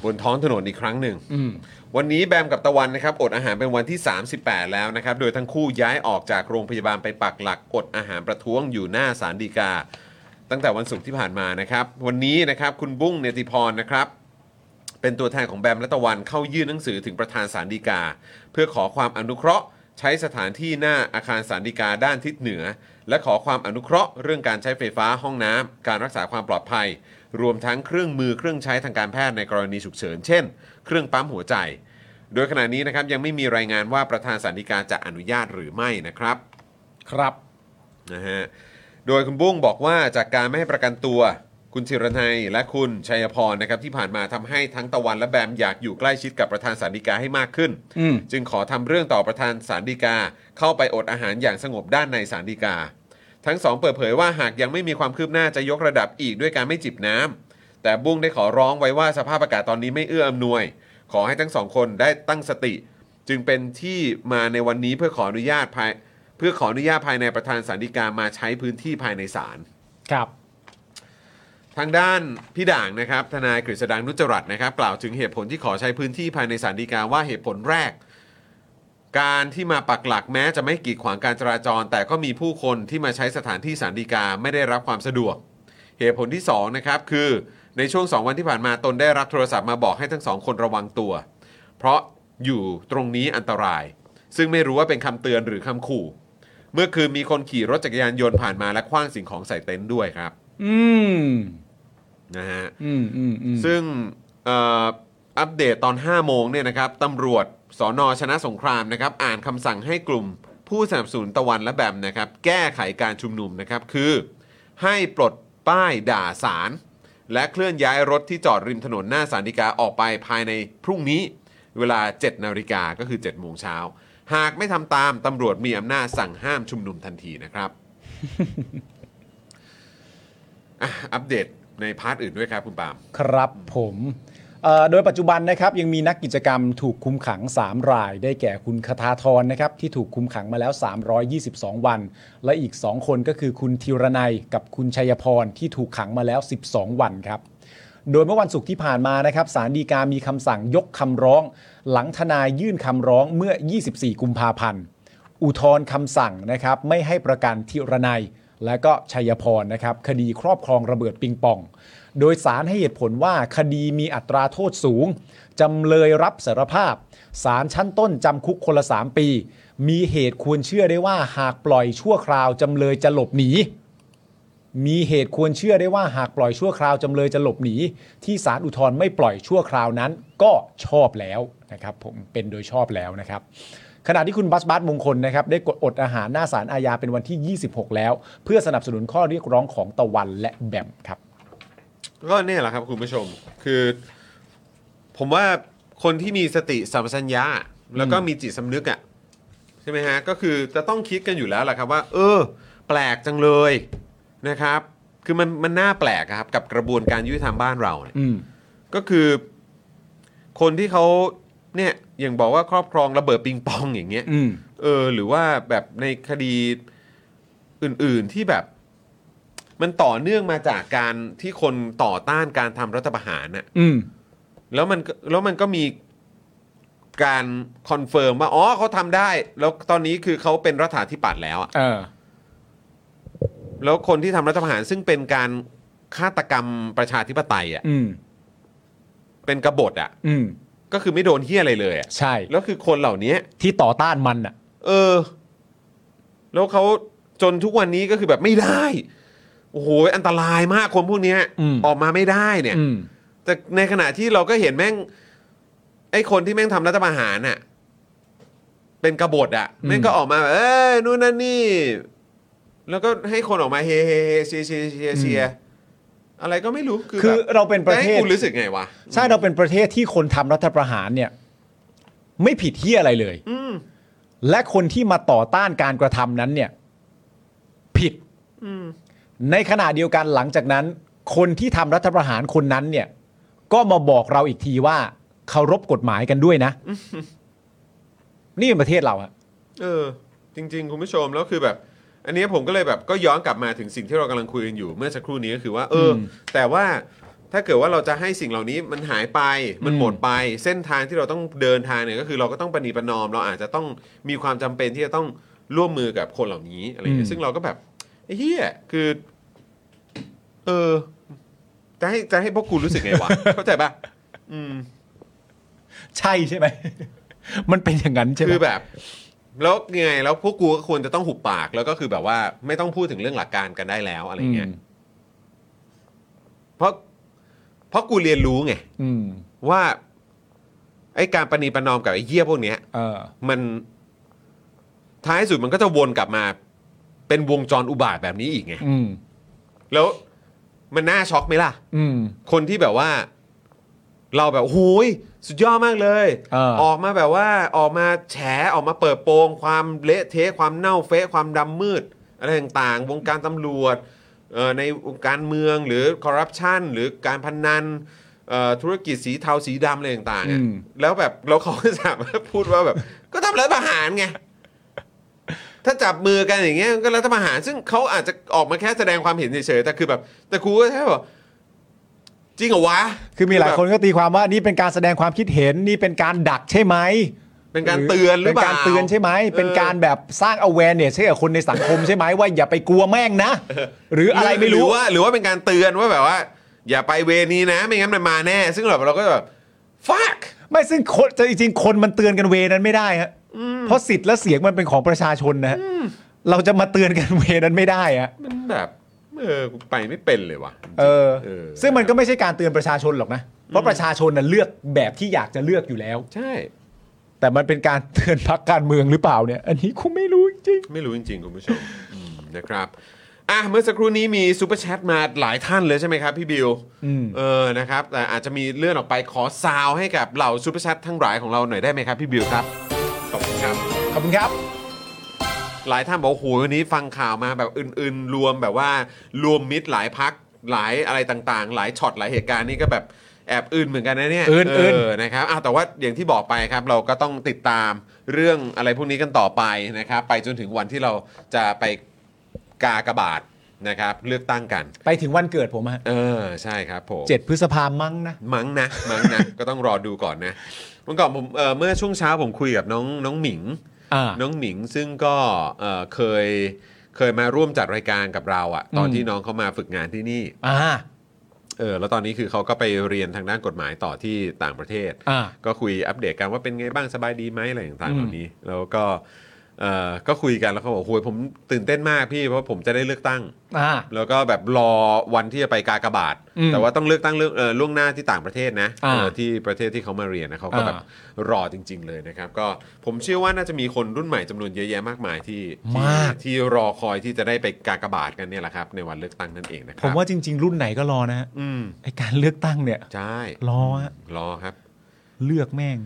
A: บนท้องถนนอีกครั้งหนึ่ง
B: อืม
A: วันนี้แบมกับตะวันนะครับอดอาหารเป็นวันที่ 38 แล้วนะครับ โดยทั้งคู่ย้ายออกจากโรงพยาบาลไปปักหลักอดอาหารประท้วงอยู่หน้าศาลฎีกา ตั้งแต่วันศุกร์ที่ผ่านมานะครับ วันนี้นะครับคุณบุ้งเนติพรนะครับ เป็นตัวแทนของแบมและตะวันเข้ายื่นหนังสือถึงประธานศาลฎีกา เพื่อขอความอนุเคราะห์ ใช้สถานที่หน้าอาคารศาลฎีกาด้านทิศเหนือ และขอความอนุเคราะห์เรื่องการใช้ไฟฟ้าห้องน้ำการรักษาความปลอดภัย รวมทั้งเครื่องมือเครื่องใช้ทางการแพทย์ในกรณีฉุกเฉินเช่น เครื่องปั๊มหัวใจ โดยขณะนี้นะครับยังไม่มีรายงานว่าประธานสันติกาจะอนุญาตหรือไม่นะครับ
B: ครับ
A: นะฮะโดยคุณบุ้งบอกว่าจากการไม่ให้ประกันตัว คุณธีรนัยและคุณชัยพรนะครับที่ผ่านมาทำให้ทั้งตะวันและแบมอยากอยู่ใกล้ชิดกับประธานสันติกาให้มากขึ้น
B: อืม
A: จึงขอทำเรื่องต่อประธานสารดีกา เข้าไปอดอาหารอย่างสงบด้านในสารดีกา ทั้งสองเปิดเผยว่าหากยังไม่มีความคืบหน้าจะยกระดับอีกด้วยการไม่จิบน้ำแต่บุ้งได้ขอร้องไว้ว่าสภาพอากาศตอนนี้ไม่เอื้ออำนวย ขอให้ทั้งสองคนได้ตั้งสติ จึงเป็นที่มาในวันนี้เพื่อขออนุญาตภายเพื่อขออนุญาตภายในประธานสารดีกามาใช้พื้นที่ภายในศาล
B: ครับ
A: ทางด้านพี่ด่างนะครับทนายกฤษดังนุจจรัตน์นะครับ กล่าวถึงเหตุผลที่ขอใช้พื้นที่ภายในศาลฎีกาว่าเหตุผลแรก การที่มาปักหลักแม้จะไม่กีดขวางการจราจร แต่ก็มีผู้คนที่มาใช้สถานที่ศาลฎีกาไม่ได้รับความสะดวก เหตุผลที่สองนะครับคือในช่วงสองวันที่ผ่านมาตนได้รับโทรศัพท์มาบอกให้ทั้งสองคนระวังตัว เพราะอยู่ตรงนี้อันตราย ซึ่งไม่รู้ว่าเป็นคำเตือนหรือคำขู่ เมื่อคืนมีคนขี่รถจักรยานยนต์ผ่านมาและคว้างสิ่งของใส่เต็นท์ด้วยครับ
B: อืม
A: นะฮะ
B: อืมอืมอืม
A: ซึ่งเอ่ออัปเดตตอน 5 โมงเนี่ยนะครับตำรวจสอนอชนะสงครามนะครับ อ่านคำสั่งให้กลุ่มผู้สนับสนุนตะวันและแบมนะครับ แก้ไขการชุมนุมนะครับ คือ ให้ปลดป้ายด่าสารและเคลื่อนย้ายรถที่จอดริมถนนหน้าสารดิกาออกไปภายในพรุ่งนี้ เวลา 7 นาฬิกาก็คือ 7 โมงเช้า หากไม่ทำตามตำรวจมีอำนาจสั่งห้ามชุมนุมทันทีนะครับ อ่ะอัปเดตในพาร์ทอื่นด้วยครับคุณปาล์ม
B: ครับผมเอ่อโดยปัจจุบันนะครับยังมีนักกิจกรรมถูกคุมขัง 3 ราย ได้แก่คุณคทาธรนะครับที่ถูกคุมขังมาแล้ว 322 วัน และอีก 2 คนก็คือคุณธีรนัยกับคุณชัยพรที่ถูกขังมาแล้ว 12 วันครับ โดยเมื่อวันศุกร์ที่ผ่านมานะครับสารดีกามีคำสั่งยกคำร้อง หลังทนายยื่นคำร้องเมื่อ 24 กุมภาพันธ์ อุทธรณ์คำสั่งนะครับไม่ให้ประกันธิรนัย และก็ชัยพรนะครับคดีครอบครองระเบิดปิงปอง โดยสารให้เหตุผลว่าคดีมีอัตราโทษสูง จำเลยรับสารภาพ สารชั้นต้นจำคุกคนละ 3 ปี มีเหตุควรเชื่อได้ว่าหากปล่อยชั่วคราวจำเลยจะหลบหนี มีเหตุควรเชื่อได้ว่าหากปล่อยชั่วคราวจำเลยจะหลบหนี ที่ศาลอุทธรณ์ไม่ปล่อยชั่วคราวนั้น ก็ชอบแล้วนะครับผมเป็นโดยชอบแล้วนะครับ ขณะที่คุณบัสบัสมงคลนะครับได้กดอดอาหารหน้าศาลอาญาเป็นวันที่ 26 แล้ว เพื่อสนับสนุนข้อเรียกร้องของตะวันและแบมครับ
A: ก็เนี่ยแหละครับคุณผู้ชมคือผมว่าคนที่มีสติสัมปชัญญะแล้วก็มีจิตสำนึกอะ่ะใช่ไหมฮะก็คือจะต้องคิดกันอยู่แล้วแหละครับว่า เออ แปลกจังเลยนะครับ คือมันมันน่าแปลกอะครับ กับกระบวนการยุติธรรมบ้านเราเนี่ย
B: อืม
A: ก็คือคนที่เขาเนี่ยอย่างบอกว่าครอบครองระเบิดปิงปองอย่างเงี้ย
B: อืม
A: เออ หรือว่าแบบในคดีอื่น ๆที่แบบ มันต่อเนื่องมาจากการที่คนต่อต้านการทำรัฐประหารน่ะ
B: อืม
A: แล้วมันก็แล้วมันก็มีการคอนเฟิร์มว่าอ๋อเขาทำได้ แล้วตอนนี้คือเขาเป็นรัฐาธิปัตย์แล้วอะ
B: เออ
A: แล้วคนที่ทำรัฐประหารซึ่งเป็นการฆาตกรรมประชาธิปไตยอ่ะ
B: อืม
A: เป็นกบฏอ่ะ
B: อืม
A: ก็คือไม่โดนเฮี้ยอะไรเลยอ่ะ
B: ใช่
A: แล้วคือคนเหล่านี้
B: ที่ต่อต้านมันอ่ะ
A: เออ แล้วเขาจนทุกวันนี้ก็คือแบบไม่ได้ โอ้โหอันตรายมากคนพวกเนี้ย
B: อืม
A: ออกมาไม่ได้เนี่ย
B: อืม
A: แต่ในขณะที่เราก็เห็นแม่ง ไอ้คนที่แม่งทำรัฐประหารน่ะ เป็นกบฏอ่ะ
B: อืม
A: แม่งก็ออกมาแบบเอ้ยนู่นนั่นนี่ แล้วก็ให้คนออกมาเฮเฮเฮเชียร์เชียร์เชียร์เชียร์อะไรก็ไม่รู้คือ
B: คือ
A: แบบ
B: เราเป็นประ
A: จะ
B: เท
A: ให้
B: ศ
A: กูรู้สึกไงวะ
B: ใช่เราเป็นประเทศที่คนทำรัฐประหารเนี่ย ไม่ผิดเฮียอะไรเลย
A: อืม
B: และคนที่มาต่อต้านการกระทำนั้นเนี่ย ผิด
A: อืม
B: ในขณะเดียวกันหลังจากนั้น คนที่ทำรัฐประหารคนนั้นเนี่ย ก็มาบอกเราอีกทีว่าเคารพกฎหมายกันด้วยนะ นี่เป็นประเทศเราอะ
A: เออ จริง ๆ คุณผู้ชมแล้วคือแบบ อันนี้ผมก็เลยแบบก็ย้อนกลับมาถึงสิ่งที่เรากำลังคุยกันอยู่เมื่อสักครู่นี้ก็คือว่า เอออแต่ว่าถ้าเกิดว่าเราจะให้สิ่งเหล่านี้มันหายไปมันหมดไป เส้นทางที่เราต้องเดินทางเนี่ยก็คือเราก็ต้องประนีประนอม เราอาจจะต้องมีความจำเป็นที่จะต้องร่วมมือกับคนเหล่านี้อะไรอย่างเงี้ยซึ่งเราก็แบบไอ้เฮียคือ เออ จะให้จะให้พวกกูรู้สึกไงวะ เข้าใจปะอืม
B: ใช่ใช่ไหม มันเป็นอย่างนั้นใช่ไหม
A: คือแบบ แล้วยังไงแล้วพวกกูก็ควรจะต้องหุบปากแล้วก็คือแบบว่าไม่ต้องพูดถึงเรื่องหลักการกันได้แล้วอะไรเงี้ย
B: ม
A: เพราะเพราะกูเรียนรู้ไง
B: อืม
A: ว่า ไอ้การประนีประนอมกับไอ้เหี้ยพวกเนี้ย
B: เออ
A: มันท้ายสุดมันก็จะวนกลับมา เป็นวงจรอุบาทแบบนี้อีกไง
B: อืม
A: แล้วมันน่าช็อกไหมล่ะ
B: อืม
A: คนที่แบบว่า เราแบบโอ้โหยสุดยอดมากเลย
B: เออ
A: ออกมาแบบว่าออกมาแฉออกมาเปิดโปง ความเละเทะความเน่าเฟะความดำมืด อะไรต่างๆ วงการตำรวจเอ่อในวงการเมืองหรือคอร์รัปชันหรือการพนันเอ่อธุรกิจสีเทาสีดำอะไรต่างๆอะ
B: อืม
A: แล้วแบบเราเขาก็สามารถพูดว่าแบบ ก็ทำรัฐประหารไง ถ้าจับมือกันอย่างเงี้ยก็รัฐประหาร ซึ่งเขาอาจจะออกมาแค่แสดงความเห็นเฉยๆแต่คือแบบ แต่ครูก็แค่บอกจริงเหรอวะ
B: คือมีหลายคนก็ตีความว่านี่เป็นการแสดงความคิดเห็นนี่เป็นการดักใช่ไหม
A: เป็นการเตือนหรือเปล่า
B: เป็นการเตือนใช่ไหม
A: เออ
B: เป็นการแบบสร้าง awareness ให้กับคนในสังคมใช่ไหมว่าอย่าไปกลัวแม่งนะ หรืออะไรไม่
A: ห
B: รู้
A: ว่า หรือว่าเป็นการเตือนว่าแบบว่า อย่าไปเวนี้นะ ไม่งั้นมันมาแน่ ซึ่งแบบเราก็แบบ fuck
B: ไม่ซึ่งคนจริงๆคนมันเตือนกันเวนั้นไม่ได้ฮะเพราะสิทธิ์และเสียงมันเป็นของประชาชนนะฮะเราจะมาเตือนกันเวนั้นไม่ได้อะ
A: มันแบบเออกูไปไม่เป็นเลยว่ะ
B: เออ
A: เออ
B: ซึ่งมันก็ไม่ใช่การเตือนประชาชนหรอกนะเพราะประชาชนน่ะเลือกแบบที่อยากจะเลือกอยู่แล้ว
A: ใช่
B: แต่มันเป็นการเตือนพักการเมืองหรือเปล่าเนี่ย อันนี้กูไม่รู้จริง
A: ไม่รู้จริงๆ คุณผู้ชมอืมนะครับอ่ะเมื่อสักครู่นี้มีซูเปอร์แชทมาหลายท่านเลยใช่ไหมครับพี่บิว
B: อืม
A: เออนะครับแต่อาจจะมีเลื่อนออกไปขอซาวให้กับเหล่าซูเปอร์แชททั้งหลายของเราหน่อยได้ไหมครับพี่บิวครับขอบคุณครับ
B: ๆขอบคุณครับ
A: หลายท่านบอกว่าโอ้โหวันนี้ฟังข่าวมาแบบอื่นๆ รวมแบบว่ารวมมิตรหลายพัก หลายอะไรต่างๆ หลายช็อตหลายเหตุการณ์นี่ก็แบบแอบอื่นเหมือนกันนะเนี่ย
B: อื่น
A: เ
B: อื่น
A: นะครับอ่ะแต่ว่าอย่างที่บอกไปครับ เราก็ต้องติดตามเรื่องอะไรพวกนี้กันต่อไปนะครับ ไปจนถึงวันที่เราจะไปกากบาทนะครับ เลือกตั้งกัน
B: ไปถึงวันเกิดผมฮะ
A: เออใช่ครับผม
B: เจ็ดพฤษภามั้งนะ
A: มั้งนะมั้งนะ ก็ต้องรอดูก่อนนะเมื่อก่อนผมเอ่อเมื่อช่วงเช้าผมคุยกับน้องน้องหมิง
B: อ่า
A: น้องหมิงซึ่งก็เอ่อเคยเคยมาร่วมจัดรายการกับเราอะตอน
B: อืม
A: ที่น้องเขามาฝึกงานที่นี่
B: อ่า
A: เออแล้วตอนนี้คือเขาก็ไปเรียนทางด้านกฎหมายต่อที่ต่างประเทศ
B: อ่า
A: ก็คุยอัปเดตกันว่าเป็นไงบ้างสบายดีไหมอะไรต่างๆ
B: อืม
A: เหล่านี้ แล้วก็เอ่อก็คุยกันแล้วเขาบอกโอ้ยผมตื่นเต้นมากพี่เพราะผมจะได้เลือกตั้ง
B: อ่า
A: แล้วก็แบบรอวันที่จะไปกากบาท
B: อืม
A: แต่ว่าต้องเลือกตั้งเลือกเอ่อล่วงหน้าที่ต่างประเทศนะ
B: อ่า
A: เออที่ประเทศที่เขามาเรียนนะเขาก็
B: อ่า
A: แบบรอจริง ๆ เลยนะครับ ก็ผมเชื่อว่าน่าจะมีคนรุ่นใหม่จำนวนเยอะแยะมากมายที่ที่ที่รอคอยที่จะได้ไปกากบาทกันเนี่ยแหละครับ ในวันเลือกตั้งนั่นเองนะค
B: ผ
A: รั
B: มว่าจริง ๆ รุ่นไหนก็รอนะฮะ
A: อืม
B: ไอการเลือกตั้งเนี่ย
A: ใช่
B: รอฮะ
A: รอครับ
B: เลือกแม่ง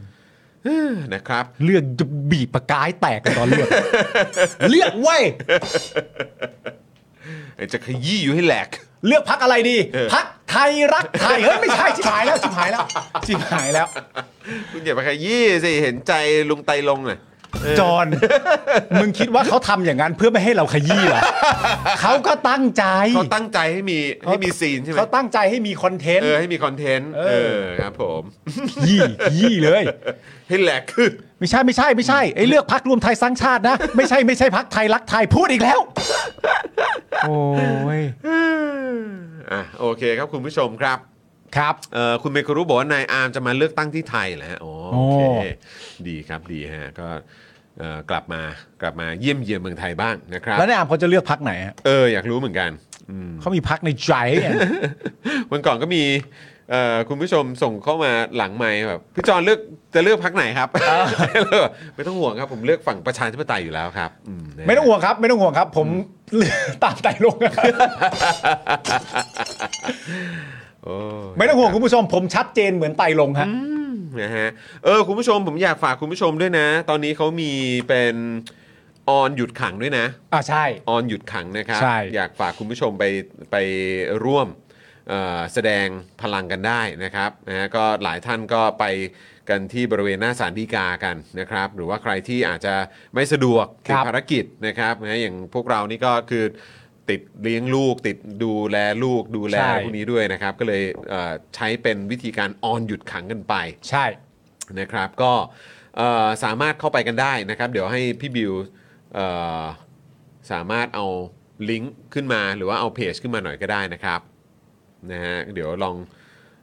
A: เออนะครับ
B: เลือกจะบีบปากกายแตกกันตอนเลือก เลือกเว้ย
A: จะขยี้อยู่ให้แหลก
B: เลือกพักอะไรดี
A: เออ
B: พักไทยรักไทยเฮ้ยไม่ใช่ชิบหายแล้วชิบหายแล้วชิบหายแล้ว
A: คุณอย่าไปขยี้สิเห็นใจลุงไตลงหน่อย
B: จอนมึงคิดว่าเขาทำอย่างนั้นเพื่อไม่ให้เราขยี้เหรอ เขาก็ตั้งใจ
A: เขาตั้งใจให้มีให้มีซีนใช่ไหม
B: เขาตั้งใจให้มีคอนเทนต์
A: เออให้มีคอนเทนต์
B: เออ
A: เออครับผม
B: ยี่ยี่เลย
A: ให้แหลกคือ
B: ไม่ใช่ไม่ใช่ไม่ใช่ไอ้เลือกพักรวมไทยสร้างชาตินะ ไม่ใช่ไม่ใช่พักไทยรักไทยพูดอีกแล้ว โอ้ย
A: อ่ะโอเคครับคุณผู้ชมครับ
B: ครับ
A: เอ่อคุณเมครู้บอกว่านายอาร์มจะมาเลือกตั้งที่ไทยแหละโอโอเค
B: โอ้
A: ดีครับดีฮะก็เอ่อกลับมากลับมาเยี่ยมเยียนเมืองไทยบ้างนะครับ
B: แล้วในอามเขาจะเลือกพักไหนฮะ
A: เอออยากรู้เหมือนกันอืม
B: เขามีพักในใจ อะ
A: วันก่อนก็มีเอ่อคุณผู้ชมส่งเข้ามาหลังไมค์แบบพี่จอนเลือกจะเลือกพักไหน ครับ ไม่ต้องห่วงครับผมเลือกฝั่งประชาธิปไตยอยู่แล้วครับมนะ
B: ไม่ต้องห่วงครับ ไม่ต้องห่วงครับ ผม เลือกตามใจลงครับ
A: โอ้ย
B: ไม่ต้องห่วงคุณผู้ชมผมชัดเจนเหมือนไตลงฮะ
A: นะฮะเออคุณผู้ชมผมอยากฝากคุณผู้ชมด้วยนะ ตอนนี้เขามีเป็นออนหยุดขังด้วยนะ
B: อ่าใช่
A: ออนหยุดขังนะครับ
B: ใช่
A: อยากฝากคุณผู้ชมไปไปร่วมเอ่อแสดงพลังกันได้นะครับนะฮะก็หลายท่านก็ไปกันที่บริเวณหน้าศาลฎีกากันนะครับ หรือว่าใครที่อาจจะไม่สะดวกติด
B: ครับ
A: ภารกิจนะครับนะฮะอย่างพวกเรานี่ก็คือติดเลี้ยงลูก ติดดูแลลูกดูแล
B: ใช่
A: พวกนี้ด้วยนะครับ ก็เลยเอ่อใช้เป็นวิธีการออนหยุดขังกันไป
B: ใช่
A: นะครับก็เอ่อสามารถเข้าไปกันได้นะครับ เดี๋ยวให้พี่บิวเอ่อสามารถเอาลิงก์ขึ้นมาหรือว่าเอาเพจขึ้นมาหน่อยก็ได้นะครับนะฮะเดี๋ยวลอง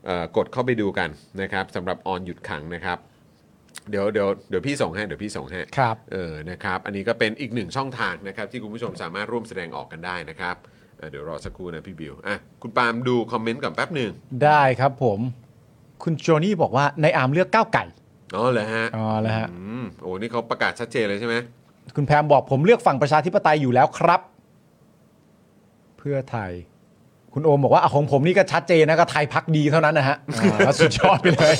A: เออกดเข้าไปดูกันนะครับสำหรับออนหยุดขังนะครับ เดี๋ยวเดี๋ยวเดี๋ยวพี่ส่งให้เดี๋ยวพี่ส่งให้
B: ครับ
A: เออนะครับอันนี้ก็เป็นอีกหนึ่งช่องทางนะครับ ที่คุณผู้ชมสามารถร่วมแสดงออกกันได้นะครับเอ่อเดี๋ยวรอสักครู่นะพี่บิวอ่ะคุณปาล์มดูคอมเมนต์ก่อนแป๊บหนึ่ง
B: ได้ครับผม คุณโจนี่บอกว่าในอามเลือกก้าวไก่
A: อ๋อเหรอฮะ
B: อ๋อแล้วฮะ
A: อืมโอ้นี่เขาประกาศชัดเจนเลยใช่ไหม
B: คุณแพมบอกผมเลือกฝั่งประชาธิปไตยอยู่แล้วครับ เพื่อไทย คุณโอมบอกว่าอะของผมนี่ก็ชัดเจนนะก็ไทยพักดีเท่านั้นนะฮะอ่าก็สุดยอดไปเลย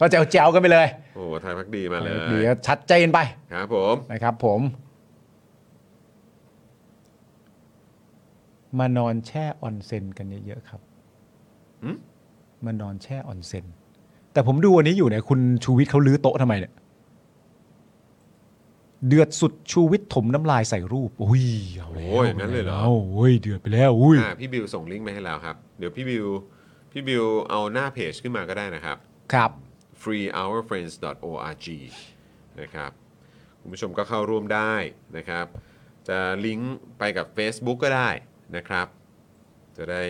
B: ก็แจวแจวๆกันไปเลย
A: โอ้โหไทยพักดีมาเลย
B: ดีก็ชัดเจนไป
A: ครับผม
B: นะครับผม มานอนแช่ออนเซ็นกันเยอะๆครับมานอนแช่ออนเซ็นแต่ผมดูอันนี้อยู่เนี่ยคุณชูวิทย์เขาลื้อโต๊ะทำไมเนี่ย เดือดสุดชูวิทย์ถมน้ำลายใส่รูปอุ้ยเอาแล้ว
A: โอ้ยงั้นเลยเหรอ
B: เอาโอ้ยเดือดไปแล้วอุ้ย
A: อ่าพี่บิวส่งลิงก์มาให้แล้วครับ เดี๋ยวพี่บิวพี่บิวเอาหน้าเพจขึ้นมาก็ได้นะครับ
B: ครับ
A: freeourfriends.org นะครับคุณผู้ชมก็เข้าร่วมได้นะครับ จะลิงก์ไปกับ Facebook ก็ได้นะครับ จะได้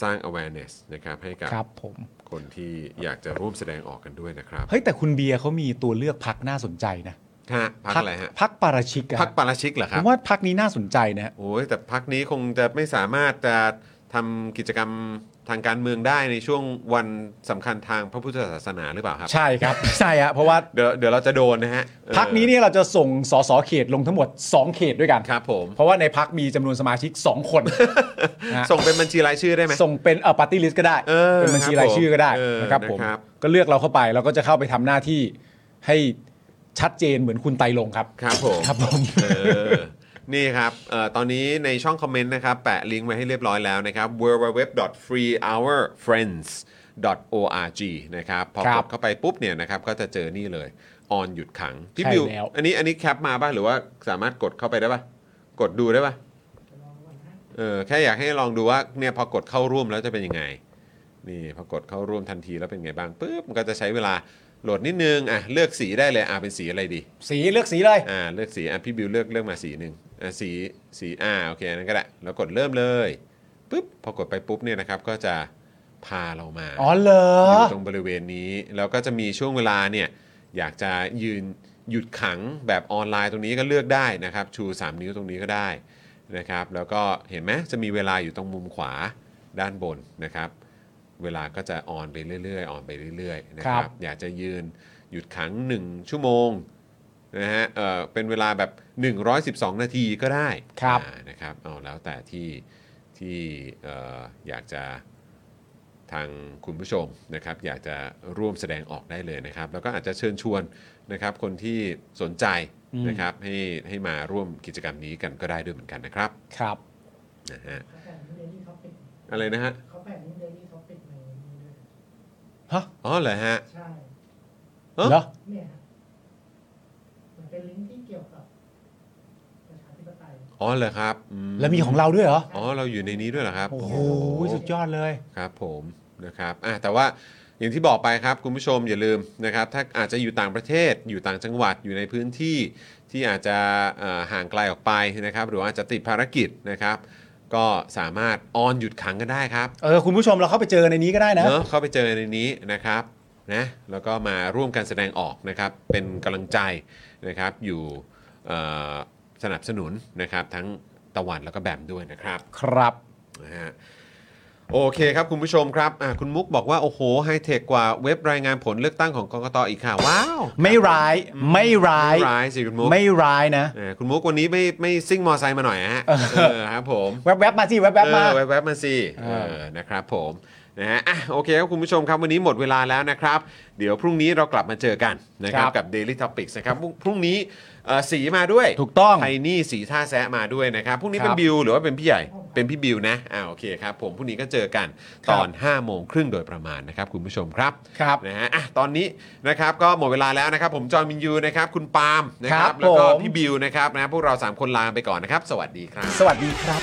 A: สร้าง awareness นะครับให้กับ
B: ครับผม
A: คนที่อยากจะร่วมแสดงออกกันด้วยนะครับ
B: เฮ้ย แต่คุณเบียร์เขามีตัวเลือกพักน่าสนใจนะ
A: ฮะพักอะไรฮะ
B: พักปาราชิกอะ
A: พักปาราชิกเหรอค
B: ผ
A: รับ
B: มว่าพักนี้น่าสนใจนะฮะ
A: โอ้ยแต่พักนี้คงจะไม่สามารถจะทำกิจกรรมทางการเมืองได้ในช่วงวันสำคัญทางพระพุทธศาสนาหรือเปล่าครับ
B: ใช่ครับ ใช่ฮะเพราะว่า
A: เดี๋ยวเดี๋ยวเราจะโดนนะฮะเออ
B: พักนี้เนี่ยเราจะส่งสสเขตลงทั้งหมด 2 เขตด้วยกัน
A: ครับผม
B: เพราะว่าในพักมีจำนวนสมาชิก 2คน ฮะ
A: ส่งเป็นบัญชีรายชื่อได้ไหม
B: ส่งเป็นเออปาร์ตี้ลิสต์ก็ได้
A: เออ
B: เป็นบัญชีรายชื่อก็ได้
A: เออ
B: นะครับผม
A: นะครับ
B: ก็เลือกเราเข้าไปเราก็จะเข้าไปทำหน้าที่ให้ชัดเจนเหมือนคุณไตลงครับ
A: ครับผม
B: ครับผม
A: เออ นี่ครับเออตอนนี้ในช่องคอมเมนต์นะครับ แปะลิงก์ไว้ให้เรียบร้อยแล้วนะครับ www.freehourfriends.org นะครับพอ
B: ค
A: ก
B: รั
A: ด
B: บ
A: เข้าไปปุ๊บเนี่ยนะครับก็จะเจอนี่เลยออนหยุดขังพี่
B: ใช่
A: บิว
B: แล้ว
A: อันนี้อันนี้แคปมาป่ะหรือว่าสามารถกดเข้าไปได้ป่ะ กดดูได้ป่ะเออแค่อยากให้ลองดูว่าเนี่ยพอกดเข้าร่วมแล้วจะเป็นยังไง นี่พอกดเข้าร่วมทันทีแล้วเป็นไงบ้างปุ๊บมันก็จะใช้เวลาโหลดนิดนึงอ่ะเลือกสีได้เลยอ่ะเป็นสีอะไรดี
B: สีเลือกสีเลย
A: อ่าเลือกสีอ่ะพี่บิวเลือกเลือกมาสีหนึ่งอ่ะสีสีอ่าโอเคอันนั้นก็ได้แล้วกดเริ่มเลยปุ๊บพอกดไปปุ๊บเนี่ยนะครับก็จะพาเรามา
B: อ๋อเหรอ
A: อ
B: อ
A: ยู่ตรงบริเวณนี้แล้วก็จะมีช่วงเวลาเนี่ยอยากจะยืนหยุดขังแบบออนไลน์ตรงนี้ก็เลือกได้นะครับ ชู 3 นิ้วตรงนี้ก็ได้นะครับแล้วก็เห็นไหมจะมีเวลาอยู่ตรงมุมขวาด้านบนนะครับ เวลาก็จะออนไปเรื่อยๆออนไปเรื่อยๆนะค
B: ครั
A: รับ
B: บ
A: อยากจะยืนหยุดขัง 1 ชั่วโมง นะฮะ เออเป็นเวลาแบบ 112 นาทีก็ได้
B: ครับ
A: อ่านะครับ เอาแล้วแต่ที่ที่เอ่ออยากจะทางคุณผู้ชมนะครับ อยากจะร่วมแสดงออกได้เลยนะครับ แล้วก็อาจจะเชิญชวนนะครับ คนที่สนใจนะครับให้ให้มาร่วมกิจกรรมนี้กันก็ได้ด้วยเหมือนกันนะครับ
B: ครับ
A: นะฮะ อะไรนะฮะ
J: เขาแปะนิ้วเดลี่ท็อปิกในนี้ด้วย
B: ฮะ
A: อ๋อเหรอฮะ
J: ใช่
A: เอ้อ
B: เหรอ
J: เนี่ยฮะมันเป็นลิงก์ที่เกี่ยวกับประชาธิปไตย
A: อ๋อเหรอครับอื
B: แล้วมีของเราด้วยเหรอ
A: อ๋อ เราอยู่ในนี้ด้วยเหรอครับ
B: โอ้โห สุดยอดเลย
A: ครับผมนะครับอ่ะแต่ว่าอย่างที่บอกไปครับคุณผู้ชมอย่าลืมนะครับ ถ้าอาจจะอยู่ต่างประเทศ อยู่ต่างจังหวัดอยู่ในพื้นที่ที่อาจจะเอ่อห่างไกลออกไปนะครับ หรือว่าอาจจะติดภารกิจนะครับ ก็สามารถออนหยุดขังกันได้ครับ
B: เออ คุณผู้ชมเราเข้าไปเจอในนี้ก็ได้นะ
A: เนอะเข้าไปเจอในนี้นะครับนะแล้วก็มาร่วมกันแสดงออกนะครับ เป็นกำลังใจนะครับ อยู่เอ่อสนับสนุนนะครับ ทั้งตะวันแล้วก็แบมด้วยนะครับ
B: ครับ
A: นะฮะโอเคครับ คุณผู้ชมครับอ่ะคุณมุกบอกว่า โอ้โหไฮเทคกว่าเว็บรายงานผลเลือกตั้งของกกตอีกค่ะ ว้าว
B: ไม่ร้าย ไม่ร้าย
A: ไม่ร้ายสิคุณมุก
B: ไม่ร้ายนะ
A: เออคุณมุกวันนี้ไม่ไม่ซิ่งมอไซค์มาหน่อยฮะเออครับผม
B: แวบๆมาสิแวบๆมา
A: เออแวบๆมาสิ
B: เอ
A: เอ
B: อ
A: อนะครับผมนะฮะอ่ะโอเคครับคุณผู้ชมครับวันนี้หมดเวลาแล้วนะครับ เดี๋ยวพรุ่งนี้เรากลับมาเจอกันนะครับกับ Daily Topics นะครับพรุ่งพรุ่งนี้เอ่อสีมาด้วย
B: ถูกต้อง
A: ไทนี่สีท่าแซะมาด้วยนะครับ พรุ่งนี้
B: ครับ
A: เป็นบิวหรือว่าเป็นพี่ใหญ่ เป็นพี่บิวนะอ่าโอเคครับ ผมพรุ่งนี้ก็เจอกันตอน5โมงครึ่งโดยประมาณนะครับ คุณผู้ชมครับ
B: ครับ
A: นะฮะอ่ะตอนนี้นะครับก็หมดเวลาแล้วนะครับ ผมจอห์นมินยูนะครับ คุณปาล์มนะครั
B: ครับ
A: แล้วก็
B: ผม
A: พี่บิวนะครับนะพวกเราสามคนลาไปก่อนนะครับ สวัสดีครับ
B: สวัสดีครับ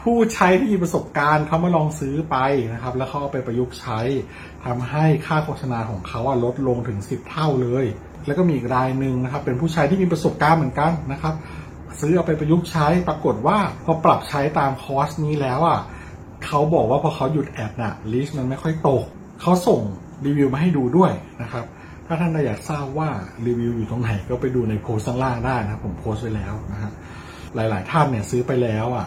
K: ผู้ใช้ที่มีประสบการณ์เขามาลองซื้อไปนะครับ แล้วเขาเอาไปประยุกต์ใช้ทำให้ค่าโฆษณาของเขาอะลดลงถึง 10 เท่าเลย แล้วก็มีอีกรายหนึ่งนะครับ เป็นผู้ใช้ที่มีประสบการณ์เหมือนกันนะครับ ซื้อเอาไปประยุกต์ใช้ปรากฏว่าพอปรับใช้ตามคอร์สนี้แล้วอ่ะเขาบอกว่าพอเขาหยุดแอดน่ะลิสต์มันไม่ค่อยตกเขาส่งรีวิวมาให้ดูด้วยนะครับ ถ้าท่านอยากทราบว่ารีวิวอยู่ตรงไหนก็ไปดูในโพสต์ข้างล่างได้นะครับผมโพสต์ไว้แล้วนะครับ หลาย ๆ ท่านเนี่ยซื้อไปแล้วอ่ะ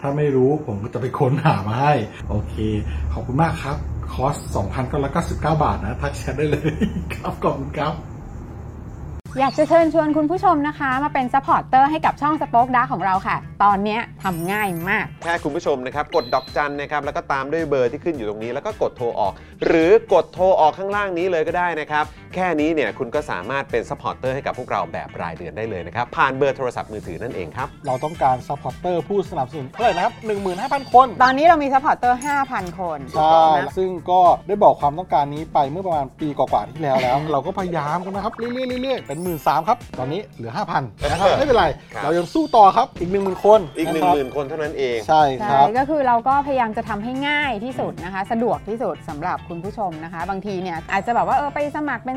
K: ถ้าไม่รู้ผมก็จะไปค้นหามาให้ โอเค ขอบคุณมากครับ คอร์ส 2,999 บาทนะ ทักแชทได้เลยครับ ขอบคุณครับ
L: อยากจะเชิญชวนคุณผู้ชมนะคะ มาเป็นซัพพอร์ตเตอร์ให้กับช่องสป็อคดาของเราค่ะ ตอนเนี้ยทำง่ายมาก
A: แค่คุณผู้ชมนะครับ กดดอกจันนะครับ แล้วก็ตามด้วยเบอร์ที่ขึ้นอยู่ตรงนี้ แล้วก็กดโทรออก หรือกดโทรออกข้างล่างนี้เลยก็ได้นะครับ แค่นี้เนี่ยคุณก็สามารถเป็นซัพพอร์ตเตอร์ให้กับพวกเราแบบรายเดือนได้เลยนะครับ ผ่านเบอร์โทรศัพท์มือถือนั่นเองครับ
H: เราต้องการซัพพอร์เตอร์ผู้สนับสนุนเท่าไหร่นะครับ 15,000 คน
L: ตอนนี้เรามีซัพพอร์เตอร์ 5,000 คน
H: ใช่
L: นะ
H: ซึ่งก็ได้บอกความต้องการนี้ไปเมื่อประมาณปีกว่าๆที่แล้วแล้ว เราก็พยายามกันนะครับ เรื่อยๆเรื่อยๆเป็นหมื่นสามครับ ตอนนี้เหลือ 5,000นะครับ ไม่เป็นไร
A: ครับ
H: เรายังสู้ต่อครับ อีก 1 0,000 คน
A: อีก 1
H: ะครับ
A: 0,000 คนเท่านั้นเอง
H: ใช่
L: ใช่ก็คือเราก็พยายามจะทำให้ง่ายที่สุดนะคะ สะดวกที่สุดสำหรับคุณผู้ชมนะคะ บางทีเนี่ยอาจจะแบบว่าเออไปสมัครเป็น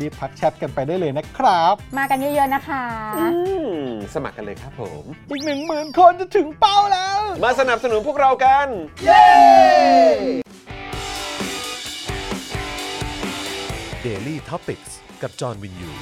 H: รีบทักแชทกันไปได้เลยนะครับ
L: มากันเยอะๆนะคะ
A: อืมสมัครกันเลยครับผม
H: อีก 1 0,000 คนจะถึงเป้าแล้ว
A: มาสนับสนุนพวกเรากัน
B: Daily t o p i c กกับจอห์นวินยู